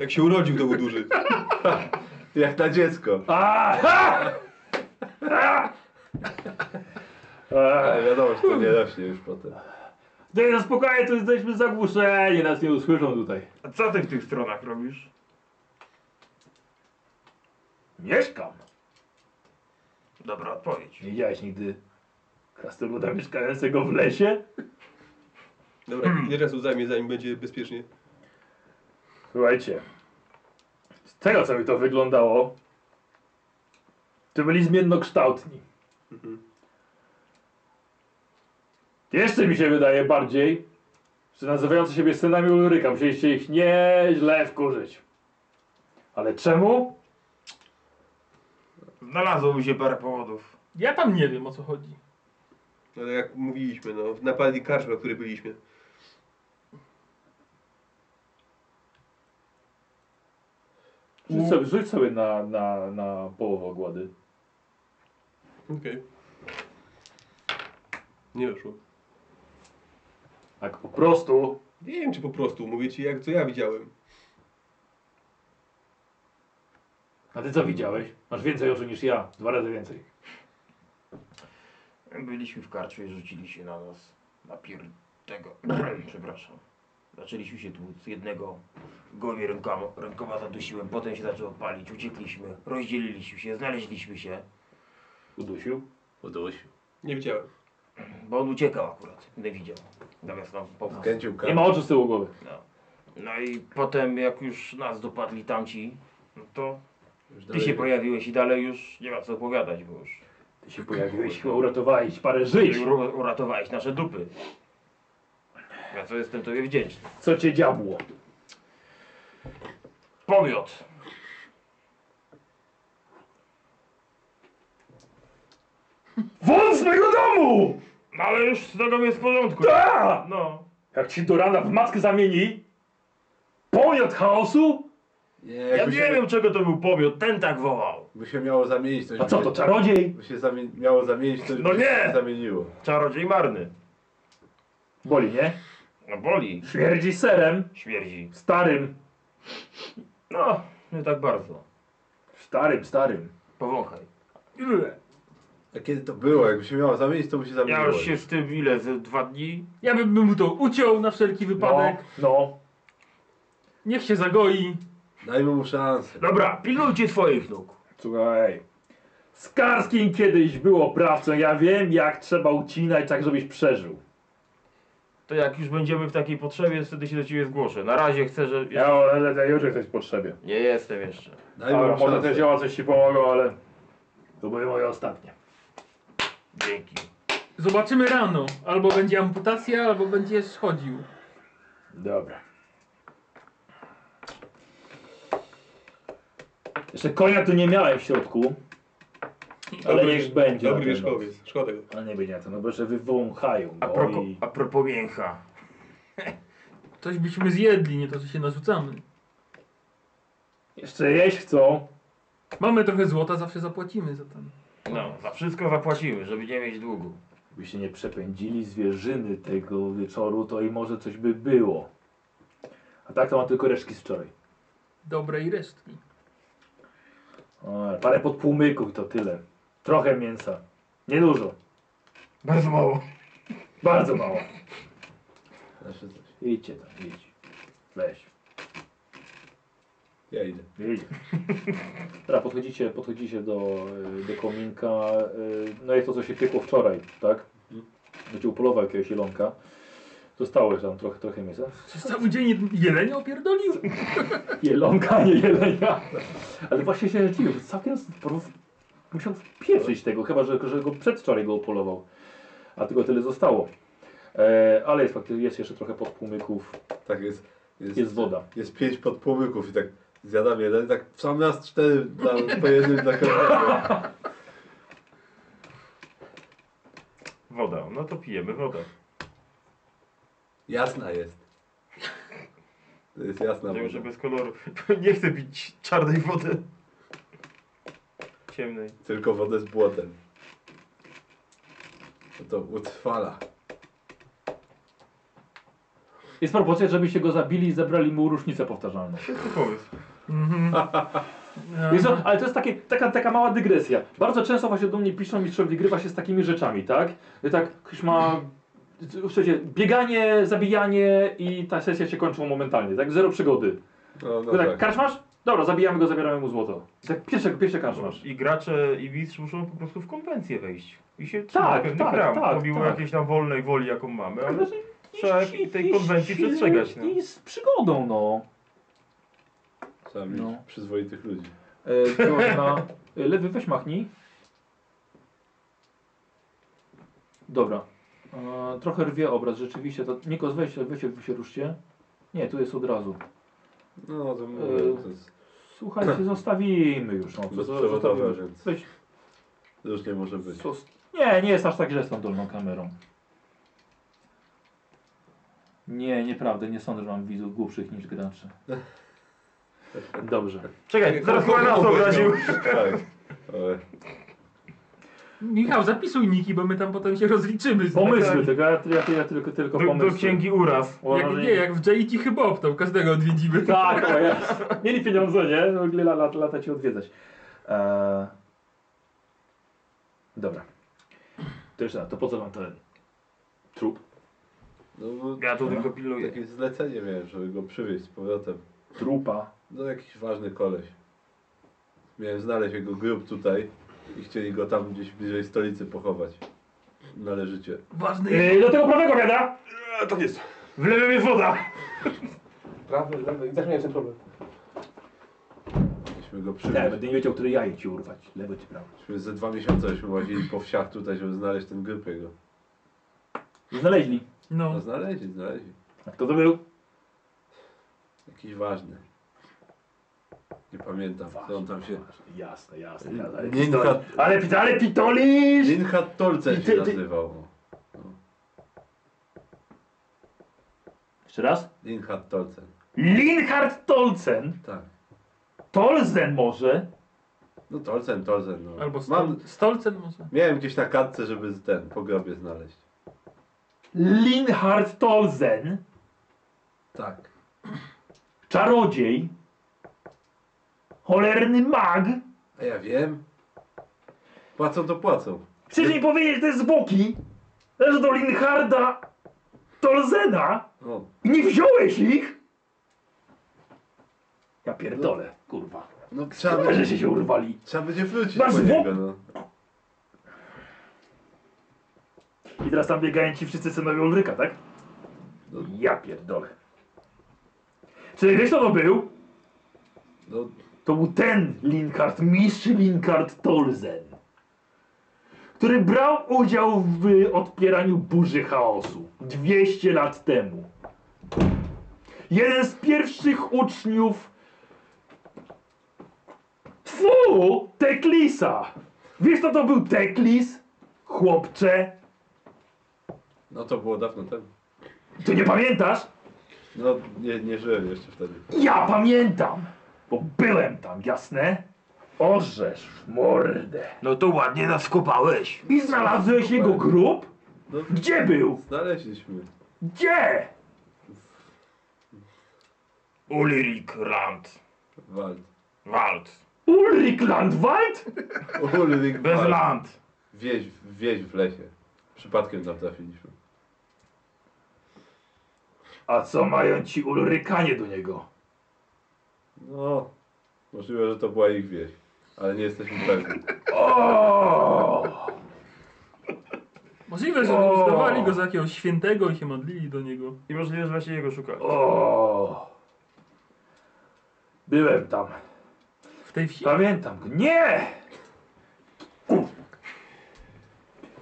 Jak się urodził, to był duży.
Jak na dziecko.
A! Ha!
Ale wiadomo, że to nie rośnie już potem.
Daj na spokoju, to jesteśmy zagłuszeni, nas nie usłyszą tutaj.
A co ty w tych stronach robisz?
Mieszkam.
Dobra odpowiedź.
Nie widziałeś nigdy krasnoluda mieszkającego w lesie?
Dobra, ile czasu zajmie, zanim będzie bezpiecznie?
Słuchajcie, z tego co mi to wyglądało, to byli zmiennokształtni. Jeszcze mi się wydaje bardziej, że nazywający siebie synami Ulryka musieliście ich nieźle wkurzyć. Ale czemu?
Znalazło mi się parę powodów.
Ja tam nie wiem o co chodzi.
No tak jak mówiliśmy, no, napadli karczma, na której byliśmy.
Rzuć sobie, rzuć sobie na, na, na połowę ogłady.
Okej. Nie weszło.
Tak po prostu.
Nie wiem, czy po prostu, mówię ci, jak co ja widziałem.
A ty co widziałeś? Masz więcej oczu niż ja. Dwa razy więcej.
Byliśmy w karczmie i rzucili się na nas. Na pier... tego... *clears throat* przepraszam. Zaczęliśmy się tłuc. Jednego gołymi rękoma, rękoma zadusiłem, potem się zaczął palić. Uciekliśmy, rozdzieliliśmy się, znaleźliśmy się.
Udusił?
Udusił.
Nie widziałem.
Bo on uciekał akurat, nie widział. Natomiast no, po prostu.
Kręcił
Nie ma oczu z tyłu głowy.
No. no i potem jak już nas dopadli tamci, no to ty się pojawiłeś i dalej już nie ma co opowiadać, bo już
Ty się pojawiłeś, chyba uratowałeś parę żyć.
ur- uratowałeś nasze dupy. Ja co jestem tobie wdzięczny.
Co cię diabło?
Pomiot!
Wąs mojego domu!
No ale już z nogą jest w porządku.
Ta!
No.
Jak ci do rana w matkę zamieni, pomiot chaosu?
Nie,
Ja
jakby,
nie
się,
wiem czego to był pomiot, ten tak wołał.
by się miało zamienić coś.
A co
by-
to, czarodziej?
By się zamie- miało zamienić coś.
No
by się
nie!
Zamieniło.
Czarodziej marny.
Boli, nie?
No boli,
Śmierdzi serem,
śmierdzi.
starym,
No, nie tak bardzo.
starym, starym.
Powąchaj.
A kiedy to było? Jakby się miało zamienić, to by się zamieniło.
Ja już się z tym ile, ze dwa dni?
Ja bym mu to uciął na wszelki wypadek.
No, no.
Niech się zagoi.
Dajmy mu szansę.
Dobra, pilnujcie swoich nóg.
Słuchaj. Z Karskim kiedyś było prawcą, ja wiem jak trzeba ucinać tak, żebyś przeżył.
To jak już będziemy w takiej potrzebie, wtedy się do ciebie zgłoszę. Na razie chcę, że...
Ja, ale, ale już jesteś w potrzebie.
Nie jestem jeszcze.
Dajmy
Dobra,
mu
może
szansę.
te zioła coś ci pomogą, ale to były moje ostatnie.
Dzięki.
Zobaczymy rano. Albo będzie amputacja, albo będziesz chodził.
Dobra. Jeszcze konia tu nie miałem w środku. Ale
Dobry-
niech będzie.
Dobry
na ten noc.
wierzchowiec, szkoda go.
Ale nie będzie na to, no bo jeszcze wywąchają
A
go
propos,
i...
a propos mięcha.
Coś byśmy zjedli, nie to, że się narzucamy.
Jeszcze jeść chcą.
Mamy trochę złota, zawsze zapłacimy za ten.
No, za wszystko zapłacimy, żeby nie mieć długu.
Gdyby się nie przepędzili zwierzyny tego wieczoru, to i może coś by było. A tak to mam tylko resztki z wczoraj.
Dobrej resztki.
O, parę podpłomyków i to tyle. Trochę mięsa. Niedużo.
Bardzo mało.
Bardzo mało.
Znaczy coś.
Idźcie tam, idź. Weź.
Ja idę.
Dobra, podchodzicie, podchodzicie do, y, do kominka. y, No jest to, co się piekło wczoraj, tak? Znaczy upolował jakiegoś jelonka. Zostało tam trochę, trochę mięsa.
Przez cały dzień jelenia opierdolił?
*laughs* Jelonka, nie jelenia. Ale właśnie się dziwię, bo całkiem sporo w- musiał wpieprzyć tego, chyba że, że go przedwczoraj go upolował. A tylko tyle zostało. E, ale jest, faktycznie- jest jeszcze trochę podpłomyków,
Tak jest. Jest,
jest woda.
jest pięć podpołyków i tak zjadam jeden i tak w sam raz cztery dla, po jednym dla każdego.
Woda, no to pijemy wodę.
Jasna jest. To jest jasna
Nie
woda.
muszę bez koloru. *laughs* Nie chcę pić czarnej wody. Ciemnej.
Tylko wodę z błotem. No to utrwala.
Jest propozycja, żebyście go zabili i zabrali mu różnicę powtarzalną.
Świetny pomysł.
Mhm.
Wiesz co,
Mhm.
ale to jest takie, taka, taka mała dygresja. Bardzo często właśnie do mnie piszą mistrzowie grywa się z takimi rzeczami, tak? Że Tak, ktoś ma... W sensie, bieganie, zabijanie i ta sesja się kończą momentalnie, tak? Zero przygody.
No, no
Tylko tak,
tak.
karczmasz? Dobra, zabijamy go, zabieramy mu złoto. Tak pierwsze, pierwsze karsz masz.
I gracze i mistrz muszą po prostu w konwencję wejść. I się
Tak,
tak, pewnych
tak,
ram,
tak,
pomimo
tak.
jakiejś tam wolnej woli, jaką mamy, ale
Znaczy,
trzeba
iść-
tej
iść-
konwencji
iść-
przestrzegać, no.
I z przygodą, no.
Trzeba mieć
No.
przyzwoitych ludzi.
E, byłaś na... e, Lewy, weź machnij. Dobra. E, trochę rwie obraz, rzeczywiście. To... Nikos, weź, weź, wy się ruszcie. Nie, tu jest od razu.
No to
mówię, to Słuchajcie, zostawimy już. No, to-
Bezprzewodowe, więc
Weź,
już nie może być.
sos... Nie, nie jest aż tak źle z tą dolną kamerą. Nie, nieprawda, nie sądzę, że mam widzów głupszych niż graczy. Dobrze.
Czekaj, zaraz chyba nas obraził.
Tak. Ale
Michał, zapisuj niki, bo my tam potem się rozliczymy. z- Tak.
Pomysły, tylko ja, ja, ja tylko, tylko
Do,
pomysły.
do księgi uraz.
Jak, nie, jak w J.T. chyba optał, każdego odwiedzimy.
Tak, o jest. Mieli pieniądze, nie? No, W ogóle lata, lata cię odwiedzać. Eee... Dobra. To jeszcze raz, to po co wam ten trup?
no, bo
Ja to tylko pilnuję.
jakieś zlecenie miałem, żeby go przywieźć z powrotem.
Trupa.
No jakiś ważny koleś. Miałem znaleźć jego grób tutaj i chcieli go tam gdzieś bliżej stolicy pochować. Należycie.
Ważny jest.
Eee, do tego prawego wiada!
E, tak jest.
W lewym jest woda!
Prawy, lewy, i tak miałem ten problem.
Mieliśmy go
Nie,
przywieźć.
Tak, będę nie wiedział, które jaje ci urwać. Lewy czy prawy.
Myśmy ze dwa miesiące żeśmy łazili po wsiach tutaj, żeby znaleźć ten grób jego.
Znaleźli.
No,
No znaleźli, znaleźli.
A kto to był?
Jakiś ważny. Nie pamiętam, co on tam się...
Jasne, jasne. jasne. Ale pitoli-
Linhat,
Ale, pit- ale pitolisz!
Linhat Tolcen
Ty-
się
ty-
nazywał. no.
Jeszcze raz.
Linhat Tolcen,
Linhard Tolcen.
tak.
Tolzen może.
No Tolcen, Tolcen, no.
albo stol,
Mam,
Stolcen może.
miałem gdzieś na kartce, żeby z- ten, po grobie znaleźć.
Linhard Tolzen.
Tak.
Czarodziej. Cholerny mag.
A ja wiem. Płacą to płacą.
Chcesz mi powiedzieć, że to jest z boki? Leży do Linharda Tolzena
O,
i nie wziąłeś ich? Ja pierdolę, kurwa.
no trzeba,
Chyba, że
będzie,
się się urwali.
trzeba będzie wrócić
Masz
po
wop-
niego, no.
I teraz tam biegają ci wszyscy synowie Ulryka, tak?
No.
Ja pierdolę. Czy wiesz kto to był?
no.
To był ten Linkard, mistrz Linkard Tolzen. Który brał udział w odpieraniu burzy chaosu 200 lat temu. Jeden z pierwszych uczniów Tfu! Teklisa! Wiesz co to był Teklis? Chłopcze?
No to było dawno temu.
Ty nie pamiętasz?
No, nie, nie żyłem jeszcze wtedy.
Ja pamiętam! Bo byłem tam, jasne? Orzesz w mordę.
No to ładnie nas kopałeś.
I znalazłeś jego grób?
No.
Gdzie był?
Znaleźliśmy.
Gdzie?
Ulrik Rand.
Wald.
Wald.
Ulrich Landwald?
Ulrik
Bez
Wald.
land.
Wieś, wieś w lesie. Przypadkiem tam trafiliśmy.
A co mają ci Ulrykanie do niego?
No, możliwe, że to była ich wieś, ale nie jesteśmy pewni.
O!
Możliwe, że
O!
uznawali go za jakiegoś świętego i się modlili do niego.
I możliwe, że właśnie jego szukali.
O! Byłem tam.
W tej wsi?
Pamiętam go. Nie!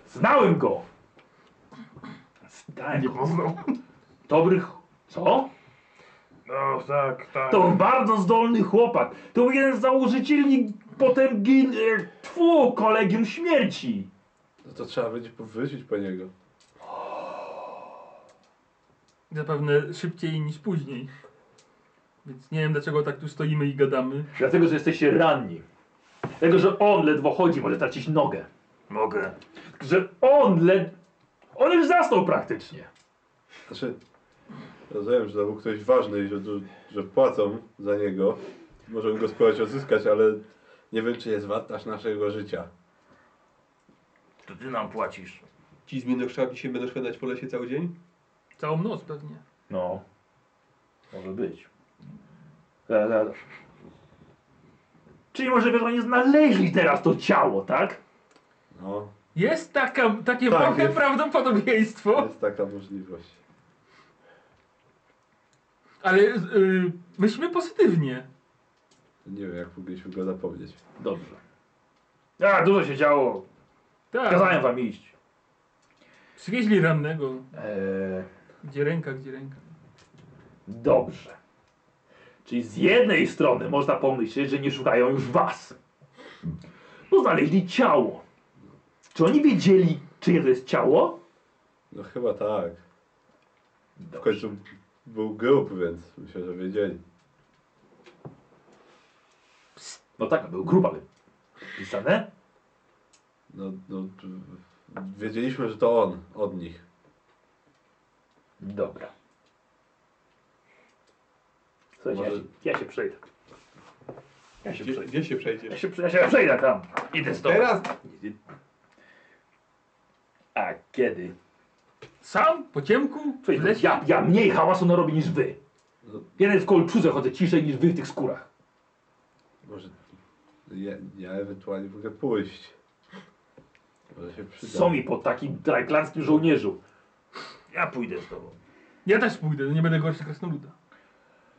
Znałem go! Znałem go.
poznał.
Dobrych... Co?
No tak, tak.
To bardzo zdolny chłopak. To był jeden z założycieli potem gin... e, Tfu, kolegium śmierci.
No to trzeba będzie powrócić po niego.
Zapewne szybciej niż później. Więc nie wiem dlaczego tak tu stoimy i gadamy.
Dlatego, że jesteście ranni. Dlatego, że on ledwo chodzi, może tracić nogę.
Mogę.
Że on led... On już zasnął praktycznie.
Znaczy, rozumiem, że to był ktoś ważny i że, du- że płacą za niego. Możemy go spróbować odzyskać, ale nie wiem, czy jest wartaż naszego życia.
To ty nam płacisz.
Ci zmienokształci się będą szwendać po lesie cały dzień?
Całą noc pewnie.
No. Może być. Zaraz, zaraz. Czyli możliwe, że oni znaleźli teraz to ciało, tak?
No,
Jest taka, takie
Tak,
małe
jest.
prawdopodobieństwo,
jest taka możliwość.
ale yy, myślmy pozytywnie.
Nie wiem, jak mogliśmy go zapomnieć.
Dobrze. A, dużo się działo.
Tak,
Kazałem wam iść.
przywieźli rannego.
Eee,
Gdzie ręka, gdzie ręka.
dobrze. Czyli z jednej strony można pomyśleć, że nie szukają już was. Bo znaleźli ciało. Czy oni wiedzieli, czyje to jest ciało?
No chyba tak. W
Dobrze.
końcu był grób, więc myślę, że wiedzieli.
No tak, był grób, ale pisane?
No, no, t- wiedzieliśmy, że to on, od nich.
Dobra. Słuchajcie, ja,
Może-
się, ja się przejdę. Ja się
Gdzie,
przejdę.
gdzie się
Ja
przejdziesz?
się, ja się przejdę tam. Idę stąd.
Teraz
A kiedy?
Sam, po ciemku, w
Słuchaj,
lesie.
ja, ja mniej hałasu narobię niż wy. Jeden w kolczuze chodzę ciszej niż wy w tych skórach.
Może ja, ja ewentualnie mogę pójść. Może się przyda.
Co mi po takim drajklanskim żołnierzu? Ja pójdę z tobą.
Ja też pójdę, no nie będę gorszy krasnoluda.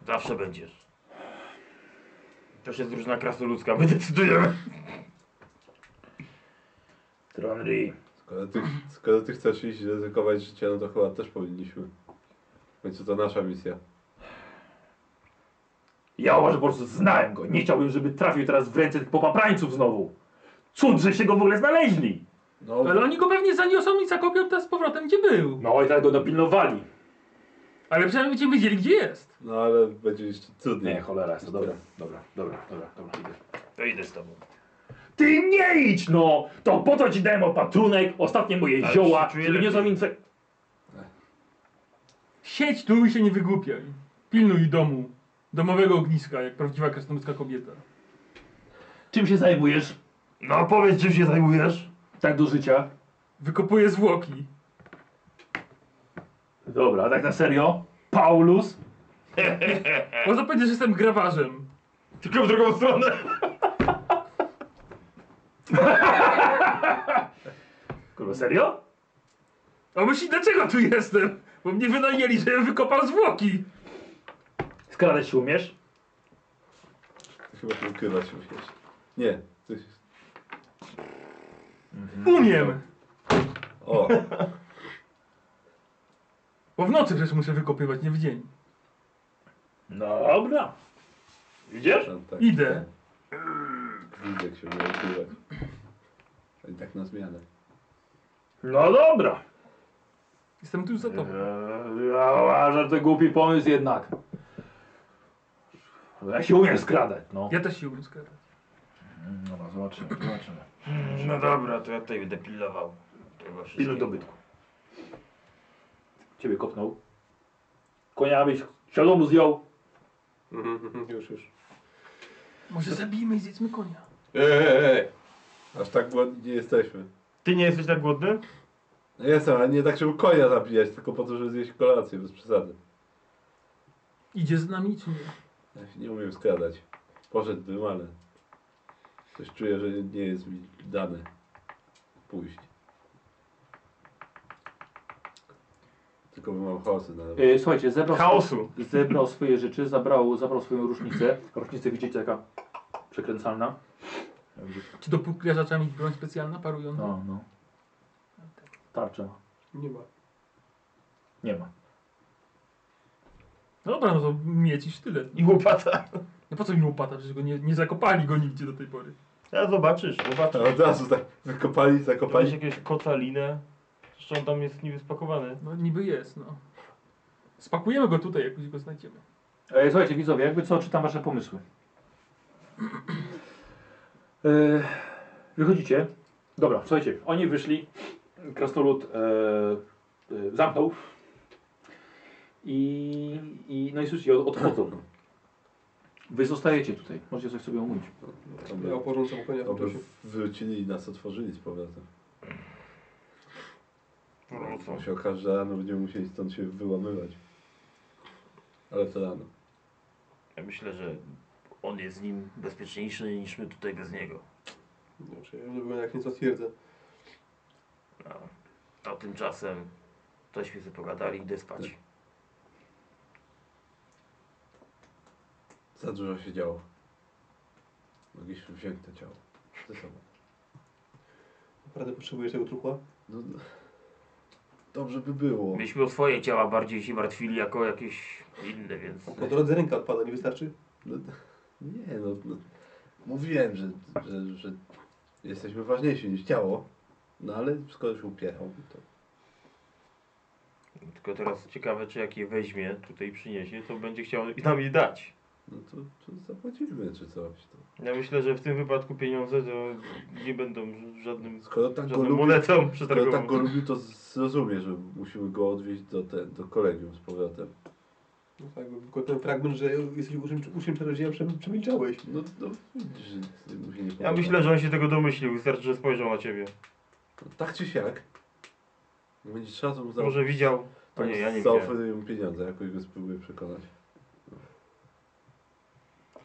Zawsze będziesz. Też jest drużyna krasnoludzka, my decydujemy.
Tronry,
Skoro ty, skoro ty chcesz iść ryzykować życie, no to chyba też powinniśmy. W końcu to nasza misja.
ja uważam, że po prostu znałem go. Nie chciałbym, żeby trafił teraz w ręce tych popaprańców znowu. Cud, że się go w ogóle znaleźli.
No,
Ale oni go pewnie zaniosą i zakopią teraz z powrotem, gdzie był.
No i tak go dopilnowali.
Ale przynajmniej będziemy wiedzieli, gdzie jest.
no ale będzie jeszcze trudniej.
Nie, cholera, jest to dobra, dobra, dobra, dobra, dobra, idę.
To idę z tobą.
Ty nie idź, no! To po co ci dałem opatrunek, ostatnie moje
Ale
zioła,
się czuję
żeby nie
lepiej.
zrobić... tak-
Siedź tu i się nie wygłupiaj. Pilnuj domu. Domowego ogniska, jak prawdziwa krasnoludzka kobieta.
Czym się zajmujesz?
No powiedz, czym się zajmujesz?
Tak do życia?
Wykopuje zwłoki.
Dobra, a tak na serio? Paulus?
Można powiedzieć, że jestem grawarzem.
Tylko w drugą stronę. *laughs*
Kurwa, serio?
A myśli, dlaczego tu jestem? Bo mnie wynajęli, żebym wykopał zwłoki.
Skradać się umiesz?
Ty chyba się ukrywać musisz. Nie. Ty... *laughs*
Umiem.
O,
Bo w nocy przecież muszę wykopywać, nie w dzień.
No Dobra. Idziesz?
tam tak.
Idę.
Widzę, jak się będzie ukrywać. I tak na zmianę.
No dobra.
Jestem tu za tobą.
Eee, Ja uważam, że to głupi pomysł jednak. Ja się umiem skradać, no.
Ja też się umiem skradać.
No, no zobaczymy, zobaczymy.
No dobra, to ja tutaj będę pilnował. tego
Pilnuj
wszystkiego.
dobytku. Ciebie kopnął. Konia byś siodomu zjął.
Mhm, mhm, już, już.
Może zabijmy i zjedzmy konia.
Eee,
Aż tak głodni nie jesteśmy.
Ty nie jesteś tak głodny?
No jestem, ale nie tak, żeby konia zabijać, tylko po to, żeby zjeść kolację, bez przesady.
Idzie z nami czy nie?
Ja się nie umiem skradać. Poszedłbym, ale coś czuję, że nie jest mi dane pójść. Tylko bym miał chaosy na
E, słuchajcie, zebrał,
Chaosu.
zebrał swoje rzeczy, zabrał, zabrał swoją różnicę. Różnicę widzicie taka przekręcalna.
Czy do pukliarzacza mieć broń specjalna parująca?
No, no. Tarcza.
nie ma.
Nie ma.
No dobra, no to mieć i sztylet.
I łopata.
No po co mi łopata? Przecież go nie, nie zakopali go nigdzie do tej pory.
Ja zobaczysz, łopata.
A Od razu tak wykopali,
Masz
zakopali.
jakieś koca, linę. Zresztą on tam jest niby spakowany.
No niby jest, no. Spakujemy go tutaj, jak już go znajdziemy.
E, słuchajcie, widzowie, jakby co, czytam wasze pomysły. E, wychodzicie. Dobra, słuchajcie, oni wyszli. Krasnolud e, e, zamknął. I, i no i słyszycie, od- odchodzą. Wy zostajecie tutaj. Możecie coś sobie omówić.
Oby,
Ja oporządzam konia w
oby
czasie.
wrócili i nas otworzyli z powrotem.
Wrócą.
Bo się okaże, że rano będziemy musieli stąd się wyłamywać. Ale to rano.
Ja myślę, że On jest z nim bezpieczniejszy niż my tutaj bez niego.
Dobrze, znaczy, ja już jak nieco twierdzę.
A, a tymczasem tośmy sobie pogadali, idę spać.
Za dużo się działo. Mogliśmy wziąć to ciało ze sobą.
Naprawdę potrzebujesz tego truchła?
No, no. Dobrze by było.
Myśmy o swoje ciała bardziej się martwili jako jakieś inne, więc...
Po drodze ręka odpada, nie wystarczy?
No, no, nie no, no.
Mówiłem, że, że, że jesteśmy ważniejsi niż ciało, no ale skoro się upierał, to
Tylko teraz ciekawe, czy jak je weźmie, tutaj przyniesie, to będzie chciał nam je dać.
No to, to zapłacimy czy coś. To.
Ja myślę, że w tym wypadku pieniądze to nie będą ż- żadnym,
Skoro tak go
żadną
lubi-
monetą
skoro tak go
przetargową.
lubił, to zrozumie, że musimy go odwieźć do, ten, do kolegium z powrotem.
No tak, bo tylko ten fragment, że jesteś uczniem, uczniem czarodzieja, przem- przemilczałeś.
No, no widzisz, że ty mu się nie
Ja
podoba.
myślę, że on się tego domyślił, wystarczy, że spojrzał na ciebie.
No, tak czy siak. Będzie trzeba to mu za-
Może widział.
to
O nie, ja nie widziałem.
zaoferuję mu pieniądze, jakoś go spróbuję przekonać.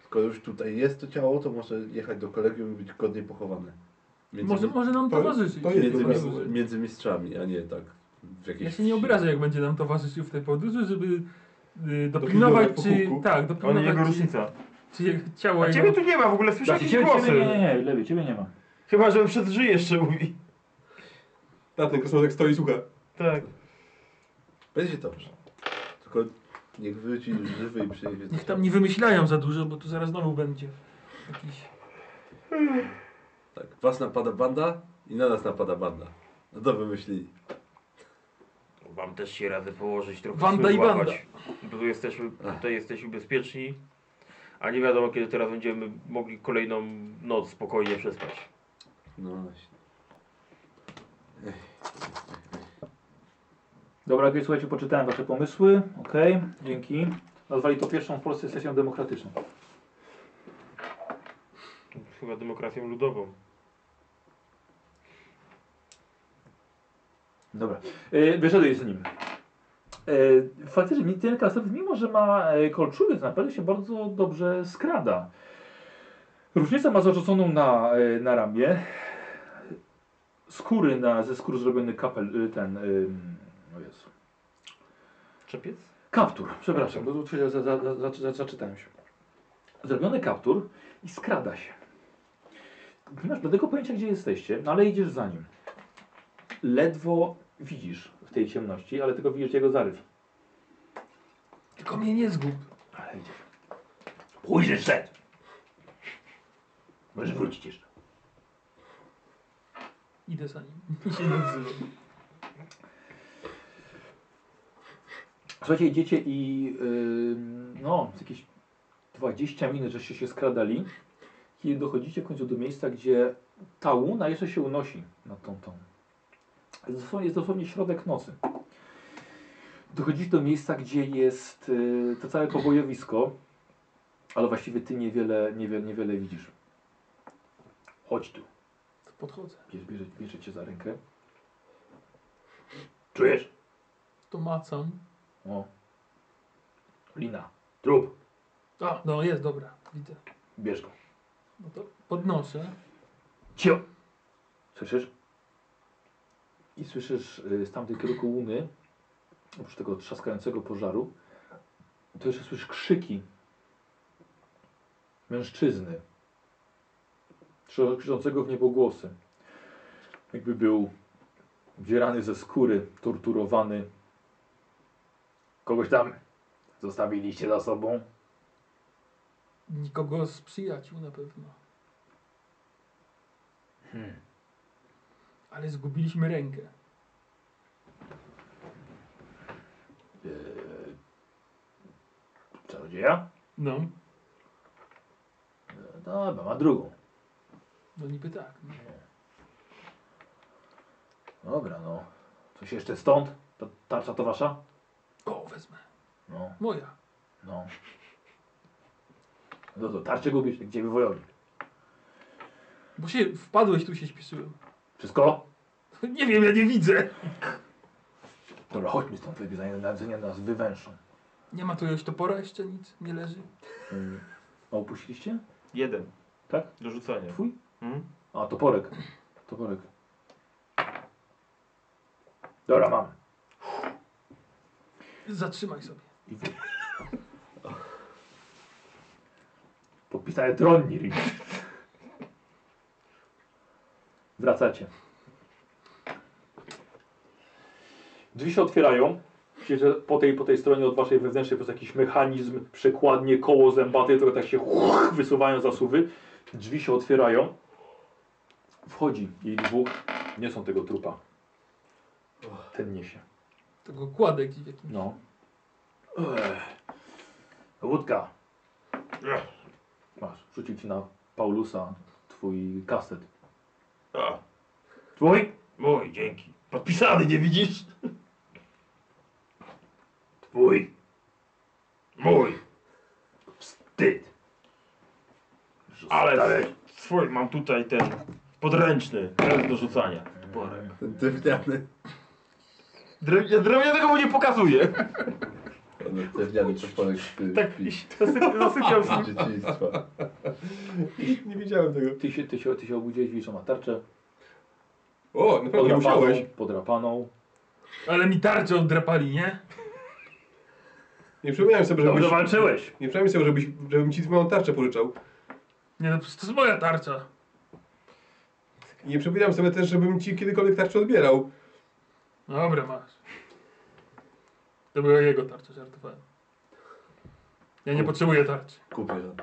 Skoro już tutaj jest to ciało, to może jechać do kolegium i być godnie pochowane. Między,
Może, może nam
to-
towarzyszyć.
to jest
między,
dobra
mis-
myśl.
między mistrzami, a nie tak w jakiejś
Ja się nie
wsi.
obrażę, jak będzie nam towarzyszył w tej podróży, żeby y,
Dopilnować
dopilnować, czy...
pochówku.
Tak,
On
dopilnować,
jego
czy,
różnica.
czy jego ciało...
A
jego-
ciebie tu nie ma, w ogóle słyszę
Tak,
jakieś
ciebie, ciebie nie,
głosy.
nie, lewy, ciebie nie ma.
Chyba, że on przedży jeszcze mówi.
Tak, ten krasnoludek stoi i słucha.
Tak.
Będzie dobrze. Tylko niech wróci żywy i przyjedzie.
Niech tam nie wymyślają za dużo, bo tu zaraz znowu będzie jakiś...
Tak, was napada banda i na nas napada banda. No to wymyślili.
Wam też się radzę położyć trochę
Wanda
snu
i banda.
łapać. Bo Tu jesteśmy, tutaj jesteśmy bezpieczni. A nie wiadomo, kiedy teraz będziemy mogli kolejną noc spokojnie przespać.
No właśnie.
Dobra, okej, słuchajcie, poczytałem wasze pomysły. Okej, dzięki. Nazwali to pierwszą w Polsce sesją demokratyczną.
Chyba demokracją ludową.
Dobra. E, wyszedłeś z nim. E, faktycznie mi- ten krasnolud, mimo że ma e, kolczubiec, naprawdę się bardzo dobrze skrada. Różnicę ma zarzuconą na, e, na ramię. Skóry na, ze skór zrobiony kapel, e, ten, e, o Jezu.
Czepiec?
Kaptur, przepraszam, bo tu się za, za, za, za, zaczytałem się. Zrobiony kaptur i skrada się. Nie masz żadnego pojęcia, gdzie jesteście, no ale idziesz za nim. Ledwo widzisz w tej ciemności, ale tylko widzisz jego zarys.
Tylko mnie nie zgub.
Ale idziesz.
Pójrzysz ten! Może wrócić jeszcze.
Idę za nim. I się nie odzywam.
Słuchajcie, idziecie i yy, no, z jakieś 20 minut żeście się skradali, kiedy dochodzicie w końcu do miejsca, gdzie ta łuna jeszcze się unosi nad tą tą. Jest dosłownie, jest dosłownie środek nocy. Dochodzicie do miejsca, gdzie jest yy, to całe pobojowisko, ale właściwie ty niewiele, niewiele, niewiele widzisz. Chodź tu.
To podchodzę.
Bierze, bierze, bierze cię za rękę.
Czujesz?
To macam.
O. Lina. Trup.
A, no jest, dobra, widzę.
Bierz go.
No to podnoszę.
Cio! Słyszysz? I słyszysz y, z tamtej kierunku łuny, oprócz tego trzaskającego pożaru, to jeszcze słyszysz krzyki mężczyzny, krzy- krzyczącego w niebo głosy. Jakby był dzierany ze skóry, torturowany.
Kogoś tam zostawiliście za sobą?
Nikogo z przyjaciół na pewno. Ale zgubiliśmy rękę.
Czarodzieja?
No,
Dobra, ma drugą.
no niby tak. No.
Dobra, no. Coś jeszcze stąd? Ta tarcza to wasza?
O, wezmę.
No,
Moja.
no. No to tarczę gubisz, gdzie wywojownik?
Bo się wpadłeś, tu się śpieszyłem. *laughs*
Wszystko?
Nie wiem, ja nie widzę.
Dobra, chodźmy stąd, lepiej, zanim zanim nas wywęszą.
Nie ma tu jakiegoś topora jeszcze nic? Nie leży?
A opuściliście?
Jeden.
Tak?
Do rzucania.
Twój?
Mhm.
A, toporek. Toporek. Dobra, mam.
Zatrzymaj sobie.
I wy... Podpisałem Tronnir. Wracacie. Drzwi się otwierają. Widzicie, że po tej, po tej stronie od waszej wewnętrznej po prostu jakiś mechanizm, przekładnie, koło zębate, które tak się chuch, wysuwają zasuwy. Drzwi się otwierają. Wchodzi jej dwóch. Nie są tego trupa. Ten niesie.
Tego kładę gdzieś w jakimś.
No. Łódka. Masz, rzucił ci na Paulusa twój kaset.
A,
Twój?
mój, dzięki. Podpisany, nie widzisz?
Twój.
Mój.
Wstyd.
Ale swój mam tutaj ten podręczny, ręcz do rzucania. Toporek.
Ten drewniany.
Drew- Drewnie tego mu nie pokazuje.
Ten drewniany toporek z
Tak, zasy- zasypiam z nim.
dzieciństwa.
Nie wiedziałem tego.
Ty się, ty się, ty się obudziłeś, widzisz, on ma tarczę.
O, na pewno
Podrapaną,
musiałeś.
podrapaną.
Ale mi tarczę oddrapali, nie?
Nie przypominałem sobie, żebyś...
walczyłeś.
Nie przypominałem sobie, żebyś, żebym ci moją tarczę pożyczał.
Nie, no to jest moja tarcza.
I nie przypominałem sobie też, żebym ci kiedykolwiek tarczę odbierał.
Dobra, masz. To była jego tarcza, żartowałem. Ja nie potrzebuję tarczy.
Kupię żart.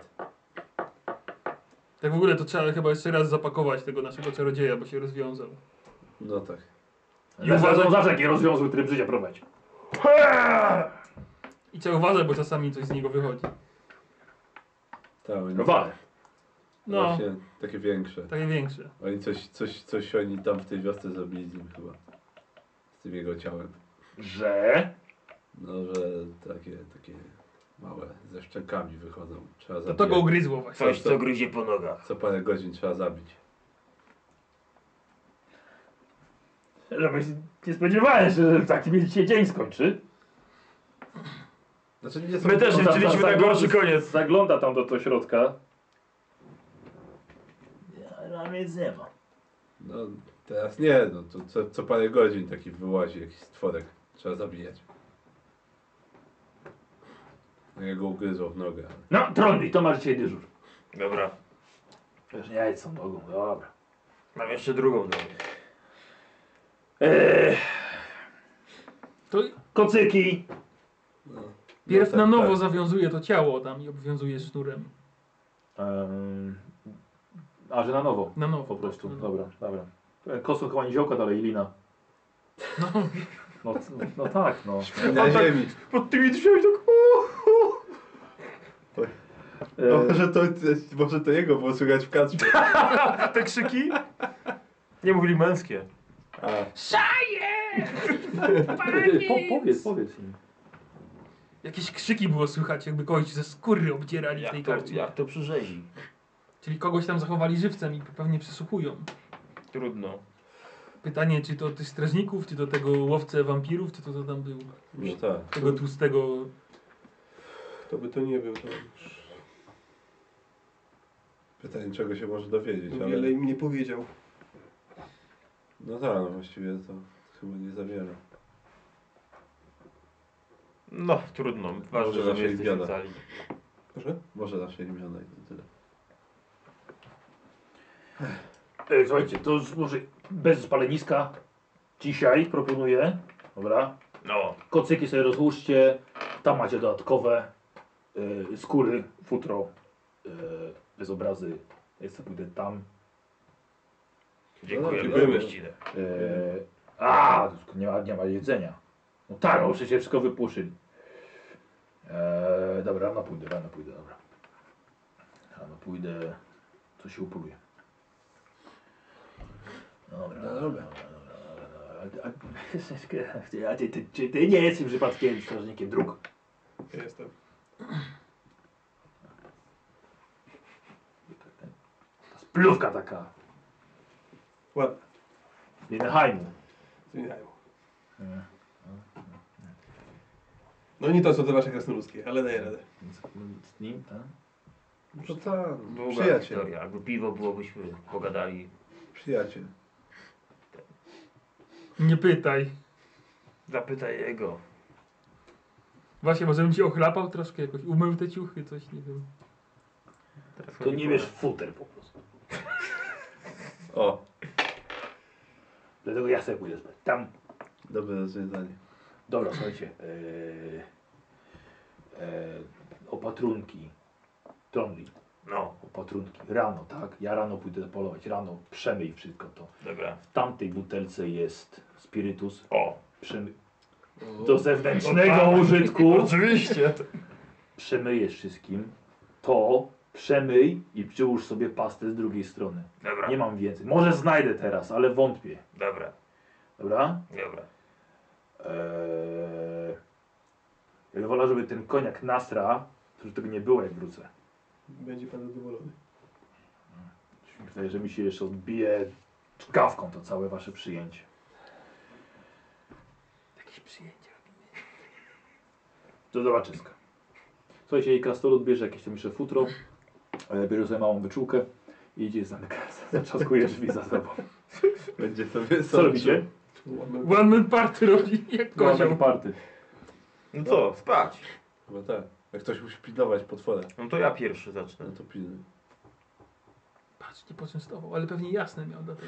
Tak w ogóle to trzeba chyba jeszcze raz zapakować tego naszego czarodzieja, bo się rozwiązał.
No tak.
I uważam, zawsze nie rozwiązły tryb życia prowadzi.
I trzeba uważać, bo czasami coś z niego wychodzi.
Tak, oni-
Wale.
No,
Właśnie takie większe.
takie większe.
Oni coś, coś, coś oni tam w tej wiosce zrobili z nim chyba. Z tym jego ciałem.
Że?
No, że takie, takie małe ze szczękami wychodzą. Trzeba
To
zabić.
to go ugryzło właśnie.
Coś, co gryzie po nogach.
Co parę godzin trzeba zabić.
Żebyś nie spodziewałem się, że taki mi się dzień skończy.
Znaczy nie są...
My też
Za-
nie
za-
chcieliśmy
za-
na gorszy koniec.
Zagląda tam do tego środka. Ja mam jedzenie.
No, teraz nie, no to co, co parę godzin taki wyłazi jakiś stworek. Trzeba zabijać. No, Ja go ugryzło w nogę. ale-
No, Trondi, to masz dzisiaj dyżur.
Dobra,
Wiesz, nie jedz tą nogą, dobra.
mam jeszcze drugą drogę.
Eee,
To
kocyki.
pierw
tak,
na nowo
tak.
zawiązuje to ciało tam i obwiązuje sznurem.
Ehm, a, że na nowo.
Na nowo.
Po prostu,
tak, na nowo.
dobra, dobra. E, Kosu chyba nie ziołka dalej, Ilina.
No,
No, no, no tak, no.
Na ziemi.
Pod tymi drzwiami tak...
E,
Może to, może to jego było słychać w kadrze.
A te krzyki?
Nie mówili męskie.
A,
po, powiedz, powiedz im.
jakieś krzyki było słychać, jakby kogoś ze skóry obdzierali w tej
Jak to,
karcie.
jak to przyrzeźli?
Czyli kogoś tam zachowali żywcem i pewnie przesłuchują.
Trudno.
Pytanie, czy to tych strażników, czy do tego łowcę wampirów, czy to kto tam był?
no tak.
Tego tłustego
To by to nie był. To
Pytanie, czego się może dowiedzieć,
to
ale...
wiele im nie powiedział.
No tak, no właściwie to chyba nie za wiele.
No, trudno. Ważne,
Może
że
naszej
jesteśmy
biada.
cali.
Proszę?
Może nasze imiona i to tyle.
E, słuchajcie, to z- może bez spaleniska dzisiaj proponuję. Dobra.
No,
Kocyki sobie rozłóżcie. Tam macie dodatkowe e, skóry, futro, e, bez obrazy. Ja sobie pójdę tam.
dziękuję.
No,
No,
dziękujemy.
E, a, nie ma, nie ma jedzenia. No tak, bo przecież wszystko wypłoszyli. E, dobra, rano pójdę, rano pójdę, dobra. Rano pójdę, co się upoluje. Dobra, dobra. No dobra, dobra, dobra. A, a, ty, ty, ty, ty nie jesteś przypadkiem strażnikiem dróg.
Ja jestem.
Ta splówka taka,
Ładnie.
Lidenheimu.
Zmieniają. No nie to, co te wasze krasnoludzkie, ale daję radę.
Z nim, tak?
No tak,
Długa
przyjaciel.
historia. Jakby piwo było, byśmy pogadali.
tak.
Przyjaciel.
Nie pytaj.
Zapytaj jego.
Właśnie, może bym ci ochlapał troszkę jakoś, umył te ciuchy, coś, nie wiem.
To nie wiesz,
futer po prostu.
O,
Dlatego ja sobie pójdę spać. Tam.
dobre rozwiązanie.
Dobra, słuchajcie. Yy, yy, opatrunki. Tomli.
No.
Opatrunki. Rano, tak? Ja rano pójdę polować. Rano przemyj wszystko to.
Dobra.
W tamtej butelce jest spirytus.
O.
Przemy... Do zewnętrznego
Odpalaj.
użytku.
Oczywiście.
Przemyjesz wszystkim. To przemyj i przyłóż sobie pastę z drugiej strony.
Dobra.
Nie mam więcej. Może znajdę teraz, ale wątpię.
Dobra.
Dobra?
Dobra.
Eee, ja bym wolał, żeby ten koniak nasra, żeby tego nie było jak wrócę.
Będzie pan zadowolony.
Wydaje, że mi się jeszcze odbije czkawką to całe wasze przyjęcie.
Jakieś przyjęcie.
Do zobaczyska. Słuchajcie, jej krastolud bierze jakieś tam jeszcze futro, e, bierze sobie małą wyczółkę i idzie z zamyka. *laughs* Zaczaskuje drzwi za sobą.
Będzie sobie
Co robicie?
One man party robi, jak
Kozioł.
kozioł.
party.
No co, spać.
Chyba tak. Jak ktoś musi pilnować potwora,
No to ja pierwszy zacznę.
no to pilnuj.
Patrz, nie poczęstował, ale pewnie jasne miał dlatego.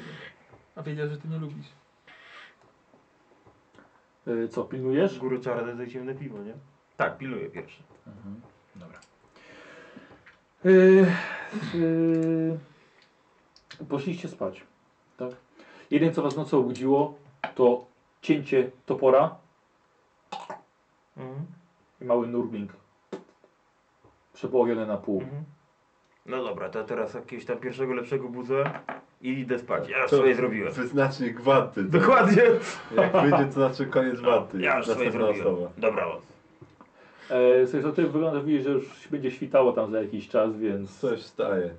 A wiedział, że ty nie lubisz.
E, co, pilnujesz?
Góry czarne to ciemne piwo, nie? Tak, piluję pierwszy.
Mhm. Dobra. Yy, yy, eee, poszliście spać. Tak? Jeden, co was nocą obudziło, to cięcie topora
Mhm.
i mały nurgling. Przepołowiony na pół.
Mhm. No dobra, to teraz jakiegoś tam pierwszego lepszego budzę i idę spać. Ja
To
swoje zrobiłem.
Wyznacznik wanty. to-
Dokładnie.
Jak wyjdzie, to znaczy koniec wanty.
No, Ja już swoje
Następna
zrobiłem.
osoba.
Dobranoc.
E, słuchaj, to ty wygląda, widzisz, że już będzie świtało tam za jakiś czas, więc...
Coś staje.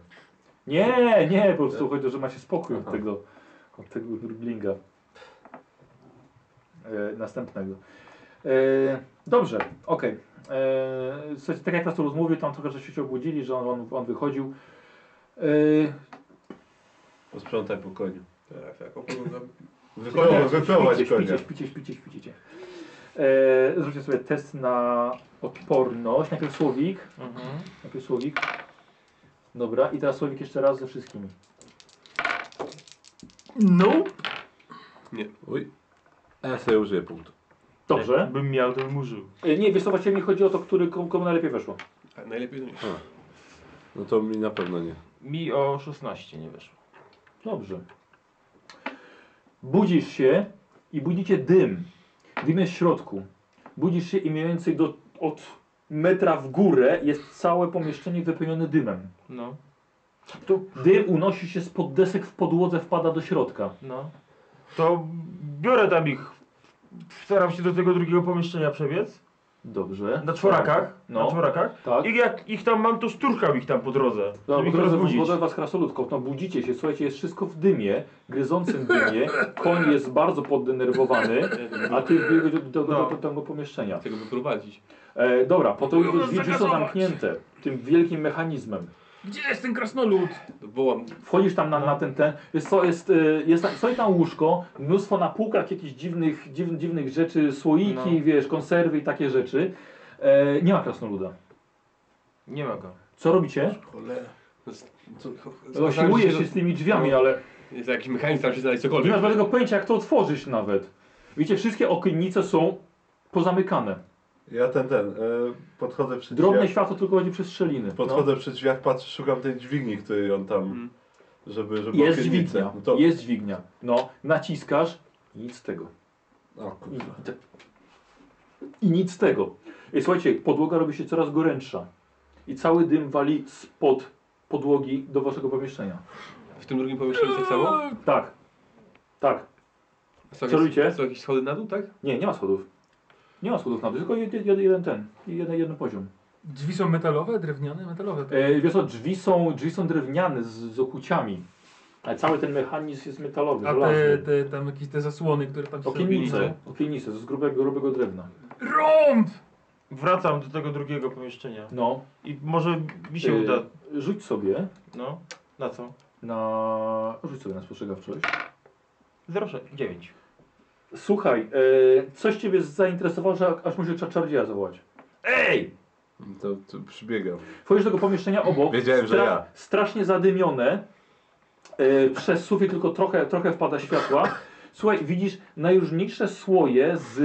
Nie, nie, po prostu chodzi o to, że ma się spokój od tego, od tego driblinga. E, następnego. E, dobrze, okej. E, słuchajcie, Tak jak nas tu rozmówił, tam trochę żeście się obudzili, że on, on, on wychodził. E,
Posprzątaj po koniu.
Tak, tak, opowiadam.
Wyprowadź, wyprowadź
śpicie,
No, konia.
śpicie, śpicie, śpicie, śpicie. E, zróbcie sobie test na odporność. Najpierw słowik. Najpierw słowik. Dobra, i teraz słowik jeszcze raz ze wszystkimi.
No,
Uj. A ja sobie użyję punktu.
Dobrze.
Bym miał, to bym użył.
E, Nie, wiesz co, właściwie mi chodzi o to, który, komu komu najlepiej weszło.
A najlepiej nie.
No to mi na pewno nie.
Mi o 16 nie weszło.
Dobrze. Budzisz się i budzicie dym. Dym jest w środku. Budzisz się i mniej więcej do, od metra w górę jest całe pomieszczenie wypełnione dymem.
No,
Dym unosi się spod desek w podłodze, wpada do środka.
no. To biorę tam ich. Staram się do tego drugiego pomieszczenia przebiec.
Dobrze.
Na czworakach.
No.
Na czworakach.
Tak.
I jak ich tam mam, to szturcham ich tam po drodze.
No,
żeby ich
drodzy,
rozbudzić.
wodę was krasoludką, no budzicie się, słuchajcie, jest wszystko w dymie, gryzącym dymie, koń jest bardzo poddenerwowany, a ty wbiegłeś do, do, do, do tego pomieszczenia.
Chcę go wyprowadzić.
E, dobra, po to
Próbują
już
nas
drzwi są
zagazować.
zamknięte tym wielkim mechanizmem.
Gdzie jest ten krasnolud?
No Wołam.
Wchodzisz tam na, na ten ten. Jest, co, jest, y, jest, tam- stoi tam łóżko, mnóstwo na półkach jakichś dziwnych, dziw, dziwnych rzeczy, słoiki, wiesz, konserwy i takie rzeczy. E, nie ma krasnoluda.
Nie ma go.
Co robicie?
Cholera. No z- co- cho-
Osiłujesz się z tymi drzwiami, ale
Jest jakiś mechanizm, tam się znaleźć
nie
cokolwiek.
masz żadnego pojęcia, jak to otworzyć nawet. Widzicie, wszystkie okiennice są pozamykane.
Ja ten, ten, e, podchodzę przy
Drobne
drzwiach,
światło tylko chodzi przez szczeliny. No.
podchodzę przy drzwiach, patrzę, szukam tej dźwigni, której on tam,
Mhm.
żeby, żeby
Jest
okiennice.
dźwignia,
No to,
jest dźwignia. No, naciskasz, nic z tego.
O,
I,
kurwa.
i te- I nic z tego. I słuchajcie, podłoga robi się coraz gorętsza. I cały dym wali spod podłogi do waszego pomieszczenia.
W tym drugim pomieszczeniu tak
No,
samo?
Tak. Tak.
Są
Co robicie?
jakieś, są jakieś schody na dół, tak?
Nie, nie ma schodów. Nie ma schodów na dół, tylko jed, jed, jeden ten. Jeden, jeden poziom.
Drzwi są metalowe, drewniane, metalowe. tak?
E, wiesz co, drzwi są, drzwi są drewniane z, z okuciami. Ale cały ten mechanizm jest metalowy,
A te,
żelazny.
te, tam jakieś te zasłony, które tam no. są.
Okiennice, okiennice z grubego, grubego drewna.
Rąb!
Wracam do tego drugiego pomieszczenia.
No.
I może mi się
Y,
uda.
Rzuć sobie
No, na co?
na... Rzuć sobie na spostrzegawczość.
09.
Słuchaj, e, coś Ciebie zainteresowało, że aż musisz cza- czarodzieja zawołać.
Ej!
To, to przybiegam.
Wchodzisz do tego pomieszczenia obok,
Wiedziałem, że ja.
strasznie zadymione, e, przez sufit tylko trochę, trochę wpada światła. Słuchaj, widzisz najróżniejsze słoje z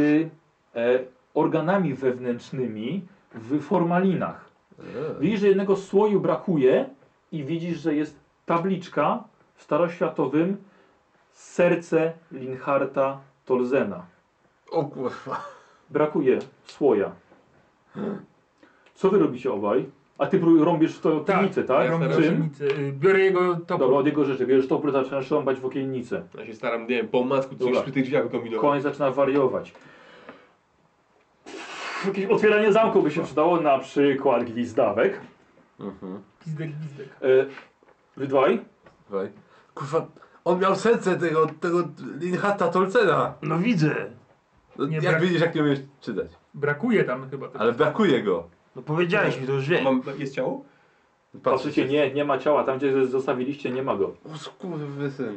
e, organami wewnętrznymi w formalinach.
E.
Widzisz, że jednego słoju brakuje i widzisz, że jest tabliczka w staroświatowym serce Linharta Tolzena.
O kurwa.
Brakuje słoja. Co wy robicie obaj? A ty pró- rąbisz w to okiennice, tak?
Ja robię
Czym?
różnicę. Y, Biorę jego topór.
Dobra, od jego rzeczy. Bierzesz topór, zaczynasz rąbać w okiennicę.
Ja się staram, nie wiem, po masku coś
Dobra.
przy tych drzwiach kombinować.
Koń zaczyna wariować. Jakieś otwieranie zamku by się przydało, na przykład gwizdawek.
Pizdek, pizdek.
E, wy dwaj?
Dwaj. Kurwa, on miał serce tego, tego Linhata Tolcena.
No widzę.
No,
Nie
jak
brak-
widzisz, jak nie umiesz czytać.
Brakuje tam chyba też.
Ale brakuje go.
No powiedziałeś mi to już wiem.
Mam, jest ciało?
Patrzycie, nie, nie ma ciała. Tam, gdzie zostawiliście, nie ma go.
O kurwa, syn.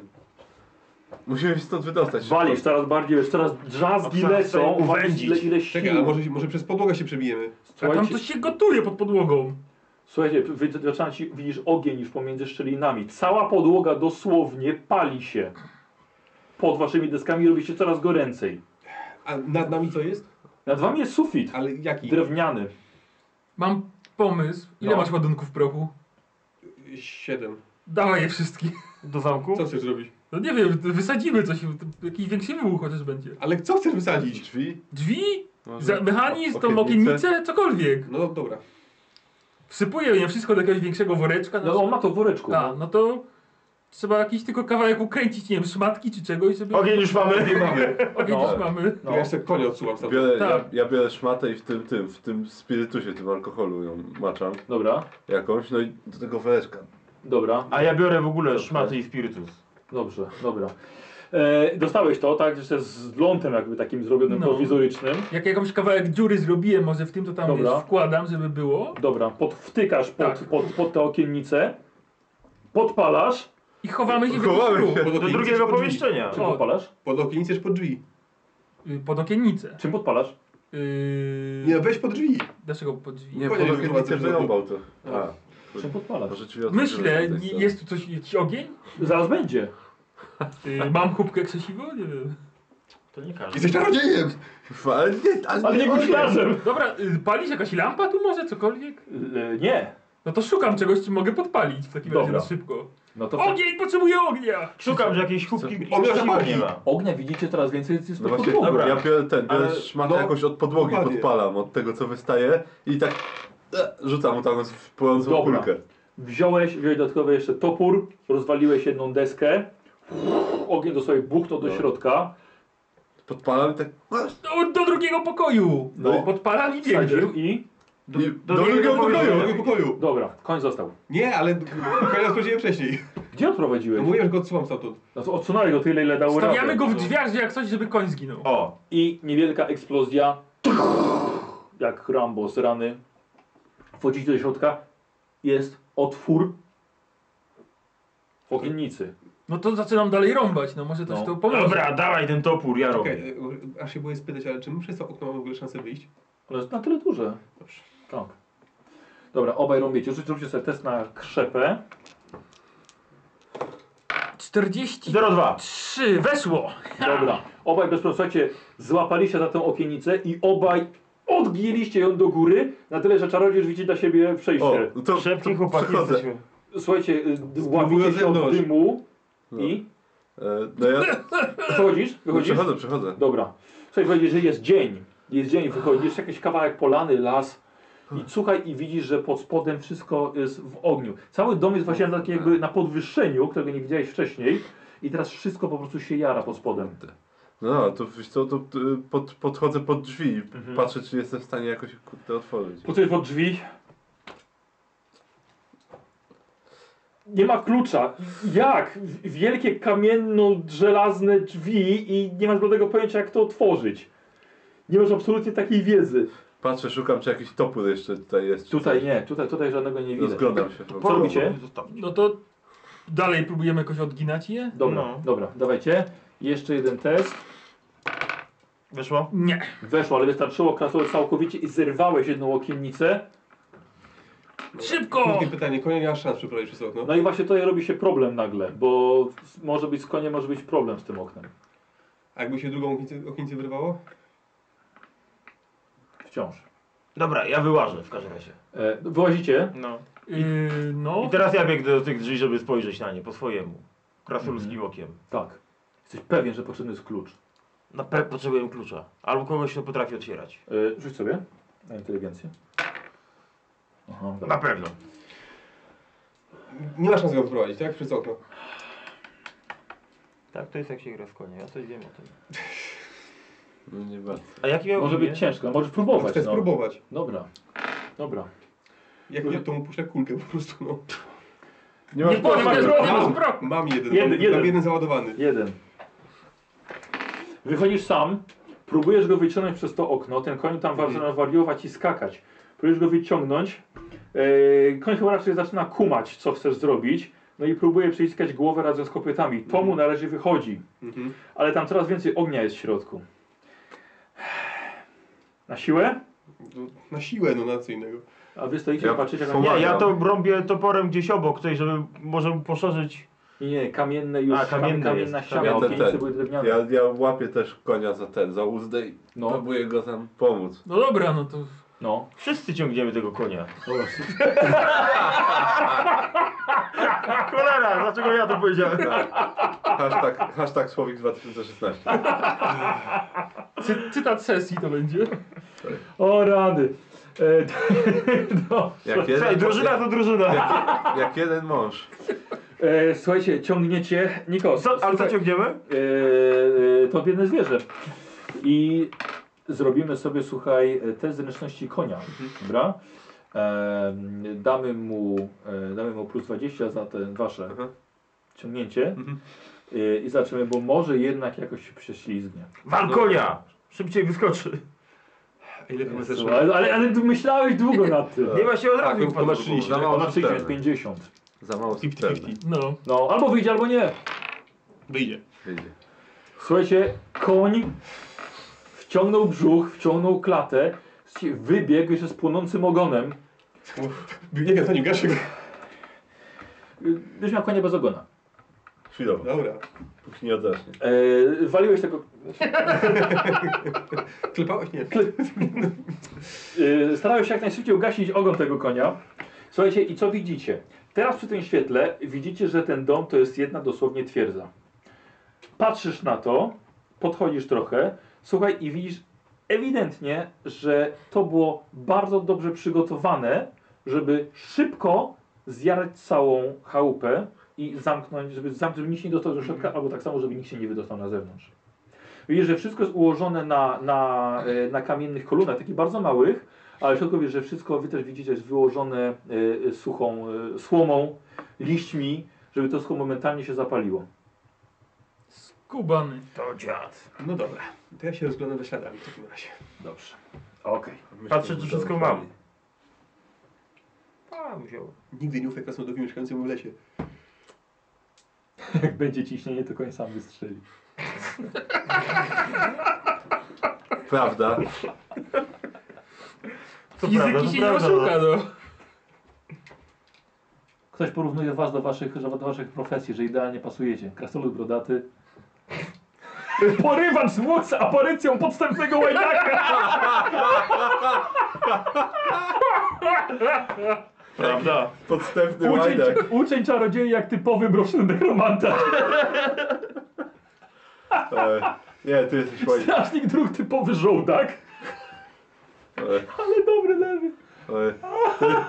Musimy się stąd wydostać.
Walisz coraz bardziej, wiesz, coraz drzazgi
Obstawiam
lecą,
sobie
walisz
uwędzić.
ile, ile sił.
Czekaj, a może, się- może przez podłogę się przebijemy?
A tam
Słuchajcie,
coś się gotuje pod podłogą.
słuchajcie wy- zaczyna ci, widzisz ogień już pomiędzy szczelinami. Cała podłoga dosłownie pali się. Pod waszymi deskami robi się coraz goręcej.
A nad nami co jest?
Nad wami jest sufit,
Ale jaki?
drewniany.
Mam pomysł. Ile
No.
masz ładunków prochu?
Siedem.
Dawaj je wszystkie. *laughs*
Do zamku?
Co chcesz zrobić?
No nie wiem, wysadzimy coś. Jakiś większy wybuch chociaż będzie.
Ale co chcesz wysadzić?
Drzwi?
Drzwi?
Może
Za, mechanizm, tą
No, okiennice?
okiennicę, cokolwiek.
No dobra.
Wsypuję je wszystko do jakiegoś większego woreczka. na
No on ma to w woreczku.
A, no to trzeba jakiś tylko kawałek ukręcić, nie wiem, szmatki czy czegoś, żeby...
Ogień już mamy.
Nie mamy.
Ogień
No.
już mamy.
No.
To Ja sobie konia odsuwam sam.
Biorę, ja,
Tak.
ja biorę szmatę i w tym, tym, w tym spirytusie, tym alkoholu ją maczam
Dobra,
jakąś, no i do tego woreczka.
dobra,
A ja biorę w ogóle szmaty i spirytus.
dobrze, dobra. E, dostałeś to, tak? Jeszcze z lądem jakby takim zrobionym
No.
prowizorycznym.
Jak jakąś kawałek dziury zrobiłem, może w tym to tam
Dobra.
wiesz, wkładam, żeby było.
Dobra, pod, wtykasz pod,
Tak.
pod, pod te okiennice, podpalasz.
I chowamy się w
Chowamy
jakiś
się.
próg.
Do drugiego pomieszczenia.
Czym
O.
podpalasz?
Pod okiennicę czy pod drzwi?
Y, Pod okiennicę.
Czym podpalasz?
Yy...
Nie, weź pod drzwi.
Dlaczego pod drzwi?
Nie,
Konia
pod
już
okiennicę
zobaczysz,
wyrąbał to. A,
Czym podpalasz?
może drzwi otworzyły z
No.
tak,
Myślę,
tej
nie-
strony.
jest tu coś, jakiś ogień?
Zaraz będzie.
Y, mam kubkę krzesiwo? Nie wiem.
To nie każdy.
Jesteś czarodziejem!
Kurwa, ale nie, ale,
Ale nie guślarzem!
Dobra, y, palić jakaś lampa tu może, cokolwiek?
Yy, nie.
No to szukam czegoś, czym mogę podpalić w takim razie
Dobra.
na szybko.
No to fakt.
Ogień, potrzebuję ognia!
Szukam, że jakiejś kubki i
O,
siły
zapalnik.
nie ma.
Ognia widzicie coraz więcej jest
No
pod
właśnie,
podłogą.
dobra.
ja biorę ten, biorę
Ale-
szmatę
no,
jakoś od podłogi
dokładnie.
podpalam, od tego co wystaje i tak e, rzucam mu tam w płonącą
Dobra.
kulkę.
Wziąłeś, wziąłeś dodatkowo jeszcze topór, rozwaliłeś jedną deskę. Ogień dosłownie buchnął do
No.
środka.
Podpalam i tak
Do, do drugiego pokoju!
No.
Podpalam i biegnę.
Wsadził i...
do, do, drugiego
Do
pokoju.
drugiego pokoju.
Dobra, koń został.
Nie, ale konia odprowadziłem wcześniej.
Gdzie
No
odprowadziłeś?
mówiłem, że go odsuwam stamtąd.
No to odsunąłeś go tyle, ile dało
Stawiamy
radę.
go w drzwiach, że jak coś, żeby koń zginął.
O,
I niewielka eksplozja. Jak Rambo z rany. Wchodzicie do środka. Jest otwór w okiennicy.
No to zaczynam dalej rąbać, no może coś
No.
to pomoże.
dobra, dawaj ten topór, ja robię.
Czekaj, e, aż się boję spytać, ale czy my przez to okno mamy w ogóle szansę wyjść?
Ale jest na tyle duże. Tak. Dobra, obaj rąbiecie. Rzuć- Zróbcie sobie test na krzepę.
43
02.
weszło!
Dobra. Obaj bez problemu, słuchajcie, złapaliście za tę okienicę i obaj odgięliście ją do góry, na tyle, że czarodziej już widzi dla siebie
O,
przejście.
no to,
Szybki
to
chłopaki
przechodzę.
jesteśmy.
Słuchajcie, y, łapicie się od
zewnątrz.
dymu
No.
i...
E, no ja
Przechodzisz?
no,
Wychodzisz?
przechodzę, przechodzę.
Dobra. Słuchaj, powiedzieć, że jest dzień. Jest dzień, wychodzisz, jakiś kawałek polany, las.
Hmm.
I słuchaj i widzisz, że pod spodem wszystko jest w ogniu. Cały dom jest właśnie na
tak.
takiej jakby na podwyższeniu, którego nie widziałeś wcześniej. I teraz wszystko po prostu się jara pod spodem.
No, no to wiesz co, to y, pod, podchodzę pod drzwi i patrzę czy jestem w stanie jakoś kurde otworzyć.
Podchodzisz pod drzwi. Nie ma klucza. Jak? Wielkie kamienno-żelazne drzwi i nie masz bladego pojęcia jak to otworzyć. Nie masz absolutnie takiej wiedzy.
Patrzę, szukam, czy jakiś topór jeszcze tutaj jest. czy
Tutaj
coś.
nie, tutaj, tutaj żadnego nie widzę.
Rozglądam się.
Co robicie?
No to dalej próbujemy jakoś odginać je?
Dobra,
No.
dobra, dawajcie. Jeszcze jeden test.
Weszło?
Nie.
Weszło, ale wystarczyło, krasnolud całkowicie i zerwałeś jedną okiennicę.
Szybko!
Krótkie pytanie, konia nie ma szans przeprowadzić przez okno.
No i właśnie tutaj robi się problem nagle, bo może być z koniem, może być problem z tym oknem.
A jakby się drugą okiennicę- okiennicę wyrwało?
Wciąż.
Dobra, ja wyłażę w każdym razie.
E, wyłazicie?
No.
Yy, no.
I teraz ja biegnę do tych drzwi, żeby spojrzeć na nie po swojemu. Krasoludzkim okiem.
Tak. Jesteś pewien, że potrzebny jest klucz.
Na pe potrzebuję klucza. Albo kogoś, kto potrafi otwierać.
E, rzuć sobie na inteligencję. Aha,
Na pewno.
Nie ma szans go wyprowadzić, tak? Przez okno.
Tak, to jest jak się gra w konie. Ja coś wiem o tym.
No nie bardzo.
A jaki miał
Może
imię?
być ciężko, możesz próbować.
Znaczy,
no.
Chcę spróbować.
Dobra. Dobra.
Jak nie, to mu puszczę kulkę po prostu, no.
Nie masz
powiem,
topór.
nie
Mam,
masz
mam,
broku.
mam jeden,
Jeden,
mam,
jeden.
mam jeden załadowany.
Jeden. Wychodzisz sam, próbujesz go wyciągnąć przez to okno, ten koń tam zaczyna wariować i skakać. Próbujesz go wyciągnąć, yy, koń chyba raczej zaczyna kumać, co chcesz zrobić, no i próbuje przyciskać głowę razem z kopytami. To mu na razie wychodzi,
Mhm.
ale tam coraz więcej ognia jest w środku. Na siłę?
No, Na siłę, no na co innego.
A wy stoicie
Ja
i patrzycie jak...
pomagam.
Nie, ja to rąbię toporem gdzieś obok tej, żeby może mu poszerzyć.
Nie, nie, kamienne już,
A, kamienne
kamienna
jest.
ściana,
Ja ten,
okienice
ten.
były drewniane.
Ja, ja łapię też konia za ten, za uzdę i
No.
próbuję go tam pomóc.
No dobra, no to...
No.
Wszyscy ciągniemy tego konia.
Dobra.
Cholera, dlaczego ja to powiedziałem?
*laughs*
*laughs*
Hashtag, hashtag Słowik 2016.
Cy cytat sesji to będzie.
O rady. E, *laughs* no. dobrze.
Jak
Słuchaj,
jeden,
drużyna to drużyna.
jak jeden mąż.
E, słuchajcie, ciągniecie Nikos.
Co, No, ale co
słuchaj,
ciągniemy?
e, e, to biedne zwierzę. I zrobimy sobie, słuchaj, test zręczności konia.
Mhm.
Dobra? E, damy, mu, e, damy mu plus 20 za te wasze
Mhm.
ciągnięcie.
Mhm.
E, I zobaczymy, bo może jednak jakoś się prześlizgnie.
Wal konia! Szybciej wyskoczy.
A ile chyba zeszło?
Ale, ale, ale myślałeś długo nad tym.
Nie ma się od razu
Tak,
mi wpadło
to
do głowy.
Za mało
Ona 60,
subtelne.
50.
Za mało
50-50.
subtelne.
No.
No, albo wyjdzie, albo nie.
Wyjdzie.
Wyjdzie.
Słuchajcie, koń wciągnął brzuch, wciągnął klatę, słuchajcie, wybiegł jeszcze z płonącym ogonem.
Biegnie to nie gaszę go.
Y, Byś miał konia bez ogona.
Chwilowo,
Dobra.
póki nie odecznie.
E, waliłeś tego...
Klepałeś? Nie.
E, starałeś się jak najszybciej ugasić ogon tego konia. Słuchajcie, i co widzicie? Teraz przy tym świetle widzicie, że ten dom to jest jedna dosłownie twierdza. Patrzysz na to, podchodzisz trochę, słuchaj i widzisz ewidentnie, że to było bardzo dobrze przygotowane, żeby szybko zjarać całą chałupę i zamknąć, żeby, zamknąć, żeby nikt się nie dostał do środka, albo tak samo, żeby nikt się nie wydostał na zewnątrz. Widzisz, że wszystko jest ułożone na, na, e, na kamiennych kolumnach, takich bardzo małych, ale w środku wiesz, że wszystko, wy też widzicie, jest wyłożone e, e, suchą e, słomą, liśćmi, żeby to wszystko momentalnie się zapaliło.
Skubany.
To dziad.
No dobra. To ja się rozglądam za śladami w takim razie.
Dobrze. Okej.
Myślę,
Patrzę,
że
czy wszystko
to-
mam. A, wziął.
Nigdy nie ufaj krasnodowi mieszkającemu w lesie.
*laughs* Jak będzie ciśnienie, to koń sam wystrzeli.
Prawda.
To
Fizyki
prawda, to prawda,
się nie
no.
oszuka, no.
Ktoś porównuje was do waszych, do waszych profesji, że idealnie pasujecie. Krasnolud brodaty. *laughs* Porywacz z włos aparycją podstępnego łajdaka!
Prawda.
Podstępny
Uczeń,
łajdak.
uczeń czarodziei jak typowy broszny dekromanta.
E, Nie, ty jesteś łajdak.
Strażnik dróg typowy żołdak.
E,
Ale dobry lewy.
e, ty-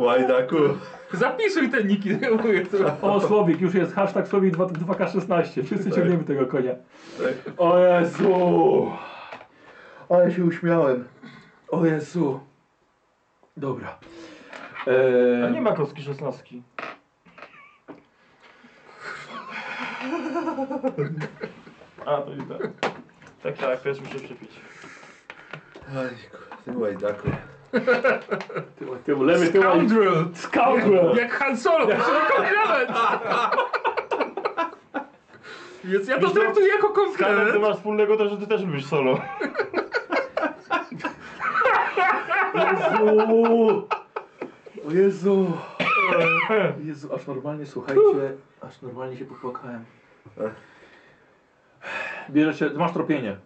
Łajdaku.
Zapisuj te niki.
O, Słowik, już jest hashtag Słowik 2K16. Wszyscy ciągniemy tego konia.
Tak.
O Jezu! Ale się uśmiałem. O Jezu. Dobra.
A
Eee,
nie ma kostki *laughs* szesnastki. A, to i tak. Tak, tak, też muszę przepić.
Aj, kurwa. Ty łajdaku.
Tył, tył, lewy tył.
Scoundrel!
Scoundrel!
Jak Han Solo, czyli komplement! Więc ja to
Wiesz co?
traktuję jako
Z Kanem ty
komplement.
masz wspólnego to, że ty też lubisz solo.
Jezu! O Jezu! Jezu, aż normalnie, słuchajcie, aż normalnie się popłakałem.
Tak. Bierzesz się, masz tropienie.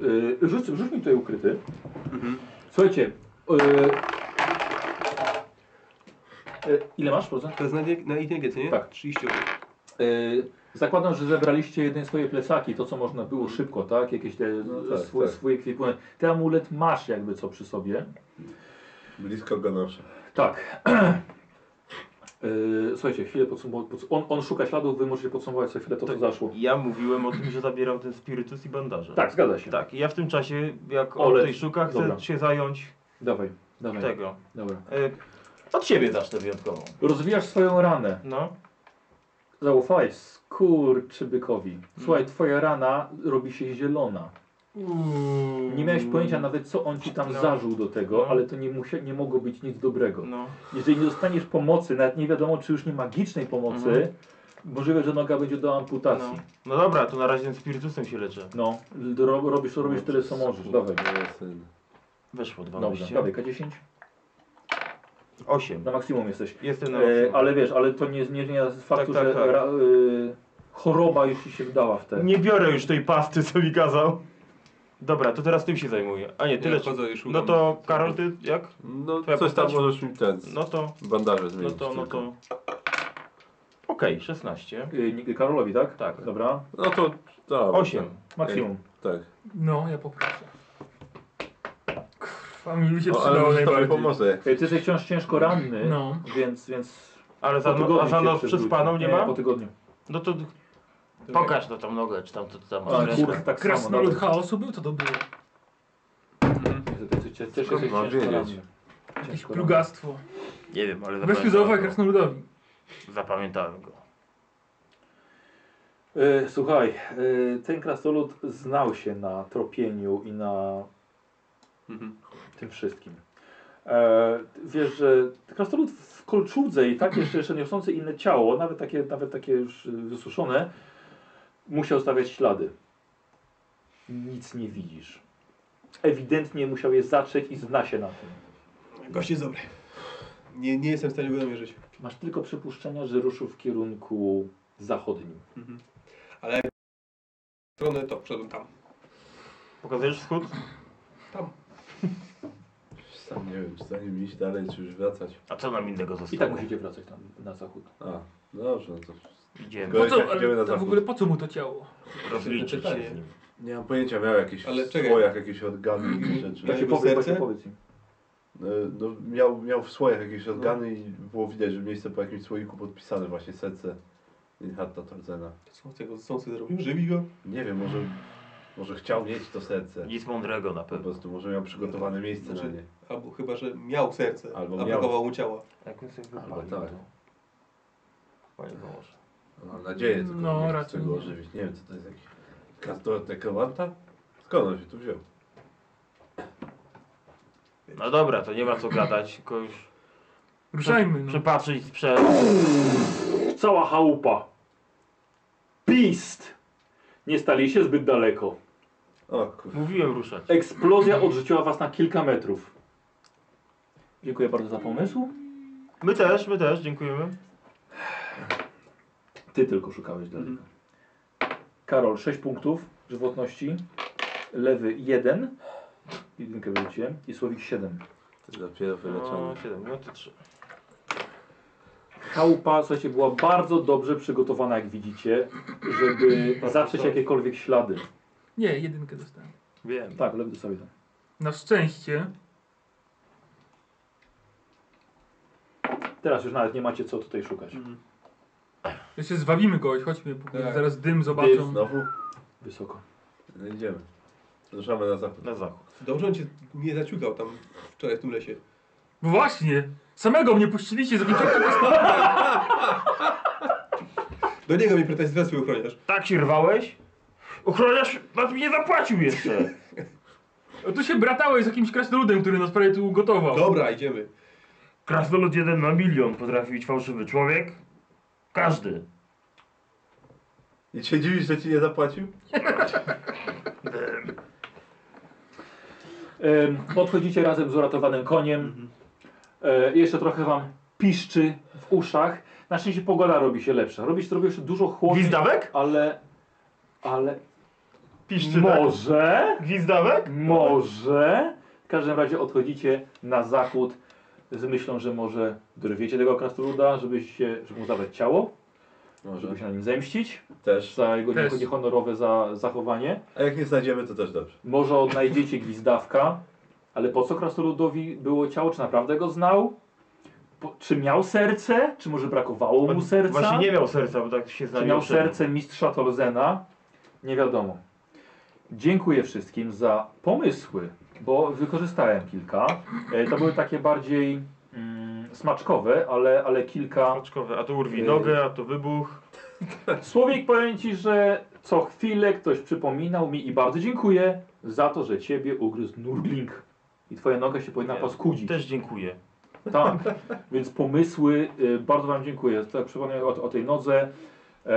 Yy, rzuć, rzuć mi tutaj ukryty.
Mhm.
Słuchajcie. Yy, yy, ile masz procent?
To jest na, nie- na ITG, co nie?
Tak.
30
Yy, zakładam, że zebraliście jedne swoje plecaki, to co można było szybko, tak? Jakieś te
No
tak,
swój,
tak.
swój ekwipunek. Ten amulet masz jakby co przy sobie.
Blisko go noszę.
Tak. Yy, słuchajcie, chwilę podsumować. Pods on, on szuka śladów, wy możecie podsumować sobie chwilę to,
Tak.
co Tak zaszło.
Ja mówiłem o tym, że zabieram ten spirytus i bandaże.
Tak, zgadza się.
Tak, i ja w tym czasie, jak on
Ole,
tutaj szuka, chcę
dobra.
się zająć
Dawaj, dawaj.
tego.
Dobra.
Y, Od siebie zacznę wyjątkowo.
Rozwijasz swoją ranę.
No.
Zaufaj skurczybykowi.
Mm.
Słuchaj, twoja rana robi się zielona. Nie miałeś pojęcia nawet co on ci tam
Mm. No.
zażył do tego,
No.
ale to nie, musia, nie mogło być nic dobrego.
No.
Jeżeli nie dostaniesz pomocy, nawet nie wiadomo czy już nie magicznej pomocy,
Mhm.
możliwe, że noga będzie do
No.
amputacji.
no dobra, to na razie tym spirytusem się leczę.
No, ro, robisz, robisz tyle co możesz, dawaj. No,
Weszło
Dobrze,
12.
dawaj K10,
8.
na maksimum jesteś.
Jestem na
E,
maksimum.
ale wiesz, ale to nie zmienia faktu,
No, tak,
że
tak.
Ra, y, choroba już ci się wdała w te.
Nie biorę już tej pasty, co mi kazał. Dobra, to teraz tym się zajmuję. A nie, tyle.
Ja chodzę i szukam.
no to Karol, ty jak?
No
Twoja
coś tam
postać?
możesz mi ten.
No to,
Bandaże
no
zmienić.
to, no
tylko.
to. Okej, 16.
Y, nie- Karolowi, tak?
Tak.
Dobra,
No to. Tak,
8.
maksimum.
Tak.
No, ja poproszę. Krwa mi się
No, ale
przydało
może tobie
najbardziej.
pomoże.
Ej, Ty jesteś wciąż ciężko ranny,
No.
więc, więc
Ale
po
za, no, a
tygodniu
za
cię
noc
przywrócę.
przespaną nie
Po
ma?
tygodniu.
No to pokaż na tą nogę, czy tam to tam
A,
masz.
kurwa, tak samo.
Krasnolud
no.
nawet.
chaosu był, to to było.
Ty- ty- ty- ty- Też jesteś
Skąd mam
ciężko
wiedzieć?
ranny.
Jakieś
Ciężko
plugastwo.
Nie wiem, ale
Weźmy zaufaj krasnoludowi.
Zapamiętałem go.
E, Słuchaj, e, ten krasnolud znał się na tropieniu i na
Mhm.
tym wszystkim. E, Wiesz, że krasnolud w kolczudze i tak jeszcze, jeszcze niosący inne ciało, nawet takie, nawet takie już e, wysuszone, musiał stawiać ślady. Nic nie widzisz. Ewidentnie musiał je zatrzeć i zna się na tym.
Gość jest dobry. Nie, nie jestem w stanie go namierzyć.
Masz tylko przypuszczenia, że ruszył w kierunku zachodnim.
Ale w stronę to wszedłem tam.
Pokazujesz wschód?
Tam.
Sam nie wiem, czy za nim iść dalej, czy już wracać.
A co nam innego
I tak
zostało?
musicie wracać tam na zachód.
A, no dobrze, no to
Idziemy.
Go-
Po
Gość,
co,
jak idziemy na
ale to w
zachód.
ogóle po co mu to ciało?
Rozliczyć się
Pytanie.
z nim.
nie mam pojęcia, miał jakiś
Ale
w
czekaj.
swojach jakieś organy
*clears throat*
i rzeczy.
Ja
Właśnie
Jego
powiedz,
serce?
właśnie powiedz im.
Y, No, miał, miał w słojach
No.
jakieś organy i było widać, że miejsce po jakimś słoiku podpisane właśnie serce Linharta Torzena.
Co z tego, co on sobie zrobił? Żywi go?
Nie wiem, może, może chciał mieć to serce.
Nic mądrego na
Po
pewno.
prostu może miał przygotowane miejsce
No
na nie.
Albo chyba, że miał serce,
Albo
a
miał.
brakowało mu ciała.
Jak my sobie
Albo
wypalił
tak.
to? Panie Boże.
Mam nadzieję, tylko
No,
no, nie chcę
raczej
go
nie.
ożywić. Nie wiem, co to jest jakiś kastor nekromanta? Skąd on się tu wziął?
No dobra, to nie ma co gadać, tylko już
Ruszajmy, no.
przepatrzyć przez...
Cała chałupa. Pist! Nie staliście zbyt daleko.
O kurwa.
Mówiłem ruszać.
Eksplozja odrzuciła was na kilka metrów.
Dziękuję bardzo za pomysł.
My też, my też, dziękujemy.
Ty tylko szukałeś daleko. Mhm. Karol, 6 punktów żywotności. Lewy 1. Jedynkę wyrzuciłem. I Słowik 7.
Dopiero wyleczony.
No, 7 minuty 3.
Chałupa, słuchajcie, była bardzo dobrze przygotowana, jak widzicie, żeby zatrzeć jakiekolwiek ślady.
Nie, jedynkę dostałem.
Wiem.
Tak, lewy dostał jeden.
Na szczęście.
Teraz już nawet nie macie co tutaj szukać.
Jeszcze zwabimy kogoś, chodźmy, póki
Tak.
zaraz dym zobaczą.
Znowu?
Wysoko.
No idziemy. Ruszamy na zachód.
Na zachód.
Dobrze on cię nie zaciukał tam wczoraj w tym lesie.
No Właśnie! Samego mnie puściliście, zrobicie
Do niego mi pretensje zły ochroniarz.
*laughs* Tak się rwałeś? Ochroniarz nas mi nie zapłacił jeszcze.
O, Tu się bratałeś z jakimś krasnoludem, który nas prawie tu ugotował.
Dobra, idziemy.
Krasnolud jeden na milion potrafi być fałszywy człowiek. Każdy.
I się dziwisz, że ci nie zapłacił?
Em, Podchodzicie razem z uratowanym
Mhm.
koniem. E, Jeszcze trochę wam piszczy w uszach. Na szczęście pogoda robi się lepsza. Robi się trochę jeszcze dużo chłodniej.
Gwizdawek?
Ale... Ale...
Piszczy, tak?
może...
Gwizdawek?
Może... W każdym razie odchodzicie na zachód z myślą, że może dorwiecie tego krasnoluda, żeby, się, żeby mu zabrać ciało,
Może.
żeby się na nim zemścić
Też.
za jego
Też.
niehonorowe za, zachowanie.
A jak nie znajdziemy, to też dobrze.
Może odnajdziecie gwizdawka, ale po co krasnoludowi było ciało? Czy naprawdę go znał? Po, czy miał serce? Czy może brakowało mu serca?
Właśnie nie miał serca, bo tak się
Czy
znajdował.
miał serce mistrza Tolzena? Nie wiadomo. Dziękuję wszystkim za pomysły, bo wykorzystałem kilka. E, To były takie bardziej mm, smaczkowe, ale, ale kilka.
Paczkowe, a to urwi nogę, a to wybuch.
Słowik powiem ci, że co chwilę ktoś przypominał mi i bardzo dziękuję za to, że ciebie ugryzł Nurgling. I twoja noga się powinna
Nie,
paskudzić.
Też dziękuję.
Tak, więc pomysły, y, bardzo wam dziękuję. Tak przypomniałem o, o tej nodze, e,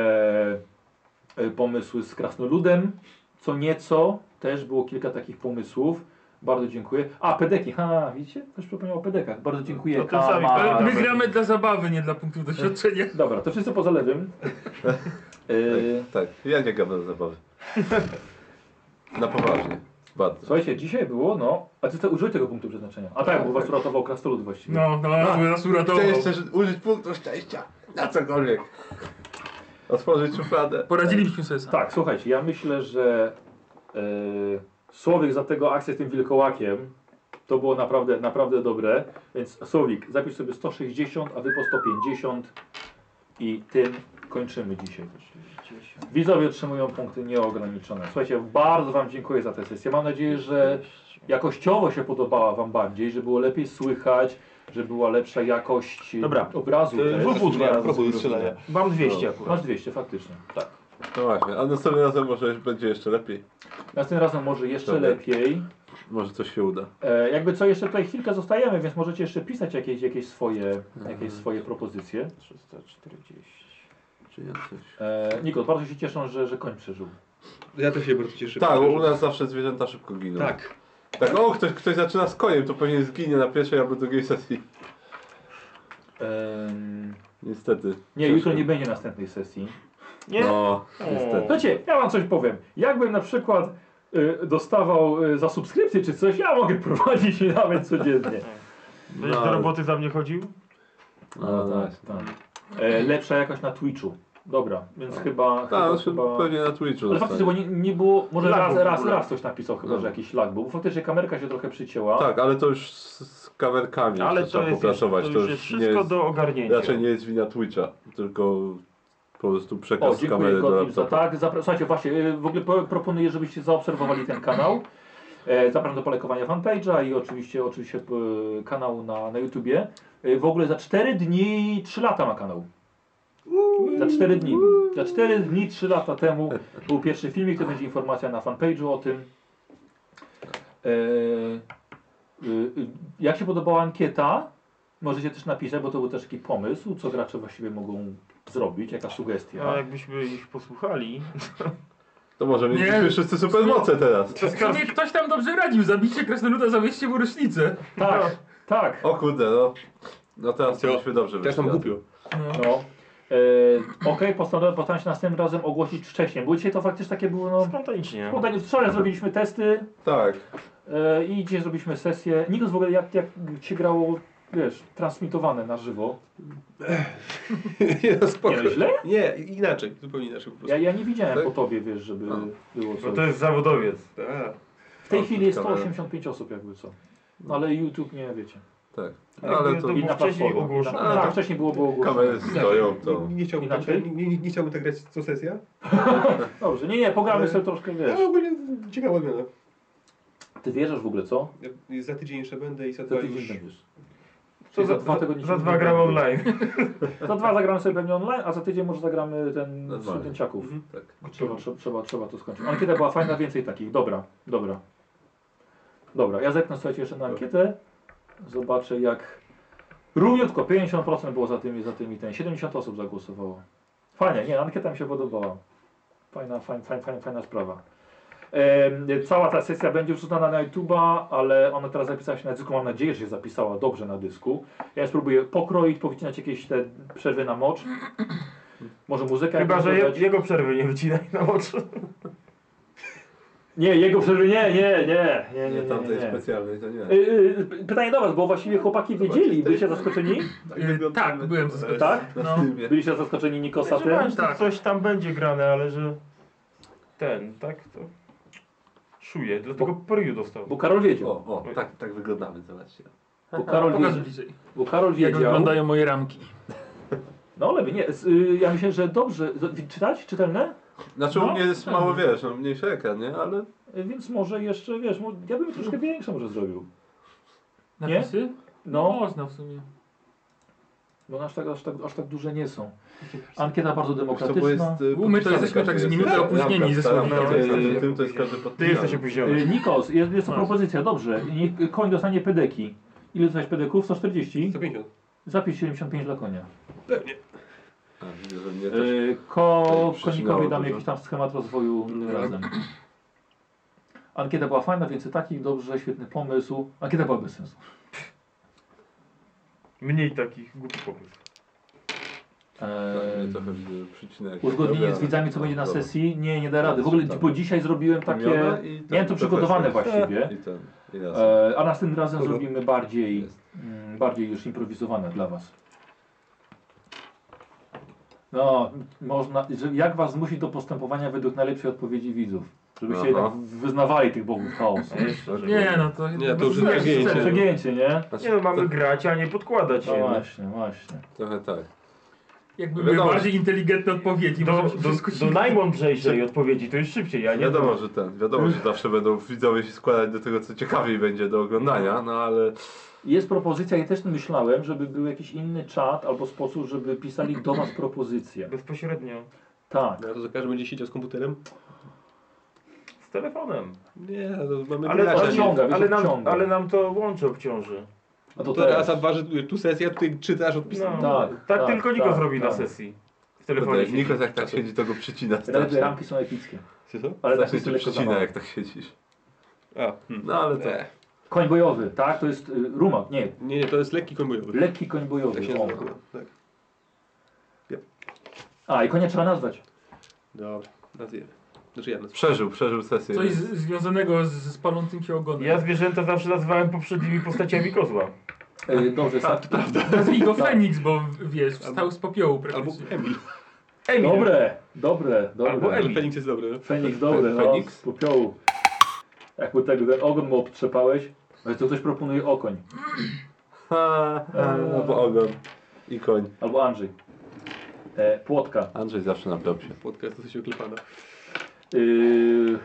e, pomysły z krasnoludem, co nieco, też było kilka takich pomysłów. Bardzo dziękuję. A, pedeki, ha, widzicie? Też przypomniałem o pedekach. Bardzo dziękuję.
No to sami
Kama.
pedeki.
My gramy dla zabawy, nie dla punktów doświadczenia.
Dobra, to wszyscy poza lewym. Y,
Tak, ja nie gadam
*laughs*
zabawy. Na poważnie. Bardzo.
Słuchajcie, dzisiaj było, no. A ty te, użyłeś tego punktu przeznaczenia. A tak, bo was uratował krasnolud właściwie.
No, no,
A,
nas uratował.
Chcę jeszcze ży- użyć punktu szczęścia na cokolwiek. Otworzyć szufladę.
Poradzilibyśmy sobie sami.
Tak, słuchajcie, ja myślę, że e, Słowik za tego akcję z tym wilkołakiem to było naprawdę, naprawdę dobre. Więc Słowik, zapisz sobie 160, a wy po 150 i tym kończymy dzisiaj. Widzowie otrzymują punkty nieograniczone. Słuchajcie, bardzo Wam dziękuję za tę sesję. Mam nadzieję, że jakościowo się podobała Wam bardziej, że było lepiej słychać, że była lepsza jakość e,
Dobra.
obrazu. też. No,
Wupu dwa razy.
Proponuję strzelania.
Mam 200 akurat.
Masz 200, faktycznie. Tak.
No właśnie, a następnym razem może będzie jeszcze lepiej.
Następnym razem może jeszcze
Dobra.
lepiej.
Może coś się uda.
E, jakby co, jeszcze tutaj chwilkę zostajemy, więc możecie jeszcze pisać jakieś, jakieś, swoje,
Mhm.
jakieś swoje propozycje.
340.
Czy ja coś...
E, Nikol, bardzo się cieszę, że, że koń przeżył.
Ja też się bardzo cieszę.
Tak, bo u
*laughs*
nas zawsze zwierzęta szybko giną.
Tak.
Tak, o, ktoś, ktoś zaczyna z koniem, to pewnie zginie na pierwszej albo drugiej sesji.
Em,
Niestety.
nie, jutro nie będzie następnej sesji.
Nie?
No, niestety.
Słuchajcie, ja wam coś powiem. Jakbym na przykład y, dostawał y, za subskrypcję czy coś, ja mogę *laughs* prowadzić nawet codziennie.
Będziesz do roboty za mnie chodził?
No, tak.
tak. E, lepsza jakoś na Twitchu. Dobra, więc chyba...
Tak,
chyba,
już
chyba...
pewnie na Twitchu zostanie.
Ale faktycznie, bo nie, nie było, może
Lagu
raz,
w
raz,
ogóle.
raz coś napisał chyba,
No.
że jakiś lag był, bo faktycznie kamerka się trochę przycięła.
Tak, ale to już z, z kamerkami
No, Ale
jeszcze
to
trzeba
jest,
popracować.
to już jest Znaczy
nie
wszystko do ogarnięcia.
Raczej nie jest wina Twitcha, tylko po prostu
O,
przekaz z
dziękuję
kamery do
Gottlieb za
laptopa.
tak. Zapra- Słuchajcie, właśnie, y, w ogóle po- proponuję, żebyście zaobserwowali ten kanał. E, Zapraszam do polajkowania fanpage'a i oczywiście, oczywiście y, kanał na, na YouTubie. Y, W ogóle za 4 dni 3 lata ma kanał. Za 4 dni. Za 4 dni 3 lata temu był pierwszy filmik, to będzie informacja na fanpage'u o tym. E, y, y, Jak się podobała ankieta? Możecie też napisać, bo to był też taki pomysł, co gracze właściwie mogą zrobić, jaka sugestia.
A jakbyśmy ich posłuchali.
To może
Nie.
mielibyśmy wszyscy supermoce teraz.
Pewnie ktoś tam dobrze radził. Zabicie krasnoluda, zawieźcie mu rocznicę.
Tak, tak.
O kurde, no. No teraz
Co?
byśmy dobrze
Teraz nam
wyszli.
głupio.
No. E, Okej, postanowiłem postaram się następnym razem ogłosić wcześniej, bo dzisiaj to faktycznie takie było, no...
Spontanicznie.
Podanie wczoraj zrobiliśmy testy
Tak.
e, i dzisiaj zrobiliśmy sesję. Nikos w ogóle jak, jak się grało, wiesz, transmitowane na żywo.
nie, no, spoko.
Nie, no źle?
Nie, inaczej, zupełnie inaczej po
Ja,
prostu.
ja nie widziałem
Tak?
po tobie, wiesz, żeby
No.
było
Bo to
coś.
jest zawodowiec.
A,
W tej
O,
chwili jest
kamera.
185 osób jakby co. No, ale YouTube nie, wiecie.
Tak.
Jakby
Ale to
to-
Inna
wcześniej
platforma.
ogłoszone.
Tak, tak, wcześniej było, było ogłoszone.
kamery stoją, to...
nie, nie, chciałbym,
Inaczej?
nie, nie, nie chciałbym tak grać co sesja.
Dobrze, nie, nie, pogramy sobie troszkę,
No
wiesz.
w ogóle ciekawa odmiana.
No.
Ty wierzysz w ogóle, co?
Ja Za tydzień jeszcze będę i za
Za
dwa
tydzień
już.
będziesz.
Co
Czyli za dwa tygodnie
Za
się
dwa
nie
gram
będzie.
online.
Za dwa zagramy sobie pewnie online, a za tydzień może zagramy ten
Za dwa.
studenciaków.
Tak.
Trzeba, trzeba, trzeba, trzeba to skończyć. Ankieta była fajna, więcej takich. Dobra, dobra. Dobra, ja zerknę słuchajcie jeszcze na ankietę. Zobaczę jak... Równiutko, 50% było za tymi, za tymi, ten, 70 osób zagłosowało. Fajnie, nie, ankieta mi się podobała. Fajna, fajna, fajna, fajna, fajna sprawa. Em, cała ta sesja będzie wrzucona na YouTube'a, ale ona teraz zapisała się na dysku, mam nadzieję, że się zapisała dobrze na dysku. Ja spróbuję pokroić, powycinać jakieś te przerwy na mocz. Może muzyka
Chyba,
jakąś
że je,
dodać?
jego przerwy nie wycinaj na oczy.
Nie, jego przerwy nie, nie, nie, nie, nie,
Nie,
nie,
tamtej
nie, nie.
specjalnej to nie.
Y, y, p- Pytanie do Was, bo właściwie chłopaki wiedzieli, byliście zaskoczeni?
Y, tak, byłem zaskoczony.
Tak?
No.
Byliście zaskoczeni Nikosa tym?
Znaczy, tak. Coś tam będzie grane, ale że ten, tak to szuje, dlatego pryu dostał.
Bo Karol wiedział.
O, o, tak, tak wyglądamy, zobaczcie.
Bo Karol,
Pokaż
wiedział-
bliżej.
bo Karol
Jak
wiedział.
wyglądają moje ramki.
No lepiej, nie. z- y, Ja myślę, że dobrze. Z- Czytać? Czytelne?
Znaczy u mnie jest mało, wiesz, no, mniejszy ekran, nie? Ale
Y, Więc może jeszcze, wiesz, mo- ja bym troszkę większą może zrobił.
Napisy?
No,
Można w sumie.
bo aż tak, aż tak, aż tak duże nie są. Ankieta bardzo
wiesz co, bo
demokratyczna.
jest... y,
U, my to
podpisanka
jesteśmy tak z
jest,
minutę
nie?
opóźnieni
Ramka
ze
stara,
słowem.
ramka jest
Yy,
nad tym, to jest każdy
Ty
podpisany.
jesteś opóźniony.
Y, Nikos, jest, jest to propozycja, dobrze. Niech koń dostanie pedeki. Ile dostałeś pedeków? 140?
150.
Zapisz 75 dla konia.
Pewnie.
A, widzę, że mnie też...
Yy, ko
Tutaj przycinało
konikowi dam
dużo.
jakiś tam schemat rozwoju innym razem. Ankieta była fajna, więcej takich, dobrze, świetny pomysł. Ankieta była bez sensu.
Mniej takich głupich pomysł.
Eee,
Mnie trochę y, przycinek.
uzgodnienie z widzami,
no,
co będzie na sesji? Nie, nie da rady. W ogóle bo dzisiaj zrobiłem takie...
tak
Miałem to przygotowane właściwie.
I ten, i jasne.
Eee, a następnym razem
Dobra.
zrobimy bardziej,
Jest.
mm, bardziej już improwizowane dla Was. No, można, że- jak Was zmusić do postępowania według najlepszej odpowiedzi widzów? Żebyście
Aha.
jednak wyznawali tych bogów chaosu.
A jeszcze, że...
Nie, no to...
Nie, to już
Znasz
przegięcie.
scenę.
Przegięcie, nie?
Nie no, mamy grać, a nie podkładać
Znaczy, No
się. no.
właśnie, właśnie.
Trochę tak.
Jakby były
Wiadomo.
bardziej inteligentne odpowiedzi,
Do,
może
do, do najmądrzejszej odpowiedzi, to jest szybciej, ja nie
Wiadomo, że ten, wiadomo,
Mm.
że zawsze będą widzowie się składać do tego, co ciekawiej będzie do oglądania, no ale
Jest propozycja, ja też myślałem, żeby był jakiś inny czat albo sposób, żeby pisali do Was propozycje.
Bezpośrednio.
Tak.
No to za każdym będzie siedział z komputerem.
Z telefonem.
Nie, no to
No
mamy
Ale,
wyraźnie.
ale,
obciąga, wiesz,
ale, nam,
obciąga.
ale nam to łącze obciąży.
A
To
to
raz, a
teraz.
dwa, że tu sesja, tutaj czytasz, odpisy.
No,
Tak,
tak,
tak,
tylko Niko
tak,
zrobi na
tak.
sesji. W telefonie.
Kurde,
siedzi.
Nikos jak tak siedzi, to go przycina
Te
strasznie.
ramki są epickie.
Co to?
Ale tak
Strasznie
jest
się
lekko
przycina,
zabawa.
jak tak siedzisz.
A, Hmm.
No ale to...
Koń bojowy, tak? To jest y, rumak, nie.
nie, nie, to jest lekki koń bojowy.
Lekki koń bojowy.
Tak się
o.
nazywa. chyba, Tak.
A, i konia trzeba nazwać.
Dobra, nazwiemy. Znaczy ja nazwę.
Przeżył, przeżył sesję.
Coś z, związanego z, z palącym się ogonem.
Ja zwierzęta zawsze nazywałem poprzednimi postaciami kozła.
Y, dobrze, tak.
Nazwij go Feniks, bo wiesz, wstał z popiołu
Albo
praktycznie.
Emil.
Emil.
Dobre, dobre,
Albo
dobre.
Emil.
Feniks jest dobry. no.
Feniks, dobry, no,
Feniks.
z popiołu. Jak mu tego, ten ogon mu obtrzepałeś. Ale to ktoś proponuje okoń.
Ha, ha, Albo ogon i koń.
Albo Andrzej. E, płotka.
Andrzej zawsze na propsie.
Płotka jest dosyć oklepana.
Yy,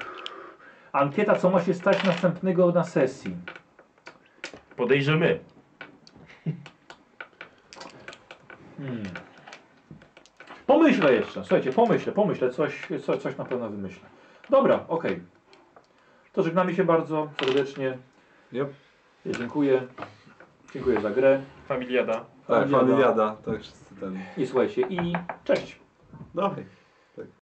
ankieta, co ma się stać następnego na sesji.
Podejrzymy.
Hmm. Pomyślę jeszcze, słuchajcie, pomyślę, pomyślę, coś, coś, coś na pewno wymyślę. Dobra, okej. To żegnamy się bardzo serdecznie.
Yep.
Dziękuję. Dziękuję za grę.
Familiada.
Tak,
Familiada.
pan jada, tak wszyscy ten...
I słuchajcie, i cześć.
No.